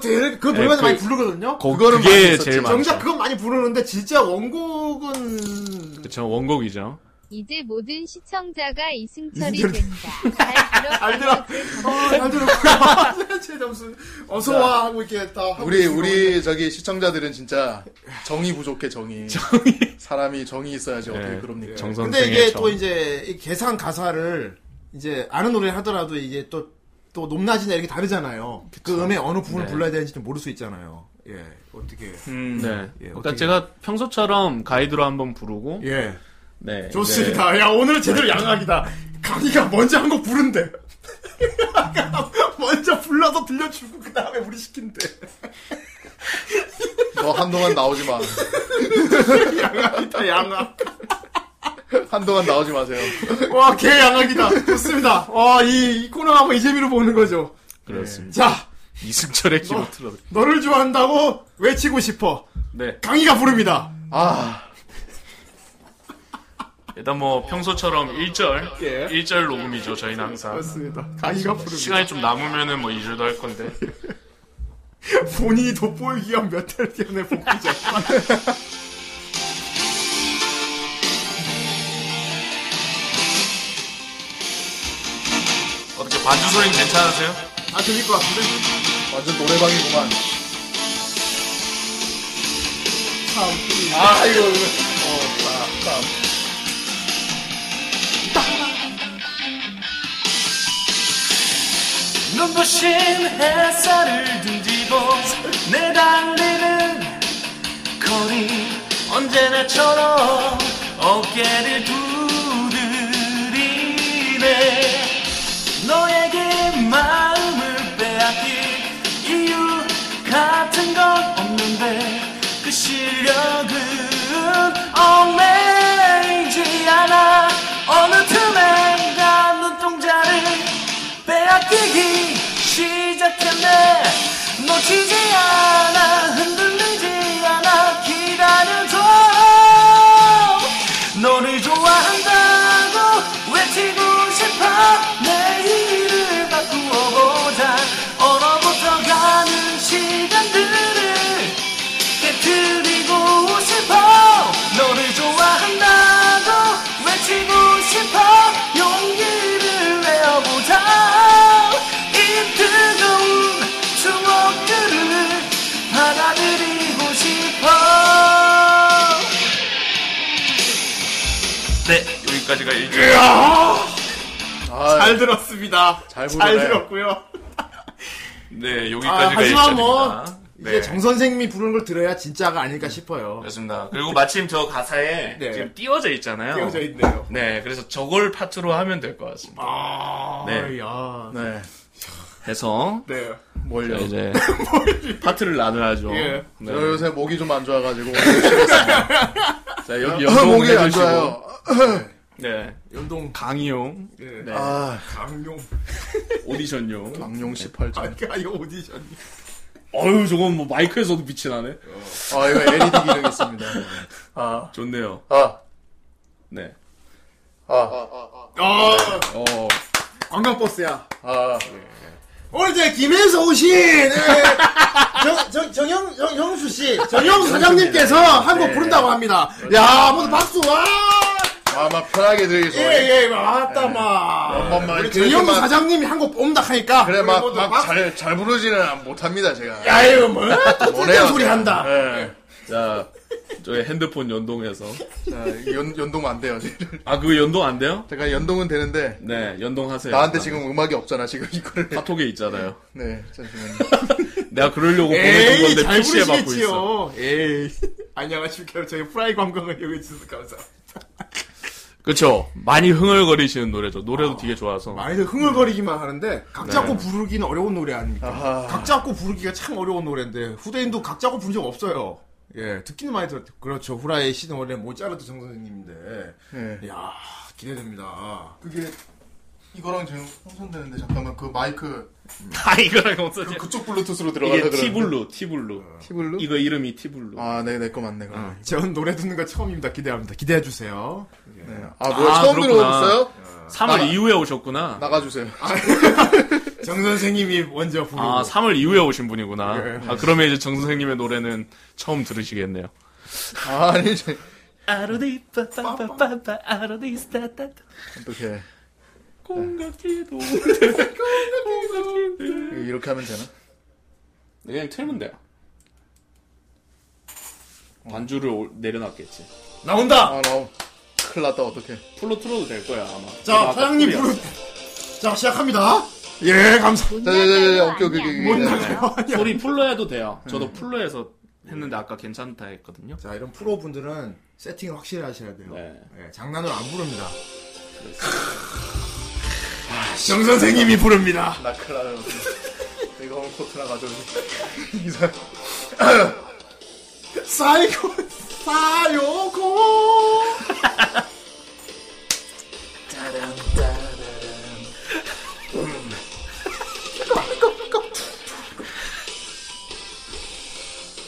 [SPEAKER 1] 그, 대형 그 노래방
[SPEAKER 3] 그-
[SPEAKER 1] 많이 부르거든요?
[SPEAKER 3] 거,
[SPEAKER 2] 그거는 많이
[SPEAKER 3] 그게
[SPEAKER 2] 했었지.
[SPEAKER 3] 제일 많죠.
[SPEAKER 1] 정작 그건 많이 부르는데 진짜 원곡은
[SPEAKER 3] 그쵸, 원곡이죠.
[SPEAKER 5] 이제 모든 시청자가 이승철이 된다. 잘 들어.
[SPEAKER 1] 잘 들었구나. 제 점수 어서와 하고 이렇게 다 하고
[SPEAKER 2] 우리
[SPEAKER 1] 있는
[SPEAKER 2] 우리 저기 시청자들은 진짜 정이 부족해 정이. 사람이 정이 있어야지 어떻게
[SPEAKER 1] 네.
[SPEAKER 3] 예.
[SPEAKER 2] 그럽니까?
[SPEAKER 3] 정
[SPEAKER 1] 근데 이게
[SPEAKER 3] 선생의
[SPEAKER 1] 또
[SPEAKER 3] 정.
[SPEAKER 1] 이제 이 개상 가사를 이제 아는 노래를 하더라도 이게 또, 또 높낮이나 이렇게 다르잖아요. 그 음의 어느 부분을
[SPEAKER 3] 네.
[SPEAKER 1] 불러야 되는지 좀 모를 수 있잖아요. 예, 어떻게.
[SPEAKER 2] 음.
[SPEAKER 3] 네.
[SPEAKER 1] 예,
[SPEAKER 3] 그러니까
[SPEAKER 1] 어떻게-
[SPEAKER 3] 제가 평소처럼 가이드로 한번 부르고
[SPEAKER 1] 예.
[SPEAKER 3] 네.
[SPEAKER 1] 좋습니다. 야, 오늘 제대로 양악이다. 강희가 먼저 한 거 부른대. 먼저 불러서 들려주고, 그 다음에 우리 시킨대.
[SPEAKER 2] 너 한동안 나오지 마.
[SPEAKER 1] 양악이다, 양악.
[SPEAKER 2] 한동안 나오지 마세요.
[SPEAKER 1] 와, 개 양악이다. 좋습니다. 와, 이, 이 코너가 한번 이재미로 보는 거죠. 예.
[SPEAKER 3] 이제 그렇습니다.
[SPEAKER 1] 자,
[SPEAKER 3] 이승철의 기로
[SPEAKER 1] 뭐.
[SPEAKER 3] 틀어.
[SPEAKER 1] 너를 좋아한다고 외치고 싶어.
[SPEAKER 3] 네.
[SPEAKER 1] 강희가 부릅니다.
[SPEAKER 2] 아,
[SPEAKER 3] 일단 뭐 평소처럼 1절
[SPEAKER 1] 예.
[SPEAKER 3] 1절 녹음이죠. 저희는 항상.
[SPEAKER 1] 그렇습니다. 강의가 부릅니다.
[SPEAKER 3] 시간이 좀 남으면은 뭐 2절도 할 건데.
[SPEAKER 1] 본인이 돋보이기 위한 몇 해를 뛰어내 복귀자.
[SPEAKER 3] 어떻게 반주 소리는 괜찮으세요?
[SPEAKER 1] 아, 들릴 것 같은데?
[SPEAKER 2] 완전 노래방이구만.
[SPEAKER 1] 참.
[SPEAKER 2] 아, 이거. 이거. 어, 땀, 땀.
[SPEAKER 3] 눈부신 햇살을 등지고 내달리는 거리 언제나처럼 어깨를 두드리네 너에게 마음을 빼앗길 이유 같은 건 없는데 그 실력은 얽매이지 않아 어느 틈엔가 눈동자를
[SPEAKER 9] 네, 여기까지가 이
[SPEAKER 2] 아,
[SPEAKER 1] 잘 들었습니다.
[SPEAKER 2] 잘
[SPEAKER 1] 잘
[SPEAKER 2] 부르네.
[SPEAKER 1] 들었고요.
[SPEAKER 9] 네
[SPEAKER 1] 아,
[SPEAKER 9] 여기까지가
[SPEAKER 1] 하지만
[SPEAKER 9] 1절입니다.
[SPEAKER 1] 뭐 이게
[SPEAKER 9] 네.
[SPEAKER 1] 정 선생님이 부르는 걸 들어야 진짜가 아닐까 싶어요.
[SPEAKER 3] 네.
[SPEAKER 9] 그렇습니다. 그리고 마침 저 가사에
[SPEAKER 1] 네.
[SPEAKER 9] 지금 띄워져 있잖아요.
[SPEAKER 1] 띄워져 있네요.
[SPEAKER 9] 네, 그래서 저걸 파트로 하면 될 것 같습니다.
[SPEAKER 1] 아,
[SPEAKER 9] 네.
[SPEAKER 1] 야,
[SPEAKER 3] 네. 해서
[SPEAKER 1] 네,
[SPEAKER 2] 뭘요?
[SPEAKER 3] 이제 파트를 나눠야죠.
[SPEAKER 1] 예.
[SPEAKER 3] 네.
[SPEAKER 2] 저 요새 목이 좀 안 좋아가지고
[SPEAKER 3] 자
[SPEAKER 1] 아,
[SPEAKER 2] 목이
[SPEAKER 3] 여기 연동을
[SPEAKER 2] 안
[SPEAKER 3] 해주시고.
[SPEAKER 2] 좋아요.
[SPEAKER 3] 네.
[SPEAKER 1] 연동,
[SPEAKER 3] 강용
[SPEAKER 1] 네.
[SPEAKER 3] 네.
[SPEAKER 2] 아,
[SPEAKER 1] 강용,
[SPEAKER 3] 오디션용.
[SPEAKER 2] 강용 18점.
[SPEAKER 1] 아, 이거 오디션.
[SPEAKER 3] 어유 저건 뭐 마이크에서도 빛이 나네.
[SPEAKER 2] 아, 이거 LED 기능 있습니다.
[SPEAKER 3] 아 좋네요.
[SPEAKER 2] 아,
[SPEAKER 3] 네.
[SPEAKER 2] 아,
[SPEAKER 1] 아,
[SPEAKER 3] 어.
[SPEAKER 1] 관광버스야.
[SPEAKER 2] 아.
[SPEAKER 1] 오늘 이제 김혜수 오신 네. 정, 정, 정영, 정, 영수 씨, 정영 사장님께서 한 곡 부른다고 합니다. 야, 모두 박수, 와!
[SPEAKER 2] 아마 편하게 드리기 좋아요.
[SPEAKER 1] 예, 예, 맞다, 마.
[SPEAKER 2] 한 번만
[SPEAKER 1] 우리
[SPEAKER 2] 이렇게
[SPEAKER 1] 정영
[SPEAKER 2] 네. 막-
[SPEAKER 1] 사장님이 한 곡 뽑는다 하니까.
[SPEAKER 2] 그래, 막,
[SPEAKER 1] 모두
[SPEAKER 2] 막
[SPEAKER 1] 박수.
[SPEAKER 2] 잘, 잘 부르지는 못합니다, 제가.
[SPEAKER 1] 야, 이거 뭐야? 또
[SPEAKER 2] 뭐래요,
[SPEAKER 1] 쓸데없는 소리
[SPEAKER 2] 제가.
[SPEAKER 1] 한다.
[SPEAKER 2] 예.
[SPEAKER 3] 자 저희 핸드폰 연동해서.
[SPEAKER 2] 자, 이게 연, 연동 안 돼요. 지금.
[SPEAKER 3] 아 그거 연동 안 돼요?
[SPEAKER 2] 제가 연동은 되는데,
[SPEAKER 3] 네 연동하세요.
[SPEAKER 2] 나한테 지금 음악이 없잖아, 지금 이거를.
[SPEAKER 3] 카톡에 있잖아요.
[SPEAKER 2] 네, 잠시만요.
[SPEAKER 3] 내가 그러려고 뭐 보내준
[SPEAKER 1] 에이,
[SPEAKER 3] 건데
[SPEAKER 1] 잘
[SPEAKER 3] 표시해 받고 있어.
[SPEAKER 1] 부르시겠지요. 에이. 안녕하십니까. 저희 프라이 관광을 이용해주셔서 감사합니다.
[SPEAKER 3] 그쵸. 많이 흥얼거리시는 노래죠. 노래도 되게 좋아서.
[SPEAKER 1] 많이들 흥얼거리기만 하는데, 각
[SPEAKER 3] 네.
[SPEAKER 1] 잡고 부르기는 어려운 노래 아닙니까? 각 잡고 부르기가 참 어려운 노래인데, 후대인도 각 잡고 부른 적 없어요. 예, 듣기는 많이 들었죠. 그렇죠. 후라이의 시는 원래 모차르트 정선생님인데,
[SPEAKER 2] 예.
[SPEAKER 1] 이야, 기대됩니다.
[SPEAKER 2] 그게, 이거랑 지금 혼선되는데, 잠깐만, 그 마이크,
[SPEAKER 3] 다 이거랑 없어져.
[SPEAKER 2] 그, 쪽 블루투스로 들어가서
[SPEAKER 3] 이게
[SPEAKER 2] 그런.
[SPEAKER 3] 티블루, 티블루.
[SPEAKER 2] 티블루?
[SPEAKER 3] 이거 이름이 티블루.
[SPEAKER 2] 아, 네, 내 거 맞네, 그럼.
[SPEAKER 1] 전 노래 듣는 거 처음입니다. 기대합니다. 기대해주세요.
[SPEAKER 2] 네. 아, 뭐야,
[SPEAKER 3] 아,
[SPEAKER 2] 처음
[SPEAKER 3] 그렇구나. 아,
[SPEAKER 2] 들어보셨어요?
[SPEAKER 3] 3월
[SPEAKER 2] 나가-
[SPEAKER 3] 이후에 오셨구나.
[SPEAKER 2] 나가주세요.
[SPEAKER 1] 정선생님이 먼저 부르고.
[SPEAKER 3] 아, 3월 이후에 오신 분이구나.
[SPEAKER 1] 예.
[SPEAKER 3] 아, 그러면 이제 정 선생님의 노래는 처음 들으시겠네요.
[SPEAKER 2] 아, 아니, 저-
[SPEAKER 3] 아로디빠빠빠빠, 아로디스타따따,
[SPEAKER 2] 어떡해.
[SPEAKER 3] 공각기도.
[SPEAKER 2] 이렇게 하면 되나?
[SPEAKER 3] 그냥 틀면 돼요. 반주를 올- 내려놨겠지.
[SPEAKER 1] 나온다!
[SPEAKER 2] 아, 나 큰일 났다, 어떡해.
[SPEAKER 3] 풀로 틀어도 될 거야, 아마.
[SPEAKER 1] 자,
[SPEAKER 3] 아까
[SPEAKER 1] 사장님
[SPEAKER 3] 풀이었어.
[SPEAKER 1] 부르. 자, 시작합니다. 예, 감사합니다.
[SPEAKER 5] 네,
[SPEAKER 2] 자자자자 오케이 오케이
[SPEAKER 5] 못
[SPEAKER 2] 오케이 오케이.
[SPEAKER 3] 소리 풀로 해도 돼요.
[SPEAKER 1] 네.
[SPEAKER 3] 저도 풀로 해서 했는데 아까 괜찮다 했거든요.
[SPEAKER 1] 자, 이런 프로분들은 세팅을 확실히 하셔야 돼요.
[SPEAKER 3] 네.
[SPEAKER 1] 예, 장난으로 안 부릅니다. 아, 정 선생님이
[SPEAKER 3] 아.
[SPEAKER 1] 부릅니다.
[SPEAKER 2] 나 큰일 났다 내가 오늘 코트나 가져오지 이사
[SPEAKER 1] 사이코, 사요코.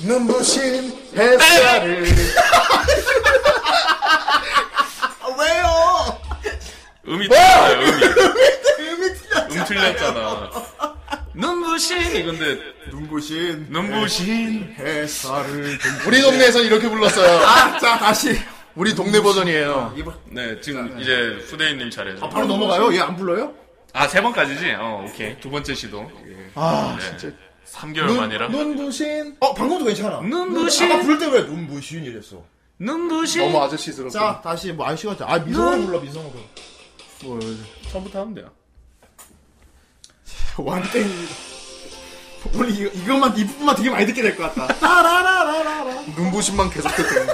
[SPEAKER 2] 눈부신 햇살을
[SPEAKER 1] 아, 왜요?
[SPEAKER 3] 음이 틀렸어요, 음이.
[SPEAKER 1] 음이 틀려.
[SPEAKER 3] 음 틀렸잖아. 눈부신! 이건데,
[SPEAKER 1] 눈부신
[SPEAKER 3] 눈부신.
[SPEAKER 1] 햇살을 좀-
[SPEAKER 2] 우리 동네에서 이렇게 불렀어요
[SPEAKER 1] 아, 자, 다시.
[SPEAKER 2] 우리 동네 버전이에요
[SPEAKER 3] 네, 아, 지금 이제 후대인님 차례죠.
[SPEAKER 1] 바로 넘어가요? 얘 안 불러요?
[SPEAKER 3] 아, 세 번까지지? 어, 오케이. 두 번째 시도.
[SPEAKER 2] 아
[SPEAKER 3] 네.
[SPEAKER 2] 진짜
[SPEAKER 3] 3개월 만이라.
[SPEAKER 2] 눈부신
[SPEAKER 1] 어, 방금도 괜찮아.
[SPEAKER 3] 눈부신.
[SPEAKER 1] 아까 부를 때 왜 눈부신 이랬어?
[SPEAKER 3] 음. 눈부신.
[SPEAKER 2] 너무 아저씨스럽고
[SPEAKER 1] 자, 다시 뭐 안씨가 아,
[SPEAKER 3] 음.
[SPEAKER 1] 미성으로 불러, 미성으로.
[SPEAKER 2] 뭐,
[SPEAKER 3] 처음부터 하면 돼요.
[SPEAKER 1] 완땡입니다. 오늘 이, 이것만, 이 부분만 되게 많이 듣게 될 것 같다. 따라라라라라.
[SPEAKER 2] 눈부신만 계속 듣고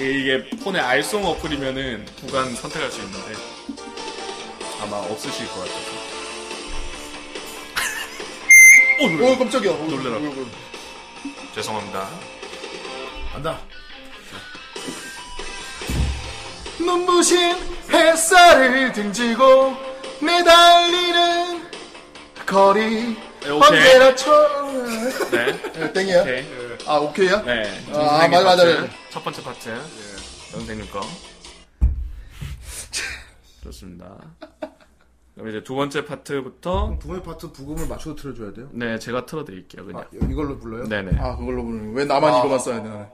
[SPEAKER 3] 예, 이게, 이게 폰에 알송 어플이면은 구간 선택할 수 있는데 아마 없으실 것 같아요. 오,
[SPEAKER 2] 오
[SPEAKER 3] 놀래.
[SPEAKER 2] 어, 깜짝이야 오,
[SPEAKER 3] 놀래라.
[SPEAKER 2] 뭐야, 뭐야.
[SPEAKER 3] 죄송합니다.
[SPEAKER 1] 간다.
[SPEAKER 2] 눈부신 햇살을 등지고 매달리는 거리
[SPEAKER 3] 네, 오케이.
[SPEAKER 2] 언제나 처음
[SPEAKER 3] 네.
[SPEAKER 2] 네, 땡이야
[SPEAKER 3] 오케이.
[SPEAKER 2] 아 오케이야?
[SPEAKER 3] 네.
[SPEAKER 2] 아, 맞아,
[SPEAKER 3] 선생님 파트.
[SPEAKER 2] 맞아.
[SPEAKER 3] 첫 번째 파트. 선생님 거. 좋습니다. 그럼 이제 두 번째 파트부터
[SPEAKER 1] 동해 파트 부금을 맞춰서 틀어줘야 돼요.
[SPEAKER 3] 네, 제가 틀어드릴게요, 그냥.
[SPEAKER 1] 이걸로 불러요?
[SPEAKER 3] 네네.
[SPEAKER 2] 아 그걸로 부르는 왜 나만 이거만 써야 되나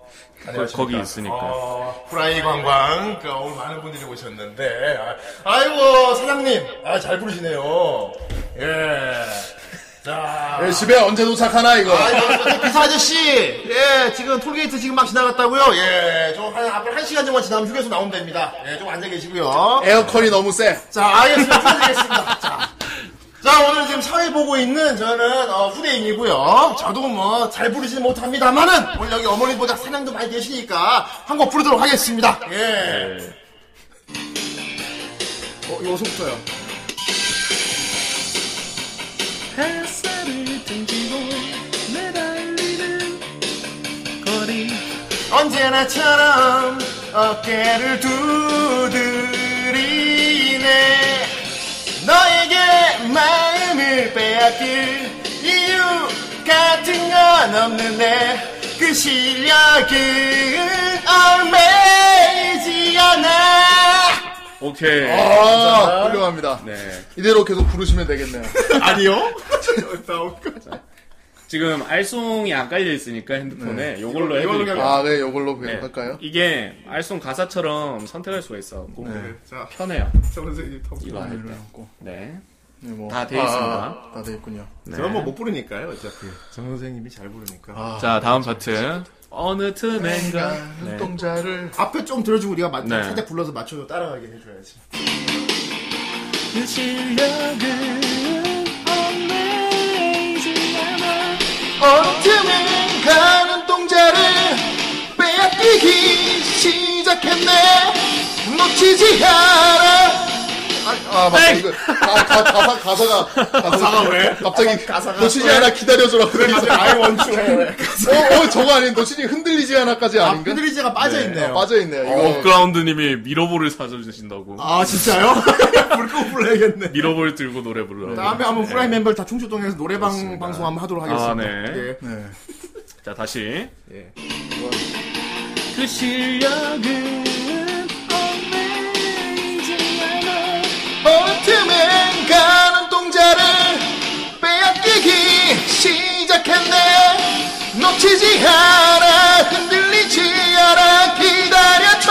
[SPEAKER 3] 거- 거기 있으니까.
[SPEAKER 1] 어, 프라이 관광, 그, 오늘 많은 분들이 오셨는데, 아, 이고 사장님, 아, 잘 부르시네요. 예. 자,
[SPEAKER 2] 예, 집에 언제 도착하나 이거.
[SPEAKER 1] 기사 아저씨, 예, 지금 톨게이트 지금 막 지나갔다고요? 예, 저한 앞으로 한 시간 정도 지나면 휴게소 나오면 됩니다. 예, 좀 앉아 계시고요.
[SPEAKER 2] 에어컨이 너무 세.
[SPEAKER 1] 자, 알겠습니다. 부탁드리겠습니다. 자. 자, 오늘 지금 사회 보고 있는 저는 어, 후대인이고요. 저도 뭐 잘 부르지는 못합니다만은 오늘 여기 어머니보다 사냥도 많이 계시니까 한 곡 부르도록 하겠습니다. 예. 어, 이거 어서부터요.
[SPEAKER 3] 햇살을 등지고 매달리는 거리
[SPEAKER 1] 언제나처럼 어깨를 두드리네 너에게 마음을 빼앗길 이유 같은 건 없는데 그 실력은 얼매이지 않아
[SPEAKER 3] 오케이
[SPEAKER 2] 아, 훌륭합니다.
[SPEAKER 3] 네
[SPEAKER 2] 이대로 계속 부르시면 되겠네요.
[SPEAKER 1] 아니요?
[SPEAKER 3] 지금 알송이 안 깔려 있으니까 핸드폰에 요걸로
[SPEAKER 1] 이걸로
[SPEAKER 3] 해드릴게요
[SPEAKER 2] 아, 네, 이걸로
[SPEAKER 3] 네.
[SPEAKER 2] 계속 할까요?
[SPEAKER 3] 이게 알송 가사처럼 선택할 수가 있어 네.
[SPEAKER 1] 자,
[SPEAKER 3] 편해요
[SPEAKER 1] 선생님
[SPEAKER 3] 이거
[SPEAKER 2] 아, 이걸로
[SPEAKER 3] 안 될까요?
[SPEAKER 2] 해갖고.
[SPEAKER 3] 네
[SPEAKER 2] 네, 뭐.
[SPEAKER 3] 다돼 있습니다.
[SPEAKER 2] 아, 다돼 있군요.
[SPEAKER 3] 네.
[SPEAKER 1] 부르니까요, 어차피. 예, 아, 정 선생님이 잘 부르니까.
[SPEAKER 3] 자 다음 파트 어느 뭐- 틈엔가 네.
[SPEAKER 2] 눈동자를
[SPEAKER 1] 앞에 좀 들어주고 우리가 맞,
[SPEAKER 3] 네.
[SPEAKER 1] 살짝 불러서 맞춰서 따라가게 해줘야지.
[SPEAKER 3] 그 실력은 얽매이지 않아
[SPEAKER 2] 언제는 가는 동자를 빼앗기기 시작했네 놓치지 않아 아, 아 맞다 이거 가, 가, 가사 가사가 가사가 왜 갑자기 놓치지 않아 기다려줘라 그러니까
[SPEAKER 1] 아이 원투 해.
[SPEAKER 2] 어, 어 저거 아닌 놓치지 흔들리지 않아까지 어,
[SPEAKER 1] 아,
[SPEAKER 2] 아닌가
[SPEAKER 1] 흔들리지가 빠져있네요.
[SPEAKER 2] 빠져있네요 이거
[SPEAKER 9] 업그라운드님이 미러볼을 사주신다고
[SPEAKER 1] 아, 진짜요? 물고 불러야겠네.
[SPEAKER 9] 미러볼 들고 노래 부르라고
[SPEAKER 1] 다음에 한번 후라이 멤버를 다 충주동에서 노래방 방송 한번 하도록 하겠습니다.
[SPEAKER 9] 아, 네.
[SPEAKER 1] 예.
[SPEAKER 2] 네.
[SPEAKER 9] 자 다시
[SPEAKER 2] 예.
[SPEAKER 3] 그 실력은 얽매이지 않아
[SPEAKER 2] 어느 틈엔 가는 동자를 빼앗기기 시작했네 놓치지 않아 흔들리지 않아 기다려줘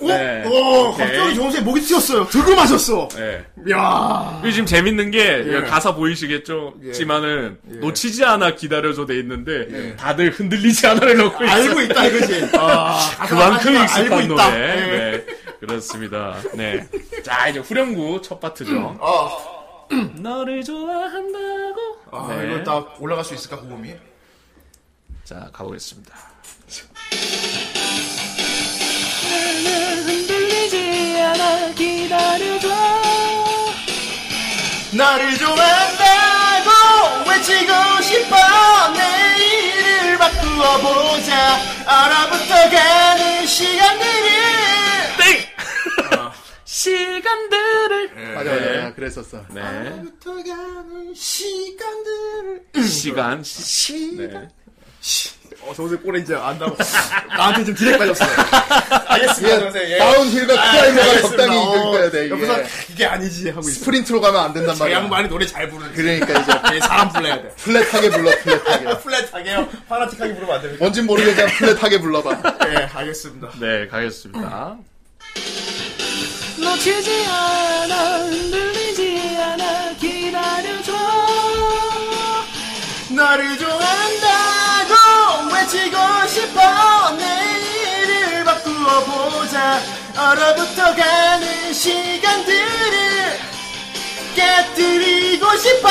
[SPEAKER 1] 오!
[SPEAKER 9] 네.
[SPEAKER 1] 오,
[SPEAKER 9] 오케이.
[SPEAKER 1] 갑자기 정수의 목이 튀었어요. 들고 마셨어.
[SPEAKER 9] 예.
[SPEAKER 1] 이야.
[SPEAKER 9] 그리고 지금 재밌는 게
[SPEAKER 1] 예.
[SPEAKER 9] 가사 보이시겠죠?
[SPEAKER 1] 예.
[SPEAKER 9] 지만은
[SPEAKER 1] 예.
[SPEAKER 9] 놓치지 않아 기다려줘 돼 있는데 다들 흔들리지 않아를 넣고 있어요.
[SPEAKER 1] 알고 있다, 이거지. 아,
[SPEAKER 9] 그만큼
[SPEAKER 1] 아,
[SPEAKER 9] 익숙한
[SPEAKER 1] 알고
[SPEAKER 9] 노래.
[SPEAKER 1] 있다. 예.
[SPEAKER 9] 네. 그렇습니다. 네. 자, 이제 후렴구 첫 파트죠.
[SPEAKER 1] 어,
[SPEAKER 3] 너를 좋아한다고
[SPEAKER 1] 아,
[SPEAKER 3] 네.
[SPEAKER 1] 이거 다 올라갈 수 있을까, 고음이?
[SPEAKER 9] 자, 가보겠습니다.
[SPEAKER 3] 나는 흔들리지 않아 기다려줘
[SPEAKER 1] 나를 좋아한다고 외치고 싶어 내일을 바꾸어 보자 알아부터 가는 시간들을
[SPEAKER 9] 땡!
[SPEAKER 3] 시간들을
[SPEAKER 1] 네.
[SPEAKER 2] 맞아 맞아 그랬었어
[SPEAKER 9] 네.
[SPEAKER 1] 알아부터 가는 시간들을
[SPEAKER 9] 시간. 시. 네.
[SPEAKER 1] 어, 정선생 꼴에 이제 안다고 나한테 지금 디렉 빠졌어요 알겠습니다 정선생 예.
[SPEAKER 2] 네. 다운힐과 클라이머가 적당히
[SPEAKER 1] 어,
[SPEAKER 2] 이겨야 돼
[SPEAKER 1] 옆에서
[SPEAKER 2] 이게
[SPEAKER 1] 이게 아니지 하고 네. 있어
[SPEAKER 2] 스프린트로 가면 안 된단
[SPEAKER 1] 저
[SPEAKER 2] 말이야
[SPEAKER 1] 양반이 노래 잘 부르는
[SPEAKER 2] 그러니까 이제
[SPEAKER 1] 그 사람 불러야 돼
[SPEAKER 2] 플랫하게 불러 플랫하게
[SPEAKER 1] 플랫하게요 파나틱하게 부르면 안 됩니까?
[SPEAKER 2] 뭔진 모르겠지만 플랫하게 불러봐
[SPEAKER 1] 예 알겠습니다
[SPEAKER 9] 네, 가겠습니다.
[SPEAKER 3] 놓치지 않아 흔들리지 않아 기다려줘
[SPEAKER 1] 나를 좋아한다고 외치고 싶어 내일을 바꾸어 보자 얼어붙어 가는 시간들을 깨뜨리고 싶어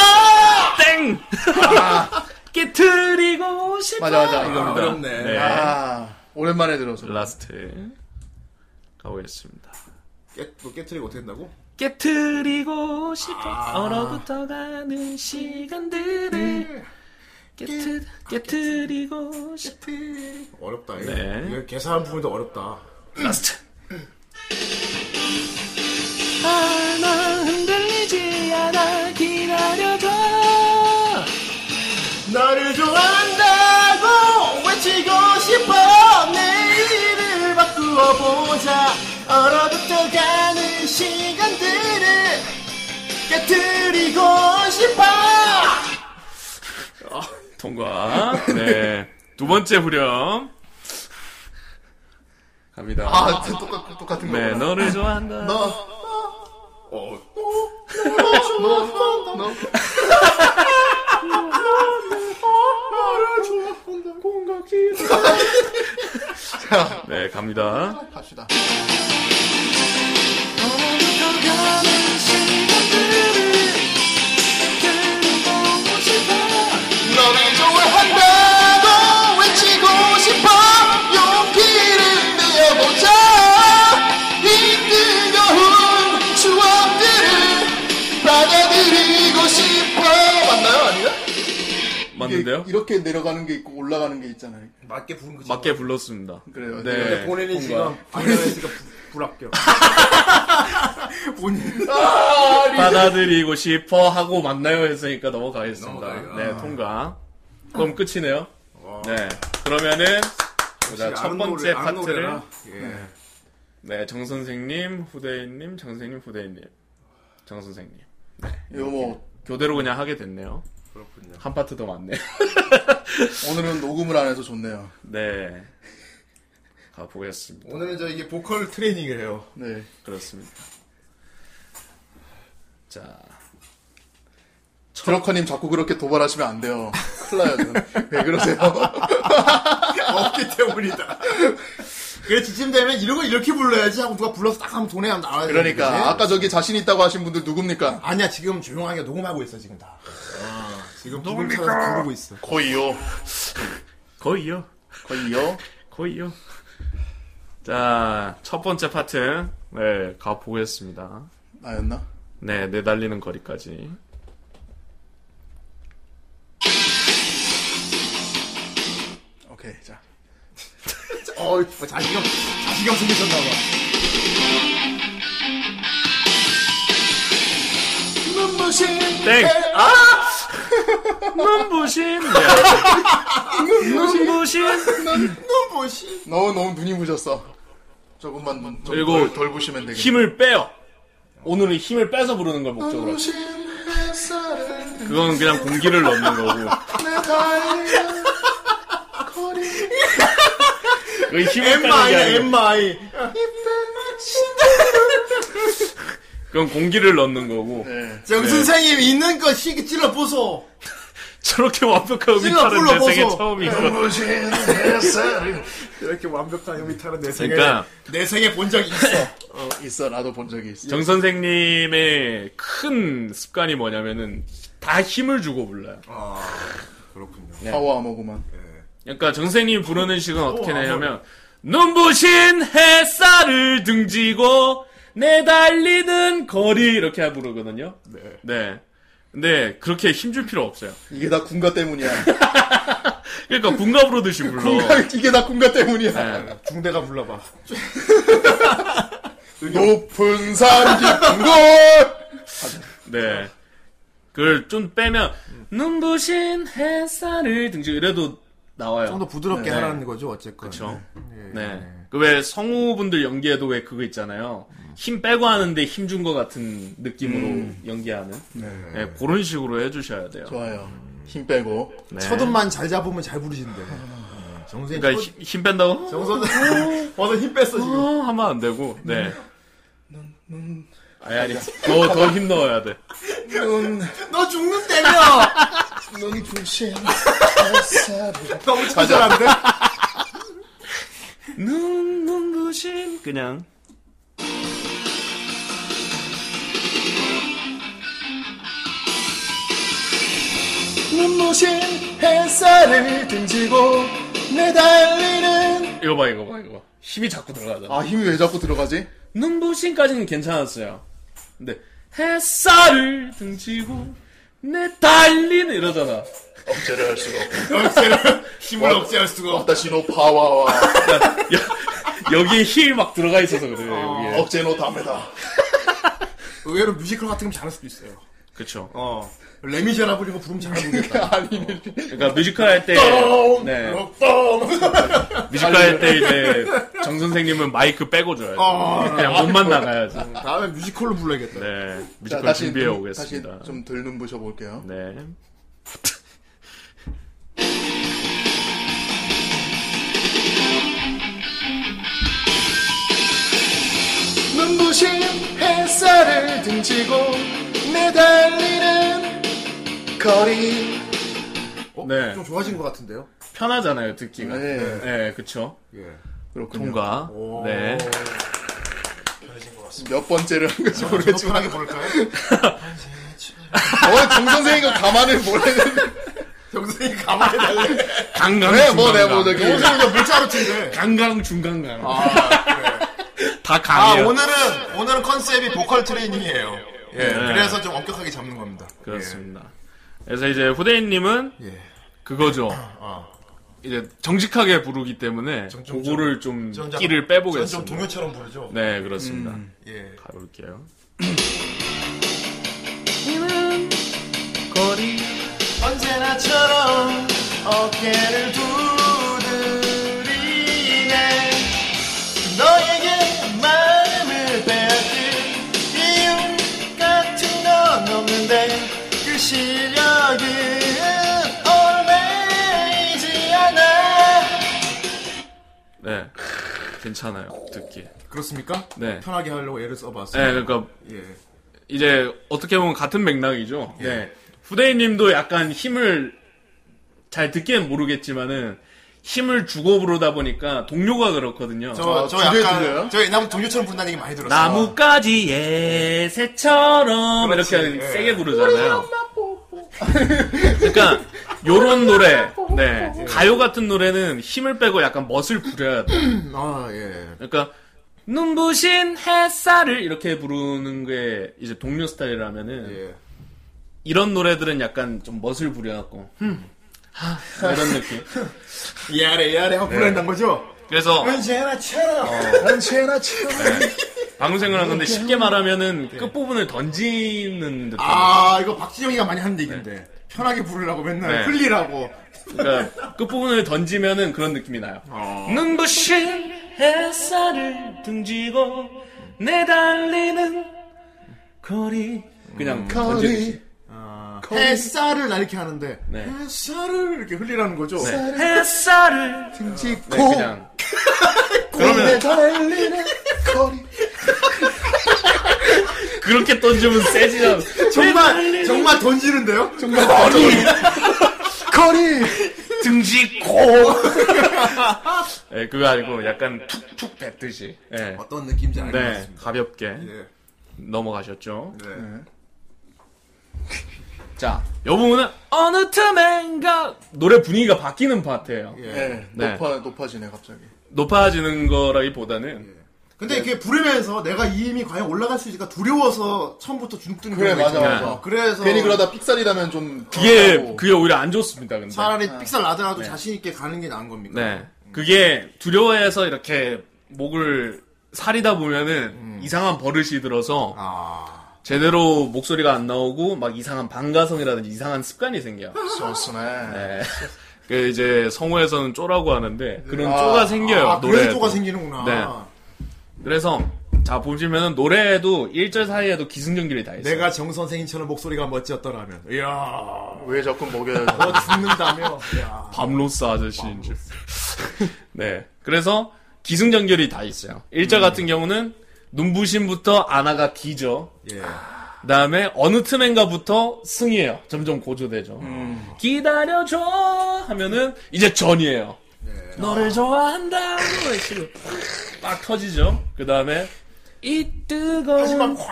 [SPEAKER 9] 땡!
[SPEAKER 3] 깨트리고 싶어
[SPEAKER 2] 맞아 맞아 이겁니다
[SPEAKER 1] 어렵네
[SPEAKER 9] 네.
[SPEAKER 2] 아 오랜만에 들어서
[SPEAKER 9] 라스트. 가보겠습니다.
[SPEAKER 1] 깨, 너 깨뜨리고 어떻게 된다고?
[SPEAKER 3] 깨트리고 싶어 얼어붙어가는 시간들을 깨트, 깨트리고 싶어
[SPEAKER 1] 어렵다 이거,
[SPEAKER 9] 네.
[SPEAKER 1] 이거 계산 부분도 어렵다
[SPEAKER 9] 라스트.
[SPEAKER 3] 아, 나 흔들리지 않아 기다려줘
[SPEAKER 1] 나를 좋아한다고 외치고 싶어 내일을 바꾸어 보자 얼어붙어 가는 시간들을 깨뜨리고 싶어
[SPEAKER 9] 통과. 네. 두 번째 후렴. 갑니다.
[SPEAKER 2] 아 똑같, 똑같은 거
[SPEAKER 9] 네, 너를 좋아한다.
[SPEAKER 2] 너,
[SPEAKER 1] 어,
[SPEAKER 2] 너, 너, 좋아요.
[SPEAKER 3] 네, 갑니다.
[SPEAKER 2] 갑시다. 너를 좋아한다고 외치고 싶어 용기를 내어보자 이 뜨거운 추억들을 받아들이고 싶어 맞나요? 아니야?
[SPEAKER 3] 맞는데요?
[SPEAKER 2] 이렇게 내려가는 게 있고 올라가는 게 있잖아요.
[SPEAKER 1] 맞게 부른 거지.
[SPEAKER 3] 맞게 불렀습니다.
[SPEAKER 2] 그래요.
[SPEAKER 3] 네.
[SPEAKER 1] 본인이 지금 안녕했으니까 불합격. 본인.
[SPEAKER 3] 받아들이고 싶어 하고 만나요 했으니까 넘어가겠습니다.
[SPEAKER 1] 넘어가요. 아.
[SPEAKER 3] 네, 통과. 그럼 끝이네요. 네. 그러면은 보자. 첫 번째 파트를
[SPEAKER 1] 예.
[SPEAKER 3] 네, 정 선생님, 후대인님, 장 선생님, 후대인님. 장 선생님.
[SPEAKER 2] 이거 뭐
[SPEAKER 3] 교대로 그냥 하게 됐네요.
[SPEAKER 1] 그렇군요.
[SPEAKER 3] 한 파트 더 많네.
[SPEAKER 2] 오늘은 녹음을 안 해서 좋네요.
[SPEAKER 3] 네. 가보겠습니다.
[SPEAKER 1] 오늘은 저 이게 보컬 트레이닝을 해요.
[SPEAKER 2] 네.
[SPEAKER 3] 그렇습니다. 자,
[SPEAKER 2] 드러커님 자꾸 그렇게 도발하시면 안 돼요. 큰일 나요. 저는. 왜 그러세요?
[SPEAKER 1] 없기 때문이다. 그래 지금 되면 이런 거 이렇게 불러야지 하고 누가 불러서 딱 하면 돈에 나와야 되는 거지.
[SPEAKER 2] 그러니까 아까 저기 자신 있다고 하신 분들 누굽니까?
[SPEAKER 1] 아니야 지금 조용하게 녹음하고 있어 지금 다. 아, 지금 녹음 찾아서 부르고 있어.
[SPEAKER 2] 거의요.
[SPEAKER 3] 거의요.
[SPEAKER 2] 거의요.
[SPEAKER 3] 거의요. 자, 첫 번째 파트. 네, 가보겠습니다.
[SPEAKER 2] 나였나?
[SPEAKER 3] 네, 내달리는 거리까지.
[SPEAKER 2] 오케이 자.
[SPEAKER 1] 어 자신감 자신감 생기셨나 봐.
[SPEAKER 2] 눈부신
[SPEAKER 3] 땡! 아! 눈부신! 네. 눈부신!
[SPEAKER 1] 뭐시?
[SPEAKER 2] 너 너무 눈이 부셨어. 조금만 눈, 좀
[SPEAKER 3] 그리고
[SPEAKER 2] 덜, 덜 부시면 되겠네.
[SPEAKER 3] 힘을 빼요. 오늘은 힘을 빼서 부르는 걸 목적으로. 하죠.
[SPEAKER 2] 눈부신 햇살은
[SPEAKER 3] 그건 그냥 공기를 넣는 거고.
[SPEAKER 2] 내 다리를 거리
[SPEAKER 3] 그 힘을 빼는 게
[SPEAKER 1] 엠마이야
[SPEAKER 3] 아니고.
[SPEAKER 1] 엠마이.
[SPEAKER 3] 그건 공기를 넣는 거고.
[SPEAKER 2] 네.
[SPEAKER 1] 정 선생님 있는 거 시기 찔러 보소.
[SPEAKER 3] 저렇게
[SPEAKER 1] 찔러
[SPEAKER 3] 완벽한 음이탈은 내
[SPEAKER 1] 불러보소.
[SPEAKER 3] 생애 처음이고.
[SPEAKER 2] 눈부신 햇살은
[SPEAKER 1] 이렇게 완벽한 음이탈은 내 생에
[SPEAKER 3] 그러니까
[SPEAKER 1] 내 생에 본 적이 있어.
[SPEAKER 2] 어, 있어 나도 본 적이 있어.
[SPEAKER 3] 정 선생님의 큰 습관이 뭐냐면은 다 힘을 주고 불러요.
[SPEAKER 1] 그렇군요.
[SPEAKER 2] 파워 암호구만.
[SPEAKER 3] 그러니까 정 선생님이 부르는 식은 어떻게 내냐면 눈부신 햇살을 등지고 내달리는 거리 이렇게 부르거든요. 네. 근데 그렇게 힘줄 필요 없어요.
[SPEAKER 2] 이게 다 군가 때문이야.
[SPEAKER 3] 어. 그러니까 군갑으로 듯이 불러.
[SPEAKER 2] 이게 다 군가 때문이야.
[SPEAKER 3] 네.
[SPEAKER 1] 중대가 불러봐.
[SPEAKER 2] 높은 산 깊은 곳
[SPEAKER 3] 네. 그걸 좀 빼면 눈부신 햇살을 등지고 이래도 나와요.
[SPEAKER 1] 좀 더 부드럽게
[SPEAKER 2] 네.
[SPEAKER 1] 하라는 거죠 어쨌건.
[SPEAKER 3] 그쵸.
[SPEAKER 1] 네.
[SPEAKER 3] 네. 그 왜 성우분들 연기에도 왜 그거 있잖아요. 힘 빼고 하는데 힘 준 것 같은 느낌으로
[SPEAKER 1] 음.
[SPEAKER 3] 연기하는. 네. 그런 식으로 해주셔야 돼요.
[SPEAKER 2] 좋아요 힘 빼고
[SPEAKER 3] 네.
[SPEAKER 1] 첫음만 잘 잡으면 잘 부르신대. 정선
[SPEAKER 3] 그러니까 힘, 힘 뺀다고?
[SPEAKER 1] 정선 와서 힘 뺐어
[SPEAKER 3] 어,
[SPEAKER 1] 지금.
[SPEAKER 3] 하면 안 되고. 네. 아니, 아니. 더, 더 힘 넣어야 돼.
[SPEAKER 1] 너 죽는다며.
[SPEAKER 2] 눈부신 햇살을
[SPEAKER 1] 너무 친절한데?
[SPEAKER 3] 눈, 눈부신. 그냥.
[SPEAKER 2] 눈부신 햇살을 등지고 내달리는
[SPEAKER 3] 이거 봐, 이거 봐, 이거 봐. 힘이 자꾸 들어가잖아.
[SPEAKER 2] 아 힘이 왜 자꾸 들어가지?
[SPEAKER 3] 눈부신까지는 괜찮았어요. 근데 햇살을 등지고 내 달리는 이러잖아.
[SPEAKER 2] 억제를 할 수가 없고
[SPEAKER 1] 힘을 억제할 수가 없다.
[SPEAKER 2] 다시노 파와와
[SPEAKER 3] 여, 여기에 힘이 막 들어가 있어서 그래요. 여기에.
[SPEAKER 2] 억제노 담에다
[SPEAKER 1] 의외로 뮤지컬 같은 거 잘할 수도 있어요.
[SPEAKER 3] 그쵸.
[SPEAKER 1] 어. 레미제라블 이거 부르면 잘하는 겠다
[SPEAKER 2] 아니면
[SPEAKER 3] 그러니까 뮤지컬 할 때, 네, 뮤지컬 할 때 이제 정 선생님은 마이크 빼고 줘야죠.
[SPEAKER 1] 어.
[SPEAKER 3] 그냥 몸만 나가야죠.
[SPEAKER 1] 다음에 뮤지컬로 불러야겠다.
[SPEAKER 3] 네,
[SPEAKER 2] 자,
[SPEAKER 3] 뮤지컬
[SPEAKER 2] 다시
[SPEAKER 3] 준비해
[SPEAKER 2] 눈-
[SPEAKER 3] 오겠습니다.
[SPEAKER 2] 다시 좀덜 눈부셔 볼게요
[SPEAKER 3] 네.
[SPEAKER 2] 눈부신 햇살을 등지고 내달리는 거리.
[SPEAKER 1] 어?
[SPEAKER 3] 네.
[SPEAKER 1] 좀 좋아진 것 같은데요?
[SPEAKER 3] 편하잖아요 듣기가. 네,
[SPEAKER 2] 네.
[SPEAKER 3] 그쵸.
[SPEAKER 1] 예.
[SPEAKER 2] 그렇군요.
[SPEAKER 3] 통과.
[SPEAKER 1] 오.
[SPEAKER 3] 네.
[SPEAKER 2] 몇 번째를 한 건지
[SPEAKER 1] 저도
[SPEAKER 2] 모르겠지만.
[SPEAKER 1] 편하게 볼까요?
[SPEAKER 2] 어, 정선생이가 가만을 보내는.
[SPEAKER 1] 정선이 가만히 달래.
[SPEAKER 3] 강강
[SPEAKER 2] 네, 뭐, 내가 뭐, 저기.
[SPEAKER 1] 정선이 저 물자로 튀네.
[SPEAKER 3] 강강 중강강.
[SPEAKER 1] 아, 그래.
[SPEAKER 3] 다
[SPEAKER 1] 아,
[SPEAKER 3] 강해요.
[SPEAKER 1] 오늘은, 오늘은 컨셉이 보컬 트레이닝이에요. 예,
[SPEAKER 3] 네.
[SPEAKER 1] 그래서 좀 엄격하게 잡는 겁니다.
[SPEAKER 3] 그렇습니다. 그래서 이제 후대인님은
[SPEAKER 1] 예. 예.
[SPEAKER 3] 그거죠.
[SPEAKER 1] 아.
[SPEAKER 3] 이제 정직하게 부르기 때문에
[SPEAKER 1] 정정정.
[SPEAKER 3] 그거를 좀
[SPEAKER 1] 저는 좀-
[SPEAKER 3] 음,
[SPEAKER 1] 저는 좀
[SPEAKER 3] 끼를 빼보겠습니다.
[SPEAKER 1] 동요처럼 부르죠.
[SPEAKER 3] 네, 그렇습니다.
[SPEAKER 2] 음.
[SPEAKER 1] 예.
[SPEAKER 3] 가볼게요. 거리
[SPEAKER 1] 언제나처럼 어깨를 두드리네 너에게 마음을 빼앗길 이유 같은 건 없는데 그 실력은 얼매이지 않아
[SPEAKER 3] 네, 괜찮아요. 듣기.
[SPEAKER 1] 그렇습니까?
[SPEAKER 3] 네.
[SPEAKER 1] 편하게 하려고 애를 써봤어요
[SPEAKER 3] 네, 그러니까
[SPEAKER 1] 예.
[SPEAKER 3] 이제 어떻게 보면 같은 맥락이죠. 네. 후대인님도 약간 힘을 잘 듣기엔 모르겠지만은 힘을 주고 부르다 보니까 동료가 그렇거든요.
[SPEAKER 1] 저, 저
[SPEAKER 2] 두 개, 두
[SPEAKER 1] 약간
[SPEAKER 2] 개요?
[SPEAKER 1] 저 옛날부터 동료처럼 부른다는 얘기 많이 들었어요
[SPEAKER 3] 나뭇가지의 새처럼
[SPEAKER 1] 그렇지,
[SPEAKER 3] 이렇게
[SPEAKER 1] 예.
[SPEAKER 3] 세게 부르잖아요. 그러니까 요런 노래, 네 가요 같은 노래는 힘을 빼고 약간 멋을 부려야 돼.
[SPEAKER 1] 아, 예.
[SPEAKER 3] 그러니까 눈부신 햇살을 이렇게 부르는 게 이제 동료 스타일이라면은
[SPEAKER 1] 예.
[SPEAKER 3] 이런 노래들은 약간 좀 멋을 부려갖고 흠, 하, 이런 느낌.
[SPEAKER 1] 야래, 야래 하고 부른다는 거죠? 어.
[SPEAKER 3] 그래서
[SPEAKER 1] 언제나처럼. 언제나처럼.
[SPEAKER 3] 방금 생각난 건데 쉽게 말하면은 끝 부분을 던지는 듯한.
[SPEAKER 1] 아, 이거 박진영이가 많이 하는 얘기인데. 편하게 부르라고 맨날
[SPEAKER 3] 네.
[SPEAKER 1] 흘리라고.
[SPEAKER 3] 그러니까 끝부분을 던지면은 그런 느낌이 나요.
[SPEAKER 2] 아.
[SPEAKER 3] 눈부신 햇살을 등지고 내달리는 거리 그냥
[SPEAKER 2] 음.
[SPEAKER 3] 던지듯이
[SPEAKER 2] 거리.
[SPEAKER 1] 햇살을 나 이렇게 하는데.
[SPEAKER 3] 네.
[SPEAKER 1] 햇살을 이렇게 흘리라는 거죠.
[SPEAKER 3] 네. 햇살을
[SPEAKER 2] 등지고.
[SPEAKER 3] 네, 그냥
[SPEAKER 2] 그러면 달리는 거리.
[SPEAKER 3] 그렇게 던지면 세지 않아.
[SPEAKER 1] 정말, 정말 던지는데요?
[SPEAKER 2] 정말 거리. 거리.
[SPEAKER 3] 등지고 예, 그거 아니고 약간 툭툭 뱉듯이 예.
[SPEAKER 1] 어떤 느낌인지 알것
[SPEAKER 3] 네,
[SPEAKER 1] 같습니다.
[SPEAKER 3] 가볍게
[SPEAKER 1] 예.
[SPEAKER 3] 넘어가셨죠.
[SPEAKER 1] 네.
[SPEAKER 3] 자, 요 부분은 어느 틈엔가 노래 분위기가 바뀌는 파트예요.
[SPEAKER 1] 예.
[SPEAKER 2] 네,
[SPEAKER 3] 네.
[SPEAKER 2] 높아, 높아지네, 갑자기.
[SPEAKER 3] 높아지는 거라기보다는
[SPEAKER 1] 예. 근데 이렇게 부르면서 내가 이 힘이 과연 올라갈 수 있을까 두려워서 처음부터 주눅드는
[SPEAKER 2] 그래,
[SPEAKER 1] 경우가
[SPEAKER 2] 맞아,
[SPEAKER 1] 있잖아요.
[SPEAKER 2] 맞아.
[SPEAKER 1] 그래서
[SPEAKER 2] 괜히 그러다 픽살이라면 좀.
[SPEAKER 3] 그게
[SPEAKER 2] 더
[SPEAKER 3] 그게 오히려 안 좋습니다. 근데
[SPEAKER 1] 차라리 픽살 나더라도 자신 있게 가는 게 나은 겁니까?
[SPEAKER 3] 네, 그게 두려워해서 이렇게 목을 사리다 보면은 이상한 버릇이 들어서
[SPEAKER 1] 음. 아,
[SPEAKER 3] 제대로 목소리가 안 나오고 막 이상한 반가성이라든지 이상한 습관이 생겨요.
[SPEAKER 2] 좋으네.
[SPEAKER 3] 네. 그 이제 성우에서는 쪼라고 하는데 그런
[SPEAKER 2] 아,
[SPEAKER 3] 쪼가 생겨요.
[SPEAKER 1] 아
[SPEAKER 3] 노래
[SPEAKER 1] 그래서 쪼가 생기는구나.
[SPEAKER 3] 네. 그래서 자 보시면은 노래에도 1절 사이에도 기승전결이 다 있어요.
[SPEAKER 1] 내가 정 선생님처럼 목소리가 멋지었더라면, 이야,
[SPEAKER 2] 왜 자꾸 먹여요?
[SPEAKER 1] 너 죽는다며. 이야.
[SPEAKER 3] 밤로스 아저씨인 줄. 네. 그래서 기승전결이 다 있어요. 1절 같은
[SPEAKER 2] 음.
[SPEAKER 3] 경우는 눈부심부터 아나가 기죠.
[SPEAKER 1] 예.
[SPEAKER 3] 그다음에 어느 틈엔가부터 승이에요. 점점 고조되죠.
[SPEAKER 2] 음.
[SPEAKER 3] 기다려줘 하면은 이제 전이에요.
[SPEAKER 2] 네.
[SPEAKER 3] 너를 좋아한다. 뭐 식으로 막 터지죠. 그다음에 이 뜨거운
[SPEAKER 1] 콱!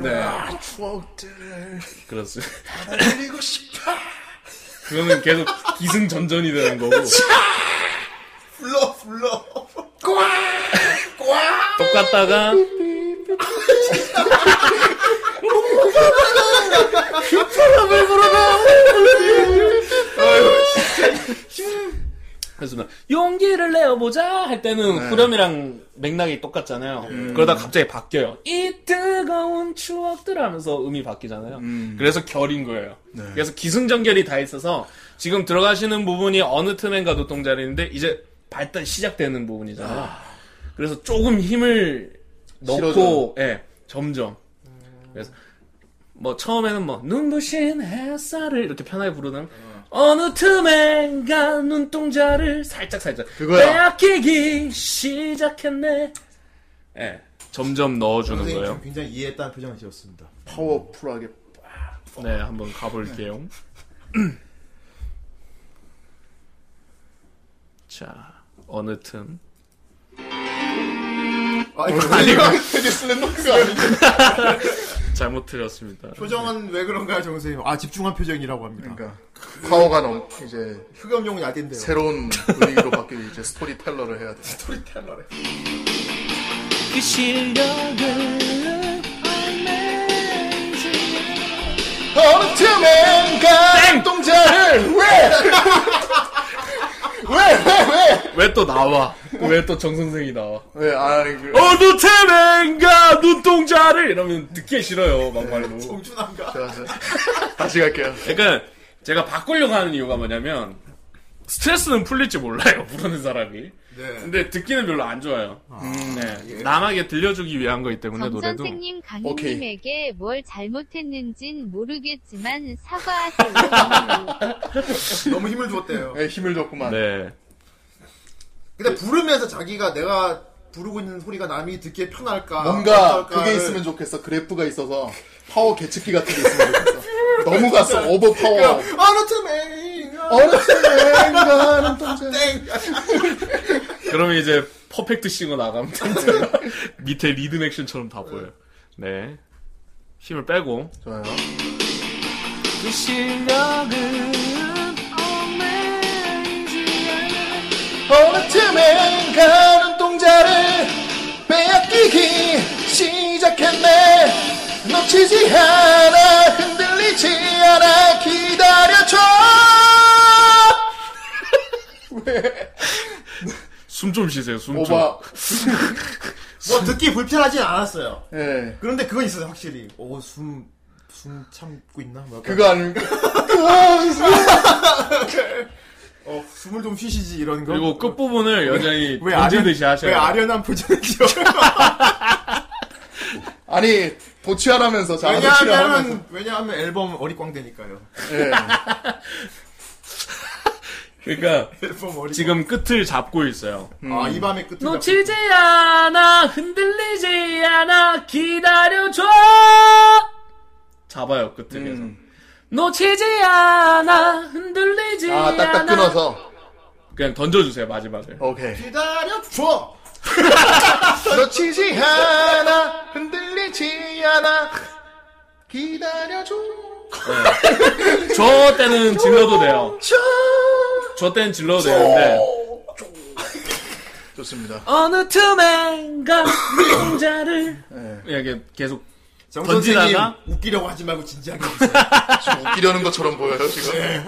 [SPEAKER 3] 네.
[SPEAKER 2] 추억들
[SPEAKER 3] 그렇습니다.
[SPEAKER 2] 그리고 싶어.
[SPEAKER 3] 그거는 계속 기승전전이 되는 거고
[SPEAKER 1] 불러, 불러.
[SPEAKER 3] 똑같다가 그래서 용기를 내어보자 할 때는 후렴이랑 맥락이 똑같잖아요. 그러다 갑자기 바뀌어요. 이 뜨거운 추억들 하면서 음이 네. 바뀌잖아요. 그래서 결인 거예요. 그래서 기승전결이 다 있어서 지금 들어가시는 부분이 어느 틈엔가 노동자리인데 이제 발단 시작되는 부분이잖아요. 그래서 조금 힘을 넣고 예, 점점 그래서 뭐 처음에는 뭐 눈부신 햇살을 이렇게 편하게 부르는 어느 틈엔가 눈동자를 살짝 살짝
[SPEAKER 2] 그거야.
[SPEAKER 3] 빼앗기기 시작했네. 예, 점점 넣어주는
[SPEAKER 1] 선생님
[SPEAKER 3] 거예요.
[SPEAKER 1] 지금 굉장히 이해했다는 표정을 지었습니다.
[SPEAKER 2] 파워풀하게
[SPEAKER 3] 네, 한번 가볼게요. 자, 어느 틈.
[SPEAKER 1] 아, 이거
[SPEAKER 2] 아니가 되게 슬램덩크가 아닌데.
[SPEAKER 3] 잘못 틀렸습니다.
[SPEAKER 1] 표정은 왜 그런가요, 정 선생님? 아, 집중한 표정이라고 합니다.
[SPEAKER 2] 그러니까 파워가 넘 이제
[SPEAKER 1] 흑염룡은 야된데요.
[SPEAKER 2] 새로운 분위기로 바뀌고 이제 스토리텔러를 해야 돼. 스토리텔러래.
[SPEAKER 3] 그 실력을
[SPEAKER 2] 어느 틈엔가 땡동자를 왜? 왜?
[SPEAKER 3] 왜 또 나와? 왜 또 정선생이 나와?
[SPEAKER 2] 왜? 왜? 왜? 아, 그...
[SPEAKER 3] 어느 틈엔가 눈동자를 이러면 듣기 싫어요 막말로.
[SPEAKER 1] 공준한가?
[SPEAKER 2] 자, 자. 다시 갈게요.
[SPEAKER 3] 그러니까 제가 바꾸려고 하는 이유가 뭐냐면 스트레스는 풀릴지 몰라요 부르는 사람이.
[SPEAKER 1] 네.
[SPEAKER 3] 근데 듣기는 별로 안 좋아요. 네. 남에게 들려주기 위한 거기 때문에
[SPEAKER 5] 정
[SPEAKER 3] 노래도.
[SPEAKER 5] 선생님
[SPEAKER 2] 오케이.
[SPEAKER 5] 강희님에게 뭘 잘못했는진 모르겠지만 사과하세요.
[SPEAKER 1] 너무 힘을 주었대요.
[SPEAKER 2] 예, 힘을 줬구만.
[SPEAKER 3] 네.
[SPEAKER 1] 근데 부르면서 자기가 내가 부르고 있는 소리가 남이 듣기에 편할까?
[SPEAKER 2] 뭔가
[SPEAKER 1] 어떨까를-
[SPEAKER 2] 그게 있으면 좋겠어. 그래프가 있어서 파워 계측기 같은 게 있으면 좋겠어. 너무 갔어. 오버 파워.
[SPEAKER 1] 어느 틈엔가
[SPEAKER 2] 어느 틈엔가는 동자.
[SPEAKER 1] 땡.
[SPEAKER 3] 그러면 이제 퍼펙트 싱어 나가면 됩니다. 밑에 리듬 액션처럼 다 보여요. 네. 힘을 빼고.
[SPEAKER 2] 좋아요.
[SPEAKER 3] 그 실력은 엉망이지 않아.
[SPEAKER 2] 어느 틈엔가는 동자를 빼앗기기 시작했네. 놓치지 않아, 흔들리지 않아, 기다려줘!
[SPEAKER 3] 숨 좀 쉬세요, 숨 좀.
[SPEAKER 2] 오바.
[SPEAKER 1] 뭐 듣기 불편하진 않았어요.
[SPEAKER 2] 예.
[SPEAKER 1] 그런데 그건 있어요, 확실히. 오, 숨, 숨 참고 있나? 뭐 약간-
[SPEAKER 2] 그거 아닙니까?
[SPEAKER 1] 어, 숨을 좀 쉬시지, 이런 거.
[SPEAKER 3] 그리고 끝부분을 여전히
[SPEAKER 1] 왜 아련,
[SPEAKER 3] 던지듯이 하셔요.
[SPEAKER 1] 왜 아련한 표정을 지어?
[SPEAKER 2] 아니, 도취하라면서, 자, 도취를 하면서.
[SPEAKER 1] 왜냐하면, 왜냐하면 앨범 어리광대니까요.
[SPEAKER 2] 예.
[SPEAKER 3] 그러니까
[SPEAKER 1] 앨범 어리
[SPEAKER 3] 지금 끝을 잡고 있어요.
[SPEAKER 2] 음.
[SPEAKER 1] 아, 이 밤의 끝을.
[SPEAKER 3] 놓치지 않아 흔들리지 않아 기다려줘 잡아요 끝에 계속
[SPEAKER 2] 음.
[SPEAKER 3] 놓치지 않아 흔들리지
[SPEAKER 2] 아, 딱딱
[SPEAKER 3] 않아
[SPEAKER 2] 끊어서.
[SPEAKER 3] 그냥 던져주세요 마지막에
[SPEAKER 1] 어.
[SPEAKER 2] 오케이.
[SPEAKER 1] 기다려줘!
[SPEAKER 2] 놓치지 않아, 흔들리지 않아, 기다려줘.
[SPEAKER 3] 저 때는 질러도 돼요 저 때는 질러도 되는데
[SPEAKER 2] 좋습니다.
[SPEAKER 3] 어느 틈엔가 혼자를
[SPEAKER 2] 예.
[SPEAKER 3] 이렇게 계속
[SPEAKER 1] 정
[SPEAKER 3] 던지다가?
[SPEAKER 1] 선생님 웃기려고 하지 말고 진지하게 해주세요.
[SPEAKER 2] 지금 아, 웃기려는 것처럼 보여요, 지금.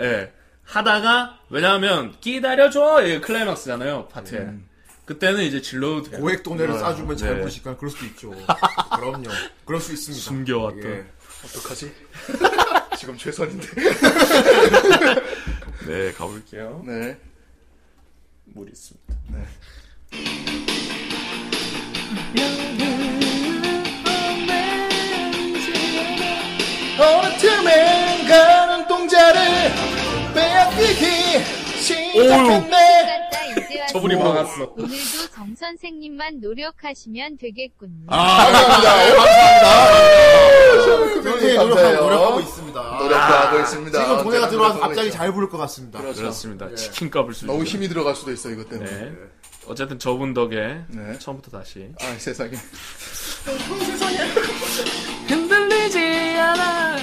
[SPEAKER 3] 예 하다가 왜냐하면 기다려줘 이게 클라이막스잖아요 파트에
[SPEAKER 1] 음.
[SPEAKER 3] 그때는 이제 질러도 돼요
[SPEAKER 1] 고액
[SPEAKER 2] 아,
[SPEAKER 1] 돈을 싸주면 잘
[SPEAKER 3] 네.
[SPEAKER 1] 부르시니까 그럴 수도 있죠. 그럼요. 그럴 수 있습니다.
[SPEAKER 3] 숨겨왔던
[SPEAKER 1] 예.
[SPEAKER 2] 어떡하지? 지금 최선인데.
[SPEAKER 3] 네 가볼게요
[SPEAKER 2] 네.
[SPEAKER 3] 물 있습니다
[SPEAKER 2] 어느 틈엔 가는 동자를 빼앗기기 시작했네.
[SPEAKER 5] 같다 이제 와서
[SPEAKER 3] 저분이 막았어
[SPEAKER 5] 오늘도 정 선생님만 노력하시면 되겠군요.
[SPEAKER 1] 굉장히
[SPEAKER 2] 감사해요.
[SPEAKER 1] 노력하고, 노력하고 있습니다.
[SPEAKER 2] 노력도 하고 있습니다.
[SPEAKER 1] 지금 돈에가
[SPEAKER 2] 언제나
[SPEAKER 1] 들어와서
[SPEAKER 2] 노력하고
[SPEAKER 1] 갑자기
[SPEAKER 2] 있죠.
[SPEAKER 1] 잘 부를 것 같습니다.
[SPEAKER 3] 그렇습니다 치킨값을 수
[SPEAKER 2] 너무 힘이 들어갈 수도 있어, 이것 때문에.
[SPEAKER 3] 네. 어쨌든 저분 덕에
[SPEAKER 2] 네.
[SPEAKER 3] 처음부터 다시
[SPEAKER 2] 아, 세상에.
[SPEAKER 3] 흔들리지 않아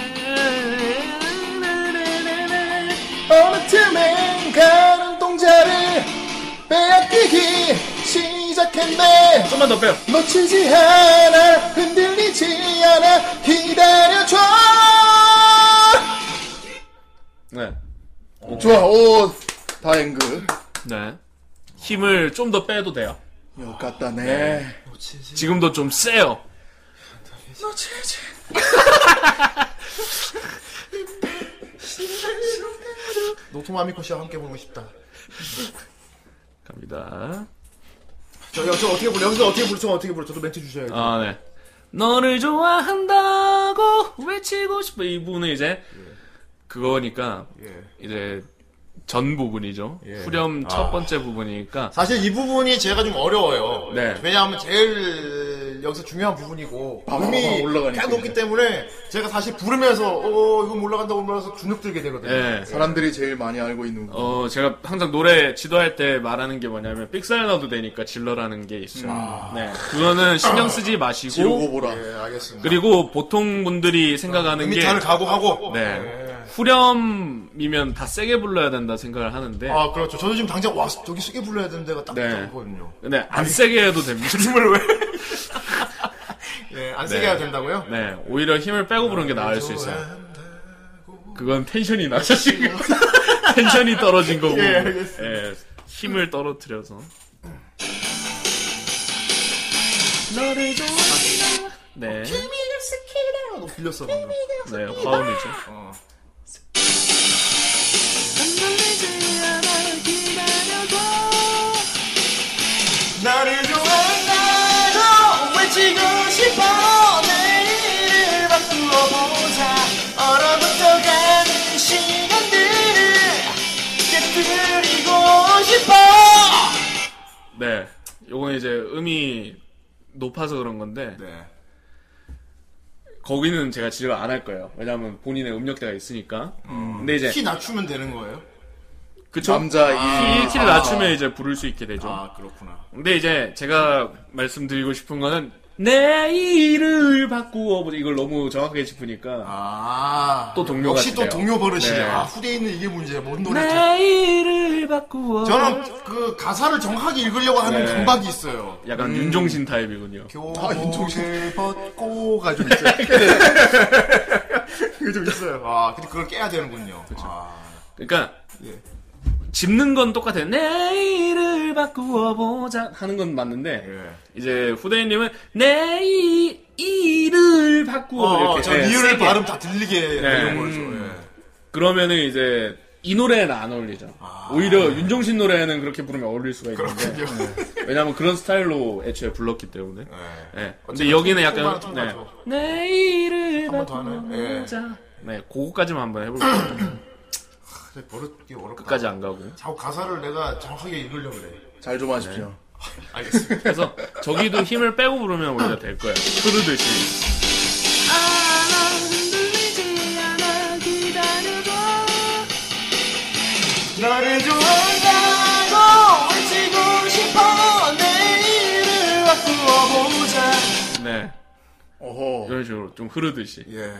[SPEAKER 2] 어느 틈엔 가는 동자를 빼앗기기 시작했네
[SPEAKER 3] 좀만 더 빼요
[SPEAKER 2] 놓치지 않아 흔들리지 않아 기다려줘
[SPEAKER 3] 네.
[SPEAKER 2] 좋아 오 다행그
[SPEAKER 3] 네 힘을 좀 더 빼도 돼요
[SPEAKER 2] 요 같다 네
[SPEAKER 3] 지금도 좀 세요
[SPEAKER 1] 노토마미코 씨와 함께 부르고 싶다.
[SPEAKER 3] 갑니다
[SPEAKER 1] 저, 여, 저 어떻게 부르, 여기서 어떻게 부르죠? 어떻게 부르죠? 저도 멘트 주셔야 돼요.
[SPEAKER 3] 아, 네. 너를 좋아한다고 외치고 싶어. 이 부분은 이제, 그거니까,
[SPEAKER 1] 예.
[SPEAKER 3] 이제, 전 부분이죠. 후렴 첫 번째 부분이니까,
[SPEAKER 1] 사실 이 부분이 제가 좀 어려워요.
[SPEAKER 3] 네.
[SPEAKER 1] 왜냐하면 제일 사실 여기서 중요한 부분이고
[SPEAKER 2] 바바바바
[SPEAKER 1] 음이
[SPEAKER 2] 올라가니까
[SPEAKER 1] 계속 높기
[SPEAKER 2] 이제.
[SPEAKER 1] 때문에 제가 사실 부르면서 어 이거 올라간다고 올라가서 주눅 들게 되거든요.
[SPEAKER 3] 예.
[SPEAKER 2] 사람들이 제일 많이 알고 있는 거.
[SPEAKER 3] 어, 제가 항상 노래 지도할 때 말하는 게 뭐냐면, 삑살 나도 되니까 질러라는 게 있어요.
[SPEAKER 1] 아.
[SPEAKER 3] 네. 그거는 신경 쓰지
[SPEAKER 2] 이러고
[SPEAKER 3] 마시고,
[SPEAKER 2] 보라.
[SPEAKER 1] 예, 알겠습니다.
[SPEAKER 3] 그리고 보통 분들이 생각하는
[SPEAKER 1] 음이
[SPEAKER 3] 게,
[SPEAKER 1] 잔을 각오하고 예.
[SPEAKER 3] 네. 후렴이면 다 세게 불러야 된다 생각을 하는데,
[SPEAKER 1] 아 그렇죠. 저도 지금 당장 와 저기 세게 불러야 되는 데가 딱
[SPEAKER 3] 네.
[SPEAKER 1] 있거든요.
[SPEAKER 3] 근데 안 세게 해도 됩니다. 힘을 왜?
[SPEAKER 1] 예, 안 세게 해야 된다고요?
[SPEAKER 3] 네, 오히려 힘을 빼고 부르는 게 나을 수 있어요. 그건 텐션이 낮아지고, 텐션이 떨어진 거고,
[SPEAKER 1] 예, 알겠습니다.
[SPEAKER 3] 예, 힘을 떨어뜨려서. 네,
[SPEAKER 1] 아, 너무 빌렸어 방금.
[SPEAKER 3] 네, 화음이죠.
[SPEAKER 1] 어. 나를 좋아한다고 외치고 싶어 내일을 바꾸어 보자 얼어붙어 가는 시간들을 깨뜨리고 싶어
[SPEAKER 3] 네, 요건 이제 음이 높아서 그런 건데,
[SPEAKER 1] 네
[SPEAKER 3] 거기는 제가 지적을 안 할 거예요. 왜냐하면 본인의 음역대가 있으니까. 근데 이제,
[SPEAKER 1] 키 낮추면 되는 거예요?
[SPEAKER 3] 그쵸?
[SPEAKER 2] 남자 이
[SPEAKER 3] 키, 키를 낮추면 이제 부를 수 있게 되죠.
[SPEAKER 1] 아 그렇구나
[SPEAKER 3] 근데 이제 제가 말씀드리고 싶은 거는 내일을 바꾸어 보자 이걸 너무 정확하게 짚으니까
[SPEAKER 1] 아
[SPEAKER 3] 또 동료가
[SPEAKER 1] 역시 또
[SPEAKER 3] 되네요.
[SPEAKER 1] 동료 버릇이
[SPEAKER 3] 네.
[SPEAKER 1] 아 후대인은 이게 문제야 뭔 노래
[SPEAKER 3] 내일을 바꾸어
[SPEAKER 1] 저는 그 가사를 정확하게 읽으려고 하는
[SPEAKER 3] 네.
[SPEAKER 1] 강박이 있어요
[SPEAKER 3] 약간 윤종신 타입이군요.
[SPEAKER 1] 교복을 아, 벗고가 좀 있어요.
[SPEAKER 3] 네.
[SPEAKER 1] 그게 좀 있어요. 아, 근데 그걸 깨야 되는군요. 아,
[SPEAKER 3] 그러니까
[SPEAKER 1] 예.
[SPEAKER 3] 짚는 건 똑같아요. 내일을 바꾸어 보자 하는 건 맞는데
[SPEAKER 1] 예.
[SPEAKER 3] 이제 후대인님은 내일을 바꾸어
[SPEAKER 1] 어,
[SPEAKER 3] 이렇게
[SPEAKER 1] 저
[SPEAKER 3] 네,
[SPEAKER 1] 이유를
[SPEAKER 3] 세게.
[SPEAKER 1] 발음 다 들리게
[SPEAKER 3] 네.
[SPEAKER 1] 이런 거죠. 예.
[SPEAKER 3] 그러면은 이제 이 노래는 안 어울리죠.
[SPEAKER 1] 아.
[SPEAKER 3] 오히려 윤종신 노래는 그렇게 부르면 어울릴 수가 있는데 네. 왜냐하면 그런 스타일로 애초에 불렀기 때문에.
[SPEAKER 1] 예.
[SPEAKER 3] 네. 근데 여기는 약간
[SPEAKER 1] 조금만
[SPEAKER 3] 네.
[SPEAKER 1] 좀
[SPEAKER 3] 내일을
[SPEAKER 1] 한번더 하나요? 예.
[SPEAKER 3] 바꾸자. 네, 그거까지만 한번 해볼게요.
[SPEAKER 1] 근데 버릇이 어렵다.
[SPEAKER 3] 끝까지 안 가고.
[SPEAKER 1] 자꾸 가사를 내가 정확하게 읽으려고 그래.
[SPEAKER 2] 잘좀 하십시오.
[SPEAKER 1] 알겠습니다.
[SPEAKER 3] 그래서 저기도 힘을 빼고 부르면 오히려 될 거예요. 흐르듯이.
[SPEAKER 1] 나를 좋아한다고 외치고 싶어 내일을 바꾸어 보자.
[SPEAKER 3] 네,
[SPEAKER 2] 어허.
[SPEAKER 3] 이런 식으로 좀 흐르듯이.
[SPEAKER 1] 예.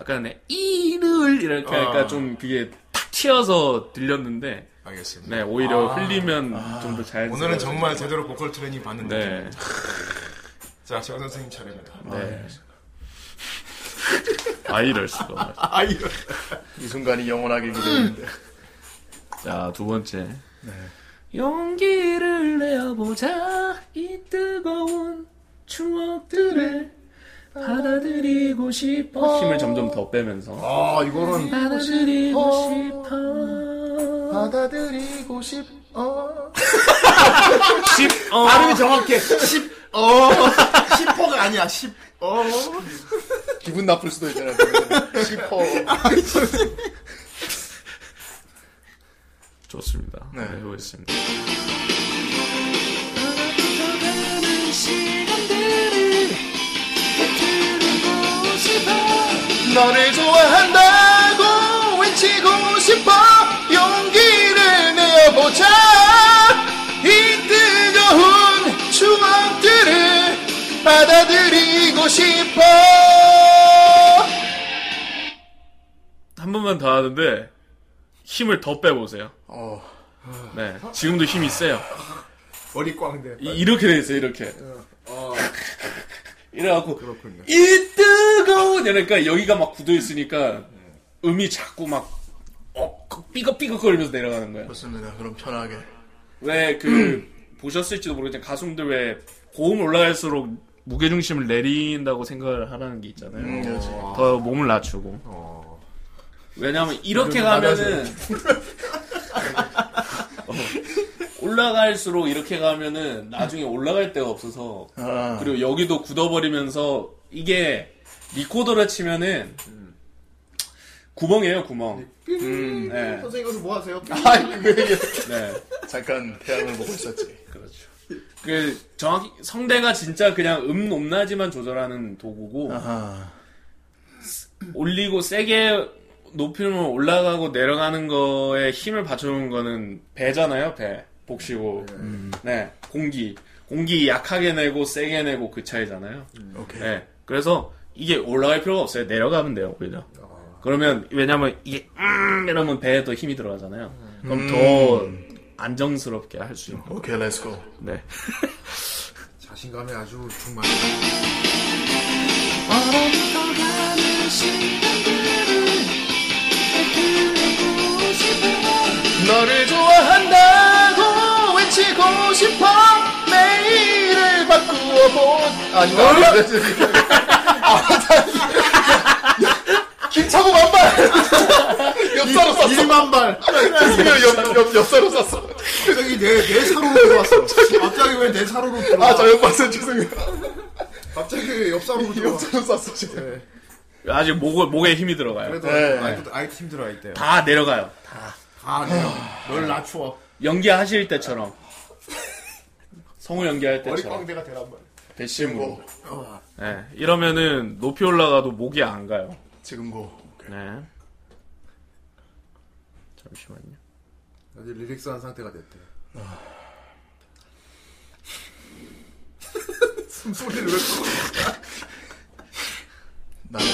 [SPEAKER 3] 아까 네 이를 이렇게 하니까
[SPEAKER 1] 아.
[SPEAKER 3] 좀 그게 탁 튀어서 들렸는데.
[SPEAKER 1] 알겠습니다.
[SPEAKER 3] 네, 오히려 흘리면 좀 더 자연스러워.
[SPEAKER 1] 아. 오늘은 정말 제대로 보컬 트레이닝 받는데.
[SPEAKER 3] 네.
[SPEAKER 1] 자, 정 선생님 차례입니다.
[SPEAKER 3] 네. 아, 이럴 수가. 없네.
[SPEAKER 1] 아, 이거.
[SPEAKER 2] 이 순간이 영원하게 기대되는데.
[SPEAKER 3] 자, 두 번째. 용기를 내어보자. 이 뜨거운 추억들을 받아들이고 네. 싶어. 힘을 점점 더 빼면서. 어.
[SPEAKER 1] 아, 이거는.
[SPEAKER 3] 받아들이고 싶어.
[SPEAKER 2] 받아들이고 싶어.
[SPEAKER 3] 십, 어.
[SPEAKER 1] 발음이 정확해. 10, 어. 10호가 아니야, 10, 어.
[SPEAKER 2] 기분 나쁠 수도 있잖아요. 싶어.
[SPEAKER 3] 좋습니다.
[SPEAKER 2] 네.
[SPEAKER 3] 네, 해보겠습니다.
[SPEAKER 2] 너를 좋아한다고 외치고 싶어 용기를 내어보자 이 뜨거운 추억들을 받아들이고 싶어
[SPEAKER 3] 한 번만 더 하는데, 힘을 더 빼보세요.
[SPEAKER 2] 어,
[SPEAKER 3] 네. 지금도 힘이 세요.
[SPEAKER 1] 머리 꽝대.
[SPEAKER 3] 이, 이렇게 돼 있어요, 이렇게. 이래갖고,
[SPEAKER 1] 그렇군요.
[SPEAKER 3] 이 뜨거운! 이러니까 여기가 막 굳어있으니까
[SPEAKER 1] 네.
[SPEAKER 3] 음이 자꾸 막, 어, 그 삐걱삐걱 거리면서 내려가는 거야.
[SPEAKER 2] 좋습니다 그럼 편하게
[SPEAKER 3] 왜 그, 보셨을지도 모르겠지만 가수분들 왜 고음 올라갈수록 무게중심을 내린다고 생각을 하라는 게 음, 있잖아요. 어.
[SPEAKER 2] 그렇지.
[SPEAKER 3] 더 몸을 낮추고. 왜냐면 이렇게 가면은 어, 올라갈수록 이렇게 가면은 나중에 올라갈 데가 없어서
[SPEAKER 2] 아,
[SPEAKER 3] 그리고 여기도 굳어버리면서 이게 리코더를 치면은 구멍이에요 구멍.
[SPEAKER 2] 음,
[SPEAKER 3] 네,
[SPEAKER 1] 선생님, 여기서 뭐 하세요?
[SPEAKER 2] 아이 그 얘기
[SPEAKER 3] 네,
[SPEAKER 2] 잠깐 태양을 보고 있었지
[SPEAKER 3] 그렇죠. 그 정확히 성대가 진짜 그냥 음 높낮이만 조절하는 도구고
[SPEAKER 2] 아하.
[SPEAKER 3] 올리고 세게 높이면 올라가고 내려가는 거에 힘을 받쳐주는 거는 배잖아요 배 복시고
[SPEAKER 2] 음.
[SPEAKER 3] 네 공기 공기 약하게 내고 세게 내고 그 차이잖아요
[SPEAKER 2] 음. 오케이.
[SPEAKER 3] 네 그래서 이게 올라갈 필요가 없어요 내려가면 돼요 오히려
[SPEAKER 2] 아.
[SPEAKER 3] 그러면 왜냐면 이게 음 이러면 배에 더 힘이 들어가잖아요 그럼
[SPEAKER 2] 음.
[SPEAKER 3] 더 안정스럽게 할 수 있고
[SPEAKER 2] 오케이, 렛츠고.
[SPEAKER 3] 네
[SPEAKER 1] 자신감이 네, 아주 정말
[SPEAKER 2] 너를 좋아한다고 외치고 싶어 매일을 바꾸어 본 아닌가?
[SPEAKER 1] 아,
[SPEAKER 2] 김창호 만발 엽사로 쐈어
[SPEAKER 1] 일만발
[SPEAKER 2] 옆, 옆, 옆사로 쐈어
[SPEAKER 1] 갑자기 네. 내내 사로로 들어왔어 갑자기 왜 내 사로로 들어와
[SPEAKER 2] 아저 옆봤어요 죄송해요
[SPEAKER 1] 갑자기 왜 옆사로로 들어와
[SPEAKER 2] 옆사로 쐈어 지금
[SPEAKER 1] 네.
[SPEAKER 3] 아직 목 목에 힘이 들어가요
[SPEAKER 1] 그래도
[SPEAKER 2] 네.
[SPEAKER 1] 아이도 아이 힘들어 이때
[SPEAKER 3] 다 내려가요
[SPEAKER 1] 아, 다널 낮추어
[SPEAKER 3] 연기하실 때처럼 성우 연기할 때처럼
[SPEAKER 1] 머리광대가 되란 말이야
[SPEAKER 3] 배심으로
[SPEAKER 1] 어.
[SPEAKER 3] 네, 이러면은 높이 올라가도 목이 안 가요
[SPEAKER 2] 지금 고
[SPEAKER 1] 뭐.
[SPEAKER 3] 네 잠시만요
[SPEAKER 1] 아주 릴렉스한 상태가 됐대 숨소리를 왜
[SPEAKER 2] 나는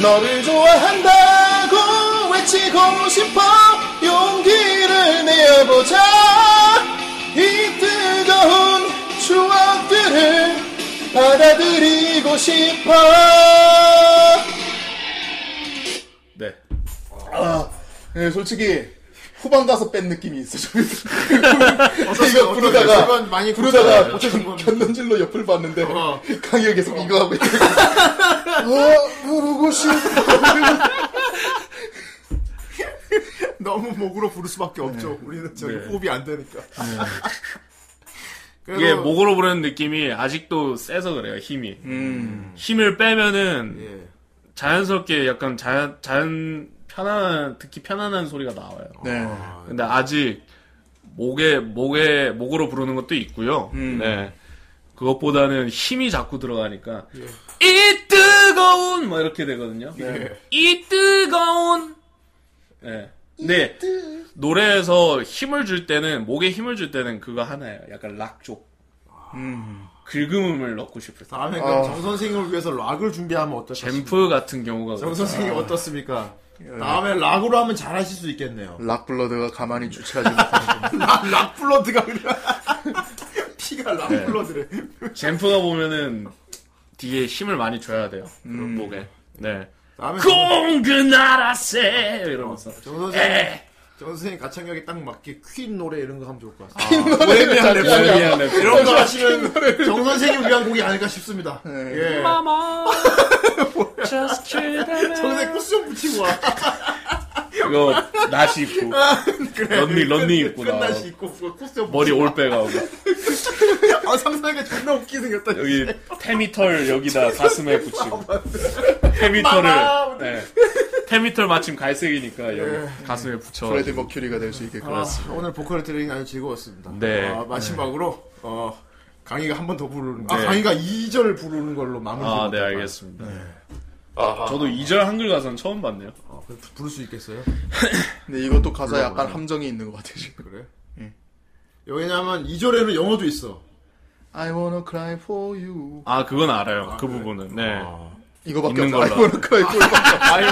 [SPEAKER 2] 너를 좋아한다고 외치고 싶어 용기를 내어보자 이 뜨거운 추억들을 받아들이고 싶어
[SPEAKER 3] 네
[SPEAKER 2] 아, 네, 솔직히 후반 가서 뺀 느낌이 있어 좀 이거
[SPEAKER 1] 어떠세요? 어떠세요?
[SPEAKER 2] 부르다가
[SPEAKER 1] 이건 많이
[SPEAKER 2] 부르다가
[SPEAKER 1] 고쳐진 겁니다.
[SPEAKER 2] 견눈질로 옆을 봤는데
[SPEAKER 1] 어.
[SPEAKER 2] 강의가 계속 이거 하고 있어 어, 부르고 싶어
[SPEAKER 1] 너무 목으로 부를 수밖에 없죠 우리는 저기
[SPEAKER 3] 네.
[SPEAKER 1] 호흡이 안 되니까 그래서
[SPEAKER 3] 이게 목으로 부르는 느낌이 아직도 세서 그래요 힘이
[SPEAKER 2] 음,
[SPEAKER 3] 힘을 빼면은
[SPEAKER 1] 예.
[SPEAKER 3] 자연스럽게 약간 자연 자연 편안한 듣기 편안한 소리가 나와요
[SPEAKER 2] 네.
[SPEAKER 1] 어.
[SPEAKER 3] 근데 아직 목에 목에 목으로 부르는 것도 있고요. 네. 그것보다는 힘이 자꾸 들어가니까 이 뜨거운 뭐 이렇게 되거든요. 이 뜨거운 네. 근데 노래에서 힘을 줄 때는 목에 힘을 줄 때는 그거 하나예요. 약간 락 쪽. 긁음음을 넣고 싶어서.
[SPEAKER 1] 다음에 그럼 정 선생님을 위해서 락을 준비하면 어떨까 싶
[SPEAKER 3] 잼프 같은 경우가
[SPEAKER 1] 정 선생님 어떻습니까? 다음에 락으로 하면 잘하실 수 있겠네요.
[SPEAKER 2] 락블러드가 가만히 주체하지 못하는
[SPEAKER 1] 락, 락플러드가 그냥 피가 락플러드래.
[SPEAKER 3] 잼프가 보면은 뒤에 힘을 많이 줘야 돼요. 그런 목에. 네.
[SPEAKER 1] 다음에
[SPEAKER 3] 공그나라세 이러면서
[SPEAKER 1] 정 선생님,
[SPEAKER 3] 에
[SPEAKER 1] 정 선생님 가창력에 딱 맞게 퀸 노래 이런 거 하면 좋을 것 같습니다.
[SPEAKER 2] 노래를
[SPEAKER 3] 미안해
[SPEAKER 1] 이런 거 하시면 정 선생님 위한 곡이 아닐까 싶습니다.
[SPEAKER 3] 네.
[SPEAKER 1] 예.
[SPEAKER 3] 아,
[SPEAKER 9] 마마 Just kill them
[SPEAKER 1] 정 선생 님 코스 좀 붙이고 와.
[SPEAKER 3] 이거 나시 입고 네. 런닝 런닝 입고 나
[SPEAKER 1] 끝나시 입고 코스 좀
[SPEAKER 3] 머리 올빼가고
[SPEAKER 1] 붙이고. 아 상상하니까 존나 웃기게 생겼다.
[SPEAKER 3] 여기 테미털 여기다 가슴에 붙이고 테미털을 네. 테미털 마침 갈색이니까 여기 가슴에 붙여
[SPEAKER 2] 프레디 머큐리가 될 수 있겠구나
[SPEAKER 1] 아, 오늘 보컬 트레이닝 아주 즐거웠습니다.
[SPEAKER 3] 네.
[SPEAKER 1] 아, 마지막으로 어, 강의가 한 번 더 부르는 아
[SPEAKER 3] 네.
[SPEAKER 1] 강의가 2절 부르는 걸로 마무리.
[SPEAKER 3] 아 네 알겠습니다 저도 2절 한글 가사는 처음 봤네요
[SPEAKER 1] 어, 그- 부를 수 있겠어요?
[SPEAKER 2] 근데 이것도 가사 약간 함정이 있는 것 같아요 지금
[SPEAKER 1] 그래? 왜냐하면 2절에는 영어도 있어.
[SPEAKER 2] I wanna cry for you
[SPEAKER 3] 아 그건 알아요 그 부분은 네
[SPEAKER 1] 어.
[SPEAKER 2] 이거밖에
[SPEAKER 3] 있는
[SPEAKER 2] 없어 I
[SPEAKER 3] 걸로.
[SPEAKER 2] wanna cry for
[SPEAKER 1] 아,
[SPEAKER 2] you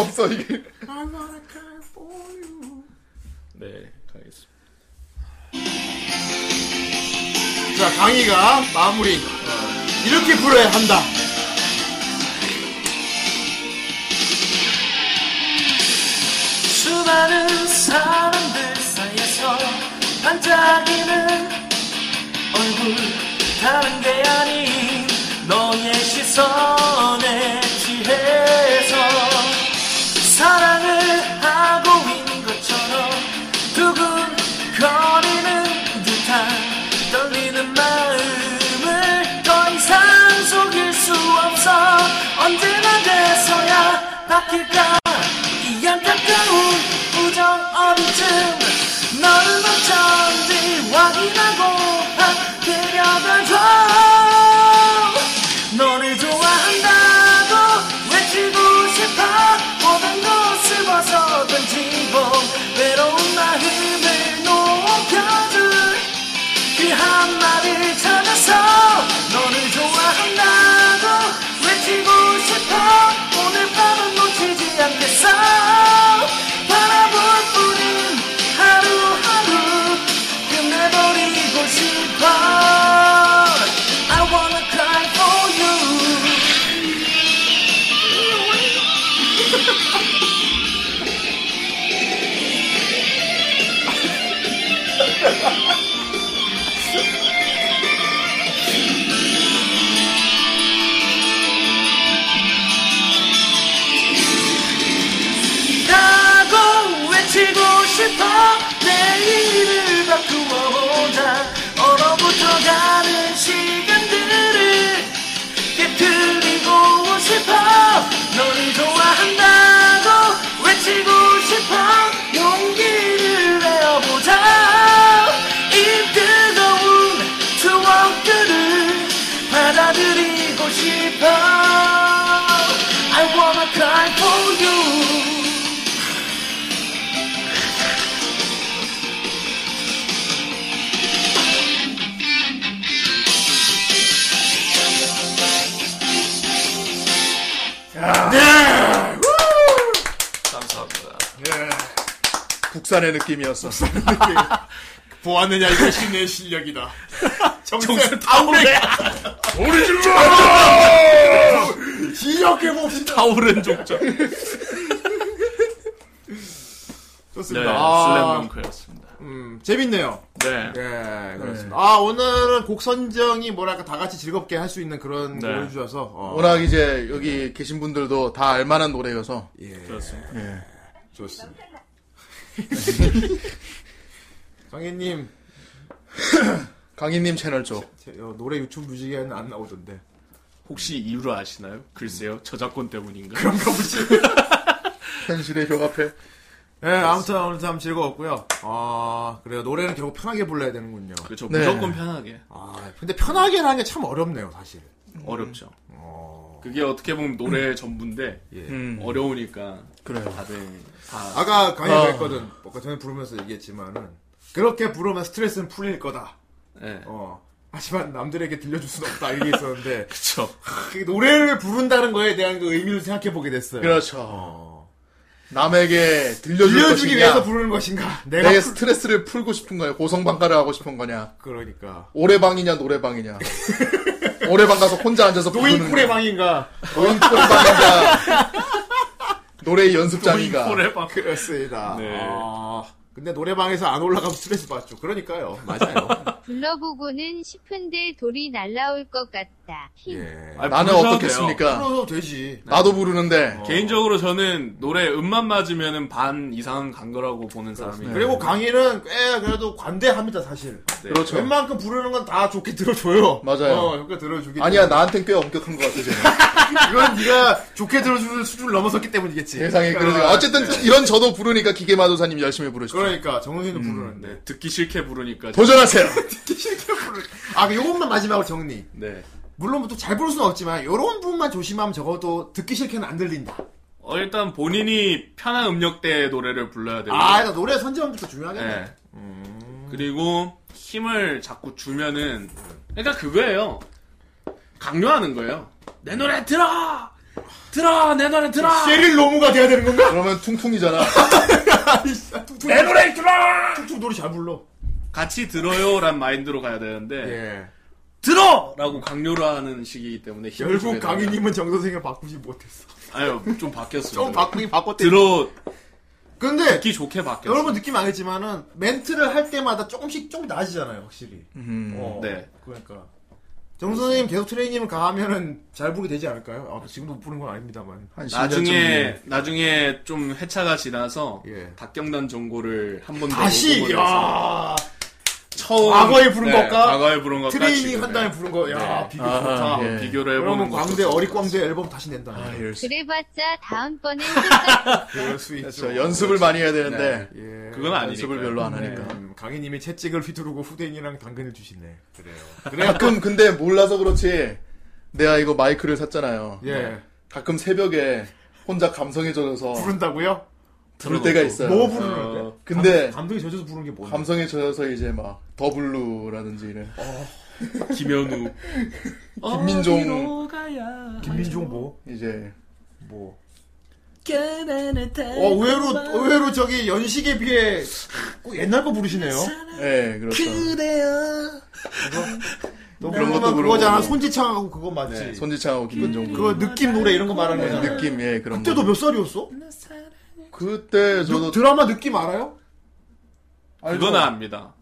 [SPEAKER 2] 없어 이게
[SPEAKER 3] 네, 가겠습니다.
[SPEAKER 1] 자 강의가 마무리 이렇게 불어야 한다.
[SPEAKER 9] 수많은 사람들 사이에서 반짝이는 얼굴 다른 게 아닌 너의 시선에 취해서 사랑을 하고 있는 것처럼 두근거리는 듯한 떨리는 마음을 더 이상 속일 수 없어 언제나 돼서야 바뀔까 그
[SPEAKER 2] 국산의 느낌이었어.
[SPEAKER 1] 보았느냐 이것이 내 실력이다. 정세
[SPEAKER 3] 타오르
[SPEAKER 1] 기억해 봅시다.
[SPEAKER 3] 타오른 족자. 네,
[SPEAKER 1] 좋습니다. 아,
[SPEAKER 3] 슬램덩크였습니다.
[SPEAKER 1] 음, 재밌네요.
[SPEAKER 3] 네.
[SPEAKER 1] 예, 그렇습니다. 아 오늘은 곡 선정이 뭐랄까 다 같이 즐겁게 할 수 있는 그런
[SPEAKER 3] 네.
[SPEAKER 1] 걸 해주셔서 어,
[SPEAKER 2] 워낙 이제 여기 계신 분들도 다 알만한 노래여서
[SPEAKER 3] 그렇습니다.
[SPEAKER 1] 좋습니다. 정혜님
[SPEAKER 2] 강희님 채널 쪽.
[SPEAKER 1] 제- 어, 노래 유튜브 뮤직에는 안 나오던데.
[SPEAKER 3] 혹시 이유를 아시나요? 글쎄요, 저작권 때문인가?
[SPEAKER 2] 현실의 벽 앞에.
[SPEAKER 1] 예, 아무튼 오늘 참 즐거웠고요. 아 그래요 노래는 결국 편하게 불러야 되는군요.
[SPEAKER 3] 그렇죠.
[SPEAKER 2] 네.
[SPEAKER 3] 무조건 편하게.
[SPEAKER 1] 아 근데 편하게라는 게 참 어렵네요 사실.
[SPEAKER 2] 음.
[SPEAKER 3] 어렵죠. 그게 어떻게 보면 노래의 전부인데
[SPEAKER 1] 예.
[SPEAKER 2] 음,
[SPEAKER 3] 어려우니까
[SPEAKER 2] 그래요.
[SPEAKER 3] 다들 다
[SPEAKER 1] 아까 강의가
[SPEAKER 2] 아.
[SPEAKER 1] 했거든. 아까 전에 부르면서 얘기했지만은 그렇게 부르면 스트레스는 풀릴 거다.
[SPEAKER 3] 예.
[SPEAKER 1] 어. 하지만 남들에게 들려줄 수는 없다 이게 있었는데
[SPEAKER 3] 그쵸.
[SPEAKER 1] 그 노래를 부른다는 거에 대한 그 의미를 생각해 보게 됐어요.
[SPEAKER 2] 그렇죠.
[SPEAKER 1] 어.
[SPEAKER 2] 남에게 들려줄
[SPEAKER 1] 들려주기
[SPEAKER 2] 것이냐.
[SPEAKER 1] 위해서 부르는 것인가? 내가
[SPEAKER 2] 내
[SPEAKER 1] 풀-
[SPEAKER 2] 스트레스를 풀고 싶은 거야. 고성방가를 하고 싶은 거냐.
[SPEAKER 1] 그러니까
[SPEAKER 2] 오래방이냐 노래방이냐. 오래방 가서 혼자 앉아서 부르는
[SPEAKER 1] 노인쿨의
[SPEAKER 2] 거야.
[SPEAKER 1] 방인가?
[SPEAKER 2] 노인코레방인가. 노래 연습장인가.
[SPEAKER 3] 노래 방.
[SPEAKER 1] 그렇습니다.
[SPEAKER 3] 네.
[SPEAKER 1] 아, 근데 노래방에서 안 올라가면 스트레스 받죠. 그러니까요. 맞아요.
[SPEAKER 5] 불러보고는 싶은데 돌이 날라올 것 같다. 힝.
[SPEAKER 1] 예.
[SPEAKER 3] 아니,
[SPEAKER 2] 네. 나는
[SPEAKER 3] 부르셔도
[SPEAKER 2] 어떻겠습니까?
[SPEAKER 1] 풀어도 되지.
[SPEAKER 2] 나도 부르는데.
[SPEAKER 3] 개인적으로 저는 노래 음만 맞으면 반 이상 간 거라고 보는 사람이에요.
[SPEAKER 1] 그리고 강의는 꽤 그래도 관대합니다 사실.
[SPEAKER 2] 그렇죠.
[SPEAKER 1] 웬만큼 부르는 건 다 좋게 들어줘요.
[SPEAKER 2] 맞아요.
[SPEAKER 1] 어, 좋게 들어주기.
[SPEAKER 2] 아니야,
[SPEAKER 1] 때문에.
[SPEAKER 2] 나한텐 꽤 엄격한 것 같아, 쟤는.
[SPEAKER 1] 이건 네가 좋게 들어주는 수준을 넘어섰기 때문이겠지.
[SPEAKER 2] 세상에 그러니까
[SPEAKER 1] 아,
[SPEAKER 2] 어쨌든 이런 저도 부르니까 기계마도사님 열심히 부르시죠.
[SPEAKER 1] 그러니까
[SPEAKER 2] 음,
[SPEAKER 1] 정훈이는 부르는데.
[SPEAKER 3] 네, 듣기 싫게 부르니까.
[SPEAKER 2] 도전하세요.
[SPEAKER 1] 아, 그 요것만 마지막으로 정리.
[SPEAKER 3] 네.
[SPEAKER 1] 물론 또 잘 부를 수는 없지만 요런 부분만 조심하면 적어도 듣기 싫게는 안 들린다.
[SPEAKER 3] 어, 일단 본인이 편한 음역대의 노래를 불러야
[SPEAKER 2] 네.
[SPEAKER 3] 되고.
[SPEAKER 1] 아, 일단 노래 선정부터 중요하겠네.
[SPEAKER 3] 네.
[SPEAKER 2] 음.
[SPEAKER 3] 그리고 힘을 자꾸 주면은 그러니까 그거예요. 강요하는 거예요. 내 노래 들어! 들어! 내 노래 들어!
[SPEAKER 1] 세릴 로무가 돼야 되는 건가?
[SPEAKER 2] 그러면 퉁퉁이잖아.
[SPEAKER 1] 내 노래 들어! 툭툭 노래 잘 불러.
[SPEAKER 3] 같이 들어요란 마인드로 가야 되는데
[SPEAKER 1] 예.
[SPEAKER 3] 들어! 라고 강요를 하는 시기이기 때문에 힘을
[SPEAKER 1] 결국
[SPEAKER 3] 주게 되는
[SPEAKER 1] 강희님은 정선생을 바꾸지 못했어.
[SPEAKER 3] 거예요. 아유 좀 바뀌었어요.
[SPEAKER 1] 좀 바꾸긴 바꿨대.
[SPEAKER 3] 들어
[SPEAKER 1] 근데
[SPEAKER 3] 듣기 좋게 바뀌었어요.
[SPEAKER 1] 여러분 느낌 알겠지만은 멘트를 할 때마다 조금씩 조금 나아지잖아요, 확실히.
[SPEAKER 2] 음.
[SPEAKER 1] 어,
[SPEAKER 3] 네.
[SPEAKER 1] 그러니까. 정 선생님 계속 트레이닝을 가하면은 잘 부르게 되지 않을까요? 아, 지금도 못 부르는 건 아닙니다만.
[SPEAKER 2] 한 10년
[SPEAKER 3] 나중에 나중에 좀 해차가 지나서
[SPEAKER 1] 예.
[SPEAKER 3] 박경단 정보를 한 번 더
[SPEAKER 1] 다시,
[SPEAKER 3] 야
[SPEAKER 1] 야
[SPEAKER 3] 처음
[SPEAKER 1] 과거에 부른 것과
[SPEAKER 3] 네, 과거에 부른 것과
[SPEAKER 1] 트레이닝
[SPEAKER 3] 지금의.
[SPEAKER 1] 한 다음에 부른 거, 야
[SPEAKER 3] 네.
[SPEAKER 1] 비교
[SPEAKER 2] 아,
[SPEAKER 1] 좋다.
[SPEAKER 3] 아,
[SPEAKER 2] 예.
[SPEAKER 3] 비교를 해보는
[SPEAKER 1] 그러면
[SPEAKER 3] 것도
[SPEAKER 1] 광대
[SPEAKER 3] 좋을 것
[SPEAKER 1] 어리광대 앨범 다시 낸다.
[SPEAKER 5] 그래봤자 다음번엔 똑같
[SPEAKER 1] 그럴 수 있죠.
[SPEAKER 2] 저 그렇죠. 연습을 많이 해야 되는데
[SPEAKER 1] 예.
[SPEAKER 3] 그건 네. 아니니까.
[SPEAKER 2] 연습을 별로 안 하니까.
[SPEAKER 1] 음, 강희님이 채찍을 휘두르고 후대인이랑 당근을 주시네. 그래요.
[SPEAKER 2] 가끔 근데 몰라서 그렇지 내가 이거 마이크를 샀잖아요.
[SPEAKER 1] 예.
[SPEAKER 2] 가끔 새벽에 혼자 감성에 젖어서
[SPEAKER 1] 부른다고요?
[SPEAKER 2] 부를 때가 있어요.
[SPEAKER 1] 뭐 부르는데?
[SPEAKER 2] 근데
[SPEAKER 1] 감동이 젖어서 부르는 게 뭔데?
[SPEAKER 2] 감성에 젖어서 이제 막 더블루라든지 이런
[SPEAKER 3] 같아요. 김현우
[SPEAKER 9] 어,
[SPEAKER 2] 김민종
[SPEAKER 1] 김민종 뭐?
[SPEAKER 2] 이제
[SPEAKER 1] 뭐? 어, 의외로, 의외로 저기 연식에 비해 꼭 옛날 거 부르시네요.
[SPEAKER 2] 예 그렇죠.
[SPEAKER 1] 너
[SPEAKER 2] 그런
[SPEAKER 1] 부르면
[SPEAKER 2] 것도 부르고.
[SPEAKER 1] 그거잖아. 손지창하고 그거 맞지?
[SPEAKER 2] 네, 손지창하고 김민종
[SPEAKER 1] 그거 느낌 노래 이런 거 말하는
[SPEAKER 2] 예,
[SPEAKER 1] 거잖아.
[SPEAKER 2] 느낌 예 그런
[SPEAKER 1] 그때도
[SPEAKER 2] 거.
[SPEAKER 1] 몇 살이었어?
[SPEAKER 2] 그때
[SPEAKER 1] 느-
[SPEAKER 2] 저도
[SPEAKER 1] 드라마 느낌 알아요?
[SPEAKER 3] 그건 압니다.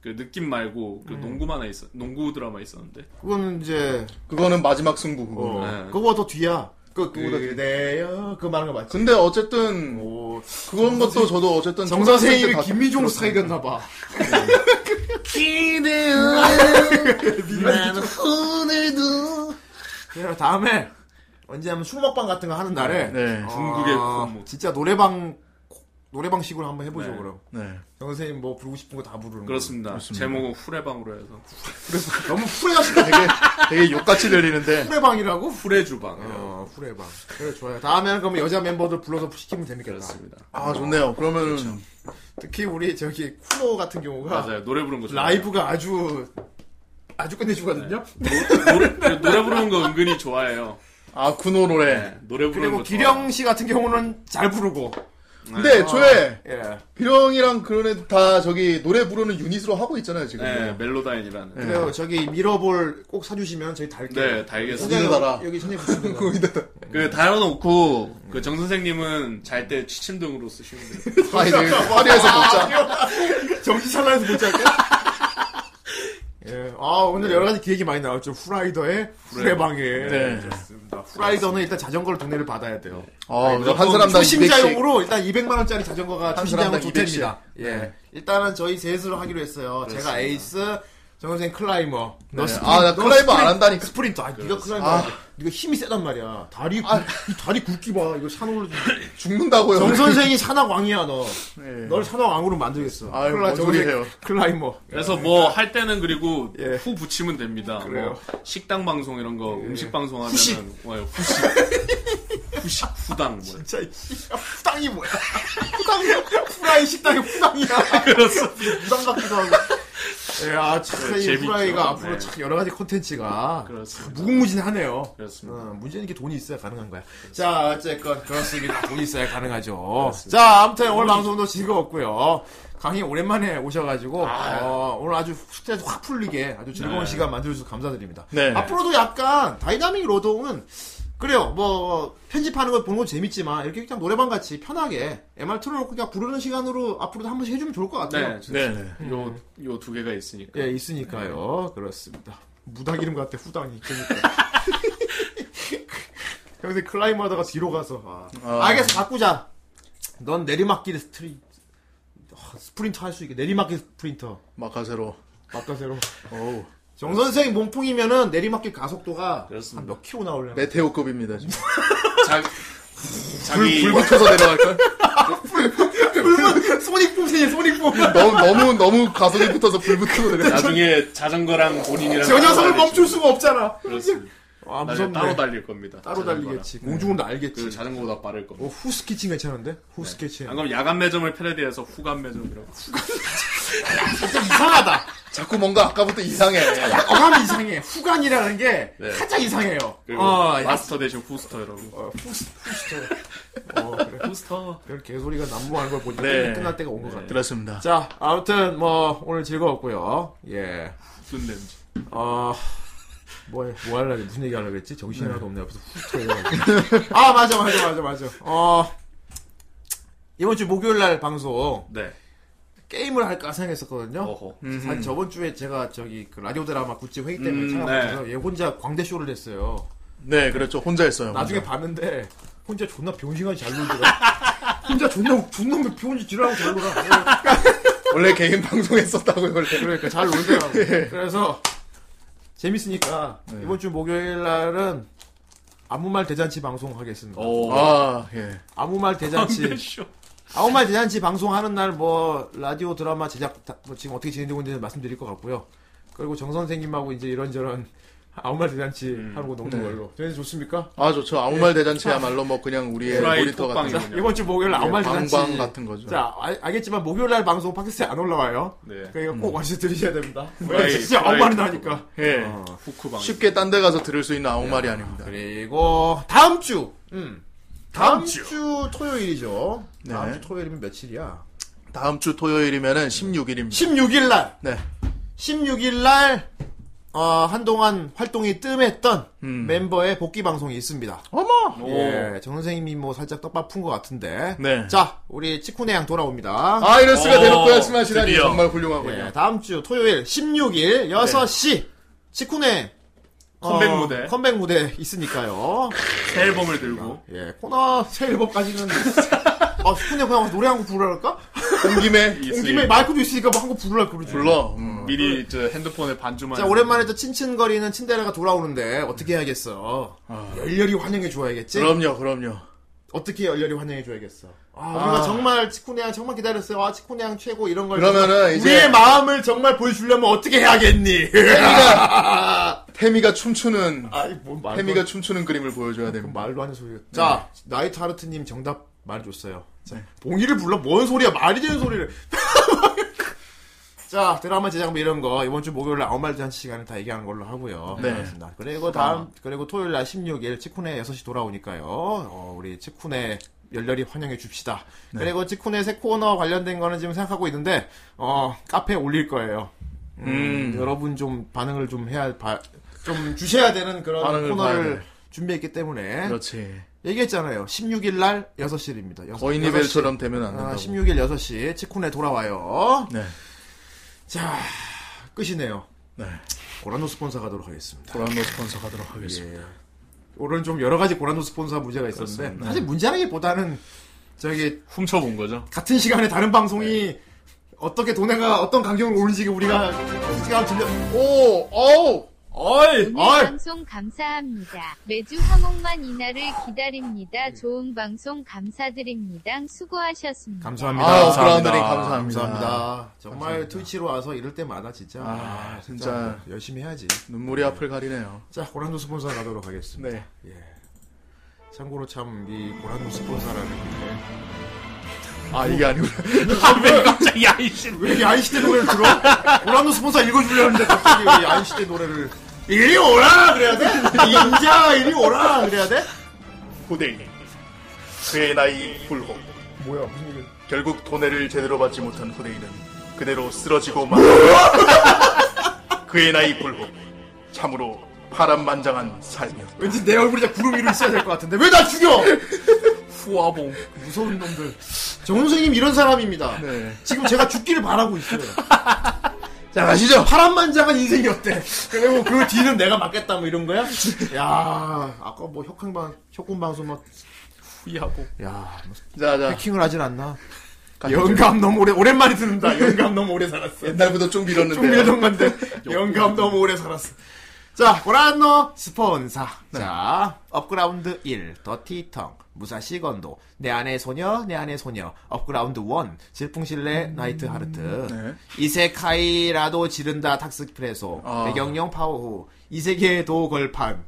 [SPEAKER 3] 그 느낌 말고
[SPEAKER 1] 예.
[SPEAKER 3] 그 농구만 하나 있어 농구 드라마 있었는데
[SPEAKER 1] 그거는 이제
[SPEAKER 2] 그거는 마지막 승부 그거.
[SPEAKER 1] 어,
[SPEAKER 3] 네.
[SPEAKER 1] 그거보다 더 뒤야. 그, 그거보다 그대여 그 말하는 거 맞지?
[SPEAKER 2] 근데 어쨌든
[SPEAKER 1] 오,
[SPEAKER 2] 그건 것도 저도 어쨌든
[SPEAKER 1] 그 정 선생님이
[SPEAKER 2] 초등학교 때
[SPEAKER 1] 김미종
[SPEAKER 2] 다
[SPEAKER 1] 스타일이었나 봐.
[SPEAKER 2] 나는 오늘도
[SPEAKER 1] 그래서 다음에 언제 하면 술 먹방 같은 거 하는 날에
[SPEAKER 2] 네.
[SPEAKER 1] 아,
[SPEAKER 3] 중국의 그 군무.
[SPEAKER 1] 진짜 노래방 노래방식으로 한번 해보죠
[SPEAKER 3] 네.
[SPEAKER 1] 그럼.
[SPEAKER 2] 네.
[SPEAKER 1] 정 선생님 뭐 부르고 싶은 거 다 부르는 거.
[SPEAKER 3] 그렇습니다. 제목은 후레방으로 해서
[SPEAKER 1] 너무 후레하시다.
[SPEAKER 2] 되게 되게 욕같이 들리는데
[SPEAKER 1] 후레방이라고?
[SPEAKER 3] 후레주방
[SPEAKER 1] 어, 후레방. 그래 좋아요. 다음에는 그러면 여자 멤버들 불러서 시키면 되니까.
[SPEAKER 3] 그렇습니다.
[SPEAKER 2] 아 좋네요. 그러면은
[SPEAKER 1] 그렇죠. 특히 우리 저기 쿠노 같은 경우가
[SPEAKER 3] 맞아요 노래 부르는 거 좋아요.
[SPEAKER 1] 라이브가 아주 아주 끝내주거든요.
[SPEAKER 3] 네. 노래,
[SPEAKER 9] 그
[SPEAKER 3] 노래- 노래 부르는 거 은근히 좋아해요.
[SPEAKER 2] 아 쿠노 노래
[SPEAKER 3] 네, 노래 부르는
[SPEAKER 1] 그리고
[SPEAKER 3] 거
[SPEAKER 1] 기령 씨 같은 경우는 잘 부르고
[SPEAKER 2] 근데 애초에
[SPEAKER 3] 네.
[SPEAKER 9] 예.
[SPEAKER 2] 비룡이랑 그런 애들 다 저기 노래 부르는 유닛으로 하고 있잖아요 지금.
[SPEAKER 9] 네, 멜로다인이라는. 네,
[SPEAKER 1] 그래요. 저기 미러볼 꼭 사주시면 저희 달게요.
[SPEAKER 3] 네.
[SPEAKER 9] 달겠습니다.
[SPEAKER 1] 천장에
[SPEAKER 2] 달아.
[SPEAKER 1] 여기 천장에 붙입니다. 네.
[SPEAKER 9] 그 달아놓고 그 정 선생님은 잘 때 취침등으로 쓰시면 돼요.
[SPEAKER 2] 아
[SPEAKER 1] 그러니까
[SPEAKER 2] 이제 화려해서 못 자.
[SPEAKER 1] 정신 차려서 못 잘까? 예, 아 오늘 여러 가지 기획이 많이 나왔죠. 후라이더의 후레방에 네. 좋습니다. 후라이더는 일단 자전거를 동네를 받아야 돼요.
[SPEAKER 2] 어, 그래서 한 사람당 200씩.
[SPEAKER 1] 초심자용으로 일단 200만 원짜리 자전거가
[SPEAKER 2] 한
[SPEAKER 1] 초심자용
[SPEAKER 2] 사람당
[SPEAKER 1] 조퇴입니다. 예,
[SPEAKER 2] 네.
[SPEAKER 1] 일단은 저희 셋으로 하기로 했어요. 제가 에이스, 정 선생 클라이머. 너 스프린-
[SPEAKER 2] 아, 나
[SPEAKER 1] 너
[SPEAKER 2] 클라이머 안
[SPEAKER 1] 스프린-
[SPEAKER 2] 한다니까.
[SPEAKER 1] 스프린터. 아, 네가 클라이머.
[SPEAKER 2] 아.
[SPEAKER 1] 아. 네가 힘이 세단 말이야. 다리, 굵- 이 다리 굵기 봐. 이거 산으로.
[SPEAKER 2] 죽는다고요.
[SPEAKER 1] 정 선생이 산악왕이야 너.
[SPEAKER 2] 네.
[SPEAKER 1] 널 산악왕으로 만들겠어.
[SPEAKER 2] 아유, 뭔
[SPEAKER 1] 정
[SPEAKER 2] 소리예요.
[SPEAKER 1] 선생 클라이머.
[SPEAKER 9] 그래서 뭐 할 때는 그리고
[SPEAKER 1] 예.
[SPEAKER 9] 후 붙이면 됩니다.
[SPEAKER 1] 그래요. 예.
[SPEAKER 9] 뭐 식당 방송 이런 거 음식 방송 하면은
[SPEAKER 1] 후식.
[SPEAKER 9] 뭐, 후식, 후식, 후당 뭐
[SPEAKER 1] 진짜 이 씨, 야, 후당이 뭐야? 후당이야? 후라이 식당이 후당이야. 그렇습니다. 후당 같기도 하고. 예, 아, 참,
[SPEAKER 9] 네,
[SPEAKER 1] 이
[SPEAKER 9] 재밌죠.
[SPEAKER 1] 후라이가 앞으로
[SPEAKER 9] 네.
[SPEAKER 1] 참 여러 가지 콘텐츠가
[SPEAKER 9] 그렇습니다.
[SPEAKER 1] 무궁무진하네요.
[SPEAKER 9] 그렇습니다.
[SPEAKER 1] 어, 문제는 이게 돈이 있어야 가능한 거야. 자, 어쨌건, 그렇습니다. 돈이 있어야 가능하죠. 자, 아무튼 오늘 방송도 즐거웠고요. 강의 오랜만에 오셔가지고,
[SPEAKER 9] 아.
[SPEAKER 1] 어, 오늘 아주 숙제 확 풀리게 아주
[SPEAKER 9] 네.
[SPEAKER 1] 즐거운 시간 만들어주셔서 감사드립니다.
[SPEAKER 2] 네.
[SPEAKER 1] 앞으로도 약간 다이나믹 로동은 그래요. 뭐 어, 편집하는 거 보는 건 재밌지만 이렇게 그냥 노래방 같이 편하게 MR 틀어놓고 그냥 부르는 시간으로 앞으로도 한 번씩 해주면 좋을 것 같아요.
[SPEAKER 9] 네,
[SPEAKER 2] 네네.
[SPEAKER 9] 요요 두 개가 있으니까.
[SPEAKER 1] 예, 있으니까요. 그렇습니다. 무당 이름 같아 후당이. 그러니까. 근데 클라이머다가 뒤로 가서 아.
[SPEAKER 2] 아.
[SPEAKER 1] 알겠어 바꾸자. 넌 내리막길 스트리 아, 스프린터 할 수 있게 내리막길 스프린터
[SPEAKER 2] 마카세로.
[SPEAKER 1] 바꿔세로.
[SPEAKER 2] 어우.
[SPEAKER 1] 정 선생 몸풍이면은 내리막길 가속도가
[SPEAKER 9] 그렇습니다.
[SPEAKER 1] 한 몇 킬로 나올려나?
[SPEAKER 2] 메테오급입니다. 지금.
[SPEAKER 9] 자, 자기
[SPEAKER 2] 불 붙어서 내려갈걸?
[SPEAKER 1] 소닉붐이에요 소닉붐.
[SPEAKER 2] 너무, 너무, 너무 가속이 붙어서 불 붙어서 내려갈 아,
[SPEAKER 9] 나중에 자전거랑 본인이랑
[SPEAKER 1] 저 녀석을
[SPEAKER 9] 따로 달리죠.
[SPEAKER 1] 멈출 수가 없잖아.
[SPEAKER 9] 그렇습니다.
[SPEAKER 1] 아,
[SPEAKER 9] 나중에
[SPEAKER 1] 무섭네.
[SPEAKER 9] 따로 달릴 겁니다.
[SPEAKER 1] 따로
[SPEAKER 9] 자전거랑.
[SPEAKER 1] 달리겠지. 공중으로
[SPEAKER 9] 그
[SPEAKER 1] 날겠지.
[SPEAKER 9] 자전거보다 빠를 겁니다.
[SPEAKER 1] 어, 후 스케칭 괜찮은데? 후 스케칭.
[SPEAKER 9] 안 그럼 야간 매점을 패러디해서 후간 매점이라고.
[SPEAKER 1] 이상하다.
[SPEAKER 2] 자꾸 뭔가 아까부터 이상해.
[SPEAKER 1] 어감이 이상해. 후간이라는 게
[SPEAKER 9] 네.
[SPEAKER 1] 살짝 이상해요.
[SPEAKER 9] 그리고
[SPEAKER 1] 어, 야,
[SPEAKER 9] 마스터 대신 후스터라고.
[SPEAKER 1] 어, 후, 스- 후스터. 어, 그래.
[SPEAKER 9] 후스터.
[SPEAKER 1] 별 개소리가 난무하는 걸 보니까
[SPEAKER 2] 네.
[SPEAKER 1] 끝날 때가 온 것 같아.
[SPEAKER 2] 그렇습니다.
[SPEAKER 1] 자, 아무튼 뭐 오늘 즐거웠고요. 예.
[SPEAKER 9] 무슨 냄새.
[SPEAKER 1] 어, 뭐, 뭐 하려고, 무슨 얘기 하려고 했지? 정신이 하나도 없네. 앞에서 훅 터져가지고. 아, 맞아, 맞아, 맞아, 맞아. 어, 이번 주 목요일 날 방송,
[SPEAKER 9] 네.
[SPEAKER 1] 게임을 할까 생각했었거든요.
[SPEAKER 9] 어허.
[SPEAKER 1] 사실 저번 주에 제가 저기 그 라디오 드라마 굿즈 회의 때문에
[SPEAKER 9] 음,
[SPEAKER 1] 찾아가서 얘 혼자 광대쇼를 했어요.
[SPEAKER 2] 네, 그렇죠. 혼자 했어요. 혼자.
[SPEAKER 1] 나중에 봤는데, 혼자 존나 병신같이 잘 놀더라. 혼자 존나, 존나 병신 지랄하고 잘 놀아.
[SPEAKER 2] 원래 개인 방송 했었다고요, 원래.
[SPEAKER 1] 그러니까 잘 놀더라고. 그래서 재밌으니까 이번 주 목요일 날은 아무 말 대잔치 방송 하겠습니다.
[SPEAKER 9] 오.
[SPEAKER 2] 아, 예.
[SPEAKER 1] 아무 말 대잔치
[SPEAKER 9] 광대쇼.
[SPEAKER 1] 아무 말 대잔치 방송하는 날 뭐 라디오 드라마 제작 다- 뭐 지금 어떻게 진행되고 있는지 말씀드릴 것 같고요. 그리고 정 선생님하고 이제 이런저런 아무 말 대잔치 하는 거 노는 걸로. 저희 좋습니까?
[SPEAKER 2] 아, 좋죠.
[SPEAKER 1] 예.
[SPEAKER 2] 아무 말 대잔치야말로 뭐 그냥 우리의
[SPEAKER 9] 후라이
[SPEAKER 2] 모니터 같은
[SPEAKER 9] 톡방이죠.
[SPEAKER 2] 거.
[SPEAKER 1] 이번 주 목요일 아무 말 대잔치
[SPEAKER 2] 예, 방방 같은 거죠.
[SPEAKER 1] 자 아, 알, 알겠지만 목요일 날 방송 팟캐스트에 안 올라와요.
[SPEAKER 9] 네.
[SPEAKER 1] 그러니까 꼭 와서 들으셔야 됩니다.
[SPEAKER 9] 후라이,
[SPEAKER 1] 진짜 아무
[SPEAKER 9] 후라이
[SPEAKER 1] 말이
[SPEAKER 9] 톡방.
[SPEAKER 1] 나니까.
[SPEAKER 2] 예.
[SPEAKER 1] 어.
[SPEAKER 9] 후크방.
[SPEAKER 2] 쉽게 딴 데 가서 들을 수 있는 아무 말이 아닙니다.
[SPEAKER 1] 그리고 다음 주. 다음,
[SPEAKER 9] 다음
[SPEAKER 1] 주. 토요일이죠. 다음
[SPEAKER 2] 네.
[SPEAKER 1] 주 토요일이면 며칠이야?
[SPEAKER 2] 다음 주 토요일이면은 16일입니다.
[SPEAKER 1] 16일 날.
[SPEAKER 2] 네.
[SPEAKER 1] 16일 날 어, 한동안 활동이 뜸했던
[SPEAKER 2] 음.
[SPEAKER 1] 멤버의 복귀 방송이 있습니다.
[SPEAKER 2] 어머!
[SPEAKER 9] 오.
[SPEAKER 1] 예, 정 선생님이 뭐 살짝 떡밥 푼 것 같은데.
[SPEAKER 2] 네.
[SPEAKER 1] 자, 우리 치쿠네 양 돌아옵니다.
[SPEAKER 2] 아, 이럴 수가
[SPEAKER 9] 오,
[SPEAKER 2] 대놓고 말씀하시다니
[SPEAKER 9] 드디어.
[SPEAKER 2] 정말 훌륭하군요. 네.
[SPEAKER 1] 예, 다음 주 토요일 16일 6시 치쿠네 어,
[SPEAKER 9] 컴백 무대.
[SPEAKER 1] 컴백 무대 있으니까요.
[SPEAKER 9] 새 앨범을 들고.
[SPEAKER 1] 예, 코너 새 앨범까지는. 아, 스푼에 그냥 와서 노래 한 곡 부르랄까?
[SPEAKER 2] 온 김에
[SPEAKER 1] 온 김에 마이크도 있으니까 뭐 한 곡 부르랄까, 그러지.
[SPEAKER 2] 불러. 음.
[SPEAKER 9] 미리 저 핸드폰에 반주만.
[SPEAKER 1] 자, 오랜만에 또 친친거리는 친데레가 돌아오는데, 어떻게 해야겠어? 열렬히 환영해줘야겠지?
[SPEAKER 2] 아. 그럼요, 그럼요.
[SPEAKER 1] 어떻게 열렬히 환영해줘야겠어? 아, 우리가 정말 치코네양 정말 기다렸어요. 아, 치코네양 최고 이런 걸.
[SPEAKER 2] 그러면은
[SPEAKER 1] 정말
[SPEAKER 2] 이제-
[SPEAKER 1] 우리의 마음을 정말 보여주려면 어떻게 해야겠니?
[SPEAKER 2] 그러니까 태미가 춤추는
[SPEAKER 1] 아이, 뭔 말도.
[SPEAKER 2] 태미가
[SPEAKER 1] 안-
[SPEAKER 2] 춤추는 그림을 보여줘야 됩니다.
[SPEAKER 1] 말도 안 되는 소리가. 자, 나이트 하르트님 정답 말해줬어요. 자, 봉이를 불러? 뭔 소리야? 말이 되는 소리를. 자, 드라마 제작 뭐 이런 거, 이번 주 목요일 날 아무 말도 한 시간을 다 얘기하는 걸로 하고요.
[SPEAKER 2] 네.
[SPEAKER 1] 그렇습니다. 그리고 다음, 그리고 토요일 날 16일 치쿠네 6시 돌아오니까요. 어, 우리 치쿠네 열렬히 환영해 줍시다. 그리고 지코네 새 코너 관련된 거는 지금 생각하고 있는데 어 카페에 올릴 거예요. 음, 여러분 좀 반응을 좀 해야 봐- 좀 주셔야 되는 그런
[SPEAKER 2] 반응을 봐야
[SPEAKER 1] 코너를
[SPEAKER 2] 돼.
[SPEAKER 1] 준비했기 때문에
[SPEAKER 2] 그렇지.
[SPEAKER 1] 얘기했잖아요. 16일 날 6시입니다.
[SPEAKER 2] 거인이벨처럼 되면 안 된다고.
[SPEAKER 1] 아, 16일 6시 치쿠네 돌아와요.
[SPEAKER 2] 네.
[SPEAKER 1] 자, 끝이네요.
[SPEAKER 2] 네.
[SPEAKER 1] 고란노 스폰서 가도록 하겠습니다.
[SPEAKER 2] 고란노 스폰서 가도록 하겠습니다.
[SPEAKER 1] 올해는 좀 여러 가지 고란노 스폰서 문제가 있었는데
[SPEAKER 2] 네.
[SPEAKER 1] 사실 문제라기보다는 저기
[SPEAKER 9] 훔쳐본 거죠.
[SPEAKER 1] 같은 시간에 다른 방송이
[SPEAKER 2] 네.
[SPEAKER 1] 어떻게 돈에가 어떤 강경을 오는지 우리가
[SPEAKER 2] 네.
[SPEAKER 1] 시간 들려
[SPEAKER 2] 오, 어우, 어이,
[SPEAKER 5] 오늘
[SPEAKER 2] 어이.
[SPEAKER 5] 방송 감사합니다. 매주 화목만 이날을 기다립니다. 좋은 방송 감사드립니다. 수고하셨습니다.
[SPEAKER 1] 감사합니다.
[SPEAKER 2] 아,
[SPEAKER 9] 감사합니다.
[SPEAKER 2] 브라운더링 감사합니다.
[SPEAKER 1] 감사합니다. 정말 트위치로 와서 이럴 때마다 진짜
[SPEAKER 2] 아,
[SPEAKER 1] 아,
[SPEAKER 2] 진짜.
[SPEAKER 1] 열심히 해야지.
[SPEAKER 2] 눈물이 앞을 가리네요.
[SPEAKER 1] 자, 고란노 스폰서 가도록 하겠습니다. 예.
[SPEAKER 2] 네.
[SPEAKER 1] 참고로 참 이 고란노 스폰서라는 게
[SPEAKER 2] 아, 이게 아니구나.
[SPEAKER 9] 왜 갑자기 야이씨.
[SPEAKER 1] 왜 이렇게 아인시대 노래를 들어? 오란노 스폰서 읽어주려는데 갑자기 왜 아인시대 노래를 이리 오라 그래야 돼? 인자 이리 오라 그래야 돼?
[SPEAKER 2] 후대인. 그의 나이 불혹.
[SPEAKER 1] 뭐야 무슨 얘기
[SPEAKER 2] 결국 돈해를 제대로 받지 못한 후대인은 그대로 쓰러지고 말았다. 그의 나이 불혹. 참으로 파란만장한 삶이었다.
[SPEAKER 1] 왠지 내 얼굴이 다 구름 위로 있어야 될 것 같은데 왜 나 죽여?
[SPEAKER 9] 후아봉.
[SPEAKER 1] 무서운 놈들 정 선생님 이런 사람입니다
[SPEAKER 2] 네.
[SPEAKER 1] 지금 제가 죽기를 바라고 있어요
[SPEAKER 2] 자, 가시죠.
[SPEAKER 1] 파란만장한 인생이 어때? 그리고 그 뒤는 내가 맞겠다 뭐 이런 거야? 야 아까 뭐 혁행방 혁군방송 막
[SPEAKER 9] 후야봉.
[SPEAKER 1] 야,
[SPEAKER 2] 뭐 자, 자.
[SPEAKER 1] 해킹을 하진 않나?
[SPEAKER 2] 가시죠.
[SPEAKER 1] 아, 영감 너무 오래 오랜만에 듣는다. 영감 너무 오래 살았어.
[SPEAKER 2] 옛날부터 좀 밀었는데.
[SPEAKER 1] 좀 밀던 건데 영감 너무 오래 살았어. 자, 고란노 스폰사. 자, 업그라운드 1, 더티텅, 무사시 건도, 내 안의 소녀, 내 안의 소녀, 업그라운드 1, 질풍실레, 나이트 하르트, 이세카이라도 지른다, 탁스프레소,
[SPEAKER 2] 아.
[SPEAKER 1] 배경용 파워후, 이세계도 걸판,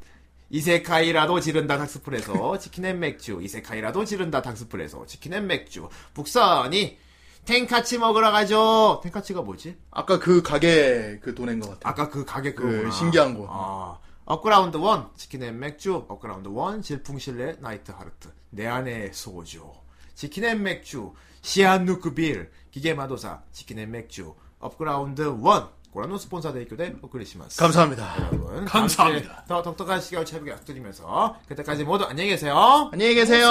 [SPEAKER 1] 이세카이라도 지른다, 탁스프레소, 치킨앤 맥주, 이세카이라도 지른다, 탁스프레소, 치킨앤 맥주, 북선이, 텐카치 먹으러 가죠. 텐카치가 뭐지?
[SPEAKER 2] 아까 그 가게 그 돈인 것 같아.
[SPEAKER 1] 아까 그 가게
[SPEAKER 2] 그
[SPEAKER 1] 그거구나.
[SPEAKER 2] 신기한 거.
[SPEAKER 1] 아, 업그라운드 원 치킨앤 맥주, 업그라운드 원 질풍실레 나이트 하르트, 내 안의 소주, 치킨앤 맥주, 시안누크빌, 기계마도사, 치킨앤 맥주, 업그라운드 원 고라노 스폰서 대학교대 오크리시마스.
[SPEAKER 2] 감사합니다.
[SPEAKER 1] 여러분,
[SPEAKER 9] 감사합니다.
[SPEAKER 1] 다음 주에 더 독특한 시간을 찾아뵙게 약드리면서 그때까지 모두 안녕히 계세요.
[SPEAKER 2] 안녕히 계세요.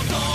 [SPEAKER 4] Go!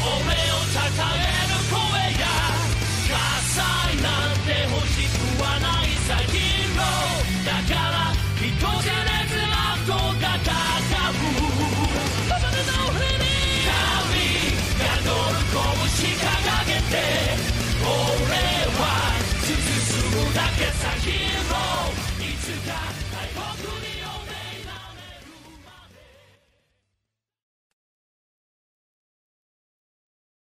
[SPEAKER 4] 戦え